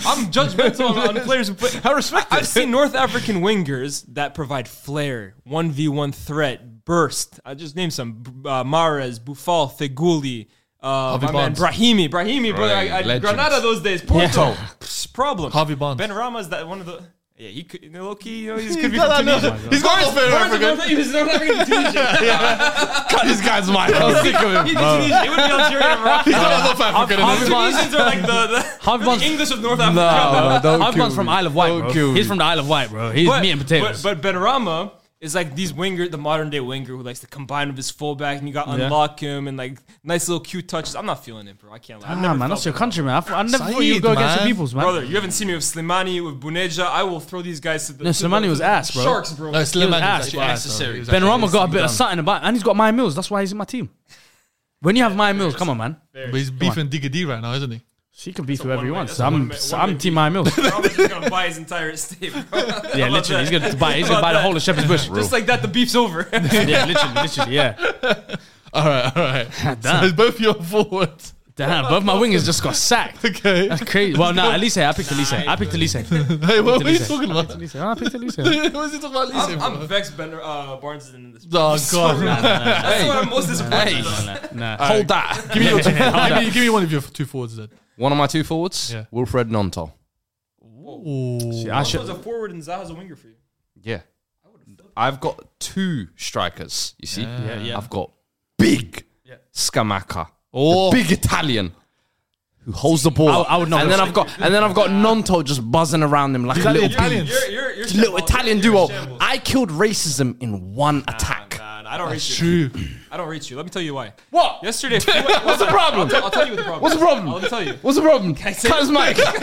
S3: I'm judgmental on, on players who play.
S4: I respect
S3: I've seen North African wingers that provide flair, 1v1 threat, burst. I just named some. B- Uh, Mahrez, Buffal, Feguli, uh, my man,
S1: Barnes.
S3: Brahimi. Brahimi, brother.
S4: Right,
S3: I, I,
S4: legends.
S3: Granada those days. Porto.
S4: Yeah.
S3: Pss, problem.
S1: Harvey Barnes.
S3: Ben Rama's that one of the. Yeah, he could. Low key, you know, he
S1: He's
S3: could be
S1: got
S3: from
S1: that-
S3: Tunisia.
S1: he's got
S3: Barnes-
S1: that fair
S3: Barnes is
S1: African.
S3: North- he was North African Tunisia.
S1: Cut this guy's mind. I'm sick of
S3: He's
S1: him.
S3: Tunisian. It would be Algeria and Morocco.
S1: He's not North African.
S2: Harvey
S1: innit?
S2: Barnes-
S3: Tunisians are like the, the,
S2: Harvey
S3: they're
S2: Barnes-
S3: the English of North Africa.
S2: No,
S4: don't
S2: I've
S4: kill
S2: gone from
S4: me.
S2: Isle of Wight,
S4: Don't
S2: bro.
S4: kill
S2: He's
S4: me.
S2: from the Isle of Wight, bro. He's meat and potatoes.
S3: But, but Benarama is like these winger, the modern day winger who likes to combine with his fullback, and you got to unlock him and like nice little cute touches. I'm not feeling it, bro. I can't lie. I've
S2: ah,
S3: never
S2: man,
S3: felt
S2: that's your
S3: it.
S2: country, man. I, f- I never thought
S1: Saeed,
S2: you would go against
S1: man.
S2: your peoples, man.
S3: Brother, you haven't seen me with Slimani, with Buneja. I will throw these guys to the.
S2: No,
S3: to the-
S2: Slimani was ass, bro.
S3: Sharks, bro.
S1: No, Slimani was
S2: ass,
S1: actually
S2: bro.
S1: necessary.
S2: Ben Rama got a bit of something about, and he's got my Mills. That's why he's in my team. When you have my Mills, come on, man.
S1: But he's beefing Digga D right now, isn't he?
S2: She can beat
S3: a
S2: whoever he
S3: one-way-
S2: wants.
S3: that's a
S2: I'm,
S3: one-way- one-way
S2: I'm team my Mills.
S3: Benarama's just gonna buy his entire estate, bro.
S2: Yeah, literally, he's gonna buy. He's gonna buy the whole of Shepherd's Bush.
S3: Just like that, the beef's over.
S2: yeah, literally, literally, yeah.
S1: All right, all right. So
S2: Damn.
S1: it's both your forwards.
S2: Damn, both my wingers just got sacked.
S1: Okay.
S2: That's crazy. Well, no, nah, Elise, I picked Elise. I picked Elise.
S1: Hey, what
S2: Picked
S1: were you
S2: Elise.
S1: talking about?
S2: Elise. Oh, I picked Elise.
S1: What was he talking about? Lise,
S3: I'm, I'm
S1: bro?
S3: vexed. Ben uh, Barnes isn't in this.
S1: Oh god.
S3: That's what I'm most disappointed.
S4: Hey.
S3: about.
S2: Nah.
S4: Hold that.
S1: Give me your two. give, me, give me one of your f- two forwards then.
S4: One of my two forwards,
S1: Yeah.
S4: Wilfred Nonto.
S2: See, I should.
S3: Alonso's a forward and Zaha's a winger for you.
S4: Yeah. I've got two strikers, you see. Yeah,
S2: yeah.
S4: I've got big Scamacca. Oh. big Italian who holds the ball.
S2: I- I would not
S4: And then I've got and then I've got Nonto just buzzing around him like a
S1: that the
S4: little
S1: Italian?
S3: You're, you're, you're
S4: little
S3: shambles.
S4: Italian
S3: You're
S4: duo.
S3: shambles.
S4: I killed racism in one attack.
S3: Nah, nah, I don't reach you.
S1: True.
S3: I don't reach you. Let me tell you why.
S4: What?
S3: Yesterday, what's
S4: the problem?
S3: I'll, I'll tell you what the problem.
S4: What's the
S3: is.
S4: problem?
S3: I'll tell you.
S4: What's the problem? Cut his mic.
S1: Where's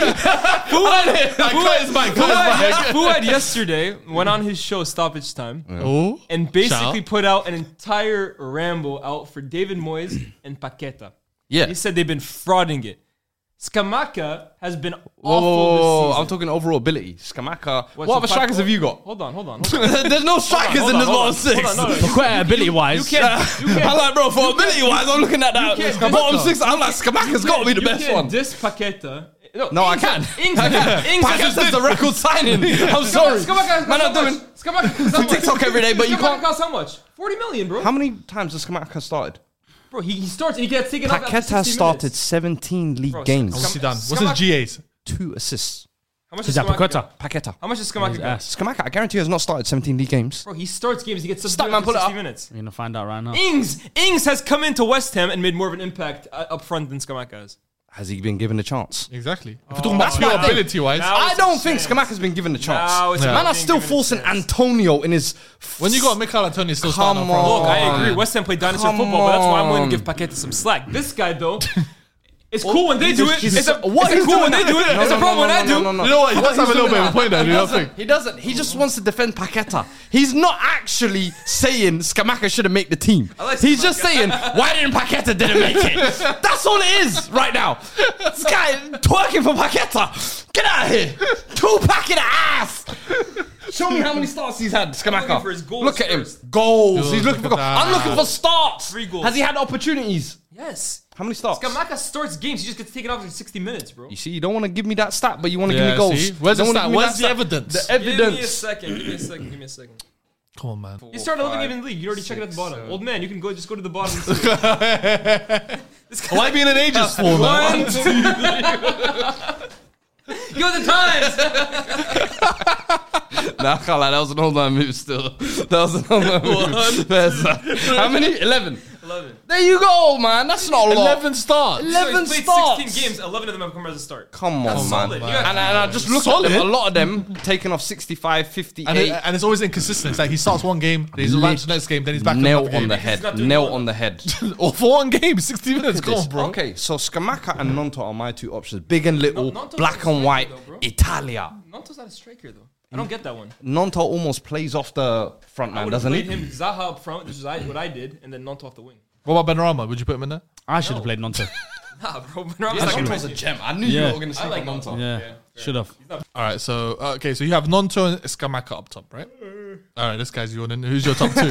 S1: my
S3: Fuad, Fuad yesterday went on his show Stoppage Time
S1: Oh.
S3: and basically put out an entire ramble out for David Moyes and Paqueta.
S4: Yeah.
S3: He said they've been frauding it. Skamaka has been awful
S4: Whoa, whoa, whoa,
S3: this
S4: whoa.
S3: season.
S4: I'm talking overall ability. Scamacca.
S3: What,
S4: What,
S3: so
S4: other
S3: Pac-
S4: strikers have you got?
S3: Hold on, hold on. Hold on.
S4: There's no strikers
S3: Hold
S4: in
S3: on,
S4: this
S3: hold on.
S4: bottom six.
S3: Hold on, no, no, you-
S2: Quite ability wise,
S3: you can't- you can't-
S4: I'm like, bro, for ability wise, I'm looking at that
S3: can't-
S4: bottom
S3: Scamacca.
S4: six. I'm like, Scamacca's got to be the
S3: You
S4: best
S3: can't
S4: one.
S3: Diss Paqueta.
S4: No, I
S3: Ings-
S4: can.
S3: Ings,
S4: I can.
S3: Ings
S4: Packers
S3: just
S4: is the record signing. I'm sorry. Man, I'm doing.
S3: Skamaka
S4: TikTok every day, but you can't-
S3: cost how much? Forty million, bro.
S4: many times has Scamacca started?
S3: bro, he, he starts. He gets taken off. after
S4: Paquette has
S3: 60
S4: started
S3: minutes.
S4: 17 league
S3: Bro,
S4: games,
S3: Scam-
S1: What's he done? What's his
S3: Scamac-
S1: GAs?
S4: two assists.
S3: How much
S2: Is
S3: is
S2: that Paqueta?
S3: Skamaka?
S4: Paqueta.
S3: How much is Skamaka? got?
S4: Scamacca, I guarantee, has not started 17 league games.
S3: Bro, he starts games. He gets
S4: Stop,
S3: substituted
S4: man,
S3: after
S4: pull it
S3: sixty
S4: up.
S3: minutes.
S2: You're gonna find out right now.
S3: Ings Ings has come into West Ham and made more of an impact uh, up front than Skamaka has.
S4: Has he been given a chance?
S1: Exactly. If we're talking about
S4: Oh, That's my
S1: pure
S4: thing.
S1: ability wise,
S3: Now-
S4: I
S3: it's a
S4: don't think
S3: chance.
S4: Scamacca's been given a chance.
S3: No, it's a
S4: Man, I'm
S3: being
S4: still
S3: given a
S4: forcing
S3: chance.
S4: Antonio in his.
S1: when you got Mikel Antonio still
S4: Come
S1: starting up front.
S4: on.
S3: Look, I agree.
S4: on.
S3: West Ham played dinosaur
S4: Come
S3: football, but that's why I'm willing
S4: on.
S3: to give Paqueta some slack. This guy, though, it's cool when they
S4: he's
S3: do
S4: a-
S3: it.
S4: he's a-
S3: It's a-
S4: what
S3: it's a
S4: he's
S3: cool when they
S4: doing-
S3: do it.
S4: No,
S3: It's
S4: no,
S3: a
S4: no,
S3: problem when
S4: no,
S3: I
S4: no, no,
S3: do.
S4: no.
S1: You know what? He
S4: What
S1: does have a
S4: he's
S1: little bit
S4: doing
S1: of a point there.
S4: now?
S1: You
S4: He
S1: don't think?
S4: doesn't- He doesn't. He just wants to defend Paqueta. He's not actually saying Skamaka shouldn't make the team.
S3: like
S4: He's just
S3: Scamacca.
S4: saying, why didn't Paqueta didn't make it? That's all it is right now. This guy twerking for Paqueta. Get out of here. Two pack in the ass. Show me how many starts he's had,
S3: looking
S4: Skamaka.
S3: for his goals
S4: Look at him.
S3: first.
S4: Goals.
S1: Goals,
S4: He's looking for
S1: look
S4: goals.
S1: at
S4: I'm
S1: that.
S4: looking for starts.
S3: Three goals.
S4: Has he had opportunities?
S3: Yes.
S4: How many starts?
S3: Skamaka starts games. He just gets taken off in 60 minutes, bro.
S4: You see, you don't want to give me that stat, but you want to
S1: Yeah,
S4: give me goals.
S1: see? Where's
S4: You
S1: the stat?
S4: don't wanna give me
S1: Where's
S4: that
S1: the evidence?
S4: The
S3: Give me a
S4: evidence.
S3: second. Give me a second. Give me a second.
S1: Come on, man.
S3: You started living in the league. You already checked it at the bottom. Old man, you can go just go to the bottom. and see.
S1: Why being an ages for, man?
S3: One, two, three. Yo, the times.
S4: Nah, I can't lie, that was an all-time move still. That was an all-time move. There's, uh, how many? 11.
S3: Eleven.
S4: There you go, man. That's not a lot.
S1: 11 starts.
S4: 11
S3: so he's played
S4: starts.
S3: 16 games. 11 of them have come as a start.
S4: Come on,
S3: solid.
S4: man.
S3: You guys-
S4: And, and I just look at them.
S1: Solid.
S4: A lot of them taking off 65, 58.
S1: And, it- uh, and it's always inconsistent. It's like he starts one game, then he's around to the next game, then he's back
S4: nail
S1: another
S4: on
S1: game.
S4: the
S3: He's not
S4: head.
S3: doing
S4: Nail
S3: well.
S4: on the head.
S1: Or for one game, 60 minutes. Come on, bro.
S4: Okay, so Skamaka and Nonto are my two options. Big and little,
S3: No- Nonto's
S4: black
S3: a
S4: and white,
S3: striker, though, bro.
S4: Italia.
S3: Nanto's not a striker though. I don't get that one.
S4: Nonto almost plays off the front
S3: I
S4: man,
S3: would
S4: doesn't he?
S3: played him Zaha up front, which is I, what I did, and then Nanto off the wing.
S1: What about Benrahma? Would you put him in there?
S2: I should have played Nonto.
S3: Nah, bro. Benrahma's not gonna
S4: Nonto's
S3: play.
S4: a gem. I knew
S2: Yeah.
S4: you were going to
S3: I
S4: say
S3: like
S4: like
S3: Nonto.
S4: Nonto.
S2: Yeah, should have.
S1: All right, so uh, okay, so you have Nonto and Skamaka up top, right? All right, this guy's yawning. Who's your top two?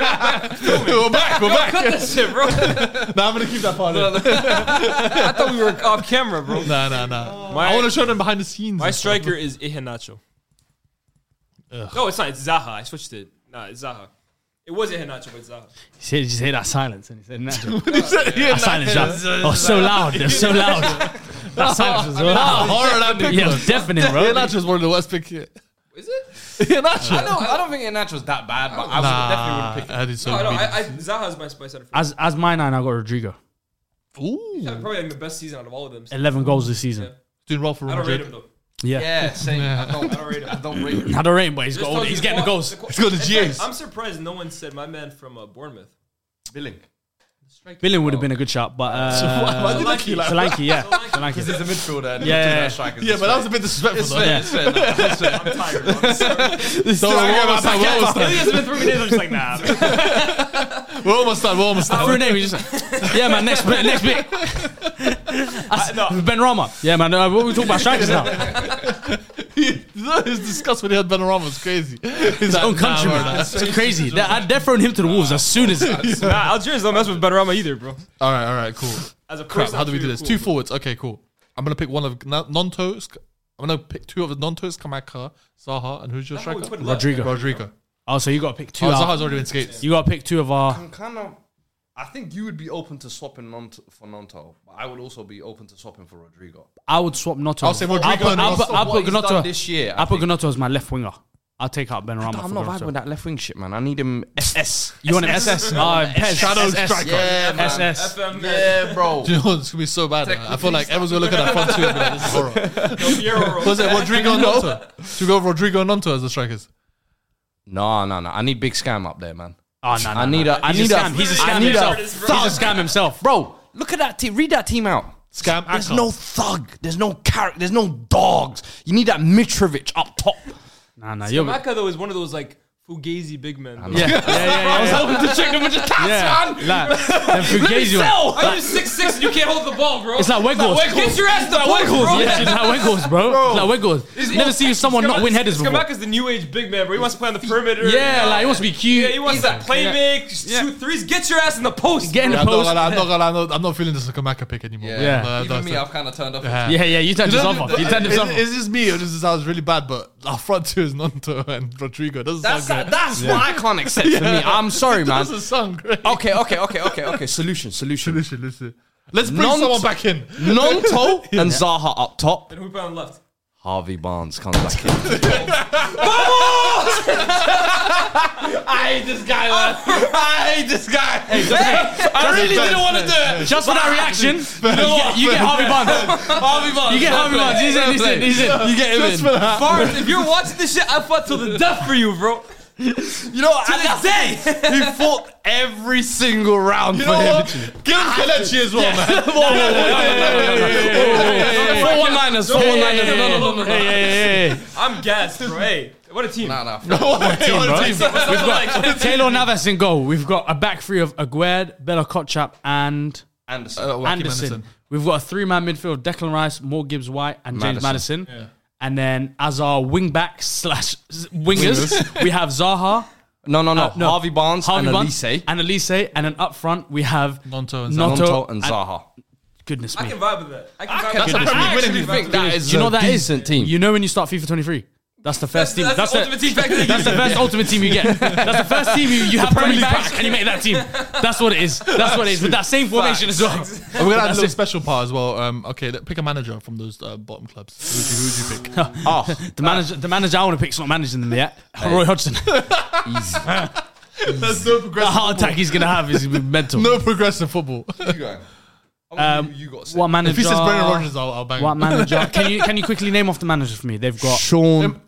S1: we're back. We're back.
S3: Cut this shit, bro.
S1: Nah, I'm gonna keep that part in.
S3: I thought we were off camera, bro.
S1: Nah, nah, nah.
S3: My-
S1: I want to show them behind the scenes.
S3: My
S1: and stuff.
S3: striker is Iheanacho. No, it's not. It's Zaha. I switched it. Nah, it's Zaha. It was Iheanacho, but it's Zaha.
S2: He said, just hear that silence, and he said, "Natural."
S1: Yeah,
S2: that silence, yeah. oh, so loud, they're so loud. That silence was loud.
S1: horror that pick
S2: Yeah, it
S1: was.
S2: was deafening, bro.
S1: Iheanacho is one of the worst pick here.
S3: Is it?
S1: Iheanacho.
S4: No, I don't think Inacho's that bad, but I
S1: Nah,
S4: would definitely would pick
S1: that is so
S3: No, no.
S1: weak.
S3: I, I, Zaha's my my center. forward.
S2: As as my nine, I got Rodrigo.
S1: Ooh,
S3: Yeah, probably like the best season out of all of them.
S2: Eleven goals this season.
S1: doing well for
S3: I
S1: Real
S3: don't rate him
S1: Madrid.
S3: though.
S2: Yeah,
S4: Yeah, same. I don't, I don't rate him. I don't rate him.
S2: I don't rate him, but he's
S3: Just
S2: got all
S3: tells
S2: the-
S3: you
S2: He's getting the
S3: qua-
S2: goals.
S3: qua-
S1: He's got the
S3: In fact,
S1: G's.
S3: I'm surprised no one said my man from uh, Bournemouth.
S4: Billing.
S2: Billing would have been a good shot, but
S1: Why- why
S2: uh,
S1: did I keep that?
S2: Solanke, yeah,
S3: Solanke.
S4: Because he's a
S2: Solanke.
S4: midfielder. And
S2: Yeah, yeah, yeah.
S1: Yeah, but that was a bit
S4: It's
S1: disrespectful. though.
S4: fair, it's fair. no, it's fair.
S3: I'm tired. I'm sorry.
S1: Don't worry,
S4: "Oh,
S1: we're almost done. We're almost done.
S2: Smith threw me in, I'm just like, nah.
S1: We're almost done. We're almost
S2: Threw a
S1: done.
S2: name, he's just like, yeah, man. Next bit, next bit. I, Ben Rama, yeah, man. Uh, what we talking about strikers now?
S1: His disgust when he had Benarama was crazy. His
S2: Own countryman, it's crazy. They, I, they're throwing him to the wolves as soon as.
S3: nah, Algerians don't mess with Benrahma either, bro.
S1: All right, all right, cool.
S3: As a
S1: crap.
S3: person,
S1: How do we
S3: I'm
S1: do
S3: sure
S1: this?
S3: you're
S1: two
S3: cool.
S1: forwards. Okay, cool. I'm gonna pick one of Na- Nonto. Sk- I'm gonna pick two of the Nonto, Kamaka, Zaha, and who's your
S3: That's what we
S1: striker?
S3: put left.
S2: Rodrigo.
S1: Rodrigo.
S2: Oh, so you got to pick two.
S1: Oh,
S2: out.
S1: Zaha's already been skated.
S2: You got to pick two of our.
S4: I'm kind of. I think you would be open to swapping Nanto for Nanto, but I would also be open to swapping for Rodrigo.
S2: I would swap Noto.
S1: I'll say Rodrigo
S2: I put,
S1: and
S2: I put, I
S4: I'll
S2: put
S4: swap what he's
S2: Gnotto-
S4: done this year, I
S2: I put
S4: think.
S2: Gnotto as my left winger. I'll take out Ben Rama.
S4: I'm
S2: for
S4: not
S2: Gnotto.
S4: vibing with that left wing shit, man. I need him SS.
S2: You want an SS? Oh, Pez.
S1: Shadow
S2: SS.
S1: striker.
S4: Yeah, man.
S2: SS.
S3: FM,
S4: Yeah, bro.
S1: Do you know, it's gonna be so bad. man. I feel like everyone's gonna look at that front two and be like, "This is horrible."
S3: No, Fierro roll.
S1: Was it Rodrigo and Nonto? To go Rodrigo and Nonto as the strikers.
S4: No, no, no. I need big scam up there, man.
S2: Oh, no, no,
S4: I need
S2: no.
S4: a- I
S2: He's a
S4: need a-
S2: scam. He's a
S4: I
S2: scam
S4: need a
S2: himself. He's a scam himself.
S4: Bro, look at that team. Read that team out.
S1: Scam
S4: There's
S1: Akar.
S4: no thug. There's no character. There's no dogs. You need that Mitrovic up top.
S2: Nah, nah, you're.
S3: Maka though is one of those like Fugazi big men. though.
S2: Yeah, yeah, yeah, yeah.
S4: I was hoping to check them with the cats,
S2: Yeah,
S4: man.
S2: like, them Fugazi
S4: sell.
S2: ones.
S3: Are you six six and you can't hold the ball, bro?
S2: It's like Weghorst.
S3: Get your ass the ball,
S2: Wiggles,
S3: bro.
S2: yeah, it's like Wiggles, bro. It's like Wiggles.
S3: He's-
S2: Never seen someone not win headers before.
S3: Skamaka's the new age big man, bro. He wants to play on the perimeter.
S2: Yeah,
S3: you know?
S2: like he wants to be cute.
S3: Yeah, he wants that play make, shoot threes. Get your ass in the post.
S2: Get in
S3: bro.
S2: the
S1: I'm not,
S2: post.
S1: gonna, I'm, not gonna, I'm, not, I'm not feeling this Kamaka pick anymore. uh,
S2: Yeah.
S1: No,
S4: Even
S1: that's
S4: me,
S1: it.
S4: I've kind of turned off.
S2: Yeah, yeah, you turned
S1: You
S2: yourself
S1: know,
S2: off. You
S1: it-
S2: turned
S1: it-
S2: yourself off.
S1: Is this me or does it sound really bad? But our front two is Nonto and Rodrigo. Doesn't
S4: That's
S1: sound great.
S4: that's what I can't accept for me. I'm sorry, man.
S1: doesn't sound great.
S4: Okay, okay, okay, okay, okay. Solution, solution.
S1: Listen, listen. Let's bring
S4: Nonto-
S1: someone back in.
S4: Nonto and Zaha up top.
S3: And who put on left?
S4: Harvey Barnes comes back in.
S3: I hate this guy, man.
S4: I hate this guy. I really didn't want to do it.
S2: Just for that reaction, you, get, you get Harvey Barnes.
S4: Harvey Barnes.
S2: You get
S4: fair
S2: Harvey
S4: play,
S2: Barnes. He's in,
S4: fair
S2: he's in,
S4: play.
S2: he's in.
S4: You get him in.
S3: Farz, if you're watching this shit, I fought till the death for you, bro.
S4: You know what?
S3: To
S4: I
S3: the
S4: got-
S3: day.
S4: He fought every single round for him.
S1: Give him Kelechi as well, man.
S4: Whoa, whoa, whoa, whoa, whoa, whoa. Four one-liners, four one-liners. No, no, no, no, no.
S3: I'm gassed, bro. Hey, what a team.
S4: Nah, nah.
S3: What's up, what's up, like-
S2: Taylor Navas in goal. We've got a back three of Aguerd, Bella Kotchap, and
S4: Anderson.
S2: Anderson. We've got a three man midfield: Declan Rice, Moore Gibbs White, and James
S4: Madison.
S2: Madison. And then as our wing back slash s- wingers, we have Zaha,
S4: No, no, no.
S2: uh, no,
S4: Harvey Barnes
S2: Harvey
S4: and
S2: Barnes,
S4: Elise.
S2: and Elise, and then up front we have
S1: Nonto and
S2: Nonto
S4: Nonto and Zaha.
S2: Goodness
S3: I
S2: me.
S3: can vibe with that. I can vibe
S4: I can-
S3: with
S4: that's
S3: that.
S4: a Premier League winning team.
S3: I actually vibe with
S4: that
S2: Do you know
S4: a
S2: what that is?
S4: decent team.
S2: You know when you start FIFA 23? That's the first team. That's,
S3: That's, the
S2: the,
S3: ultimate team back to the
S2: that's the first ultimate team you get. That's the first team you, you have Premier back and you make that team. That's what it is. That's what it is. With that same formation as well.
S1: We're gonna add a little special part as well. Um, okay, let- pick a manager from those uh, bottom clubs. Who would you, who would you pick?
S2: The manager, the manager I want to pick's not managing them yet. Roy Hodgson. the
S4: Easy.
S1: That's no progressive.
S2: heart attack he's gonna have is mental. Um,
S1: No progressive football.
S5: You go. I want you, you got to say.
S2: What manager?
S1: if he says Brendan Rodgers, I'll, I'll bang.
S2: What
S1: him.
S2: manager? Can you can you quickly name off the managers for me? They've got.
S4: Sean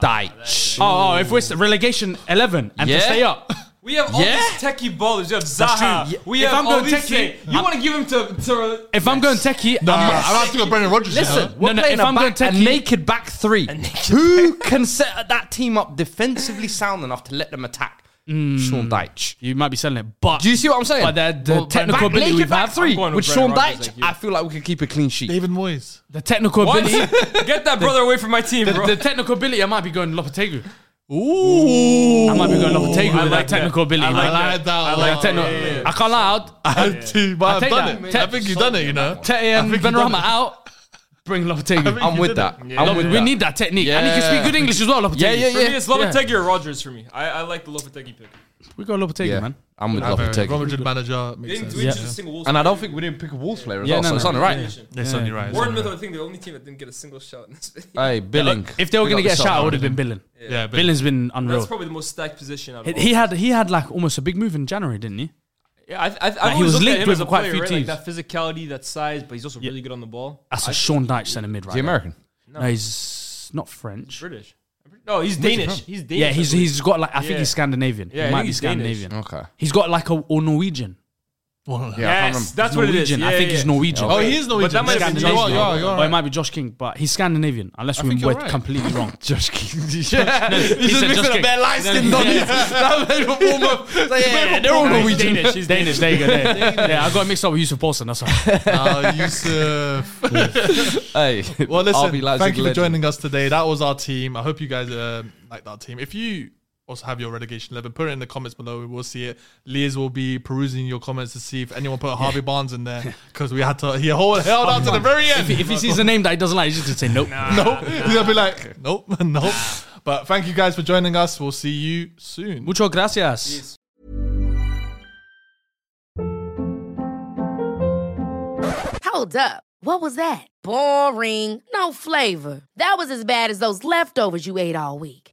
S4: Dyche.
S2: Oh, oh, if we're s- relegation eleven and
S4: Yeah.
S2: to stay up,
S3: We have all
S4: Yeah.
S3: these techie ballers. You have Zaha.
S2: true. Yeah.
S3: We
S2: If
S3: have
S2: I'm
S3: all
S2: going
S3: these
S2: techie-
S3: You want to give him to to
S2: if I'm going techie,
S1: Nah,
S2: I'm,
S1: I have to go Brendan Rodgers.
S4: Listen,
S1: now.
S4: we're
S2: No, no,
S4: playing
S2: if
S4: a
S2: I'm
S4: back-
S2: going
S4: a
S2: Turkey-
S4: naked back three. Who can set that team up defensively sound enough to let them attack? Sean Dyche.
S2: you might be selling it, but
S4: Do you see what I'm saying?
S2: Hmm. But the, the
S4: Well,
S2: technical
S4: back-
S2: ability
S4: naked
S2: we've
S4: back
S2: had
S4: three
S3: going
S4: with
S3: with
S4: Sean
S3: Brendan Rodgers,
S4: Dyche,
S3: like you.
S4: I feel like we could keep a clean sheet.
S1: David Moyes.
S2: the technical
S3: what?
S2: ability,
S3: Get that brother away from my team,
S2: the,
S3: bro.
S2: the technical ability, I might be going Lopetegui.
S1: Ooh,
S2: I might be going Lopetegui
S3: I
S2: with
S3: like
S2: that technical
S3: that.
S2: ability.
S3: I
S2: man.
S1: I like that.
S2: I
S1: one.
S2: like techno. I can't lie out.
S1: I had to, but
S2: take
S1: I've done
S2: that.
S1: it.
S2: Take-
S1: I think you've done it. You know,
S2: Tete
S1: I
S2: and
S1: think you've
S2: Ben
S1: done
S2: um, Rama
S1: it.
S2: out. Bring Lopetegui.
S4: I'm with that. I'm with
S2: we
S4: that.
S2: need that technique, and he can
S4: Yeah.
S2: speak good English as well. Lopetegui.
S4: Yeah, yeah,
S3: for
S4: yeah.
S3: me, it's Lopetegui or Rodgers for me. I, I like the Lopetegui pick.
S2: We got Lopetegui,
S4: Yeah,
S2: man.
S4: I'm with
S1: Very- Real
S4: Lopetegui.
S1: Madrid manager.
S3: They
S1: Makes
S3: didn't
S1: sense.
S3: do it to a single Wolves
S4: And I
S3: player.
S4: don't think we didn't pick a Wolves player as
S2: Yeah,
S4: well,
S2: no,
S4: so it's
S2: no.
S4: on the right.
S1: They're suddenly right.
S3: Bournemouth, I think, the only team that didn't get a single shot in this video.
S4: Hey, Billing.
S2: If they were gonna get a shot, it would have been Billing.
S1: Yeah, but
S2: Billing's been unreal.
S3: That's probably the most stacked position out of
S2: He-
S3: all.
S2: He had he had like almost a big move in January, didn't he?
S3: yeah, I, I, I've
S2: he
S3: always
S2: was
S3: looked at
S2: linked
S3: him
S2: with
S3: as a
S2: quite a
S3: player,
S2: few
S3: right?
S2: teams.
S3: Like that physicality, that size, but he's also really good on the ball.
S2: That's a Sean Dyche centre mid, right?
S4: The American.
S2: there. No, he's not French.
S3: British. No, he's Danish. He's Danish.
S2: Yeah, he's
S3: I believe.
S2: he's got like I think
S3: Yeah.
S2: he's Scandinavian.
S3: Yeah, I
S2: he might
S3: think
S2: be
S3: he's Danish.
S2: Scandinavian.
S4: Okay.
S2: He's got like a or Norwegian.
S3: Yes, that's what it is.
S2: Norwegian.
S3: Yeah,
S2: I think
S3: yeah,
S2: he's
S3: yeah.
S2: Norwegian.
S1: Oh, he is Norwegian.
S3: that might have been
S1: Scandinavian.
S3: Josh
S1: You are, you are
S2: Or it
S1: right.
S2: might be Josh King, but he's Scandinavian, unless we
S1: think
S2: were
S1: you're right.
S2: completely wrong.
S4: Josh King.
S2: He said Josh King.
S4: light skin donkeys. That made me warm up. It's like, yeah, yeah, they're all
S2: No, he's
S4: Norwegian.
S2: Danish. He's Danish. There you go. There. yeah, I got mixed up with Yusuf Paulson. That's right.
S1: Ah,
S2: Uh,
S1: Yusuf.
S4: Hey,
S1: Well,
S4: RB
S1: listen,
S4: Leipzig
S1: thank you for
S4: legend.
S1: joining us today. That was our team. I hope you guys uh, liked our team. If you also have your relegation 11, put it in the comments below. We will see it. Liz will be perusing your comments to see if anyone put Harvey Barnes in there because we had to, he hold, held out to the very end.
S2: If he sees a name that he doesn't like, he's just gonna say nope.
S1: nope. He's going to be like, nope, nope. But thank you guys for joining us. We'll see you soon.
S2: Mucho gracias.
S6: Hold up. What was that? Boring. No flavor. That was as bad as those leftovers you ate all week.